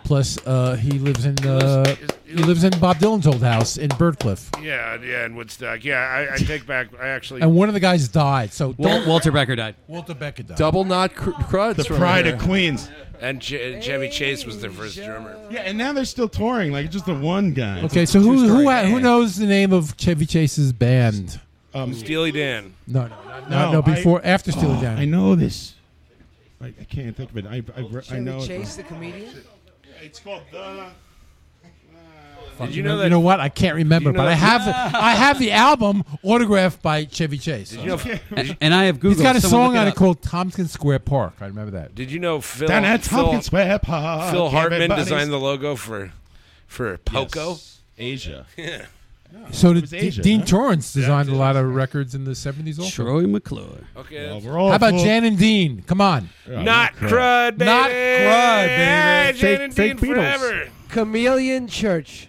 Speaker 18: Plus, uh, he lives in uh, he lives in Bob Dylan's old house in Birdcliff,
Speaker 20: Yeah, yeah, and Woodstock. Yeah, I, I take back. I actually.
Speaker 18: and one of the guys died. So
Speaker 20: Wal-
Speaker 18: don't-
Speaker 20: Walter Becker died.
Speaker 18: Walter Becker died.
Speaker 7: Double not cr-
Speaker 5: Oh.
Speaker 7: crud.
Speaker 5: The pride of Queens.
Speaker 20: And Ch- Chevy Chase was their first drummer.
Speaker 5: Yeah, and now they're still touring. Like, just the one guy.
Speaker 18: Okay, so who who who knows the name of Chevy Chase's band?
Speaker 20: Steely Dan.
Speaker 18: No, no, no, no, no, before- after Steely
Speaker 5: oh,
Speaker 18: Dan.
Speaker 5: Um, I know this. I, I can't think of it. I, I, re- I
Speaker 8: Chevy
Speaker 5: know
Speaker 8: Chase,
Speaker 5: it.
Speaker 8: the comedian.
Speaker 5: It's called the.
Speaker 20: Did
Speaker 18: you
Speaker 20: you know that?
Speaker 18: know what? I can't remember,
Speaker 20: you know
Speaker 18: but I
Speaker 20: that-
Speaker 18: have
Speaker 20: [LAUGHS]
Speaker 18: the, I have the album autographed by Chevy Chase.
Speaker 20: [LAUGHS] Did you know-
Speaker 18: and,
Speaker 9: and I have
Speaker 18: He's got a
Speaker 9: Googled. Someone
Speaker 18: song
Speaker 9: look it
Speaker 18: on it
Speaker 9: up.
Speaker 18: called Tompkins Square Park. I remember that.
Speaker 20: Did you know Phil?
Speaker 18: Down at
Speaker 20: Phil,
Speaker 18: Tompkins Square Park,
Speaker 20: Phil Hartman
Speaker 18: everybody's-
Speaker 20: designed the logo for for Poco
Speaker 5: Asia.
Speaker 20: [LAUGHS] Yeah.
Speaker 18: So
Speaker 20: It
Speaker 18: did
Speaker 20: was Asia,
Speaker 18: Dean
Speaker 20: huh?
Speaker 18: Torrance designed a lot of records in the seventies also.
Speaker 9: Troy McClure.
Speaker 20: Okay. Well,
Speaker 5: we're all
Speaker 18: How about
Speaker 5: full-
Speaker 18: Jan and Dean? Come on.
Speaker 20: Not crud, baby.
Speaker 18: Not crud, baby.
Speaker 20: Yeah, Jan
Speaker 18: Fake-
Speaker 20: and
Speaker 18: fake
Speaker 20: Dean
Speaker 18: Beatles.
Speaker 20: forever.
Speaker 2: Chameleon Church.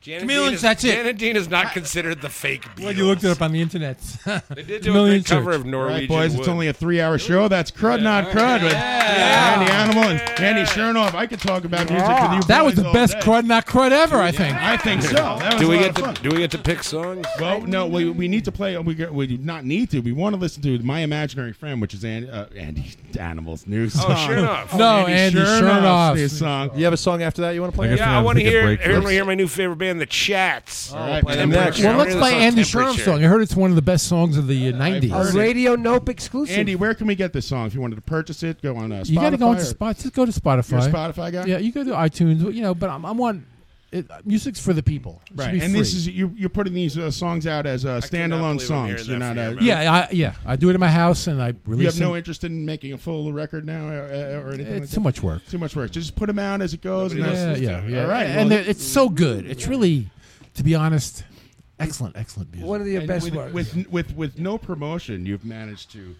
Speaker 20: Janet
Speaker 18: Chameleons,
Speaker 20: Dean is,
Speaker 18: that's it.
Speaker 20: Janet Dean is not considered the fake Beatles.
Speaker 18: Well, you looked it up on the internet. [LAUGHS]
Speaker 20: They did do a
Speaker 18: Million
Speaker 20: great cover
Speaker 18: Church.
Speaker 20: of
Speaker 5: All right,
Speaker 20: Norwegian
Speaker 5: boys,
Speaker 20: Wood.
Speaker 5: it's only a three-hour show. That's crud, not crud. With Andy Animal and Andy Chernoff. I could talk about music with you.
Speaker 18: That was
Speaker 5: boys
Speaker 18: the
Speaker 5: all
Speaker 18: best
Speaker 5: day.
Speaker 18: crud, not crud ever. I think.
Speaker 5: I think so. That was
Speaker 20: do
Speaker 5: a
Speaker 20: we
Speaker 5: lot
Speaker 20: get
Speaker 5: of
Speaker 20: to
Speaker 5: fun.
Speaker 20: do we get to pick songs?
Speaker 5: Well, no, we, we need to play. We, get- we do not need to. We want to listen to My Imaginary Friend, which is Andy, uh, Andy Animal's new
Speaker 20: Oh,
Speaker 5: song.
Speaker 20: Chernoff.
Speaker 18: No, Andy Chernoff.
Speaker 5: new song.
Speaker 7: You have a song after that you want to play?
Speaker 20: yeah, I want to hear hear, hear my new favorite band, the Chats. All
Speaker 7: right, man. Next.
Speaker 18: Well, let's play Andy Sherman's song. I heard it's one of the best songs of the uh,
Speaker 5: heard
Speaker 18: '90s.
Speaker 5: it. Radio
Speaker 2: Nope exclusive.
Speaker 5: Andy, where can we get this song? If you wanted to purchase it, go on uh, Spotify.
Speaker 18: You got to go on
Speaker 5: or-
Speaker 18: Spotify. Just go to Spotify.
Speaker 5: You're a Spotify guy?
Speaker 18: Yeah, you go to iTunes. You know, but I'm, I'm on. It, music's for the people. It should
Speaker 5: Right,
Speaker 18: be
Speaker 5: and this
Speaker 18: free.
Speaker 5: is you, you're putting these uh, songs out as uh, standalone
Speaker 20: believe I'm hearing
Speaker 5: songs. You're
Speaker 20: that
Speaker 5: not. Uh,
Speaker 18: Yeah, I, yeah. I do it in my house, and I
Speaker 5: You
Speaker 18: release.
Speaker 5: have no
Speaker 18: them.
Speaker 5: interest in making a full record now uh, uh, or anything. like
Speaker 18: It's
Speaker 5: that?
Speaker 18: too much work.
Speaker 5: Too much work. Just put them out as it goes. and
Speaker 18: Yeah,
Speaker 5: that's-
Speaker 18: yeah, yeah.
Speaker 5: All right.
Speaker 18: and
Speaker 5: well,
Speaker 18: they're- it's so good. It's really, to be honest, excellent, excellent music.
Speaker 2: One of your
Speaker 5: and
Speaker 2: best
Speaker 5: with,
Speaker 2: works.
Speaker 5: With, with with no promotion, you've managed to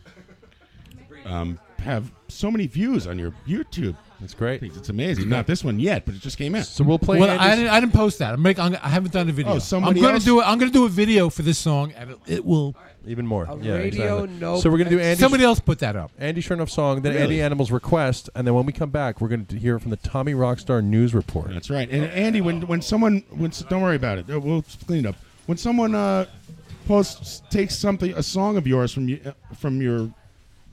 Speaker 5: um, have so many views on your YouTube.
Speaker 7: That's great.
Speaker 5: It's amazing. Not this one yet, but it just came out.
Speaker 7: So we'll play.
Speaker 18: well, I didn't, I didn't post that. I'm make, I'm, I haven't done a video.
Speaker 5: Oh, somebody
Speaker 18: I'm gonna
Speaker 5: else?
Speaker 18: do it. I'm gonna do a video for this song, and it, it will.
Speaker 7: Even more.
Speaker 18: A
Speaker 7: yeah,
Speaker 18: radio
Speaker 7: exactly.
Speaker 18: no
Speaker 7: so we're gonna do Andy.
Speaker 18: Oh, Somebody else put that up.
Speaker 7: Andy Chernoff song, then
Speaker 18: Really?
Speaker 7: Andy Animal's request, and then when we come back, we're going to hear from the Tommy Rockstar news report.
Speaker 5: That's right. And Andy, when when someone when don't worry about it, Uh, we'll clean it up. When someone uh, posts takes something a song of yours from you, uh, from your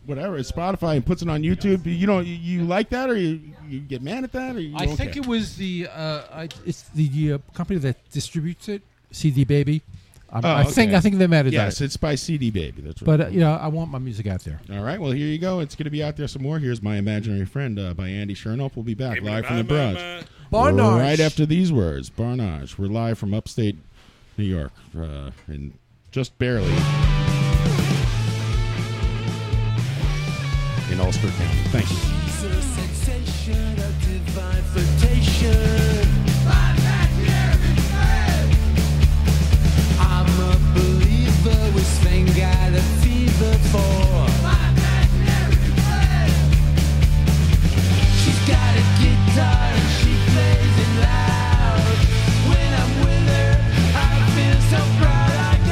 Speaker 5: whatever Spotify and puts it on YouTube, you don't you, you like that or you, you get mad at that or you
Speaker 18: I
Speaker 5: don't
Speaker 18: think
Speaker 5: care?
Speaker 18: it was the uh, I, it's the uh, company that distributes it, CD Baby. Um,
Speaker 5: Oh,
Speaker 18: I think
Speaker 5: okay.
Speaker 18: I think they might have done
Speaker 5: Yes,
Speaker 18: it.
Speaker 5: it's by CD Baby. That's right.
Speaker 18: But uh, you know, I want my music out there.
Speaker 5: All right, well, here you go. It's going to be out there some more. Here's My Imaginary Friend uh, by Andy Chernoff. We'll be back live from the barrage.
Speaker 2: Barnage.
Speaker 5: Right after these words, Barnage. We're live from upstate New York, uh, and just barely in Ulster County. Thank you.
Speaker 6: She's a sensation of divine flirtation. I'm not I'm a believer with Sven got a fever for. She's got a guitar and she plays it loud. When I'm with her, I feel so proud. I go.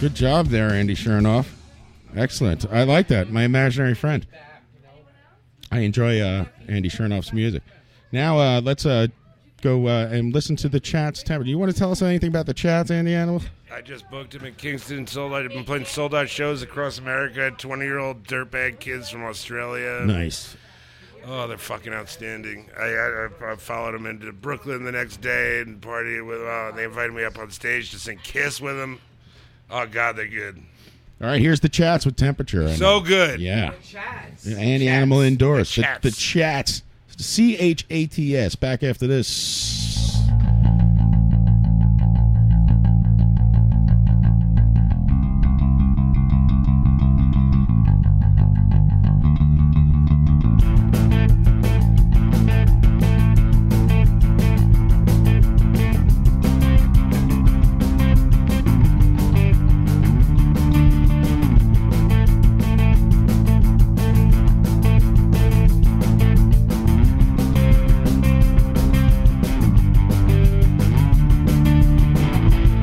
Speaker 5: Good job there, Andy Chernoff. Excellent. I like that. My imaginary friend. I enjoy uh, Andy Chernoff's music. Now uh, let's uh, go uh, and listen to the chats. Tab- Do you want to tell us anything about the chats, Andy Animal?
Speaker 20: I just booked him at Kingston. Sold out. I've been playing sold out shows across America. Twenty year old dirtbag kids from Australia.
Speaker 5: Nice.
Speaker 20: Oh, they're fucking outstanding. I, I, I followed them into Brooklyn the next day and partied with. Oh, and they invited me up on stage to sing Kiss with them. Oh God, they're good.
Speaker 5: All right, here's the chats with temperature. in
Speaker 20: So
Speaker 5: it.
Speaker 20: good.
Speaker 5: Yeah.
Speaker 20: The chats.
Speaker 5: Andy Animal indoors. The, the chats. C H A T S. Back after this.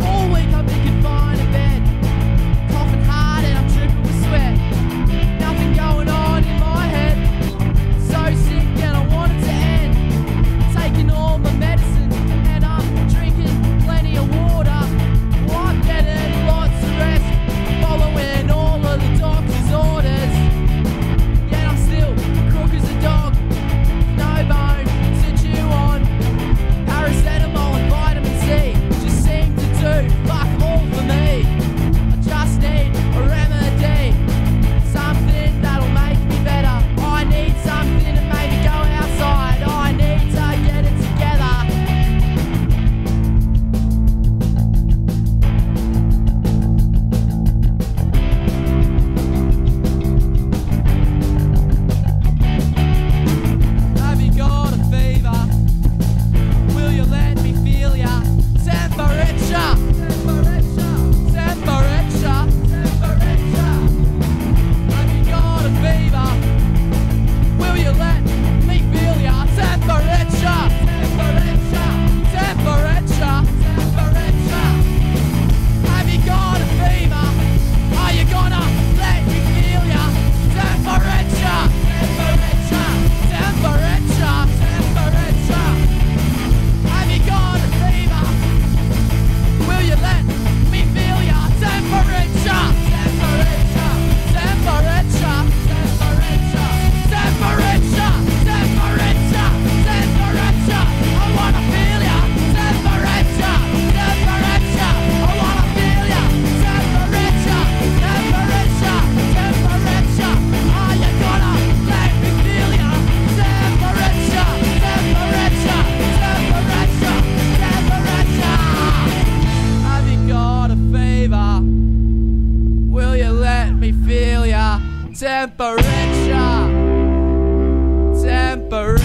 Speaker 6: All wake up making fun in bed. Coughing hard and I'm dripping with sweat. Nothing going on in my head. So sick and I want it to end. Taking all my medicine and I'm drinking plenty of water. Well, I'm getting lots of rest. Following all of the doctor's orders. Yet I'm still crook as a dog. No bone to chew on. Paracetamol and vitamin C just seem to do fuck all for me. I just need a remedy, something that'll make me better. I need something to make me go outside. I need to get it together. Have you got a fever? Will you let me feel ya? Temperature, temperature, temperature, temperature. Have you got a fever? Will you let me feel ya? Temperature, temperature, temperature, temperature. Have you got a fever? Are you gonna let me feel ya? Temperature, temperature, temperature, temperature. Have you got a fever? Will you let me feel your temperature? Temperature, temperature, temperature, temperature, temperature, temperature. I wanna feel ya. Temperature, temperature. I wanna feel ya. Temperature, temperature, temperature. Are you gonna let me feel ya? Temperature, temperature, temperature, temperature. Have you got a fever? Will you let me feel ya? Temperature, temperature.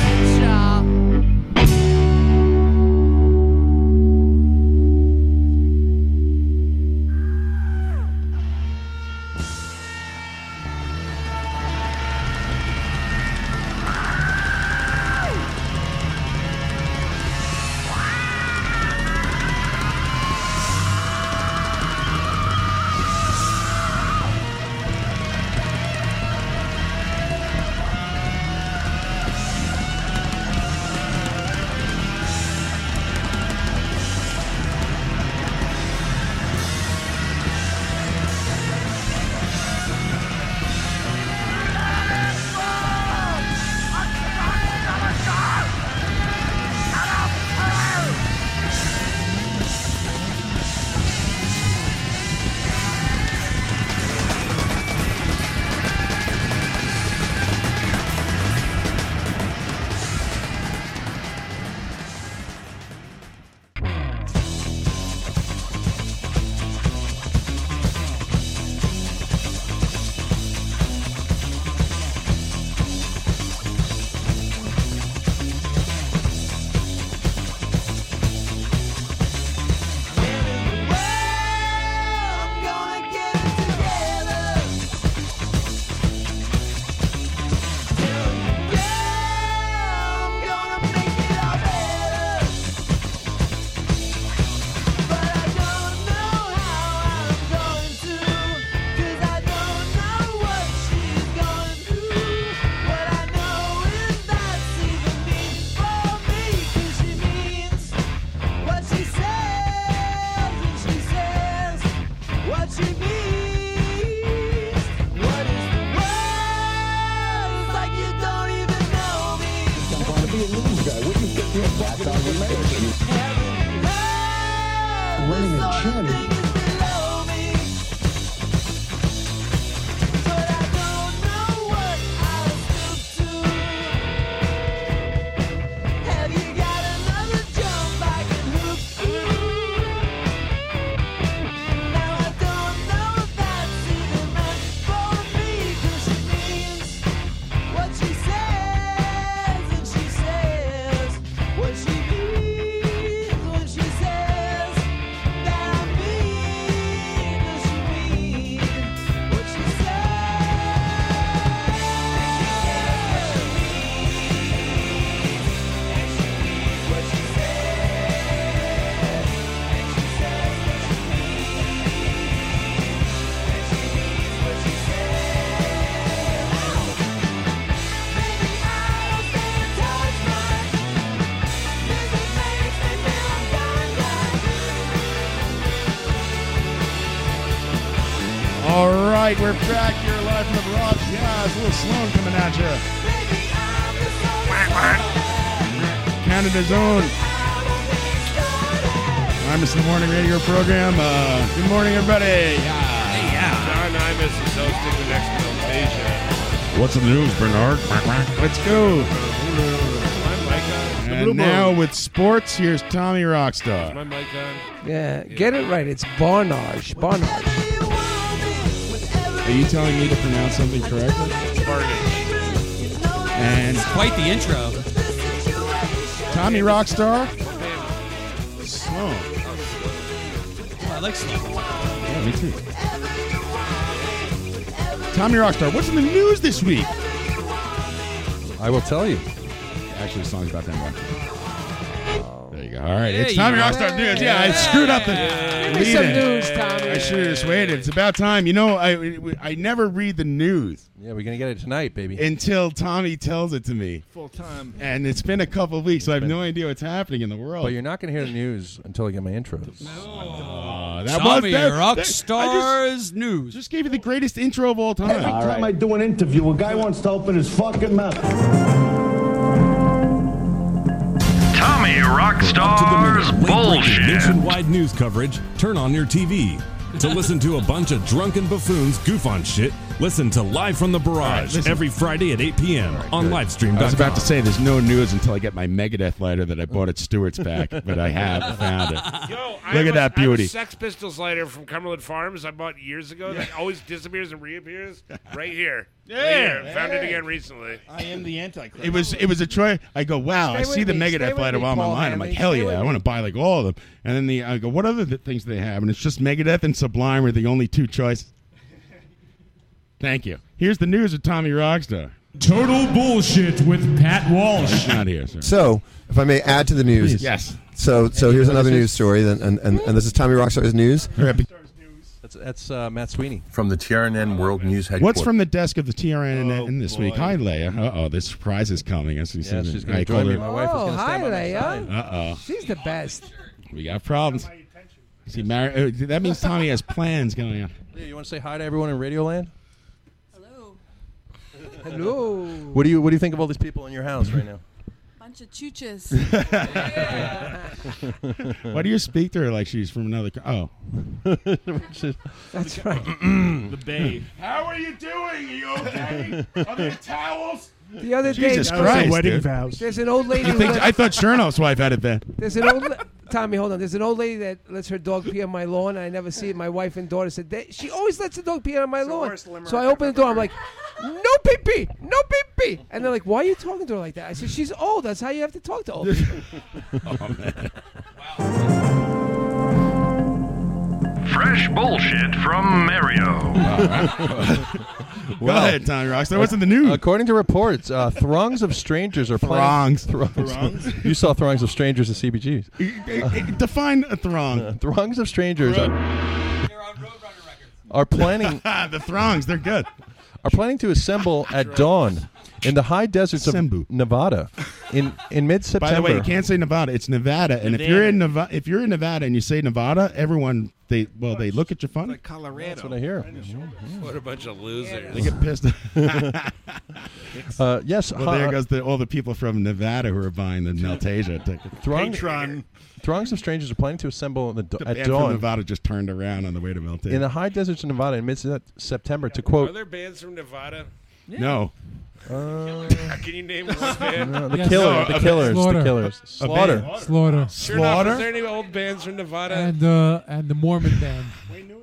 Speaker 23: Johnny.
Speaker 5: All right, we're back here live from the broadcast. A little Sloan coming at you. Canada's own. I'm the morning radio program. Uh, good morning, everybody. Yeah.
Speaker 20: John Imus is hosting the next Fantasia.
Speaker 5: What's in the news, Bernard? Let's go.
Speaker 20: Is my mic on?
Speaker 5: And now with sports, here's Tommy Rockstar.
Speaker 20: Is my mic on?
Speaker 8: Yeah, get it right. It's Barnage. Barnage.
Speaker 5: Are you telling me to pronounce something correctly? And
Speaker 24: Quite the intro.
Speaker 5: Tommy Rockstar. Sloan.
Speaker 24: Oh, I like slow.
Speaker 5: Yeah, me too. Tommy Rockstar, what's in the news this week?
Speaker 7: I will tell you.
Speaker 5: Actually, the song's about that one. There you go. All right, it's
Speaker 7: There
Speaker 5: Tommy
Speaker 7: you go.
Speaker 5: Rockstar news. Yeah, I screwed up the
Speaker 8: me
Speaker 5: lead
Speaker 8: some
Speaker 5: in.
Speaker 8: news, Tommy.
Speaker 5: I should have just waited. It's about time. You know, I I never read the news
Speaker 7: Yeah, we're gonna get it tonight, baby.
Speaker 5: until Tommy tells it to me.
Speaker 7: Full time.
Speaker 5: And it's been a couple of weeks, so I have no idea what's happening in the world.
Speaker 7: But you're not gonna hear the news until I get my intros.
Speaker 5: Uh,
Speaker 24: Tommy
Speaker 5: that-
Speaker 24: Rock
Speaker 5: that- I
Speaker 24: Stars
Speaker 5: just,
Speaker 24: news.
Speaker 5: Just gave you the greatest intro of all time.
Speaker 23: Every time I do an interview, a guy wants to open his fucking mouth.
Speaker 25: Tommy Rockstar's
Speaker 3: Breaking
Speaker 25: bullshit.
Speaker 3: Nationwide news coverage. Turn on your TV.
Speaker 23: [LAUGHS]
Speaker 3: to listen to a bunch of drunken buffoons goof on shit, listen to Live from the Barrage
Speaker 5: listen.
Speaker 3: every Friday at 8 p.m. on livestream.com.
Speaker 5: I was about to say there's no news until I get my Megadeth lighter that I bought at Stewart's back, but I have found it.
Speaker 20: Yo, I
Speaker 5: Look at
Speaker 20: have a-
Speaker 5: that
Speaker 20: I have a
Speaker 5: beauty.
Speaker 20: Sex Pistols lighter from Cumberland Farms I bought years ago that always disappears and reappears. Right here.
Speaker 14: Yeah.
Speaker 20: Right here. Found it
Speaker 14: Hey.
Speaker 20: again recently.
Speaker 14: I am the antichrist.
Speaker 5: It was it was a try. I go, wow!
Speaker 14: Stay
Speaker 5: I
Speaker 14: with
Speaker 5: see the
Speaker 14: me, stay
Speaker 5: Megadeth
Speaker 14: with
Speaker 5: lighter
Speaker 14: me,
Speaker 5: on my
Speaker 14: Paul
Speaker 5: line. I'm like,
Speaker 14: Hammy,
Speaker 5: hell
Speaker 14: stay
Speaker 5: yeah!
Speaker 14: with
Speaker 5: I
Speaker 14: me.
Speaker 5: want to buy like all of them. And then the I go, what other th- things do they have? And it's just Megadeth and Sublime are the only two choices. Thank you. Here's the news of Tommy Rockstar.
Speaker 26: Total bullshit with Pat Walsh.
Speaker 5: Not here, sir.
Speaker 6: So, if I may add to the news,
Speaker 5: Please. Yes.
Speaker 6: So, so here's another news story, then, and, and, and this is Tommy Rockstar's news.
Speaker 7: That's, that's uh, Matt Sweeney.
Speaker 27: From the TRNN World News
Speaker 5: What's
Speaker 27: headquarters.
Speaker 5: from the desk of the TRN in this week? Hi, Leia. Uh oh, this surprise is coming. As
Speaker 7: Oh, Yeah, she's gonna join me. My wife is
Speaker 8: Oh,
Speaker 7: gonna
Speaker 8: hi,
Speaker 7: stand by my
Speaker 8: Leia.
Speaker 5: Uh oh.
Speaker 8: She's the best.
Speaker 5: We got problems. See, Mar- uh, that means Tommy has plans going on.
Speaker 7: Yeah, you want to say hi to everyone in Radioland?
Speaker 8: Hello.
Speaker 7: What do you What do you think of all these people in your house right now?
Speaker 28: Bunch of
Speaker 7: [LAUGHS]
Speaker 28: chooches.
Speaker 5: [LAUGHS] Why do you speak to her like she's from another? Co-
Speaker 7: [LAUGHS]
Speaker 5: oh,
Speaker 8: that's right.
Speaker 5: the
Speaker 14: babe.
Speaker 29: How are you doing? you
Speaker 20: [LAUGHS]
Speaker 29: okay?
Speaker 14: Are there towels?
Speaker 8: The other day,
Speaker 5: Jesus Christ, dude.
Speaker 8: There's an old lady.
Speaker 5: You
Speaker 8: who
Speaker 5: think,
Speaker 8: let-
Speaker 5: I thought Chernoff's wife had it then.
Speaker 8: There's an old Tommy. Hold on. There's an old lady that lets her dog pee on my lawn. And I never see it. My wife and daughter said they, she always lets the dog pee on my lawn. So I open the door. I'm like, no pee pee, no pee pee. And they're like, why are you talking to her like that? I said, she's old. That's how you have to talk to old. people."
Speaker 20: Oh,
Speaker 25: Fresh bullshit from
Speaker 20: [LAUGHS]
Speaker 25: Mario.
Speaker 5: Go ahead, Tommy Rockstar. What's in the news?
Speaker 7: According to reports, uh, throngs of strangers are planning-
Speaker 5: Throngs.
Speaker 7: Throngs. [LAUGHS] you saw throngs of strangers at CBG's.
Speaker 5: Define a
Speaker 7: [LAUGHS]
Speaker 5: throng.
Speaker 7: throngs of strangers are, are planning.
Speaker 5: [LAUGHS] the throngs, they're good.
Speaker 7: Are planning to assemble at dawn in the high deserts of Nevada in in mid September.
Speaker 5: By the way, you can't say Nevada; it's Nevada. And if
Speaker 7: Nevada.
Speaker 5: you're in Nevada, if you're in Nevada and you say Nevada, everyone they well they look at your funny.
Speaker 7: Colorado. That's what I hear.
Speaker 20: What a bunch of losers.
Speaker 5: They get pissed.
Speaker 7: [LAUGHS]
Speaker 5: [LAUGHS]
Speaker 7: Uh, yes,
Speaker 5: Well, there
Speaker 7: hi-
Speaker 5: goes the, all the people from Nevada who are buying the
Speaker 7: [LAUGHS]
Speaker 5: Neltasia ticket.
Speaker 7: Throng, Throngs of strangers are planning to assemble in the,
Speaker 5: The
Speaker 7: at
Speaker 5: band from
Speaker 7: dawn
Speaker 5: Nevada just turned around on the way to Meltasia.
Speaker 7: in the high deserts of Nevada in mid-September to
Speaker 20: Are
Speaker 7: quote.
Speaker 20: there bands from Nevada?
Speaker 5: No.
Speaker 7: Uh,
Speaker 20: Can you name one band?
Speaker 7: [LAUGHS] No, the Killer, the Killers,
Speaker 18: Slaughter.
Speaker 7: the Killers,
Speaker 18: A
Speaker 7: Slaughter,
Speaker 18: band. Slaughter.
Speaker 20: Sure enough, is there any old bands from Nevada?
Speaker 18: and uh, and the Mormon band.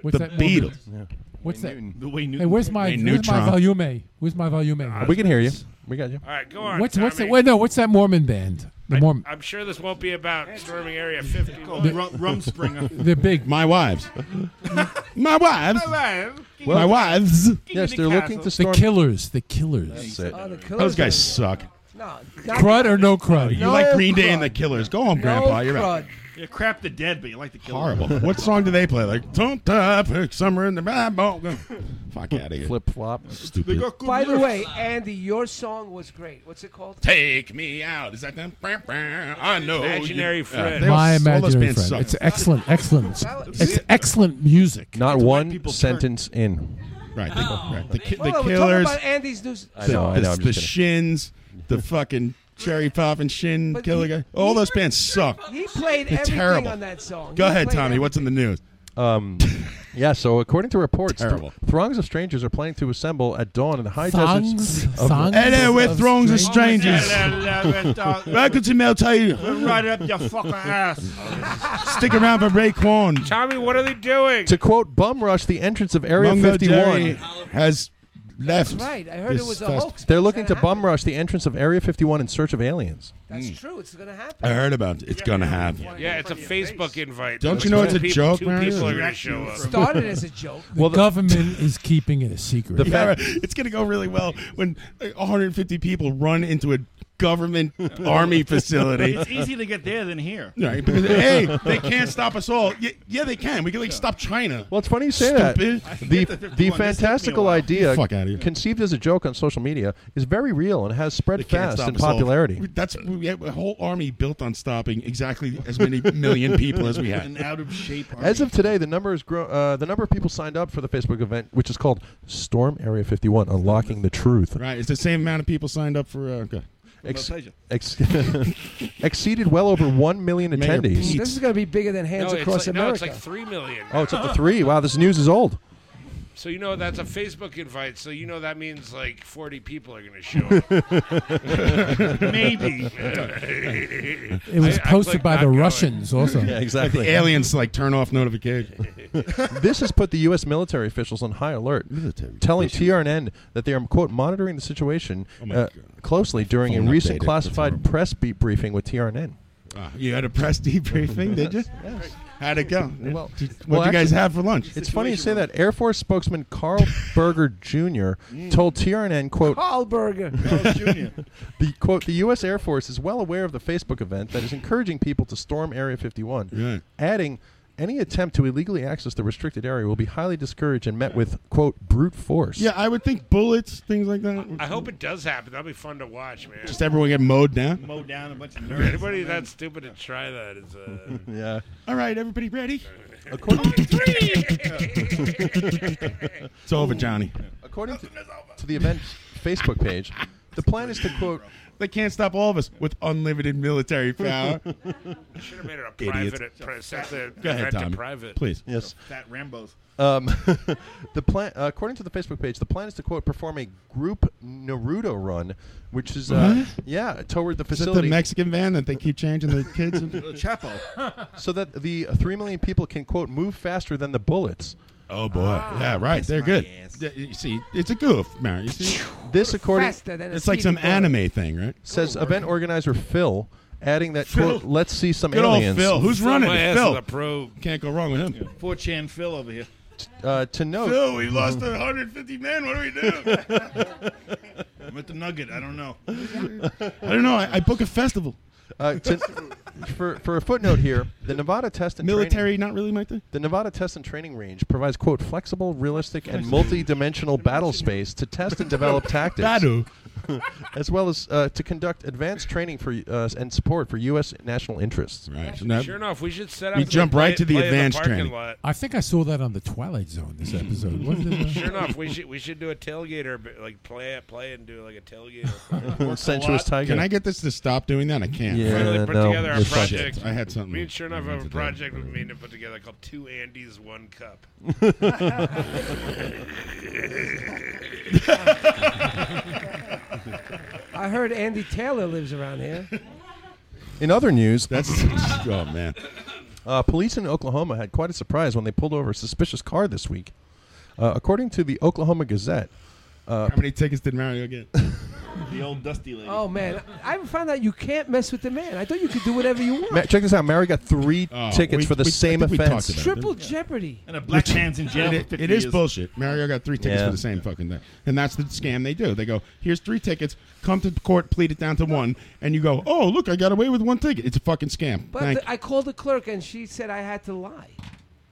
Speaker 18: What's
Speaker 20: The
Speaker 18: that Mormon-
Speaker 20: Beatles.
Speaker 7: Yeah.
Speaker 18: What's
Speaker 20: Wayne
Speaker 18: that?
Speaker 20: Newton. The Wayne
Speaker 18: Hey,
Speaker 20: Newton.
Speaker 18: where's my where's
Speaker 20: Wayne
Speaker 18: my
Speaker 20: Neutron.
Speaker 18: volume? Where's my volume?
Speaker 7: we can hear you. We got you.
Speaker 20: All right, go on,
Speaker 18: What's what's that?
Speaker 20: Tommy.
Speaker 18: Wait, no. What's that Mormon band? The Mormon.
Speaker 20: I'm sure this won't be about storming Area 50.
Speaker 18: The-
Speaker 7: [LAUGHS]
Speaker 18: [LAUGHS] They're big.
Speaker 5: My wives. my wives. my wives.
Speaker 7: Yes, they're looking to storm.
Speaker 18: The Killers. The Killers.
Speaker 7: That's it.
Speaker 2: Oh, the Killers
Speaker 5: Those guys
Speaker 2: are-
Speaker 5: suck.
Speaker 2: No,
Speaker 18: Crud or no crud?
Speaker 5: You
Speaker 18: No
Speaker 5: like Green Day
Speaker 18: crud.
Speaker 5: and the Killers. Go on, Oh, Grandpa. You're right.
Speaker 3: You crap the dead, but you like the killer.
Speaker 5: Horrible. what song do they play? Like, don't die for summer in the bad ball. [LAUGHS] Fuck out of here.
Speaker 7: Flip flop.
Speaker 5: Stupid.
Speaker 2: By the way, Andy, your song was great. What's it called?
Speaker 5: Take me out. Is that them? Brr, brr, I know.
Speaker 20: Imaginary
Speaker 5: you-
Speaker 20: friend.
Speaker 5: Oh, they
Speaker 18: My
Speaker 5: all- all those
Speaker 18: imaginary friend.
Speaker 5: bands suck.
Speaker 18: It's excellent, excellent. It's excellent music.
Speaker 7: Not one sentence in.
Speaker 5: Right. right. The, ki-
Speaker 2: Hold
Speaker 5: the
Speaker 2: on, Oh. we're talking
Speaker 5: Killers.
Speaker 2: about Andy's new.
Speaker 7: I know, I
Speaker 5: the,
Speaker 7: know, I'm
Speaker 5: the
Speaker 7: just kidding.
Speaker 5: Shins, the fucking Cherry Pop and Shin
Speaker 2: But
Speaker 5: Killer
Speaker 2: he-
Speaker 5: guy. All those bands suck.
Speaker 2: [LAUGHS] He played
Speaker 5: They're
Speaker 2: everything
Speaker 5: terrible.
Speaker 2: on that song.
Speaker 5: Go
Speaker 2: He
Speaker 5: ahead,
Speaker 2: played
Speaker 5: Tommy. What's in the news? [LAUGHS]
Speaker 7: Um, yeah. So according to reports, thr-
Speaker 5: Terrible.
Speaker 7: throngs of strangers are planning to assemble at dawn in the high
Speaker 18: Thongs?
Speaker 7: deserts. Of
Speaker 18: Thongs?
Speaker 5: Hello, we're
Speaker 18: Of
Speaker 5: throngs of
Speaker 18: strangers.
Speaker 5: strangers.
Speaker 18: Hello, we're
Speaker 5: Welcome to Meltail.
Speaker 3: Right up your fucking ass.
Speaker 5: Stick around for Raekwon.
Speaker 20: Tommy, what are they doing?
Speaker 7: To quote Bum Rush, the entrance of Area
Speaker 5: Mungo
Speaker 7: 51
Speaker 5: Jerry has left.
Speaker 2: That's right. I heard it
Speaker 5: this
Speaker 2: was a
Speaker 5: fest-
Speaker 2: hoax.
Speaker 7: They're looking to bum rush the entrance of Area 51 in search of aliens.
Speaker 2: That's true. It's going to happen.
Speaker 5: Hmm. I heard about it. It's gonna happen.
Speaker 20: Yeah, it's a Facebook invite.
Speaker 5: Don't
Speaker 20: Those
Speaker 5: you know
Speaker 20: two
Speaker 5: it's a
Speaker 20: peop-
Speaker 5: joke,
Speaker 20: Two
Speaker 5: Mario?
Speaker 20: people are going to
Speaker 5: Direct
Speaker 20: show
Speaker 5: you
Speaker 20: up.
Speaker 5: from-
Speaker 2: Started as a joke.
Speaker 18: The government is keeping it a secret.
Speaker 5: The fact- it's going to go really well when uh, like, 150 people run into a
Speaker 2: [LAUGHS]
Speaker 5: government army facility.
Speaker 3: It's easy to get there than here.
Speaker 5: Right, because, hey, they can't stop us all. Yeah, yeah they can. We can like stop China.
Speaker 7: Well, it's funny you say
Speaker 5: Stupid.
Speaker 7: that. The, the fantastical idea,
Speaker 5: Fuck outta here.
Speaker 7: conceived as a joke on social media, is very real and has spread
Speaker 5: They can't
Speaker 7: fast
Speaker 5: stop
Speaker 7: in
Speaker 5: us all.
Speaker 7: popularity.
Speaker 5: That's we have a whole army built on stopping exactly as many million people as we
Speaker 3: An
Speaker 5: had.
Speaker 3: out of shape.
Speaker 7: As of today, the number is grow- uh, the number of people signed up for the Facebook event, which is called Storm Area 51: Unlocking the Truth, [LAUGHS]
Speaker 5: Right, it's the same amount of people signed up for. Uh, okay.
Speaker 7: ex- ex- [LAUGHS] exceeded well over one million
Speaker 5: Mayor
Speaker 7: attendees.
Speaker 2: This is going to be bigger than Hands
Speaker 20: no, it's
Speaker 2: Across
Speaker 20: like, no, it's
Speaker 2: America.
Speaker 20: like 3 million.
Speaker 7: Oh, it's up to three. Wow, this news is
Speaker 5: [LAUGHS]
Speaker 7: old.
Speaker 20: So you know that's a Facebook invite. So you know that means like 40 people are going to
Speaker 5: [LAUGHS]
Speaker 20: show up.
Speaker 3: Maybe.
Speaker 18: It was
Speaker 20: I- I
Speaker 18: posted
Speaker 20: clicked
Speaker 18: by
Speaker 20: not
Speaker 18: the
Speaker 20: going.
Speaker 18: Russians also.
Speaker 7: Yeah, exactly.
Speaker 5: Like the aliens like turn off notification.
Speaker 7: [LAUGHS] this has put the U.S. military officials on high alert, telling TRN that they are, quote, monitoring the situation uh, closely during
Speaker 5: Phone
Speaker 7: a recent
Speaker 5: updated.
Speaker 7: classified press beat briefing with TRN.
Speaker 5: Ah, you had a press debriefing, did you?
Speaker 7: Yes.
Speaker 5: How'd it go?
Speaker 7: Well,
Speaker 5: Did- what'd
Speaker 7: well,
Speaker 5: you guys
Speaker 7: actually-
Speaker 5: have for lunch?
Speaker 7: It's funny you say that. Air Force spokesman
Speaker 5: [LAUGHS]
Speaker 7: Carl Berger Jr.
Speaker 20: Mm.
Speaker 7: told TRN, quote, [LAUGHS] the quote, the U.S. Air Force is well aware of the Facebook event that is encouraging people to storm Area 51,
Speaker 5: Right.
Speaker 7: adding. Any attempt to illegally access the restricted area will be highly discouraged and met with quote brute force.
Speaker 5: Yeah, I would think bullets, things like that.
Speaker 20: I hope it does happen. That'll be fun to watch, man.
Speaker 5: just everyone get mowed down.
Speaker 3: Mow down a bunch of nerds.
Speaker 20: Anybody that's stupid to try that
Speaker 5: [LAUGHS]
Speaker 20: is uh,
Speaker 7: yeah.
Speaker 5: All right, everybody ready?
Speaker 7: it's
Speaker 5: [LAUGHS] It's over, Johnny.
Speaker 7: According to, to the event Facebook page, the plan is to quote.
Speaker 5: They can't stop all of us with unlimited
Speaker 7: [LAUGHS]
Speaker 5: military power.
Speaker 20: should have made it a
Speaker 5: Idiots.
Speaker 20: private. pri- set the
Speaker 5: Go ahead,
Speaker 20: event to
Speaker 5: Tommy.
Speaker 20: private.
Speaker 5: Please.
Speaker 7: Yes.
Speaker 3: Fat Rambo's.
Speaker 7: Um, [LAUGHS] the plan, uh, according to the Facebook page, the plan is to quote perform a group Naruto run, which is uh, yeah toward the
Speaker 5: Is that the
Speaker 7: facility,
Speaker 5: Mexican van that they keep changing the kids? in?
Speaker 3: [LAUGHS] Chapo.
Speaker 7: so that the uh, three million people can quote move faster than the bullets.
Speaker 5: oh boy,
Speaker 2: Ah,
Speaker 5: yeah, right. They're good. Yeah, You see, it's a goof, man. You see,
Speaker 7: This according
Speaker 2: Faster than a
Speaker 5: it's like
Speaker 2: speeding
Speaker 5: some
Speaker 2: bullet. Oh,
Speaker 5: anime thing, right?
Speaker 7: says event organizer Phil, adding that quote
Speaker 3: Phil.
Speaker 7: let's see some
Speaker 5: Good old
Speaker 7: aliens.
Speaker 5: Phil. Who's running
Speaker 20: my
Speaker 5: it?
Speaker 20: ass
Speaker 5: Phil.
Speaker 20: with a probe.
Speaker 5: Can't go wrong with him.
Speaker 3: 4chan Phil over here.
Speaker 7: Uh, to note,
Speaker 5: Phil, we lost 150 men. What do we
Speaker 7: [LAUGHS]
Speaker 5: do?
Speaker 3: I'm at the Nugget. I don't know.
Speaker 5: I don't know. I, I book a festival.
Speaker 7: uh, to- for for a footnote here, the Nevada test and training-
Speaker 5: Military, not really my thing.
Speaker 7: The Nevada Test and Training Range provides,
Speaker 20: [LAUGHS]
Speaker 7: quote, flexible, realistic, and multi-dimensional battle space to test and develop tactics.
Speaker 5: Badu.
Speaker 7: as well as uh, to conduct advanced training for uh, and support for U.S. national interests.
Speaker 5: Right.
Speaker 20: Sure enough, we should set up.
Speaker 5: We
Speaker 20: and
Speaker 5: jump
Speaker 20: play-
Speaker 5: right to the
Speaker 20: play in
Speaker 5: advanced
Speaker 20: parking
Speaker 5: training.
Speaker 20: lot.
Speaker 18: I think I saw that on the Twilight Zone this episode. Wasn't it?
Speaker 20: Sure enough, we should we should do a tailgater, but, like play it, play it, and do like a tailgater.
Speaker 7: Sensuous tiger.
Speaker 5: Can I get this to stop doing that? I can't.
Speaker 7: Yeah, Finally put no. together
Speaker 20: our
Speaker 5: Shit.
Speaker 20: project.
Speaker 5: I had something.
Speaker 20: Me and sure enough,
Speaker 5: I
Speaker 20: I have
Speaker 5: wanted
Speaker 20: a
Speaker 5: to do.
Speaker 20: project with me to put together called Two Andes,
Speaker 7: [LAUGHS]
Speaker 20: One Cup.
Speaker 2: I heard Andy Taylor lives around here.
Speaker 7: In other news, [LAUGHS]
Speaker 5: that's [LAUGHS] oh man.
Speaker 7: Uh, police in Oklahoma had quite a surprise when they pulled over a suspicious car this week. Uh, according to the Oklahoma Gazette, uh,
Speaker 5: How many tickets did Mario get?
Speaker 3: The old dusty lady.
Speaker 2: Oh man, I found out you can't mess with the man. I thought you could do whatever you want.
Speaker 7: Ma- check this out. Mary got three
Speaker 5: Oh,
Speaker 7: tickets
Speaker 5: we-
Speaker 7: for the
Speaker 5: we- I
Speaker 7: same
Speaker 5: think we
Speaker 7: offense.
Speaker 5: talked about it.
Speaker 2: Triple Jeopardy.
Speaker 3: And
Speaker 5: [LAUGHS]
Speaker 3: a
Speaker 5: Which- It, it is bullshit. Mario got three tickets
Speaker 7: Yeah.
Speaker 5: for the same fucking thing, and that's the scam they do. They go, "Here's three tickets. Come to court, plead it down to one." And you go, "Oh, look, I got away with one ticket. It's a fucking scam."
Speaker 2: But
Speaker 5: Thank
Speaker 2: the- I called the clerk and she said I had to lie.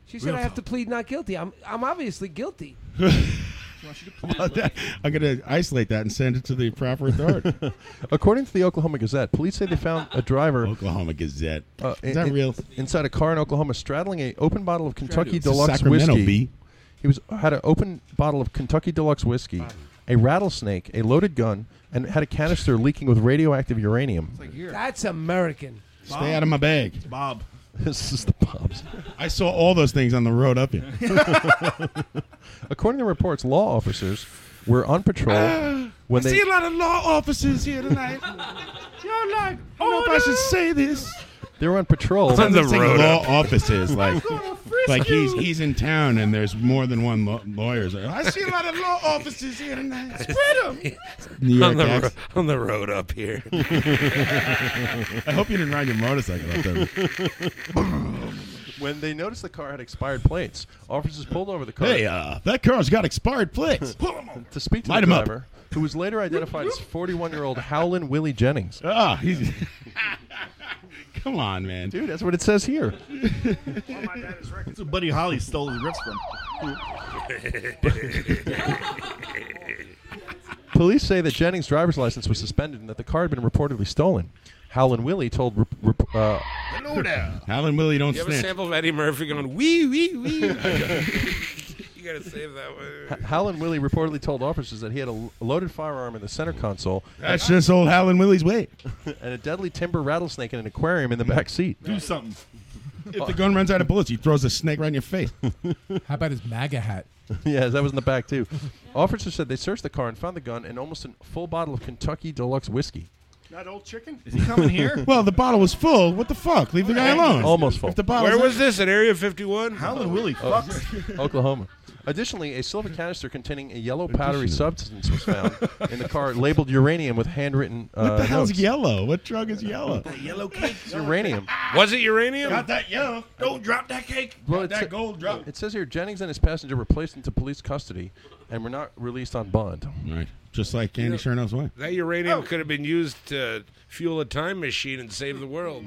Speaker 2: She said
Speaker 5: Real
Speaker 2: I have to plead not guilty. I'm I'm obviously guilty.
Speaker 5: Well, that- [LAUGHS] I'm going to isolate that and send it to the proper authority.
Speaker 7: [LAUGHS] According to the Oklahoma Gazette, police say they found
Speaker 5: [LAUGHS]
Speaker 7: a driver.
Speaker 5: Oklahoma Gazette.
Speaker 7: Is
Speaker 5: that real?
Speaker 7: Inside a car in Oklahoma, straddling a open bottle of Kentucky
Speaker 5: It's a
Speaker 7: Deluxe
Speaker 5: Sacramento
Speaker 7: whiskey.
Speaker 5: bee.
Speaker 7: He was had an open bottle of Kentucky Deluxe whiskey, a rattlesnake, a loaded gun, and had a canister leaking with radioactive uranium. [LAUGHS]
Speaker 2: That's American.
Speaker 5: Stay out of my bag. [LAUGHS]
Speaker 3: Bob.
Speaker 7: This is the Bob's.
Speaker 5: I saw all those things on the road up here.
Speaker 7: [LAUGHS] According to reports, law officers were on patrol
Speaker 5: [GASPS]
Speaker 7: when they
Speaker 5: a lot of law officers here tonight.
Speaker 20: [LAUGHS]
Speaker 5: You're like, oh, I should say this.
Speaker 7: they were on patrol.
Speaker 5: I'm just saying law offices like like he's he's in town and there's more than one law- lawyers. I [LAUGHS] see a lot of law officers here
Speaker 3: [LAUGHS]
Speaker 5: tonight. Spread them. New York
Speaker 20: on the
Speaker 5: accent.
Speaker 20: ro- on the road
Speaker 5: [LAUGHS]
Speaker 20: up here.
Speaker 5: I hope you didn't ride your motorcycle up there.
Speaker 7: [COUGHS] when they noticed the car had expired plates, officers pulled over the car.
Speaker 5: [LAUGHS] hey, uh, that car's got expired [LAUGHS] plates.
Speaker 7: to speak to
Speaker 5: Light
Speaker 7: the
Speaker 5: 'em up.
Speaker 7: driver, who was later identified as 41-year-old Howlin' Willie Jennings.
Speaker 5: Ah, he's [LAUGHS] Come on, man.
Speaker 7: Dude, that's what it says
Speaker 5: [LAUGHS]
Speaker 7: here.
Speaker 3: That's what Buddy Holly stole the riffs from.
Speaker 7: Police say that Jennings' driver's license was suspended and that the car had been reportedly stolen. Howlin' Willie told rep- rep- uh,
Speaker 20: Hello there.
Speaker 5: Howlin' Willie don't
Speaker 20: You have a
Speaker 7: snitch.
Speaker 20: sample of Eddie Murphy going wee
Speaker 5: [LAUGHS]
Speaker 20: wee wee. you gotta save that one.
Speaker 7: H- Howlin' Willie reportedly told officers that he had a l- loaded firearm in the center console.
Speaker 5: That's just old Howlin' Willie's way.
Speaker 7: [LAUGHS] and a deadly timber rattlesnake in an aquarium in the back seat.
Speaker 3: Do something.
Speaker 5: If the gun runs out of bullets, he throws a snake right in your face.
Speaker 18: How about his MAGA hat?
Speaker 7: [LAUGHS] yeah, that was in the back too. Officers said they searched the car and found the gun and almost a full bottle of Kentucky Deluxe whiskey.
Speaker 14: Not old chicken.
Speaker 3: Is he coming here?
Speaker 5: [LAUGHS] well, the bottle was full. What the fuck? Leave the guy alone.
Speaker 7: Almost full.
Speaker 5: If the bottle
Speaker 20: Where was this? At Area 51? Howlin'
Speaker 3: Willie
Speaker 7: Oh, [LAUGHS] Oklahoma. Additionally, a silver canister containing a yellow powdery substance was found in the car, labeled uranium with handwritten. Uh,
Speaker 5: What the hell's
Speaker 7: notes.
Speaker 5: yellow? What drug is yellow?
Speaker 3: Yellow cake.
Speaker 7: It's [LAUGHS] uranium.
Speaker 20: Was it uranium?
Speaker 3: Got that yellow. Don't drop that cake.
Speaker 7: Well,
Speaker 3: Drop
Speaker 7: it's-
Speaker 3: that gold drop.
Speaker 7: It says here Jennings and his passenger were placed into police custody and were not released on bond.
Speaker 5: Right. Just like Candy Chernoff's way.
Speaker 20: That uranium could have been used to fuel a time machine and save
Speaker 5: [LAUGHS]
Speaker 20: the world.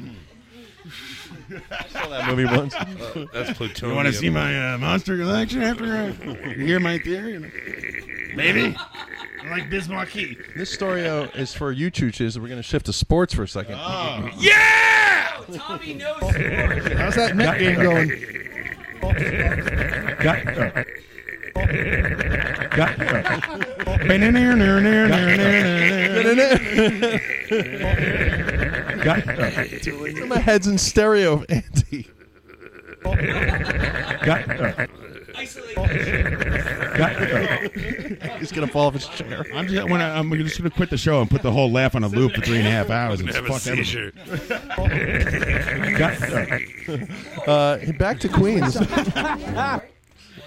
Speaker 20: I
Speaker 7: saw that movie once.
Speaker 20: Uh, that's plutonium.
Speaker 5: You want to see my uh, monster collection after I
Speaker 20: [LAUGHS]
Speaker 5: you hear my theory?
Speaker 3: Maybe. I like Bismarcky.
Speaker 7: This story uh, is for you, chooches. We're going to shift to sports for a second.
Speaker 3: Yeah!
Speaker 9: Tommy knows
Speaker 3: How's that
Speaker 7: Met game
Speaker 3: going?
Speaker 7: My head's in stereo, Andy. He's gonna fall off his chair.
Speaker 5: I'm just, when I, I'm just gonna quit the show and put the whole laugh on a loop for three and a half hours and
Speaker 20: Have a
Speaker 5: fuck [LAUGHS]
Speaker 20: seizure. [LAUGHS]
Speaker 5: everything.
Speaker 7: Uh, back to Queens. [LAUGHS]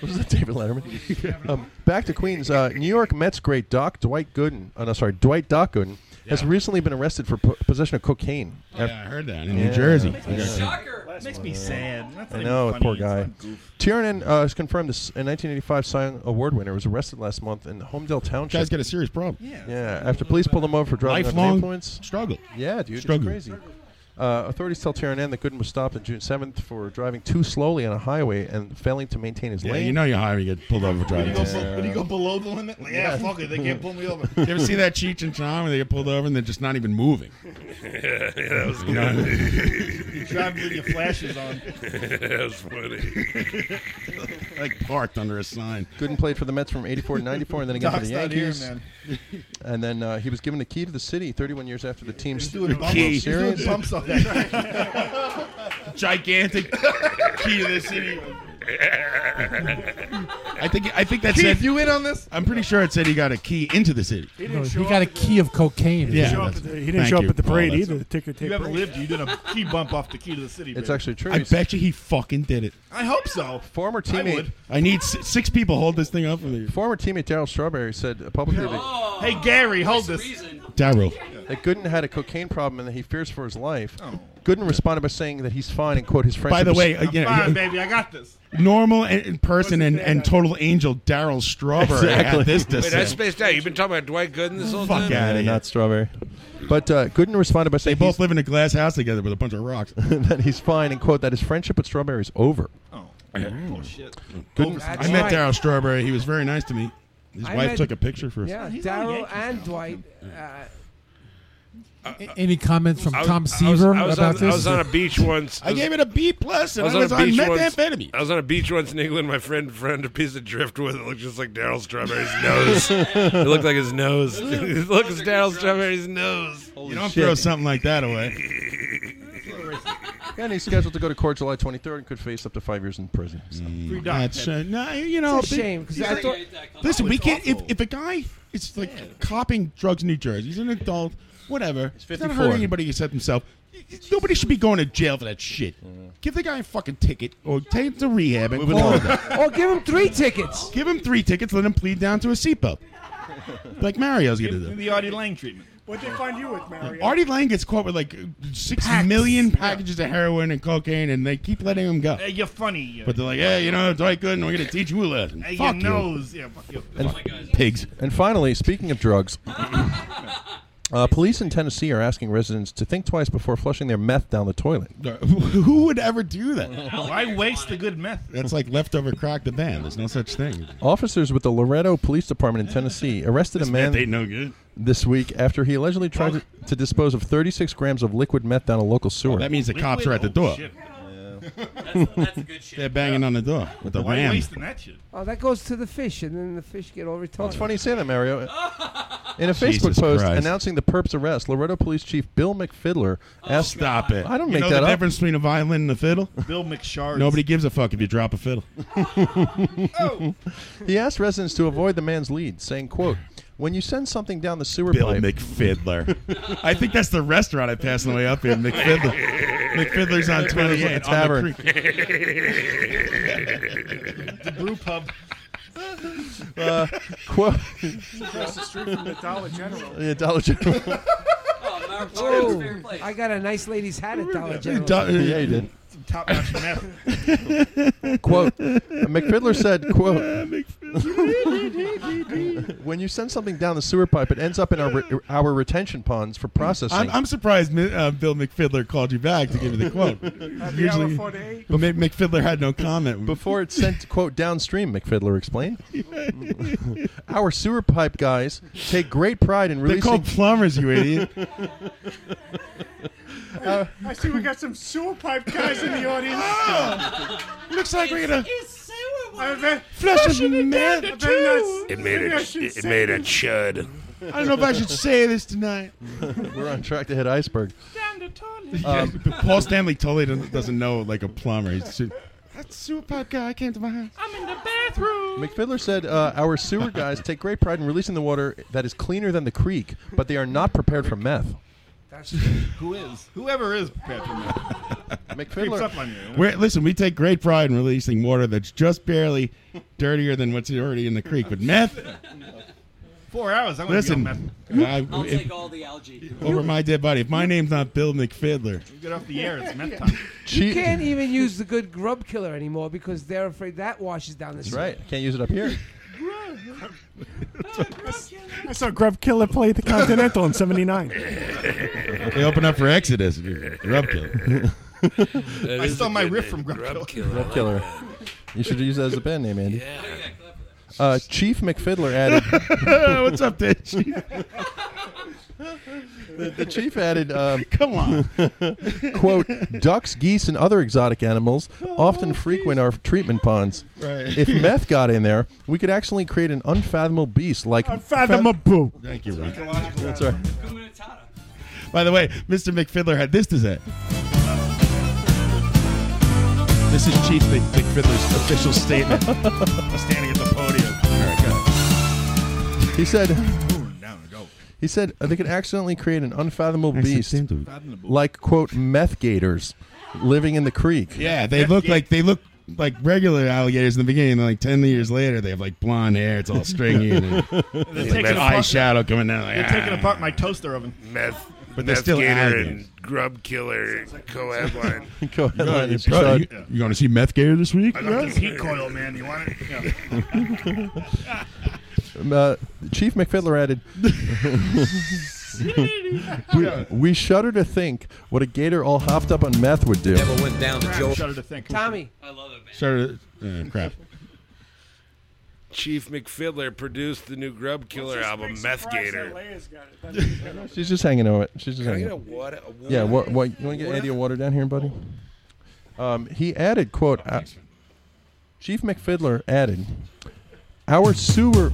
Speaker 7: Was that David
Speaker 5: [LAUGHS]
Speaker 7: Letterman? Um, back to Queens. Uh, New York Mets great Doc Dwight Gooden. Oh, no, sorry, Dwight Doc Gooden has recently been arrested for po- possession of cocaine.
Speaker 5: Oh, Yeah, I heard that in New Jersey.
Speaker 3: Makes me sad.
Speaker 7: I know, poor guy. Tiernan uh, is confirmed as a 1985 Song Award winner. Was arrested last month in Homedale Township.
Speaker 5: Guys got a serious problem.
Speaker 7: yeah, after police pulled him over for driving under the
Speaker 5: Lifelong
Speaker 7: influence.
Speaker 5: struggle.
Speaker 7: Yeah, dude,
Speaker 5: Struggle.
Speaker 7: it's crazy. Uh, authorities tell TRN that Gooden was stopped on June 7th for driving too slowly on a highway and failing to maintain his
Speaker 5: Yeah,
Speaker 7: lane.
Speaker 5: you know you're hiring. You get pulled over for
Speaker 7: When you
Speaker 5: driving.
Speaker 7: go bu- when
Speaker 3: you go below the limit, like, yeah, fuck it, they can't pull me over.
Speaker 5: you ever see that Cheech and Chong where they get pulled over and they're just not even moving?
Speaker 20: yeah, that was
Speaker 5: You know?
Speaker 20: good. [LAUGHS]
Speaker 3: You drive with your flashes on.
Speaker 20: that was
Speaker 5: [LAUGHS]
Speaker 20: funny.
Speaker 5: like parked under a sign.
Speaker 7: Gooden played for the Mets from 84 to 94, and then again for the
Speaker 3: Doc's not here,
Speaker 7: Yankees.
Speaker 3: man.
Speaker 7: [LAUGHS] and then uh, he was given the key to the city 31 years after the team's
Speaker 3: He's doing
Speaker 7: World
Speaker 3: bumps. He's doing
Speaker 7: Series.
Speaker 3: bumps off that. [LAUGHS] Gigantic key to the city.
Speaker 20: [LAUGHS]
Speaker 5: I think I think that's
Speaker 3: Keith,
Speaker 5: it.
Speaker 3: you in on this?
Speaker 5: I'm pretty sure it said he got a key into the city.
Speaker 3: He
Speaker 18: No, he got a key of cocaine.
Speaker 5: Yeah,
Speaker 14: show up
Speaker 5: that's-
Speaker 14: at the- he didn't
Speaker 5: thank
Speaker 14: show up
Speaker 5: you.
Speaker 14: at the
Speaker 5: Paul,
Speaker 14: parade
Speaker 5: that's-
Speaker 14: either. Ticker tape.
Speaker 3: You haven't lived. You did a key bump off the key to the city.
Speaker 7: It's
Speaker 3: baby.
Speaker 7: actually true.
Speaker 5: I bet you he fucking did it.
Speaker 3: I hope so. [LAUGHS]
Speaker 7: Former
Speaker 3: I
Speaker 7: teammate.
Speaker 3: would.
Speaker 5: I need s- six people hold this thing up for me. Oh.
Speaker 7: Former teammate Daryl Strawberry said publicly that,
Speaker 3: Hey Gary, hold this.
Speaker 5: Daryl.
Speaker 7: that Gooden had a cocaine problem and that he fears for his life.
Speaker 3: Oh.
Speaker 7: Gooden responded by saying that he's fine and quote his friendship.
Speaker 5: By the way, uh,
Speaker 7: is-
Speaker 5: again,
Speaker 3: Fine, baby, I got this.
Speaker 5: normal in- in person and, and total angel Daryl Strawberry
Speaker 7: Exactly.
Speaker 5: had this
Speaker 7: Wait,
Speaker 5: to
Speaker 7: that's
Speaker 5: say.
Speaker 7: Spit
Speaker 20: Spaced out. You've been talking about Dwight Gooden this whole
Speaker 5: Fuck
Speaker 20: time.
Speaker 5: outta
Speaker 7: Yeah,
Speaker 5: here.
Speaker 7: not Strawberry. But uh, Gooden responded by
Speaker 5: They
Speaker 7: saying
Speaker 5: both live in a glass house together with a bunch of rocks.
Speaker 7: he's, [LAUGHS] that he's fine and quote that his friendship with Strawberry is over. Oh,
Speaker 3: shit.
Speaker 7: Mm.
Speaker 5: Gooden-
Speaker 2: That's
Speaker 5: I met
Speaker 2: right.
Speaker 5: Daryl Strawberry. He was very nice to me. His
Speaker 2: I
Speaker 5: wife
Speaker 2: met-
Speaker 5: took a picture for us.
Speaker 2: Yeah,
Speaker 14: He's not a
Speaker 2: Daryl
Speaker 14: Yankees
Speaker 2: and Dwight. Uh,
Speaker 18: Any comments from
Speaker 20: I was-
Speaker 18: Tom
Speaker 20: I was-
Speaker 18: Seaver
Speaker 20: I was
Speaker 18: about
Speaker 20: on,
Speaker 18: this?
Speaker 20: I was on a
Speaker 18: [LAUGHS]
Speaker 20: beach once.
Speaker 5: I gave it a B plus, and I was on
Speaker 20: beach
Speaker 5: methamphetamine.
Speaker 20: I was on a beach once in England. My friend friend a piece of driftwood that looked just like
Speaker 5: [LAUGHS]
Speaker 20: Daryl Strawberry's nose. it looked like his nose. [LAUGHS] it looked like Daryl Strawberry's nose.
Speaker 5: You don't throw something like that away.
Speaker 7: and he's scheduled to go to court July 23rd and could face up to five years in prison. So.
Speaker 5: That's uh, no, you know,
Speaker 2: It's a
Speaker 5: but-
Speaker 2: shame, 'cause
Speaker 5: he's
Speaker 2: I
Speaker 5: like-
Speaker 2: thought-
Speaker 5: Listen, we can't. If, if a guy is like copying drugs in New Jersey, he's an adult, whatever. He's, not
Speaker 7: 54.
Speaker 5: hurting anybody except himself. Nobody should be going to jail for that shit. Give the guy a fucking ticket, or take him to rehab, and
Speaker 7: Moving on.
Speaker 2: or give him three tickets.
Speaker 5: Give him three tickets. Let him plead down to a seatbelt, like Mario's gonna do.
Speaker 3: The Artie Lang treatment.
Speaker 14: What'd they find you with, Mario?
Speaker 5: Artie Lang gets caught with like six million packages of heroin and cocaine, and they keep letting him go.
Speaker 3: Hey,
Speaker 14: [LAUGHS]
Speaker 3: you're funny.
Speaker 5: But they're like, hey, you know, Dwight Gooden, we're gonna teach you a lesson.
Speaker 3: Hey,
Speaker 5: Fuck
Speaker 3: your
Speaker 5: you.
Speaker 3: nose. Yeah, fuck you.
Speaker 5: Pigs.
Speaker 7: And finally, speaking of
Speaker 3: [LAUGHS]
Speaker 7: drugs, uh, police in Tennessee are asking residents to think twice before flushing their meth down the toilet.
Speaker 5: Uh, [LAUGHS] Who would ever do that?
Speaker 3: Why waste the good meth?
Speaker 5: That's like leftover crack the band. There's no such thing.
Speaker 7: Officers with the Loretto Police Department in
Speaker 5: [LAUGHS]
Speaker 7: Tennessee arrested
Speaker 5: This
Speaker 7: a
Speaker 5: meth
Speaker 7: man
Speaker 5: ain't no good.
Speaker 7: this week after he allegedly tried to, to dispose of 36 grams of liquid meth down a local sewer.
Speaker 5: that means the cops are at the
Speaker 3: Oh,
Speaker 5: door. They're banging on the door with the
Speaker 3: Why
Speaker 5: ram.
Speaker 3: wasting that shit?
Speaker 2: Oh, that goes to the fish, and then the fish get all retarded.
Speaker 7: Well, it's funny you say
Speaker 5: [LAUGHS]
Speaker 7: that, Mario. In a Facebook
Speaker 5: Jesus
Speaker 7: post
Speaker 5: Christ.
Speaker 7: announcing the perp's arrest, Loretto Police Chief Bill McFiddler asked,
Speaker 5: Stop it.
Speaker 7: I don't
Speaker 5: Oh, you
Speaker 7: make
Speaker 5: know
Speaker 7: that
Speaker 5: the
Speaker 7: up.
Speaker 5: difference between a violin and a fiddle?
Speaker 3: Bill McShard.
Speaker 5: Nobody gives [LAUGHS] a fuck if you drop a fiddle. Oh.
Speaker 7: He asked residents to avoid the man's lead, saying, "quote When you send something down the sewer
Speaker 5: Bill
Speaker 7: pipe,
Speaker 5: McFiddler. [LAUGHS] I think that's the restaurant I passed on the way up here. McFiddler. McFiddler's on 28
Speaker 7: Tavern.
Speaker 5: On the creek.
Speaker 2: [LAUGHS]
Speaker 3: The brew pub.
Speaker 7: [LAUGHS] uh,
Speaker 5: [LAUGHS]
Speaker 7: quote,
Speaker 14: Across the street from the Dollar General.
Speaker 7: Yeah, Dollar General.
Speaker 2: Oh, I got a nice lady's hat at Dollar General.
Speaker 7: yeah, he did.
Speaker 3: Some top notch meth.
Speaker 7: [LAUGHS] Quote McFiddler said,
Speaker 5: [LAUGHS]
Speaker 7: "quote When you send something down the sewer pipe, it ends up in our re- our retention ponds for processing."
Speaker 5: I'm, I'm surprised Mi- uh, Bill McFiddler called you back to give you
Speaker 7: [LAUGHS]
Speaker 5: the quote. Usually, but Ma- McFiddler had no comment.
Speaker 7: before it's sent quote downstream mcfiddler explained our sewer pipe guys take great pride in
Speaker 5: They're
Speaker 7: releasing
Speaker 5: called plumbers, you idiot.
Speaker 14: Uh, I see we got some sewer pipe guys in the audience.
Speaker 5: Ah! Looks like we're gonna
Speaker 14: I bet,
Speaker 5: flush a man.
Speaker 14: I bet that's-
Speaker 20: It made
Speaker 14: maybe
Speaker 20: a
Speaker 14: I should
Speaker 20: it
Speaker 14: say
Speaker 20: made a chud.
Speaker 5: I don't know if I should say this tonight.
Speaker 7: [LAUGHS] we're on track to hit iceberg
Speaker 14: Down the
Speaker 5: [LAUGHS]
Speaker 14: toilet.
Speaker 7: Um,
Speaker 5: Paul Stanley totally doesn't- doesn't know like a plumber. He's su- that sewer pipe guy came to my house.
Speaker 14: I'm in the bathroom.
Speaker 7: mcfiddler said uh, our sewer guys take great pride in releasing the water that is cleaner than the creek but they are not prepared for meth
Speaker 3: Who is? Whoever is prepared for meth. Creeps
Speaker 7: [LAUGHS] mcfiddler
Speaker 3: up on you. you know?
Speaker 5: We're, listen, we take great pride in releasing water that's just barely dirtier than what's already in the creek. But meth,
Speaker 3: Four hours. I'm gonna
Speaker 5: listen,
Speaker 3: be on meth.
Speaker 5: I-
Speaker 15: I'll
Speaker 5: if-
Speaker 15: take all the algae.
Speaker 5: over my dead body. If my name's not Bill McFiddler,
Speaker 3: You get off the air.
Speaker 2: [LAUGHS]
Speaker 3: It's meth time.
Speaker 2: You can't even use the good grub killer anymore because they're afraid that washes down the
Speaker 7: that's
Speaker 2: sewer.
Speaker 7: right can't use it up here
Speaker 14: I saw Grub Killer play the Continental in
Speaker 5: [LAUGHS]
Speaker 14: '79.
Speaker 5: they open up for Exodus. Grub [LAUGHS] killer.
Speaker 1: I
Speaker 5: I
Speaker 1: is
Speaker 5: stole
Speaker 1: a
Speaker 5: my
Speaker 1: good
Speaker 5: riff
Speaker 1: name.
Speaker 5: from Grub,
Speaker 1: Grub
Speaker 5: Killer.
Speaker 1: Killer.
Speaker 7: Grub Killer. You should use that as a band name, Andy. Uh, Chief McFiddler added.
Speaker 5: [LAUGHS] What's up there, Chief?
Speaker 7: [LAUGHS] the, the chief added. Um,
Speaker 5: [LAUGHS] Come on.
Speaker 7: [LAUGHS] quote: Ducks, geese, and other exotic animals often frequent our treatment ponds.
Speaker 5: Oh, Right. [LAUGHS]
Speaker 7: If meth got in there, we could actually create an unfathomable beast like
Speaker 14: Unfathomable.
Speaker 5: Thank you, Rick.
Speaker 7: That's
Speaker 5: [LAUGHS]
Speaker 7: right.
Speaker 5: By the way, Mr. McFiddler had this to say. This is Chief Mc- McFiddler's official
Speaker 7: [LAUGHS]
Speaker 5: statement.
Speaker 7: standing at the podium. He said. He said uh, they could accidentally create an unfathomable beast,
Speaker 5: Unfathomable.
Speaker 7: like quote meth gators, living in the creek.
Speaker 5: Yeah, they look like they look
Speaker 7: [LAUGHS]
Speaker 5: like regular alligators in the beginning. and Like ten years later, they have like blonde hair. It's all stringy. And [LAUGHS]
Speaker 7: They're
Speaker 5: they
Speaker 10: taking
Speaker 5: have
Speaker 10: a
Speaker 5: eye
Speaker 10: fuck-
Speaker 5: shadow coming down. Like,
Speaker 10: You're taking
Speaker 5: "Ah."
Speaker 10: apart my toaster oven.
Speaker 20: Meth,
Speaker 5: But they're
Speaker 20: meth
Speaker 5: still
Speaker 20: gator
Speaker 5: alligators.
Speaker 20: and grub killer co-headline.
Speaker 5: [LAUGHS]
Speaker 7: Go
Speaker 5: You
Speaker 7: ahead,
Speaker 5: going, you,
Speaker 7: it's done.
Speaker 5: you- you going to see Meth Gator this week?
Speaker 10: I got this heat coil, man. You want it? Yeah.
Speaker 7: Um, uh, Chief McFiddler added,
Speaker 5: [LAUGHS]
Speaker 7: we, we shudder to think what a gator all hopped up on meth would do.
Speaker 1: went down to Joe.
Speaker 10: Shudder to think.
Speaker 8: Tommy.
Speaker 1: I love it, man.
Speaker 5: Shudder. uh, crap.
Speaker 20: Chief McFiddler produced the new Grub Killer album, Meth Gator.
Speaker 7: She's just hanging
Speaker 20: [LAUGHS]
Speaker 7: out. She's just
Speaker 20: Can I
Speaker 7: hanging
Speaker 20: get
Speaker 7: out.
Speaker 20: a water- a water?
Speaker 7: Yeah, what, what, you want to get
Speaker 20: Water?
Speaker 7: Andy a water down here, buddy? Um, he added, quote,
Speaker 5: Oh,
Speaker 7: uh, Chief McFiddler added, our
Speaker 5: [LAUGHS]
Speaker 7: sewer...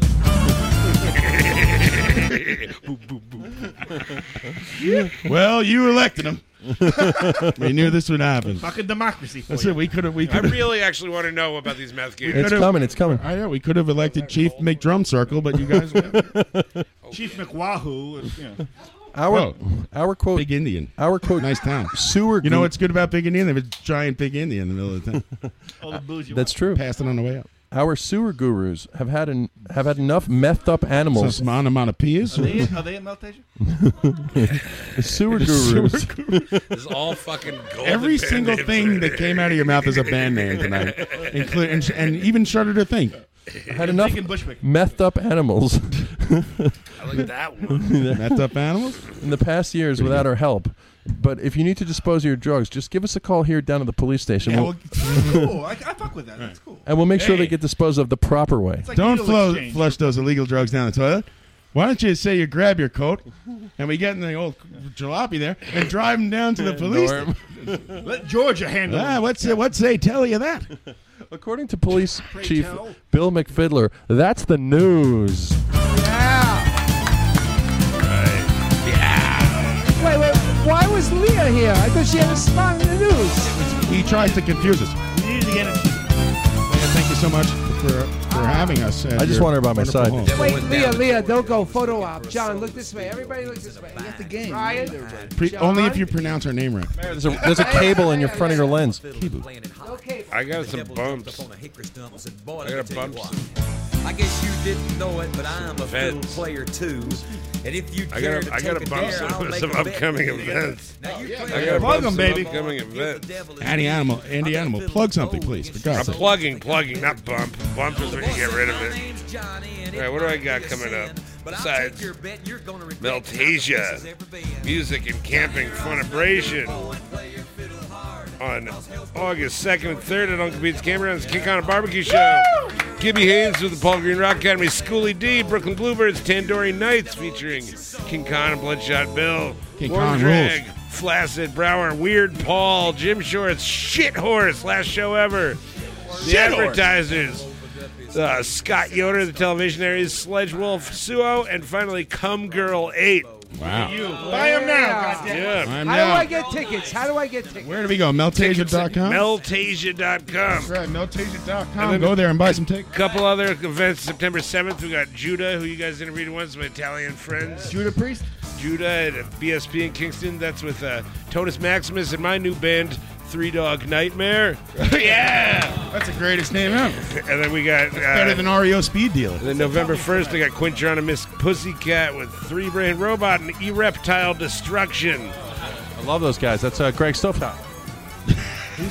Speaker 5: well, you elected him. [LAUGHS] we knew this would happen.
Speaker 10: Fucking democracy for
Speaker 5: That's
Speaker 10: you.
Speaker 5: it. We could have. We
Speaker 20: I
Speaker 5: could.
Speaker 20: really actually want to know about these meth
Speaker 5: we
Speaker 20: gators.
Speaker 5: could've-
Speaker 7: coming.
Speaker 5: I know. We could have elected Chief McDrum Circle, but you guys.
Speaker 20: Oh,
Speaker 10: Chief McWahoo. is, You know.
Speaker 7: [LAUGHS] Our
Speaker 5: Oh.
Speaker 7: our quote.
Speaker 5: Big Indian.
Speaker 7: Our quote.
Speaker 5: Nice town.
Speaker 7: Sewer.
Speaker 5: You know
Speaker 7: goo-
Speaker 5: what's good about Big Indian? They have a giant Big Indian in the middle of the town.
Speaker 10: All the booze you
Speaker 7: That's true.
Speaker 5: Passed it on the way up.
Speaker 7: Our sewer gurus have had an, have had enough methed up animals.
Speaker 5: Some onomatopoeias.
Speaker 10: Are they, are they in Mount Asia?
Speaker 7: [LAUGHS] the [LAUGHS] sewer
Speaker 5: [LAUGHS] The
Speaker 7: gurus.
Speaker 5: sewer
Speaker 7: [LAUGHS]
Speaker 20: It's all [LAUGHS] fucking gold.
Speaker 5: Every single thing that came out of your mouth is a band name tonight, including and, and even shudder to think.
Speaker 7: had enough
Speaker 10: thinking Bushwick.
Speaker 7: methed up
Speaker 5: [LAUGHS]
Speaker 7: animals.
Speaker 20: I like that one.
Speaker 5: Methed up animals?
Speaker 7: In the past years, without our help. But if you need to dispose of your drugs, just give us a call here down at the police station.
Speaker 5: Yeah,
Speaker 7: We'll-
Speaker 10: That's cool. I, I fuck with that. That's cool.
Speaker 7: and we'll make sure they
Speaker 10: Hey.
Speaker 7: get disposed of the proper way.
Speaker 10: like
Speaker 5: Don't
Speaker 10: needle
Speaker 5: flo-
Speaker 10: exchange.
Speaker 5: flush those illegal drugs down the toilet. Why don't you say you grab your coat, and we get in the old jalopy there and drive them down to the police.
Speaker 7: Norm.
Speaker 10: Let Georgia handle
Speaker 5: Ah,
Speaker 10: it.
Speaker 5: what's what's they tell you that?
Speaker 7: [LAUGHS] According to police
Speaker 10: Pray
Speaker 7: chief
Speaker 10: tell.
Speaker 7: Bill McFiddler, that's the news.
Speaker 2: Wait, wait. Why was Leah here? I thought she had a spot in the news.
Speaker 5: He tries to confuse us.
Speaker 10: You need to get it.
Speaker 5: Leah, thank you so much for for having us. at
Speaker 7: I just
Speaker 5: your
Speaker 7: want her by my
Speaker 5: wonderful
Speaker 7: side.
Speaker 5: home.
Speaker 2: Wait, Leah, Leah, don't go. Photo op. John, look this way. Everybody look this way. You got the game. Ryan.
Speaker 5: Pre- only if
Speaker 2: John?
Speaker 5: you pronounce her name right.
Speaker 7: There's a, there's a cable in your front of your lens.
Speaker 20: I got some bumps. I got bumps.
Speaker 1: I guess you didn't know it, but I'm a field
Speaker 20: Events.
Speaker 1: player too. And if you
Speaker 20: I
Speaker 1: care
Speaker 20: got
Speaker 1: to
Speaker 20: I
Speaker 1: take
Speaker 20: got
Speaker 1: a
Speaker 20: to bump
Speaker 1: dare, I'll
Speaker 20: some,
Speaker 1: make
Speaker 20: some
Speaker 1: a bet.
Speaker 20: upcoming events.
Speaker 1: Now you
Speaker 20: I
Speaker 1: play
Speaker 20: got
Speaker 1: along.
Speaker 20: to
Speaker 10: 'em,
Speaker 20: bump some
Speaker 10: baby.
Speaker 20: upcoming events.
Speaker 5: Andy Animal, Andy Animal, plug something, please. For
Speaker 20: I'm
Speaker 5: God's sake.
Speaker 20: plugging, plugging, not bump. Bump is when you get rid of it. All right, what do I got coming up? Besides Meltasia, music and camping funibration on August 2nd and 3rd at Uncle Beat's Campgrounds, King Connor Barbecue Show. Gibby Haynes with the Paul Green Rock Academy, Schoolie D, Brooklyn Bluebirds, Tandoori Nights featuring King Khan and Bloodshot Bill,
Speaker 5: King
Speaker 20: Warm
Speaker 5: Khan
Speaker 20: Drag,
Speaker 5: rules.
Speaker 20: Flaccid Brower, Weird Paul, Jim Shorts, Shit Horse, last show ever. The
Speaker 10: Shit Horse.
Speaker 20: advertisers. Uh, Scott Yoder, the televisionaries, Sledge Wolf, Suo, and finally, Come Girl 8.
Speaker 5: Wow.
Speaker 10: Buy them now.
Speaker 2: Yeah.
Speaker 10: goddamn.
Speaker 20: Yeah.
Speaker 5: I'm
Speaker 2: How do I
Speaker 5: now.
Speaker 2: get tickets? How do I get tickets?
Speaker 5: Where do we go? Meltasia.com?
Speaker 20: Meltasia.com.
Speaker 5: That's right, meltasia.com.
Speaker 20: And then-
Speaker 5: Go there and buy some tickets.
Speaker 20: couple other events September 7th. We got Judah, who you guys interviewed once, my Italian friends.
Speaker 10: Judah Priest.
Speaker 20: Judah at BSP in Kingston. That's with uh, Tonus Maximus and my new band, Three
Speaker 10: [LAUGHS]
Speaker 20: Dog Nightmare. yeah!
Speaker 5: That's the greatest name ever.
Speaker 20: And then we got.
Speaker 5: Better
Speaker 20: Uh,
Speaker 5: than REO Speed Dealer.
Speaker 20: and then November 1st, they got Quintronimus Pussycat with Three Brain Robot and E Reptile Destruction.
Speaker 7: I love those guys. That's uh, Greg Stovetop.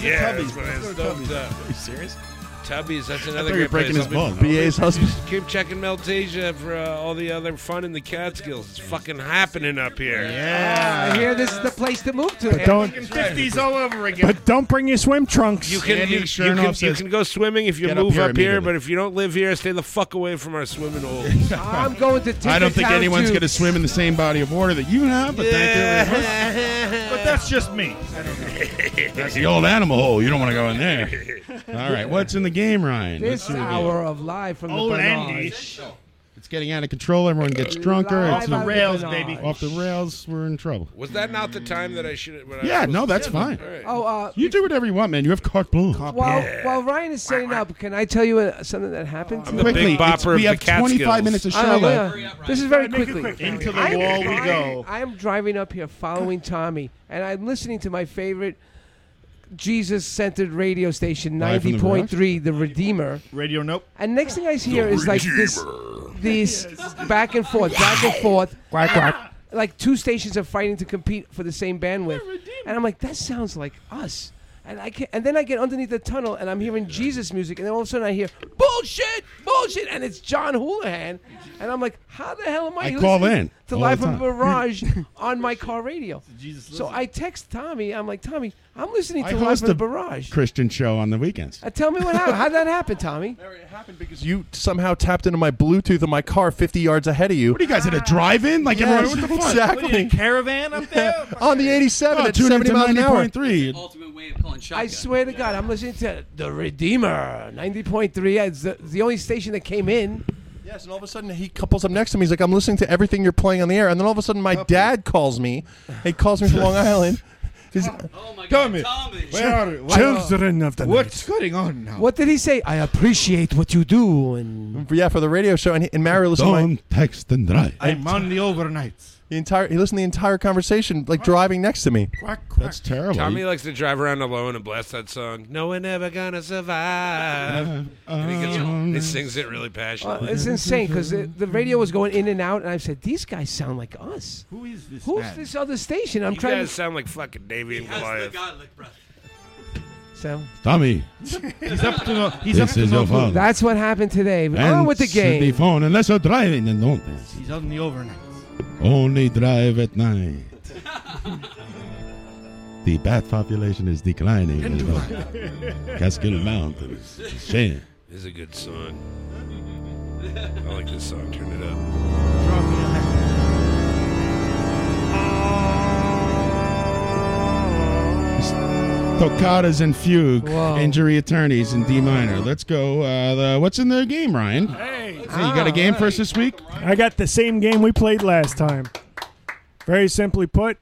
Speaker 20: yeah, that's what I-
Speaker 10: Let's go to
Speaker 20: that's
Speaker 10: Tubby's.
Speaker 20: dope.
Speaker 5: Are you serious?
Speaker 20: Tubby's, that's another
Speaker 5: thought you were
Speaker 20: great
Speaker 5: breaking
Speaker 20: place.
Speaker 5: his
Speaker 20: I'll be-
Speaker 5: bone. BA's husband.
Speaker 20: Keep checking Meltasia for uh, all the other fun in the Catskills. It's fucking happening up here.
Speaker 8: Yeah. I hear Uh, this is the place to move to.
Speaker 14: But don't-
Speaker 8: Fucking
Speaker 20: all over
Speaker 14: But don't bring your swim trunks.
Speaker 20: You can, you, you can, you can go swimming if you
Speaker 14: "Get up
Speaker 20: move
Speaker 14: here
Speaker 20: up here,
Speaker 14: immediately."
Speaker 20: but if you don't live here, stay the fuck away from our swimming hole.
Speaker 8: [LAUGHS] I'm going to.
Speaker 5: I don't think
Speaker 20: Tinkertown
Speaker 5: anyone's
Speaker 20: too.
Speaker 5: going to swim in the same body of water that you have, but thank you. very much.
Speaker 6: But that's just me.
Speaker 3: [LAUGHS]
Speaker 5: That's the old animal hole. You don't want to go in there.
Speaker 20: [LAUGHS]
Speaker 5: All right, what's in the game, Ryan? Let's
Speaker 8: This
Speaker 5: see what we got.
Speaker 8: hour of live from
Speaker 6: Old
Speaker 8: the
Speaker 6: Andy.
Speaker 8: Barrage.
Speaker 5: It's getting out of control. Everyone gets drunker.
Speaker 8: Live
Speaker 5: It's
Speaker 8: on
Speaker 5: a-
Speaker 8: the rails, baby.
Speaker 5: Off the rails, we're in trouble.
Speaker 20: Was that not the time that I should? when I
Speaker 5: Yeah,
Speaker 20: was-
Speaker 5: no, that's fine.
Speaker 20: All right.
Speaker 8: Oh, uh,
Speaker 5: You do whatever you want, man. You have carte blanche.
Speaker 8: while while Ryan is setting up, can I tell you uh, something that happened?
Speaker 5: I'm the Quickly, big bopper it's- we of the have 25 Catskills. minutes of
Speaker 8: I know,
Speaker 5: show
Speaker 8: wait,
Speaker 5: left.
Speaker 8: uh,
Speaker 5: Hurry up, Ryan.
Speaker 8: This is very
Speaker 5: Make it
Speaker 8: quickly.
Speaker 5: quick, Ryan. Into the
Speaker 8: I'm
Speaker 5: wall we
Speaker 8: driving-
Speaker 5: go.
Speaker 8: I am driving up here, following Tommy, and I'm listening to my favorite Jesus-centered radio station,
Speaker 6: Live from
Speaker 8: ninety
Speaker 6: the
Speaker 8: point three, The Redeemer. Radio Nope. And next thing I hear is like this, these back and forth, back and forth,
Speaker 14: Quack, quack.
Speaker 8: like two stations are fighting to compete for the same bandwidth. And I'm like, that sounds like us. And I can and then I get underneath the tunnel and I'm hearing Jesus music and then all of a sudden I hear bullshit, bullshit, and it's John Houlihan, and I'm like, how the hell am I?
Speaker 5: I call
Speaker 8: listening
Speaker 5: in
Speaker 8: to
Speaker 5: all
Speaker 8: live
Speaker 5: the
Speaker 8: from
Speaker 5: time. [LAUGHS]
Speaker 8: Barrage on my car radio. so I text Tommy. I'm like, Tommy, I'm listening
Speaker 5: I
Speaker 8: to live
Speaker 5: host
Speaker 8: from
Speaker 5: a
Speaker 8: Barrage.
Speaker 5: Christian show on the weekends.
Speaker 8: Uh, tell me what happened. How would that happen, Tommy?
Speaker 7: Because you somehow tapped into my Bluetooth in my car 50 yards ahead of you. What
Speaker 5: are you guys at a drive-in? Like everyone- what the fuck?
Speaker 7: Exactly.
Speaker 5: What are you, a
Speaker 7: caravan up
Speaker 8: [LAUGHS]
Speaker 7: there on the 87
Speaker 5: Oh,
Speaker 7: at
Speaker 5: tune
Speaker 7: 70
Speaker 5: into
Speaker 7: miles an hour.
Speaker 5: 90.3.
Speaker 8: I swear to God, I'm listening to The Redeemer, 90.3. It's the, the only station that came in.
Speaker 7: Yes, and all of a sudden he couples up next to me. He's like, "I'm listening to everything you're playing on the air," and then all of a sudden my dad calls me. He calls me from Long Island.
Speaker 5: [LAUGHS]
Speaker 7: He's, oh my
Speaker 6: Tommy, where are you? Why- Children
Speaker 7: of the
Speaker 6: What's going on now?
Speaker 8: What did he say? I appreciate what you do. And
Speaker 7: yeah, for the radio show, and, he- and Mario listened. to my-
Speaker 5: text and drive.
Speaker 7: I'm
Speaker 6: on the overnights.
Speaker 7: The entire he listened to the entire conversation, like driving next to me.
Speaker 5: That's terrible.
Speaker 20: Tommy likes to drive around alone and blast that song. No one ever gonna survive. and he, gets, he sings it really passionately.
Speaker 8: Uh, it's insane because the, the radio was going in and out, and I said, "These guys sound like us." Who
Speaker 6: is this?
Speaker 8: Who's
Speaker 6: man?
Speaker 8: this other station? I'm
Speaker 20: you
Speaker 8: trying
Speaker 20: guys
Speaker 8: to
Speaker 20: sound like fucking Davy and Goliath.
Speaker 8: sound.
Speaker 5: Tommy.
Speaker 8: he's
Speaker 6: up to no.
Speaker 5: he's This up to is no your good. phone.
Speaker 8: That's what happened today. on
Speaker 5: And
Speaker 8: with the
Speaker 5: The
Speaker 8: game.
Speaker 5: phone, unless you're driving, then don't.
Speaker 6: He's on the overnight.
Speaker 5: Only drive at night. the bat population is declining. as well. [LAUGHS] Catskill Mountains. Shame.
Speaker 20: This is a good song. I like this song. Turn it up.
Speaker 5: Toccata's and Fugue, Injury Attorneys in D minor. Let's go. Uh, the, what's in the game, Ryan? Hey, you got a game for us this week?
Speaker 14: I got the same game we played last time. Very simply put,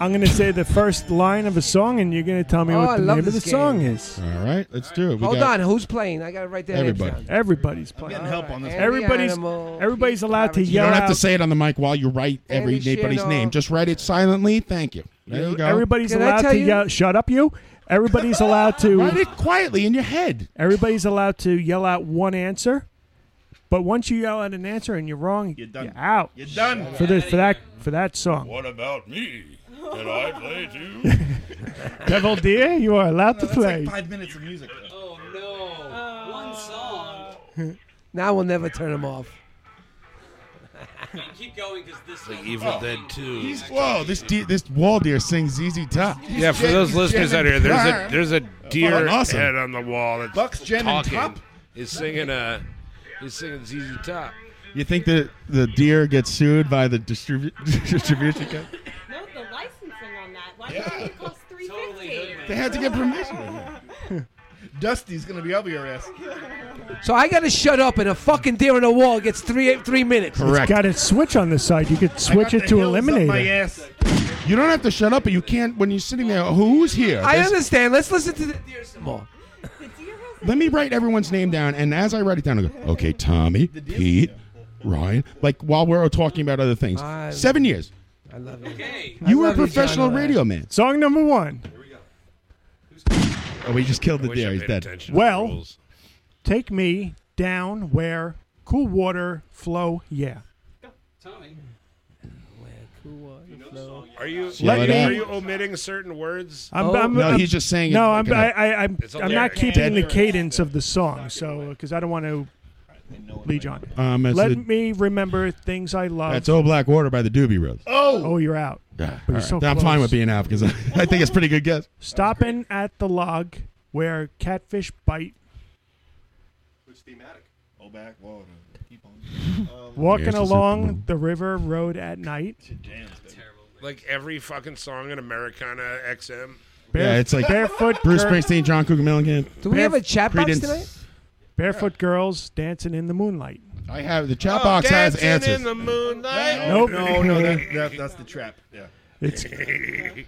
Speaker 14: I'm going to say the first line of a song, and you're going to tell me
Speaker 8: Oh, I
Speaker 14: what the
Speaker 8: love
Speaker 14: name of the
Speaker 8: this game.
Speaker 14: song is.
Speaker 5: All right, let's do it.
Speaker 8: Hold on, who's playing? I got to write that.
Speaker 5: Everybody.
Speaker 14: Everybody's playing.
Speaker 6: help on this.
Speaker 14: Everybody's everybody's allowed to
Speaker 5: You
Speaker 14: yell
Speaker 5: don't have to
Speaker 14: out.
Speaker 5: say it on the mic while you write every
Speaker 14: Andy
Speaker 5: anybody's
Speaker 14: Shannon.
Speaker 5: name. Just write it silently. Thank you. There you go.
Speaker 14: Everybody's allowed to yell. Shut up, you. Everybody's allowed to.
Speaker 5: Write it quietly in your head.
Speaker 14: Everybody's allowed to yell out one answer, but once you yell out an answer and you're wrong, you're, out.
Speaker 6: You're done.
Speaker 14: for this for that [LAUGHS] for that song.
Speaker 6: What about me? Can I play
Speaker 14: [LAUGHS]
Speaker 6: too?
Speaker 14: Devil dear, you are allowed to play.
Speaker 6: five minutes of music. Oh no! One song.
Speaker 8: [LAUGHS] Now we'll never turn him off.
Speaker 9: [LAUGHS] Keep going because this
Speaker 20: Like Evil Dead 2.
Speaker 5: He's, whoa, this de- this wall deer sings ZZ Top.
Speaker 20: yeah, for those listeners out here, there's a there's a deer
Speaker 5: Fucking awesome.
Speaker 20: head on the wall that's
Speaker 6: Bucks, Jen, and
Speaker 20: talking.
Speaker 6: Top?
Speaker 20: He's singing uh, he's singing ZZ Top.
Speaker 5: You think that the deer gets sued by the distribu- distribution company?
Speaker 30: Note the licensing on that. Why yeah. it cost three fifty?
Speaker 6: They had to
Speaker 14: [LAUGHS]
Speaker 6: get permission. Dusty's gonna be up your ass.
Speaker 8: So I got to shut up, and a fucking deer on the wall gets three three minutes.
Speaker 14: It's got a switch on the side. You could switch it to eliminate it.
Speaker 6: ass.
Speaker 5: You don't have to shut up, but you can't when you're sitting there. Who's here?
Speaker 8: I
Speaker 5: There's-
Speaker 8: understand. Let's listen to the deer some more.
Speaker 5: Let me write everyone's name down, and as I write it down, I go, okay, Tommy, Pete, Ryan. Like while we're talking about other things.
Speaker 8: I-
Speaker 5: Seven years.
Speaker 8: I love you.
Speaker 5: You were a professional radio man.
Speaker 14: Song number one.
Speaker 5: Oh, we just killed the
Speaker 20: wish I
Speaker 5: deer. He's
Speaker 20: paid
Speaker 5: dead.
Speaker 20: attention.
Speaker 14: Well, take me down where cool water flow. Yeah.
Speaker 20: Are you?
Speaker 5: Yeah,
Speaker 20: are
Speaker 5: let
Speaker 20: you-
Speaker 5: me-
Speaker 20: Are you omitting certain words?
Speaker 14: I'm, I'm,
Speaker 5: No,
Speaker 14: I'm-
Speaker 5: he's just saying it
Speaker 14: No, I'm,
Speaker 5: kinda-
Speaker 14: I, I, I'm,
Speaker 20: It's a
Speaker 14: I'm
Speaker 20: lyric.
Speaker 14: not keeping the
Speaker 20: Dead-
Speaker 14: cadence of the song, so because I don't want to lead you on.
Speaker 5: Um, it's
Speaker 14: Let
Speaker 5: a-
Speaker 14: me remember things I love.
Speaker 5: That's Old Black Water by the Doobie Brothers.
Speaker 14: Oh, oh, you're out.
Speaker 5: Yeah,
Speaker 14: But
Speaker 5: all
Speaker 14: you're so
Speaker 5: right. I'm fine
Speaker 14: close.
Speaker 5: with being out [LAUGHS] because I, I think it's a pretty good guess.
Speaker 14: Stopping at the log where catfish bite.
Speaker 10: Which thematic?
Speaker 3: Oh,
Speaker 10: Old back water. Keep on.
Speaker 14: Walking
Speaker 5: it's just a-
Speaker 14: along the river road at night.
Speaker 20: Like every fucking song in Americana XM.
Speaker 5: yeah, it's like
Speaker 14: barefoot
Speaker 5: Bruce
Speaker 14: cur-
Speaker 5: Springsteen, John Cougar Mellencamp. Creedence.
Speaker 14: Barefoot girls dancing in the moonlight.
Speaker 5: I have the chat box has answers.
Speaker 10: moonlight.
Speaker 14: Nope.
Speaker 10: No, no, that, that, that's the trap. Yeah.
Speaker 14: It's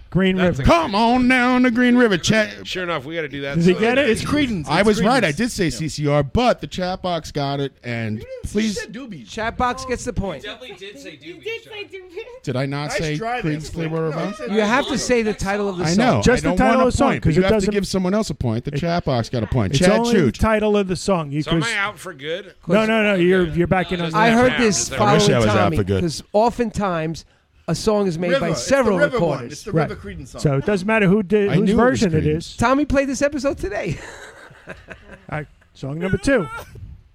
Speaker 14: Green River.
Speaker 5: Come on down to Green River. Chat.
Speaker 20: Sure enough, we got to do that.
Speaker 5: Does
Speaker 20: he
Speaker 5: he get
Speaker 10: it? It's Creedence.
Speaker 5: I
Speaker 10: It's
Speaker 5: was right.
Speaker 10: Creedence.
Speaker 5: I did say CCR, but the chat box got it. And please,
Speaker 2: Chat box gets the point.
Speaker 8: definitely did say Doobie.
Speaker 15: did say Doobie.
Speaker 5: did I not
Speaker 2: Nice
Speaker 5: say
Speaker 2: try there,
Speaker 5: Creedence
Speaker 2: Slick.
Speaker 5: Clearwater
Speaker 2: No,
Speaker 5: Revival?
Speaker 2: you said You have to say the title of the
Speaker 5: I
Speaker 2: song.
Speaker 5: know.
Speaker 14: Just
Speaker 5: I
Speaker 14: the
Speaker 5: don't want a
Speaker 14: title of the song,
Speaker 5: point,
Speaker 14: 'cause
Speaker 5: but you
Speaker 14: it
Speaker 5: have to
Speaker 14: doesn't-
Speaker 5: give someone else a point. The chat box got a point.
Speaker 14: It's
Speaker 5: Chad
Speaker 14: only the
Speaker 5: Chooch.
Speaker 14: title of the song. You
Speaker 20: So am
Speaker 14: could-
Speaker 20: I out for good?
Speaker 14: No, no, no. You're you're back in on.
Speaker 2: I
Speaker 14: that.
Speaker 2: heard this
Speaker 5: I wish
Speaker 2: following
Speaker 5: I was out
Speaker 2: Tommy
Speaker 5: for good.
Speaker 2: because oftentimes a song is made
Speaker 10: River.
Speaker 2: by
Speaker 10: It's the
Speaker 2: several
Speaker 10: River one.
Speaker 2: recorders.
Speaker 10: It's the River Right. Creedence song.
Speaker 14: So it doesn't matter who did
Speaker 2: I
Speaker 14: whose
Speaker 2: knew it was
Speaker 14: version it
Speaker 5: Creedence.
Speaker 14: is.
Speaker 2: Tommy played this episode today.
Speaker 14: All right, song number two.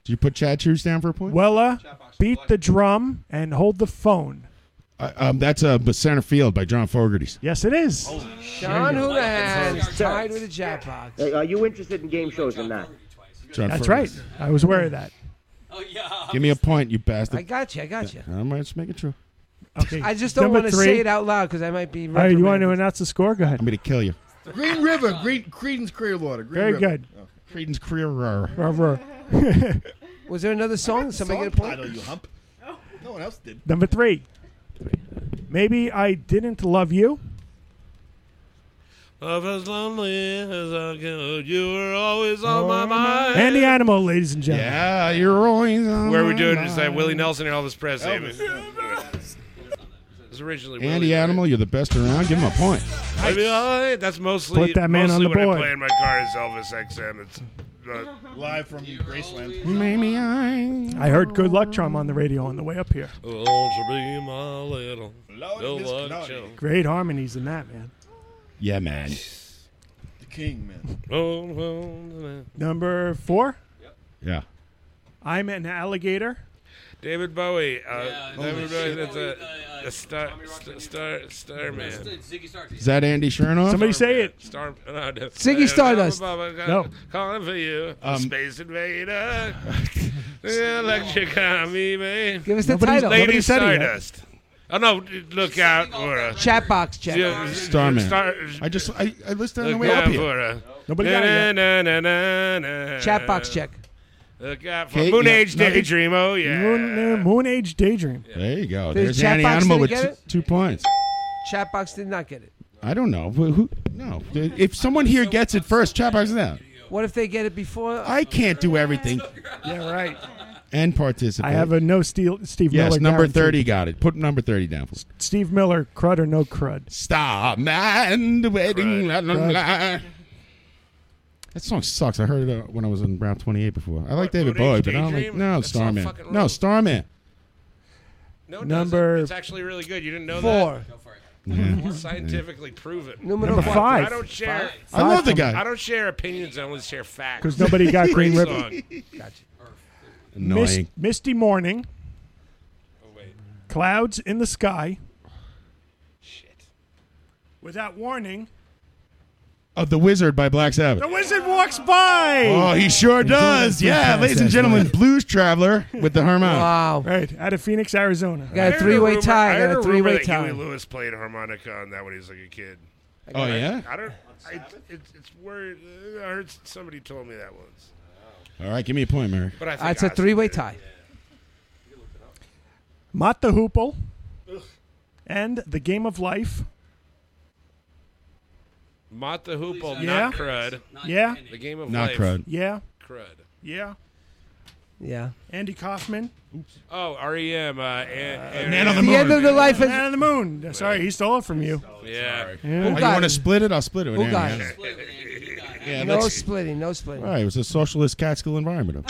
Speaker 5: Did you put Chad Chooch down for a point?
Speaker 14: Wella, beat the drum and hold the phone.
Speaker 5: Uh, um, that's uh, but center field by John Fogerty's.
Speaker 14: Yes, it is.
Speaker 20: Oh,
Speaker 2: John Houlihan's tied with the chat box.
Speaker 6: Are you interested in game shows or not?
Speaker 5: John
Speaker 14: That's right.
Speaker 5: Fogerty's.
Speaker 14: I was aware of that.
Speaker 5: Give me a point, you bastard.
Speaker 2: I got you. I got you.
Speaker 5: I'm just making sure.
Speaker 14: Okay.
Speaker 2: I just don't
Speaker 14: Number
Speaker 2: want to
Speaker 14: three.
Speaker 2: say it out loud because I might be.
Speaker 14: All right, you want to announce the score? Go ahead.
Speaker 5: I'm going to kill you.
Speaker 10: Green River. Green, Creedence Clearwater. Green
Speaker 14: Very
Speaker 10: River.
Speaker 14: good.
Speaker 10: Oh.
Speaker 5: Creedence Clearwater.
Speaker 14: Rubber.
Speaker 2: Was there another song? Did Somebody
Speaker 10: Song
Speaker 2: get a point?
Speaker 10: title, you hump. No one else did.
Speaker 14: [LAUGHS] Number three. Maybe I didn't love you.
Speaker 1: Love as lonely as I can. You were always on my mind.
Speaker 14: And the animal, ladies and gentlemen.
Speaker 5: Yeah, you're always on
Speaker 20: Where are we
Speaker 5: my
Speaker 20: doing?
Speaker 5: mind.
Speaker 20: Is that Willie Nelson and Elvis Presley?
Speaker 10: Elvis.
Speaker 20: It was originally Willie.
Speaker 5: Andy Animal, you're the best around. Give him a point.
Speaker 20: I mean, I- that's mostly
Speaker 5: Put that man on
Speaker 20: mostly
Speaker 5: the
Speaker 20: what
Speaker 5: board.
Speaker 20: I play in my car is Elvis XM. It's uh,
Speaker 10: Live from Graceland.
Speaker 5: Maybe I.
Speaker 14: I heard Good Luck Charm on the radio on the way up here.
Speaker 1: Won't you be my little no luck charm?
Speaker 14: Great harmonies in that, man.
Speaker 5: Yeah, man.
Speaker 10: The king, man.
Speaker 14: Number four.
Speaker 5: Yeah.
Speaker 14: I'm an alligator.
Speaker 20: David Bowie. Uh, David
Speaker 10: shit.
Speaker 20: Bowie. uh, That's a, a star, st- star, star man. Oh,
Speaker 5: Is that Andy Chernoff?
Speaker 14: Somebody say it.
Speaker 20: Star, no, no.
Speaker 5: Ziggy Stardust.
Speaker 20: No.
Speaker 5: No.
Speaker 20: Calling for you,
Speaker 5: Um,
Speaker 20: Space Invader. Electric Army, man.
Speaker 2: Give us the Nobody- title.
Speaker 20: Lady
Speaker 2: nobody said it yet.
Speaker 20: Stardust. Oh no! Look out, Laura.
Speaker 2: Chat box, chat
Speaker 20: Yeah,
Speaker 2: box.
Speaker 5: Starman.
Speaker 20: Star-
Speaker 5: I just I, I listed it on the
Speaker 20: Look
Speaker 5: way up
Speaker 20: out
Speaker 5: here.
Speaker 20: for her.
Speaker 5: Nobody got it yet.
Speaker 20: Na, na, na, na, na.
Speaker 2: Chat box check.
Speaker 20: Look out for
Speaker 5: Kate,
Speaker 20: Moon
Speaker 5: yeah,
Speaker 20: Age
Speaker 5: nothing-
Speaker 20: Daydream. Oh yeah.
Speaker 14: Moon, uh, Moon Age Daydream.
Speaker 5: There you go.
Speaker 2: Did
Speaker 5: There's
Speaker 2: Chat
Speaker 5: Andy
Speaker 2: Box
Speaker 5: Animal
Speaker 2: didn't get
Speaker 5: with two,
Speaker 2: it?
Speaker 5: two points.
Speaker 2: Chat box did not get it.
Speaker 5: I don't know. Who, who, no. If someone here gets it first, chat box is out.
Speaker 2: What if they get it before?
Speaker 5: I can't do everything
Speaker 14: [LAUGHS] Yeah, right.
Speaker 5: and participate.
Speaker 14: I have a no Steel, Steve
Speaker 5: yes,
Speaker 14: Miller.
Speaker 5: number
Speaker 14: guarantee.
Speaker 5: thirty got it. Put number thirty down. Please.
Speaker 14: Steve Miller, crud or no crud.
Speaker 5: Stop, man. The wedding. La, la,
Speaker 14: Crud.
Speaker 5: la. That song sucks. I heard it uh, when I was in Route 28 before. I like David
Speaker 20: Moon
Speaker 5: Bowie,
Speaker 20: Age
Speaker 5: but I don't like
Speaker 20: Daydream?
Speaker 5: no
Speaker 20: That song
Speaker 5: Starman.
Speaker 20: fucking
Speaker 5: No Starman.
Speaker 20: No, it
Speaker 14: Number
Speaker 20: doesn't. It's actually really good. You didn't know
Speaker 14: four.
Speaker 20: that. Go
Speaker 14: [LAUGHS]
Speaker 20: for
Speaker 5: Yeah.
Speaker 20: Scientifically proven.
Speaker 14: Numero Number five.
Speaker 20: I don't share.
Speaker 14: Five. I love the guy.
Speaker 20: I don't share opinions. I only share facts.
Speaker 14: 'Cause nobody
Speaker 20: [LAUGHS]
Speaker 14: got
Speaker 20: Great
Speaker 14: Green River.
Speaker 20: song.
Speaker 14: Mis-
Speaker 5: Annoying.
Speaker 14: misty morning.
Speaker 20: Oh,
Speaker 14: Clouds in the sky. Without warning,
Speaker 5: Of the Wizard by Black
Speaker 14: the
Speaker 5: Sabbath.
Speaker 14: wizard walks by.
Speaker 5: Oh, he sure does. Yeah, ladies and gentlemen, Blues Traveler with the harmonica.
Speaker 14: Right, out of Phoenix, Arizona.
Speaker 20: I heard rumor- I heard rumor
Speaker 14: three-way
Speaker 20: that Huey Lewis played harmonica on that when he was like a kid.
Speaker 5: Oh,
Speaker 20: I-
Speaker 5: yeah?
Speaker 20: I don't. I, it's, it's word. I heard somebody told me that once.
Speaker 5: All right, give me a point, Mary.
Speaker 20: But I think
Speaker 2: That's a
Speaker 20: Ozzy
Speaker 2: three-way
Speaker 20: did it.
Speaker 2: tie.
Speaker 14: Mott the Hoople Oh. and The Game of Life.
Speaker 20: Mott the Hoople,
Speaker 14: Yeah.
Speaker 20: not crud.
Speaker 14: Yeah.
Speaker 20: The game of
Speaker 5: Not
Speaker 20: life.
Speaker 5: crud.
Speaker 14: Yeah.
Speaker 20: Crud.
Speaker 14: Yeah.
Speaker 2: Yeah.
Speaker 14: Andy Kaufman.
Speaker 20: Oh, REM. Uh, and,
Speaker 2: the end of the life is.
Speaker 14: Man on the Moon. Sorry, he stole it from you.
Speaker 20: Yeah.
Speaker 14: Yeah.
Speaker 5: Oh,
Speaker 14: Who
Speaker 5: you
Speaker 14: got
Speaker 5: want
Speaker 14: it?
Speaker 5: to split it? I'll split it. with Andy.
Speaker 14: Who got it?
Speaker 5: Yeah.
Speaker 2: no splitting. No splitting.
Speaker 5: [LAUGHS] All right, it was a socialist Catskill environment.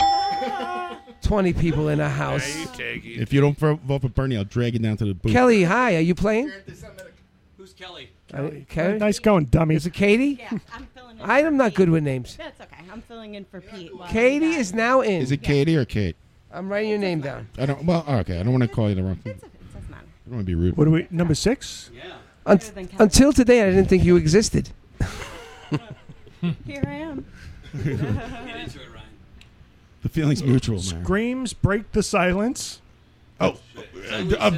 Speaker 8: 20 people in a house.
Speaker 5: If you don't vo- vote for Bernie, I'll drag you down to the booth.
Speaker 8: Kelly, hi. Are you playing?
Speaker 31: Who's Kelly?
Speaker 8: Kelly. Kelly?
Speaker 14: Nice going, dummy.
Speaker 8: Is it Katie?
Speaker 22: Yeah, I'm filling in.
Speaker 8: I
Speaker 22: for
Speaker 8: am not
Speaker 22: Pete.
Speaker 8: good with names.
Speaker 22: That's okay. I'm filling in for Pete. while
Speaker 8: Katie
Speaker 22: he's
Speaker 8: is now in.
Speaker 5: Is it Katie or Kate?
Speaker 8: I'm writing your name down.
Speaker 5: I don't. Well, oh, okay. I don't want to call you the wrong thing. I don't want to be rude.
Speaker 14: What are we? Number six?
Speaker 8: Un- until today, I didn't think you existed.
Speaker 22: out. Here I am.
Speaker 5: The feeling's mutual, man.
Speaker 14: Screams break the silence.
Speaker 5: Oh, uh,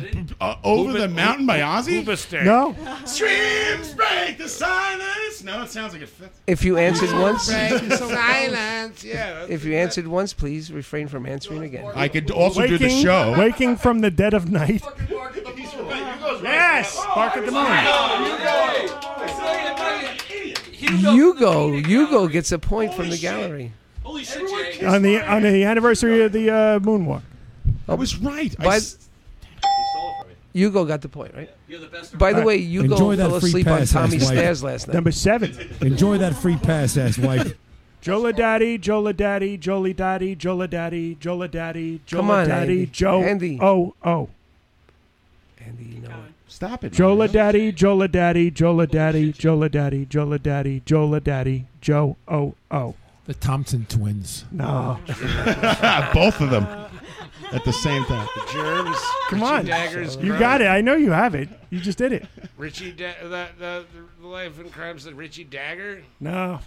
Speaker 6: Over the Mountain by Ozzy?
Speaker 14: No.
Speaker 6: Streams break the silence. No, it sounds like it fits.
Speaker 8: [LAUGHS] If you answered once, [LAUGHS]
Speaker 6: Break the [LAUGHS] silence. Yeah.
Speaker 8: If you answered once, please refrain from answering again.
Speaker 5: I could
Speaker 14: waking, Waking from the dead of night.
Speaker 6: Yes. Bark at the
Speaker 8: Hugo, Hugo gets a point from the gallery.
Speaker 31: Holy shit, Jay.
Speaker 14: on the uh, on the anniversary of the uh, moonwalk.
Speaker 5: I was right.
Speaker 8: By- Hugo got the point, right? By the
Speaker 14: All
Speaker 8: way,
Speaker 14: right.
Speaker 8: Hugo fell asleep on
Speaker 14: pass,
Speaker 8: Tommy's
Speaker 14: ass wife.
Speaker 8: stairs last night.
Speaker 14: Number seven.
Speaker 32: Enjoy that free pass, ass wife.
Speaker 14: [LAUGHS] Jola Daddy, Jola Daddy, Jolie Daddy, Jola Daddy, Jola Daddy, Jola
Speaker 8: Come on,
Speaker 14: Daddy,
Speaker 8: Andy.
Speaker 14: Joe.
Speaker 8: Andy.
Speaker 14: Oh, oh.
Speaker 8: Andy, you know it.
Speaker 5: Stop it.
Speaker 14: Jola Daddy, Jola Daddy, Jola Daddy, Jola Daddy, Jola Daddy, Jola Daddy, Joe. Oh, oh.
Speaker 33: The Thompson twins.
Speaker 14: No.
Speaker 5: [LAUGHS] Both of them at the same time.
Speaker 20: Germs.
Speaker 14: Come
Speaker 20: Richie
Speaker 14: on.
Speaker 20: Daggers,
Speaker 14: You got it. I know you have it. You just did it.
Speaker 20: [LAUGHS] Richie, da- the, the, the life and crimes of Richie Dagger.
Speaker 14: No.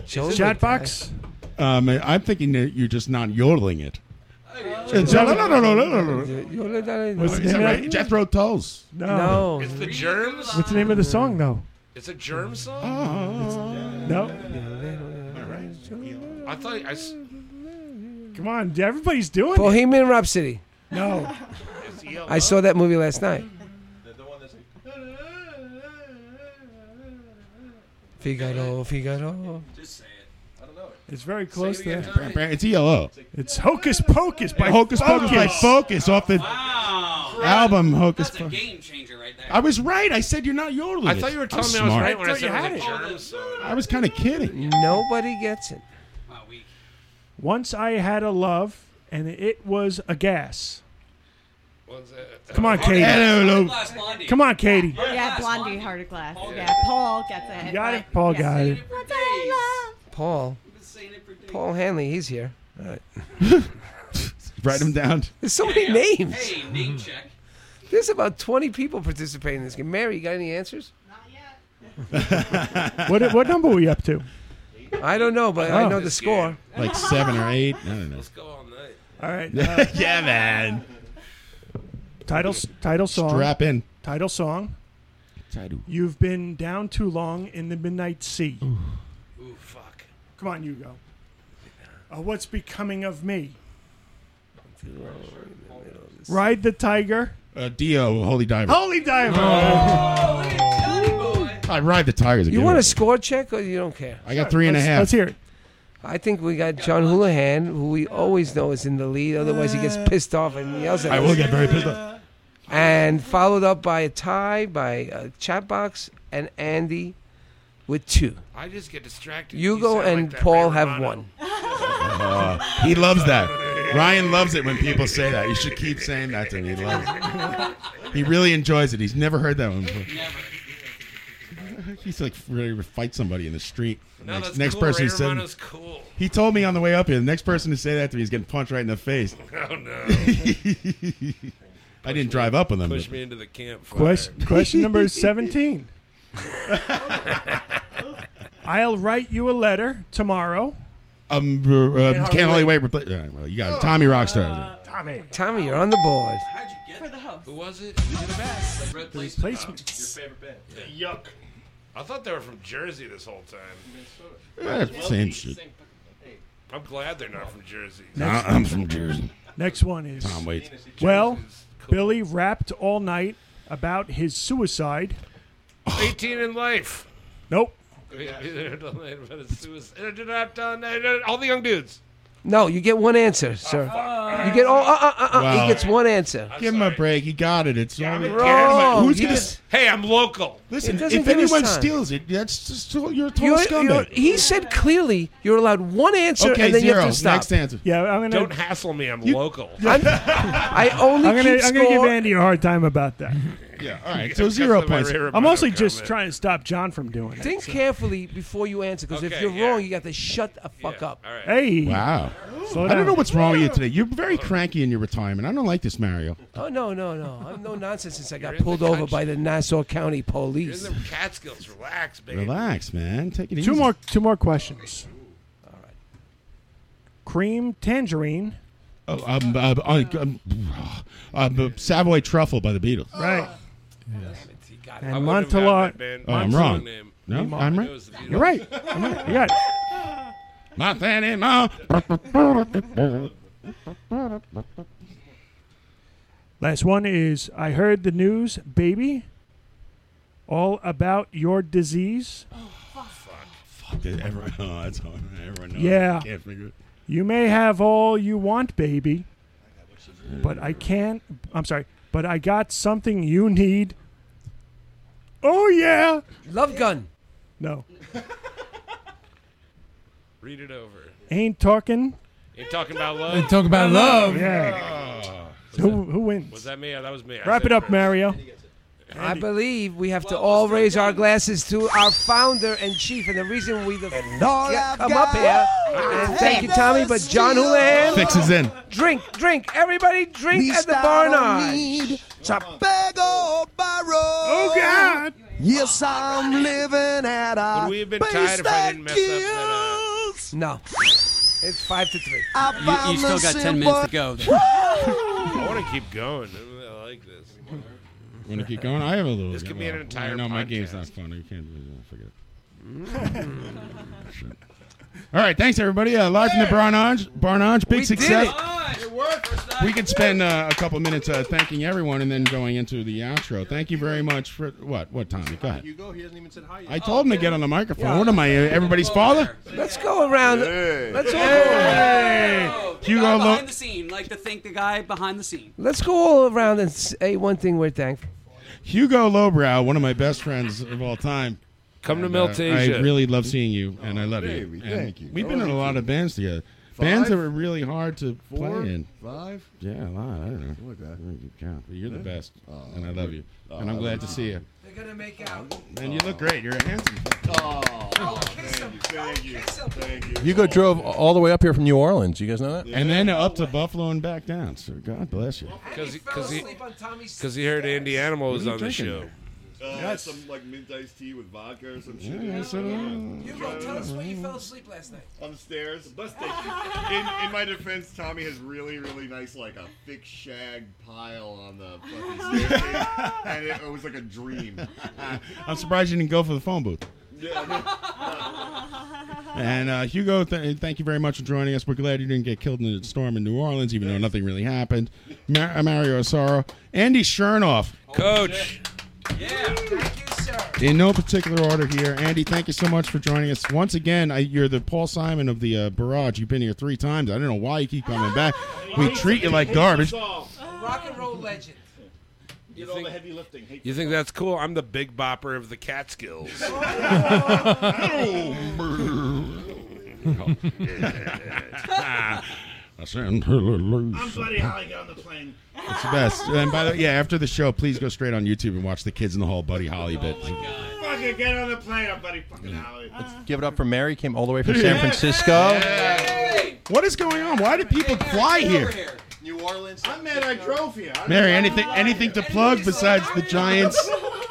Speaker 20: Jola
Speaker 14: Chat box.
Speaker 5: Um, I'm thinking that you're just not yodeling it.
Speaker 14: What's the
Speaker 5: Is that
Speaker 14: name of
Speaker 5: right?
Speaker 14: that?
Speaker 5: Jethro Tulls.
Speaker 14: No.
Speaker 20: It's the germs.
Speaker 14: What's the name of the song, though?
Speaker 20: It's a germ Oh, song.
Speaker 14: No.
Speaker 20: I thought I. s-
Speaker 14: Come on, everybody's doing it.
Speaker 8: Bohemian Rhapsody.
Speaker 14: No.
Speaker 8: I saw that movie last night. Figaro, Figaro.
Speaker 31: Just say it.
Speaker 14: It's very close
Speaker 31: it
Speaker 14: there.
Speaker 31: again,
Speaker 5: It's ELO.
Speaker 14: It's Hocus Pocus by
Speaker 5: Hocus Pocus by
Speaker 14: Focus.
Speaker 5: Focus off the album Hocus
Speaker 31: That's a
Speaker 5: Pocus.
Speaker 31: game changer right there.
Speaker 5: I was right. I said you're not yodeling.
Speaker 20: I
Speaker 5: it.
Speaker 20: thought you were
Speaker 5: I'm
Speaker 20: telling me I was
Speaker 5: smart.
Speaker 20: right when I said it was a
Speaker 31: had it.
Speaker 20: germ song.
Speaker 5: I was kind of kidding.
Speaker 8: Nobody gets it.
Speaker 14: Once I had a love, and it was a gas.
Speaker 20: What's that?
Speaker 14: Come on,
Speaker 20: Oh,
Speaker 14: Katie.
Speaker 20: hello. Glass Blondie.
Speaker 14: Come on, Katie.
Speaker 22: Yeah, Blondie, Heart of Glass. Yeah, Paul gets it.
Speaker 14: You got it. Paul got it.
Speaker 22: What's I love?
Speaker 8: Paul. Paul Hanley, he's here. All right.
Speaker 5: Write them down.
Speaker 8: There's so
Speaker 6: uh,
Speaker 8: many names.
Speaker 31: Hey, name check.
Speaker 8: There's about 20 people participating in this game. Mary, you got any answers?
Speaker 14: What what number were we up to?
Speaker 8: I don't know, but I
Speaker 14: Oh.
Speaker 8: know the score.
Speaker 5: Like seven or eight. I don't know. [LAUGHS]
Speaker 14: All right. uh,
Speaker 5: yeah, man.
Speaker 14: title s- title song.
Speaker 5: Strap in.
Speaker 14: Title song. You've been down too long in the midnight sea.
Speaker 20: Ooh, fuck.
Speaker 14: Come on, you go. Uh, what's becoming of me? Ride the tiger.
Speaker 5: Uh, Dio, Holy Diver.
Speaker 14: Holy diver.
Speaker 5: I ride the Tigers.
Speaker 8: You want a score check or you don't
Speaker 6: [LAUGHS]
Speaker 8: care?
Speaker 5: I got three and a half.
Speaker 14: Let's hear it.
Speaker 8: I think we got John Houlihan, who we always know is in the lead. Otherwise, he gets pissed off and yells at
Speaker 5: I
Speaker 8: us.
Speaker 5: will get very pissed off.
Speaker 8: And followed up by a tie by uh, Chatbox and Andy with two.
Speaker 20: I just get distracted. You
Speaker 8: Hugo
Speaker 20: sound
Speaker 8: and
Speaker 20: like that
Speaker 8: Paul
Speaker 20: Ray
Speaker 8: have
Speaker 20: Romano.
Speaker 8: one.
Speaker 5: Uh, he loves that. Ryan loves it when people say that. You should keep saying that to him. He loves it. He really enjoys it. He's never heard that one before. [LAUGHS] He's like ready to fight somebody in the street.
Speaker 20: No,
Speaker 5: next
Speaker 20: that's
Speaker 5: next
Speaker 20: cool.
Speaker 5: person
Speaker 20: Ray
Speaker 5: who said
Speaker 20: Romano's cool.
Speaker 5: he told me on the way up here. The next person to say that to me is getting punched right in the face.
Speaker 20: [LAUGHS] Oh, no.
Speaker 5: [LAUGHS] I didn't drive up with him.
Speaker 20: Push
Speaker 5: but-
Speaker 20: me into the campfire.
Speaker 14: Question,
Speaker 5: [LAUGHS]
Speaker 14: question number 17. [LAUGHS] I'll write you a letter tomorrow.
Speaker 5: Um, uh,
Speaker 14: Can't
Speaker 5: can't hardly
Speaker 14: hardly
Speaker 5: wait. Repli- all right, well, you got it. Tommy
Speaker 14: Uh,
Speaker 5: Rockstar.
Speaker 14: [LAUGHS] Tommy.
Speaker 8: Tommy, you're on the board.
Speaker 20: For the host. Who was it? You're the best. Red
Speaker 14: Place to Replacements.
Speaker 20: Your favorite band. Yuck. I thought they were from Jersey this whole time.
Speaker 5: Yeah, it's the same shit.
Speaker 20: I'm glad they're not from Jersey.
Speaker 5: Nah, I'm from Jersey.
Speaker 14: Next one is
Speaker 5: Tom Waits.
Speaker 14: Well, Billy rapped all night about his suicide.
Speaker 20: 18 in life.
Speaker 14: Nope.
Speaker 20: uh, All the young dudes.
Speaker 8: No, you get one answer, sir. you get all. Uh, uh, uh, uh,
Speaker 5: Wow.
Speaker 8: He gets one answer.
Speaker 5: Give him a break. He got it. It's all
Speaker 8: it. Wrong.
Speaker 5: Who's
Speaker 8: You
Speaker 5: gonna?
Speaker 8: just-
Speaker 20: Hey, I'm local.
Speaker 5: Listen,
Speaker 8: It doesn't
Speaker 5: if
Speaker 8: give us
Speaker 5: anyone
Speaker 8: time.
Speaker 5: steals it, that's just you're a total
Speaker 8: You're-
Speaker 5: scumbag.
Speaker 8: you're- he said clearly you're allowed one answer,
Speaker 5: Okay,
Speaker 8: and then you
Speaker 5: zero.
Speaker 8: have to stop.
Speaker 5: Next answer.
Speaker 14: Yeah, I'm gonna.
Speaker 20: Don't hassle me. I'm local. [LAUGHS]
Speaker 14: I'm-
Speaker 8: I
Speaker 14: I'm
Speaker 8: only
Speaker 14: gonna,
Speaker 8: keep
Speaker 14: I'm gonna give
Speaker 8: score-
Speaker 14: Andy a hard time
Speaker 5: [LAUGHS]
Speaker 14: about that.
Speaker 5: Yeah,
Speaker 8: all right,
Speaker 5: so zero points.
Speaker 14: I'm mostly just trying to stop John from doing it.
Speaker 8: Think carefully before you answer, because if
Speaker 14: Okay,
Speaker 8: you're wrong, you got to shut the fuck up.
Speaker 14: Hey.
Speaker 5: Wow.
Speaker 14: Slow
Speaker 5: I don't
Speaker 14: down.
Speaker 5: know what's wrong with you today. You're very cranky in your retirement. I don't like this, Mario.
Speaker 8: Oh no, no, no! I'm
Speaker 20: [LAUGHS]
Speaker 8: no nonsense since I got pulled over by the Nassau County Police.
Speaker 20: You're in the Catskills. Relax, baby.
Speaker 5: Relax, man. Take it easy.
Speaker 14: Two more, two more questions. Cream tangerine.
Speaker 5: Oh, um, uh, uh, um, uh, um, Savoy Truffle by the Beatles.
Speaker 14: Right.
Speaker 6: Oh,
Speaker 20: I
Speaker 14: And
Speaker 20: wouldn't have
Speaker 14: Montalot.
Speaker 20: gotten it, man.
Speaker 5: Oh, I'm
Speaker 20: Montalot
Speaker 5: wrong.
Speaker 20: name.
Speaker 5: No,
Speaker 20: Nemo.
Speaker 5: I'm
Speaker 20: It was
Speaker 5: right.
Speaker 20: the Beatles.
Speaker 14: You're right. I'm right. You got
Speaker 5: My fanny, my.
Speaker 14: Last one is I heard the news, baby, all about your disease.
Speaker 5: Did everyone, [LAUGHS] oh, that's all right. Everyone knows.
Speaker 14: Yeah.
Speaker 5: I can't figure it.
Speaker 14: You may have all you want, baby, but I can't. I'm sorry, but I got something you need. Oh, yeah.
Speaker 8: Love gun.
Speaker 14: No.
Speaker 20: Read it over.
Speaker 14: Ain't talking.
Speaker 20: Ain't talking about love.
Speaker 14: Ain't talking about love. Yeah.
Speaker 20: Oh.
Speaker 14: So who, who wins?
Speaker 20: Was that me? Oh, that was me. I
Speaker 14: Wrap
Speaker 20: said
Speaker 14: it up,
Speaker 20: Chris.
Speaker 14: Mario.
Speaker 8: I believe we have to all raise our glasses to our founder and chief, and the reason we the
Speaker 6: all
Speaker 8: yeah,
Speaker 6: I've
Speaker 8: come up
Speaker 6: got-
Speaker 8: here. And thank you, Tommy, but John Houlihan.
Speaker 5: Fixes in.
Speaker 8: Drink, drink, everybody, drink at the Barnard.
Speaker 6: Tobago Barrow. Oh
Speaker 14: God!
Speaker 6: Yes, I'm living at a
Speaker 8: Would we have been
Speaker 6: place
Speaker 8: tied if I
Speaker 6: that
Speaker 8: didn't mess up that,
Speaker 6: kills.
Speaker 8: No,
Speaker 5: uh,
Speaker 8: it's five to three.
Speaker 6: I
Speaker 9: You-
Speaker 6: found
Speaker 9: you still
Speaker 6: the
Speaker 9: got 10
Speaker 6: simple-
Speaker 9: minutes to go then.
Speaker 20: I want to keep going. I like this.
Speaker 5: Want to keep going? I have a little.
Speaker 20: This could be an entire
Speaker 5: No, my
Speaker 20: podcast.
Speaker 5: game's not fun. You can't uh, forget it. Shit. All right, thanks everybody. Uh, live from the Barnage, Barnage, big success. We could spend uh, a couple minutes uh, thanking everyone and then going into the outro. Thank you very much for what? What, Tommy? Go ahead.
Speaker 7: Hugo, he hasn't even said hi yet.
Speaker 5: I told him to get on the microphone. What am I? uh, Everybody's father?
Speaker 8: Let's go around. Let's all
Speaker 9: Hey.
Speaker 8: go. Hugo,
Speaker 9: behind the scene, like to thank the guy behind the scene.
Speaker 8: Let's go all around and say one thing we're thankful.
Speaker 5: Hugo Lowbrow, one of my best friends of all time.
Speaker 20: Come to
Speaker 5: And, uh,
Speaker 20: Miltasia.
Speaker 5: I really love seeing you, and I love you.
Speaker 20: baby,
Speaker 5: And
Speaker 20: thank you.
Speaker 5: We've
Speaker 20: Oh,
Speaker 5: been in a
Speaker 20: thank
Speaker 5: lot
Speaker 20: you.
Speaker 5: of bands together.
Speaker 20: Five?
Speaker 5: Bands that were really hard to
Speaker 20: Four?
Speaker 5: play in.
Speaker 20: Five?
Speaker 5: Yeah, a lot. I don't know. Look at that. But you're the
Speaker 20: Yeah. Oh,
Speaker 5: best,
Speaker 20: Aw.
Speaker 5: and I love you.
Speaker 20: Aw,
Speaker 5: and I'm
Speaker 20: I
Speaker 5: glad
Speaker 20: love
Speaker 5: to
Speaker 20: you.
Speaker 5: see you.
Speaker 8: They're gonna make out.
Speaker 5: And you look great. You're handsome.
Speaker 8: Oh, kiss him. Thank you. Thank you.
Speaker 7: Hugo drove all the way up here from New Orleans. You guys know that?
Speaker 5: And then up to Buffalo and back down. So God bless you.
Speaker 20: Because he, because he heard Andy Animal was
Speaker 5: What are
Speaker 20: on
Speaker 5: you
Speaker 20: the show.
Speaker 5: drinking?
Speaker 3: Uh,
Speaker 5: Yes.
Speaker 3: Some like mint iced tea with vodka or some shit.
Speaker 5: Yeah, so do I. "Oh."
Speaker 3: Hugo,
Speaker 8: tell us where you fell asleep last night.
Speaker 3: On the stairs. bus station. In, in my defense, Tommy has really, really nice, like a thick shag pile on the fucking staircase, and it, it was like
Speaker 5: [LAUGHS]
Speaker 20: [LAUGHS]
Speaker 3: a dream.
Speaker 5: I'm surprised you didn't go for the phone booth. And uh, Hugo, th- thank you very much for joining us. We're glad you didn't get killed in the storm in New Orleans, even though nothing really happened. Mar- uh, Mario Osaro, Andy Chernoff,
Speaker 20: Coach.
Speaker 5: in no particular order here. Andy, thank you so much for joining us once again. I, you're the Paul Simon of the uh, barrage. You've been here three times. I don't know why you keep coming back. We
Speaker 3: [LAUGHS]
Speaker 5: treat you like garbage.
Speaker 8: A rock and roll legend.
Speaker 3: Did all the heavy lifting.
Speaker 20: You think that's cool? I'm the big bopper of
Speaker 34: [LAUGHS]
Speaker 20: the Catskills.
Speaker 34: Oh.
Speaker 5: I said, hello.
Speaker 34: I'm Buddy Holly on the plane.
Speaker 5: It's the best. And by the yeah, after the show, please go straight on YouTube and watch the Kids in the Hall Buddy Holly bit.
Speaker 3: Oh
Speaker 34: Fucking get on the plane, I'm Buddy fucking Holly.
Speaker 7: Give it up for Mary. Came all the way from San Francisco.
Speaker 5: What is going on? Why do people fly here?
Speaker 3: New Orleans. I'm mad I drove here. I
Speaker 5: Mary, anything anything to plug besides the Giants?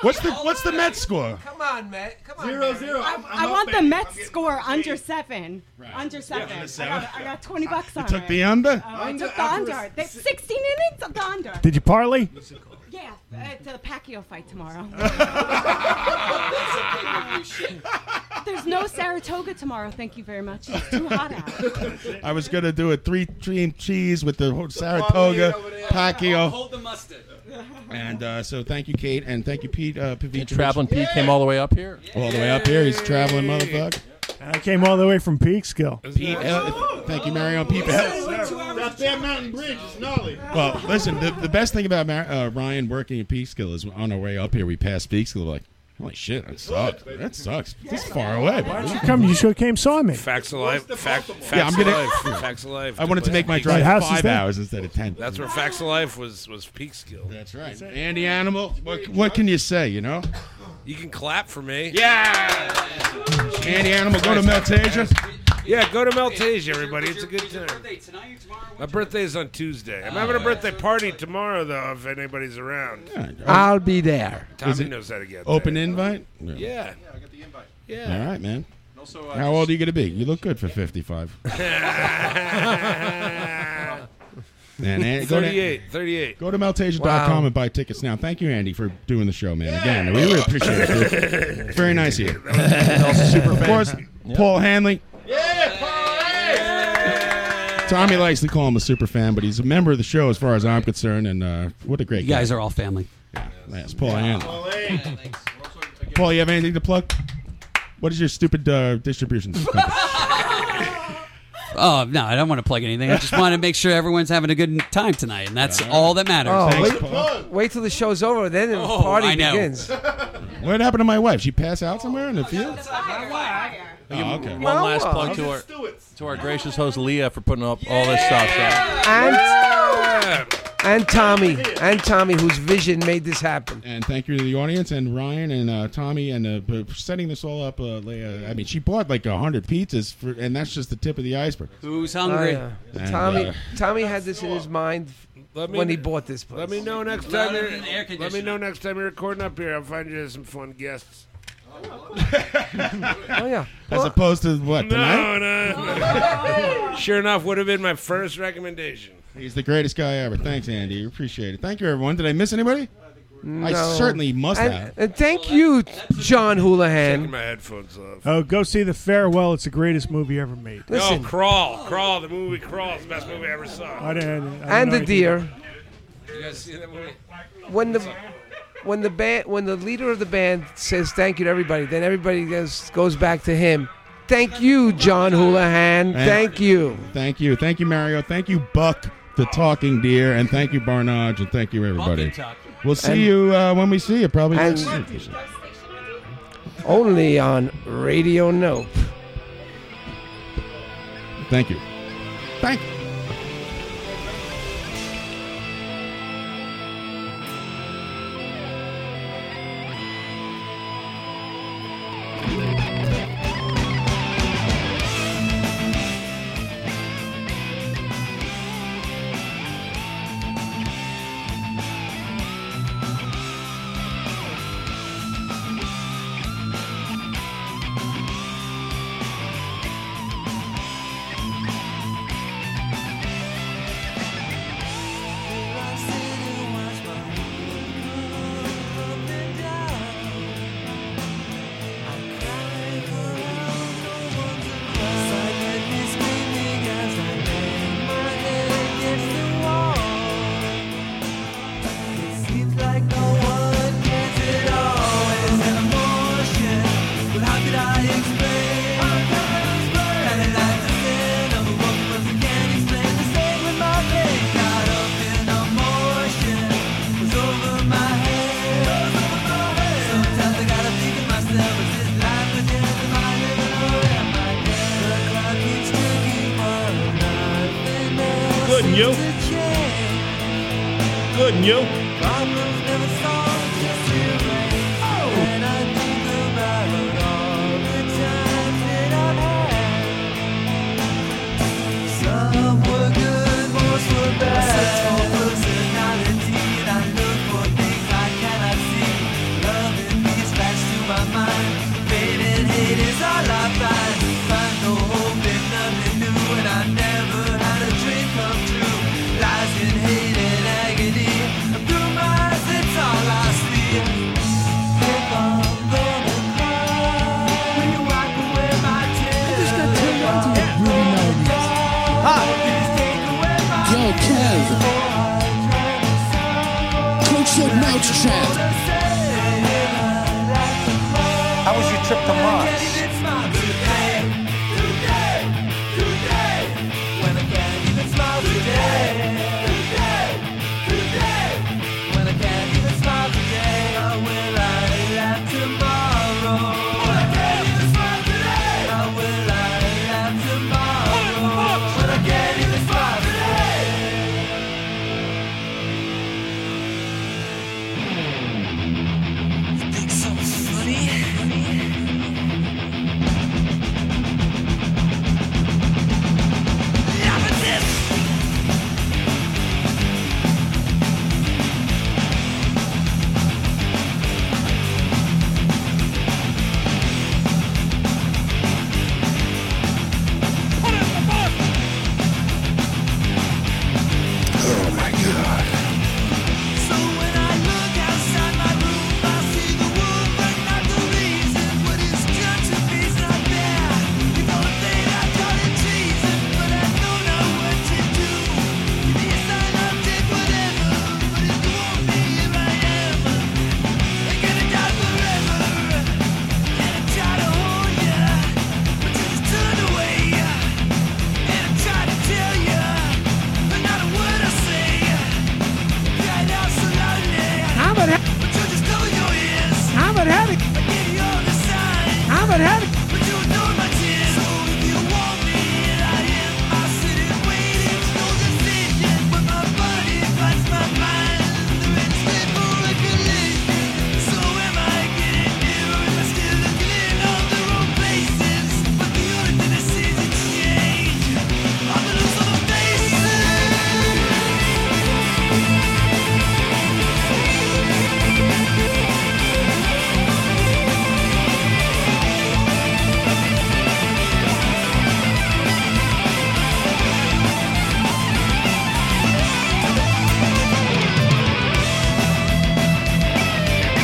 Speaker 5: What's the what's the Mets score?
Speaker 8: Come on, Matt. Come on.
Speaker 3: Zero, zero.
Speaker 22: I,
Speaker 3: I'm
Speaker 22: I
Speaker 3: up,
Speaker 22: want the
Speaker 3: baby.
Speaker 22: Mets score under seven. Under seven.
Speaker 3: under
Speaker 22: I, got, I got 20 bucks on
Speaker 5: took
Speaker 22: it.
Speaker 5: the under?
Speaker 22: Oh, I took the
Speaker 3: Under-
Speaker 22: under.
Speaker 34: [LAUGHS]
Speaker 22: They, 16 innings of the under.
Speaker 14: Did you parlay?
Speaker 22: Yeah, uh, to the Pacquiao fight tomorrow. [LAUGHS] There's no Saratoga tomorrow. Thank you very much. It's too hot out.
Speaker 5: I was gonna do a three cream cheese with the whole Saratoga, Pacquiao,
Speaker 9: Hold the mustard.
Speaker 5: and uh, so thank you, Kate, and thank you, Pete. Uh, Pavichovich.
Speaker 7: Traveling Pete came all the way up here.
Speaker 5: all the way up here. He's a traveling motherfucker.
Speaker 14: And I came all the way from Peekskill.
Speaker 5: Pete, uh, thank you, Mario. Pete,
Speaker 35: That damn mountain bridge is gnarly.
Speaker 5: Well, listen, the, the best thing about Mar- uh, Ryan working at Peekskill is on our way up here, we passed Peekskill, like, holy shit, that sucks. That sucks. This is far away.
Speaker 14: Why don't you come? You should have came saw me.
Speaker 20: Facts alive. Fact, facts
Speaker 5: Yeah, I'm gonna-
Speaker 20: alive. Facts alive.
Speaker 5: I wanted to make my
Speaker 20: Peaks.
Speaker 5: drive five hours instead of ten.
Speaker 20: That's where facts alive was was Peekskill.
Speaker 5: That's right. Andy Animal. What, what can you say, you know?
Speaker 20: You can clap for me. Yeah.
Speaker 5: Andy Animal, go to Meltasia.
Speaker 20: Yeah, go to Meltasia, everybody. It's a good time. My birthday's on Tuesday. I'm having a birthday party tomorrow, though, if anybody's around.
Speaker 8: I'll be there.
Speaker 20: Tommy
Speaker 5: Is it
Speaker 20: knows how to get
Speaker 5: Open
Speaker 20: there.
Speaker 5: invite?
Speaker 20: Yeah. Yeah, I got the invite.
Speaker 5: All
Speaker 20: Yeah.
Speaker 5: right, man.
Speaker 20: also, uh,
Speaker 5: How old are you going to be? You look good for 55.
Speaker 20: [LAUGHS]
Speaker 5: Man, eh, go to-
Speaker 20: 38, 38.
Speaker 5: Go to Meltasia.com
Speaker 20: Wow.
Speaker 5: and buy tickets now. Thank you, Andy, for doing the show, man. Again, we really appreciate it. dude. It's Very nice of you. of course, Paul Hanley. Tommy likes to call him a super fan, but he's a member of the show as far as I'm concerned, and uh, what a great
Speaker 9: You
Speaker 5: guy.
Speaker 9: guys are all family.
Speaker 5: Yeah, that's Paul Hanley. Paul, you have anything to plug? What is your stupid
Speaker 9: [LAUGHS]
Speaker 5: uh, distribution system?
Speaker 9: Oh no, I don't want to plug anything. I just want to make sure everyone's having a good time tonight, and that's all that matters.
Speaker 8: Oh, wait, wait till the show's over, then the
Speaker 9: Oh,
Speaker 8: party
Speaker 9: I know.
Speaker 8: begins.
Speaker 5: what happened to my wife? She passed out somewhere in the field?
Speaker 7: Yeah,
Speaker 5: okay.
Speaker 7: One
Speaker 5: Well,
Speaker 7: last
Speaker 5: uh,
Speaker 7: plug to our to our gracious host Leah for putting up all this stuff. So.
Speaker 8: And, and Tommy, and Tommy, whose vision made this happen.
Speaker 5: And thank you to the audience and Ryan and uh, Tommy and uh, for setting this all up. Uh, Leah. I mean, she bought like hundred pizzas, for, and that's just the tip of the iceberg.
Speaker 9: Who's
Speaker 8: Oh, yeah.
Speaker 5: And,
Speaker 8: Tommy,
Speaker 5: uh,
Speaker 8: Tommy had this in his mind
Speaker 20: Let me-
Speaker 8: when he bought this place.
Speaker 20: Let me know next time. You're, let me know next time you're recording up here. I'll find you some fun guests.
Speaker 8: [LAUGHS] Oh yeah.
Speaker 5: as opposed to what
Speaker 20: No,
Speaker 5: tonight?
Speaker 20: [LAUGHS] no. sure enough, would have been my first recommendation.
Speaker 5: He's the greatest guy ever. Thanks, Andy. Appreciate it. Thank you, everyone. Did I miss anybody? I
Speaker 8: No.
Speaker 5: certainly must
Speaker 8: and,
Speaker 5: have.
Speaker 8: And thank you, John Houlihan.
Speaker 20: My headphones off.
Speaker 14: Oh, go see The Farewell. It's the greatest movie ever made.
Speaker 20: No, Oh, Crawl, Crawl. The movie Crawl is the best movie I ever saw.
Speaker 14: I didn't- I didn't
Speaker 8: And
Speaker 14: know
Speaker 8: the
Speaker 14: anything
Speaker 8: deer.
Speaker 20: You guys see that movie?
Speaker 8: When the when the band when the leader of the band says thank you to everybody, then everybody goes goes back to him. Thank you, John
Speaker 5: And-
Speaker 8: Houlihan. Thank you.
Speaker 5: Thank you. Thank you, Mario. Thank you, Buck, the talking deer. And thank you, Barnage. And thank you, everybody. We'll see
Speaker 8: And-
Speaker 5: you uh, when we see you, probably
Speaker 8: And-
Speaker 5: next week.
Speaker 8: Only on Radio Nope.
Speaker 5: Thank you. Thank
Speaker 6: Good and you.
Speaker 36: Good and you.
Speaker 6: Lies in hate and agony. Through my eyes, it's all I Oh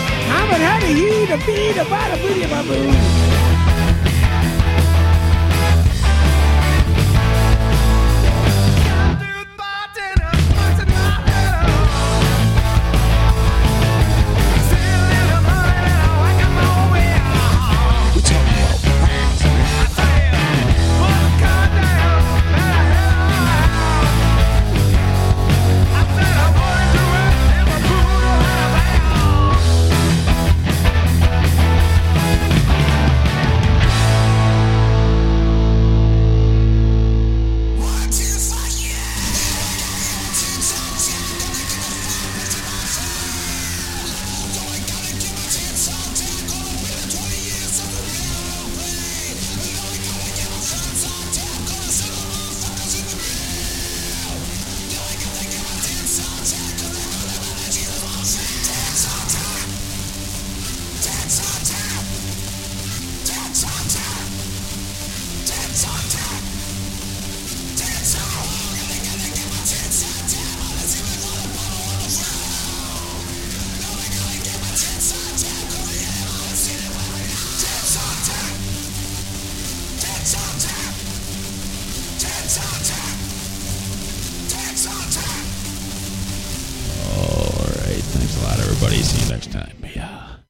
Speaker 37: bada bida bada bida bada boo.
Speaker 6: All right. Thanks a lot, everybody. See you next time. Yeah.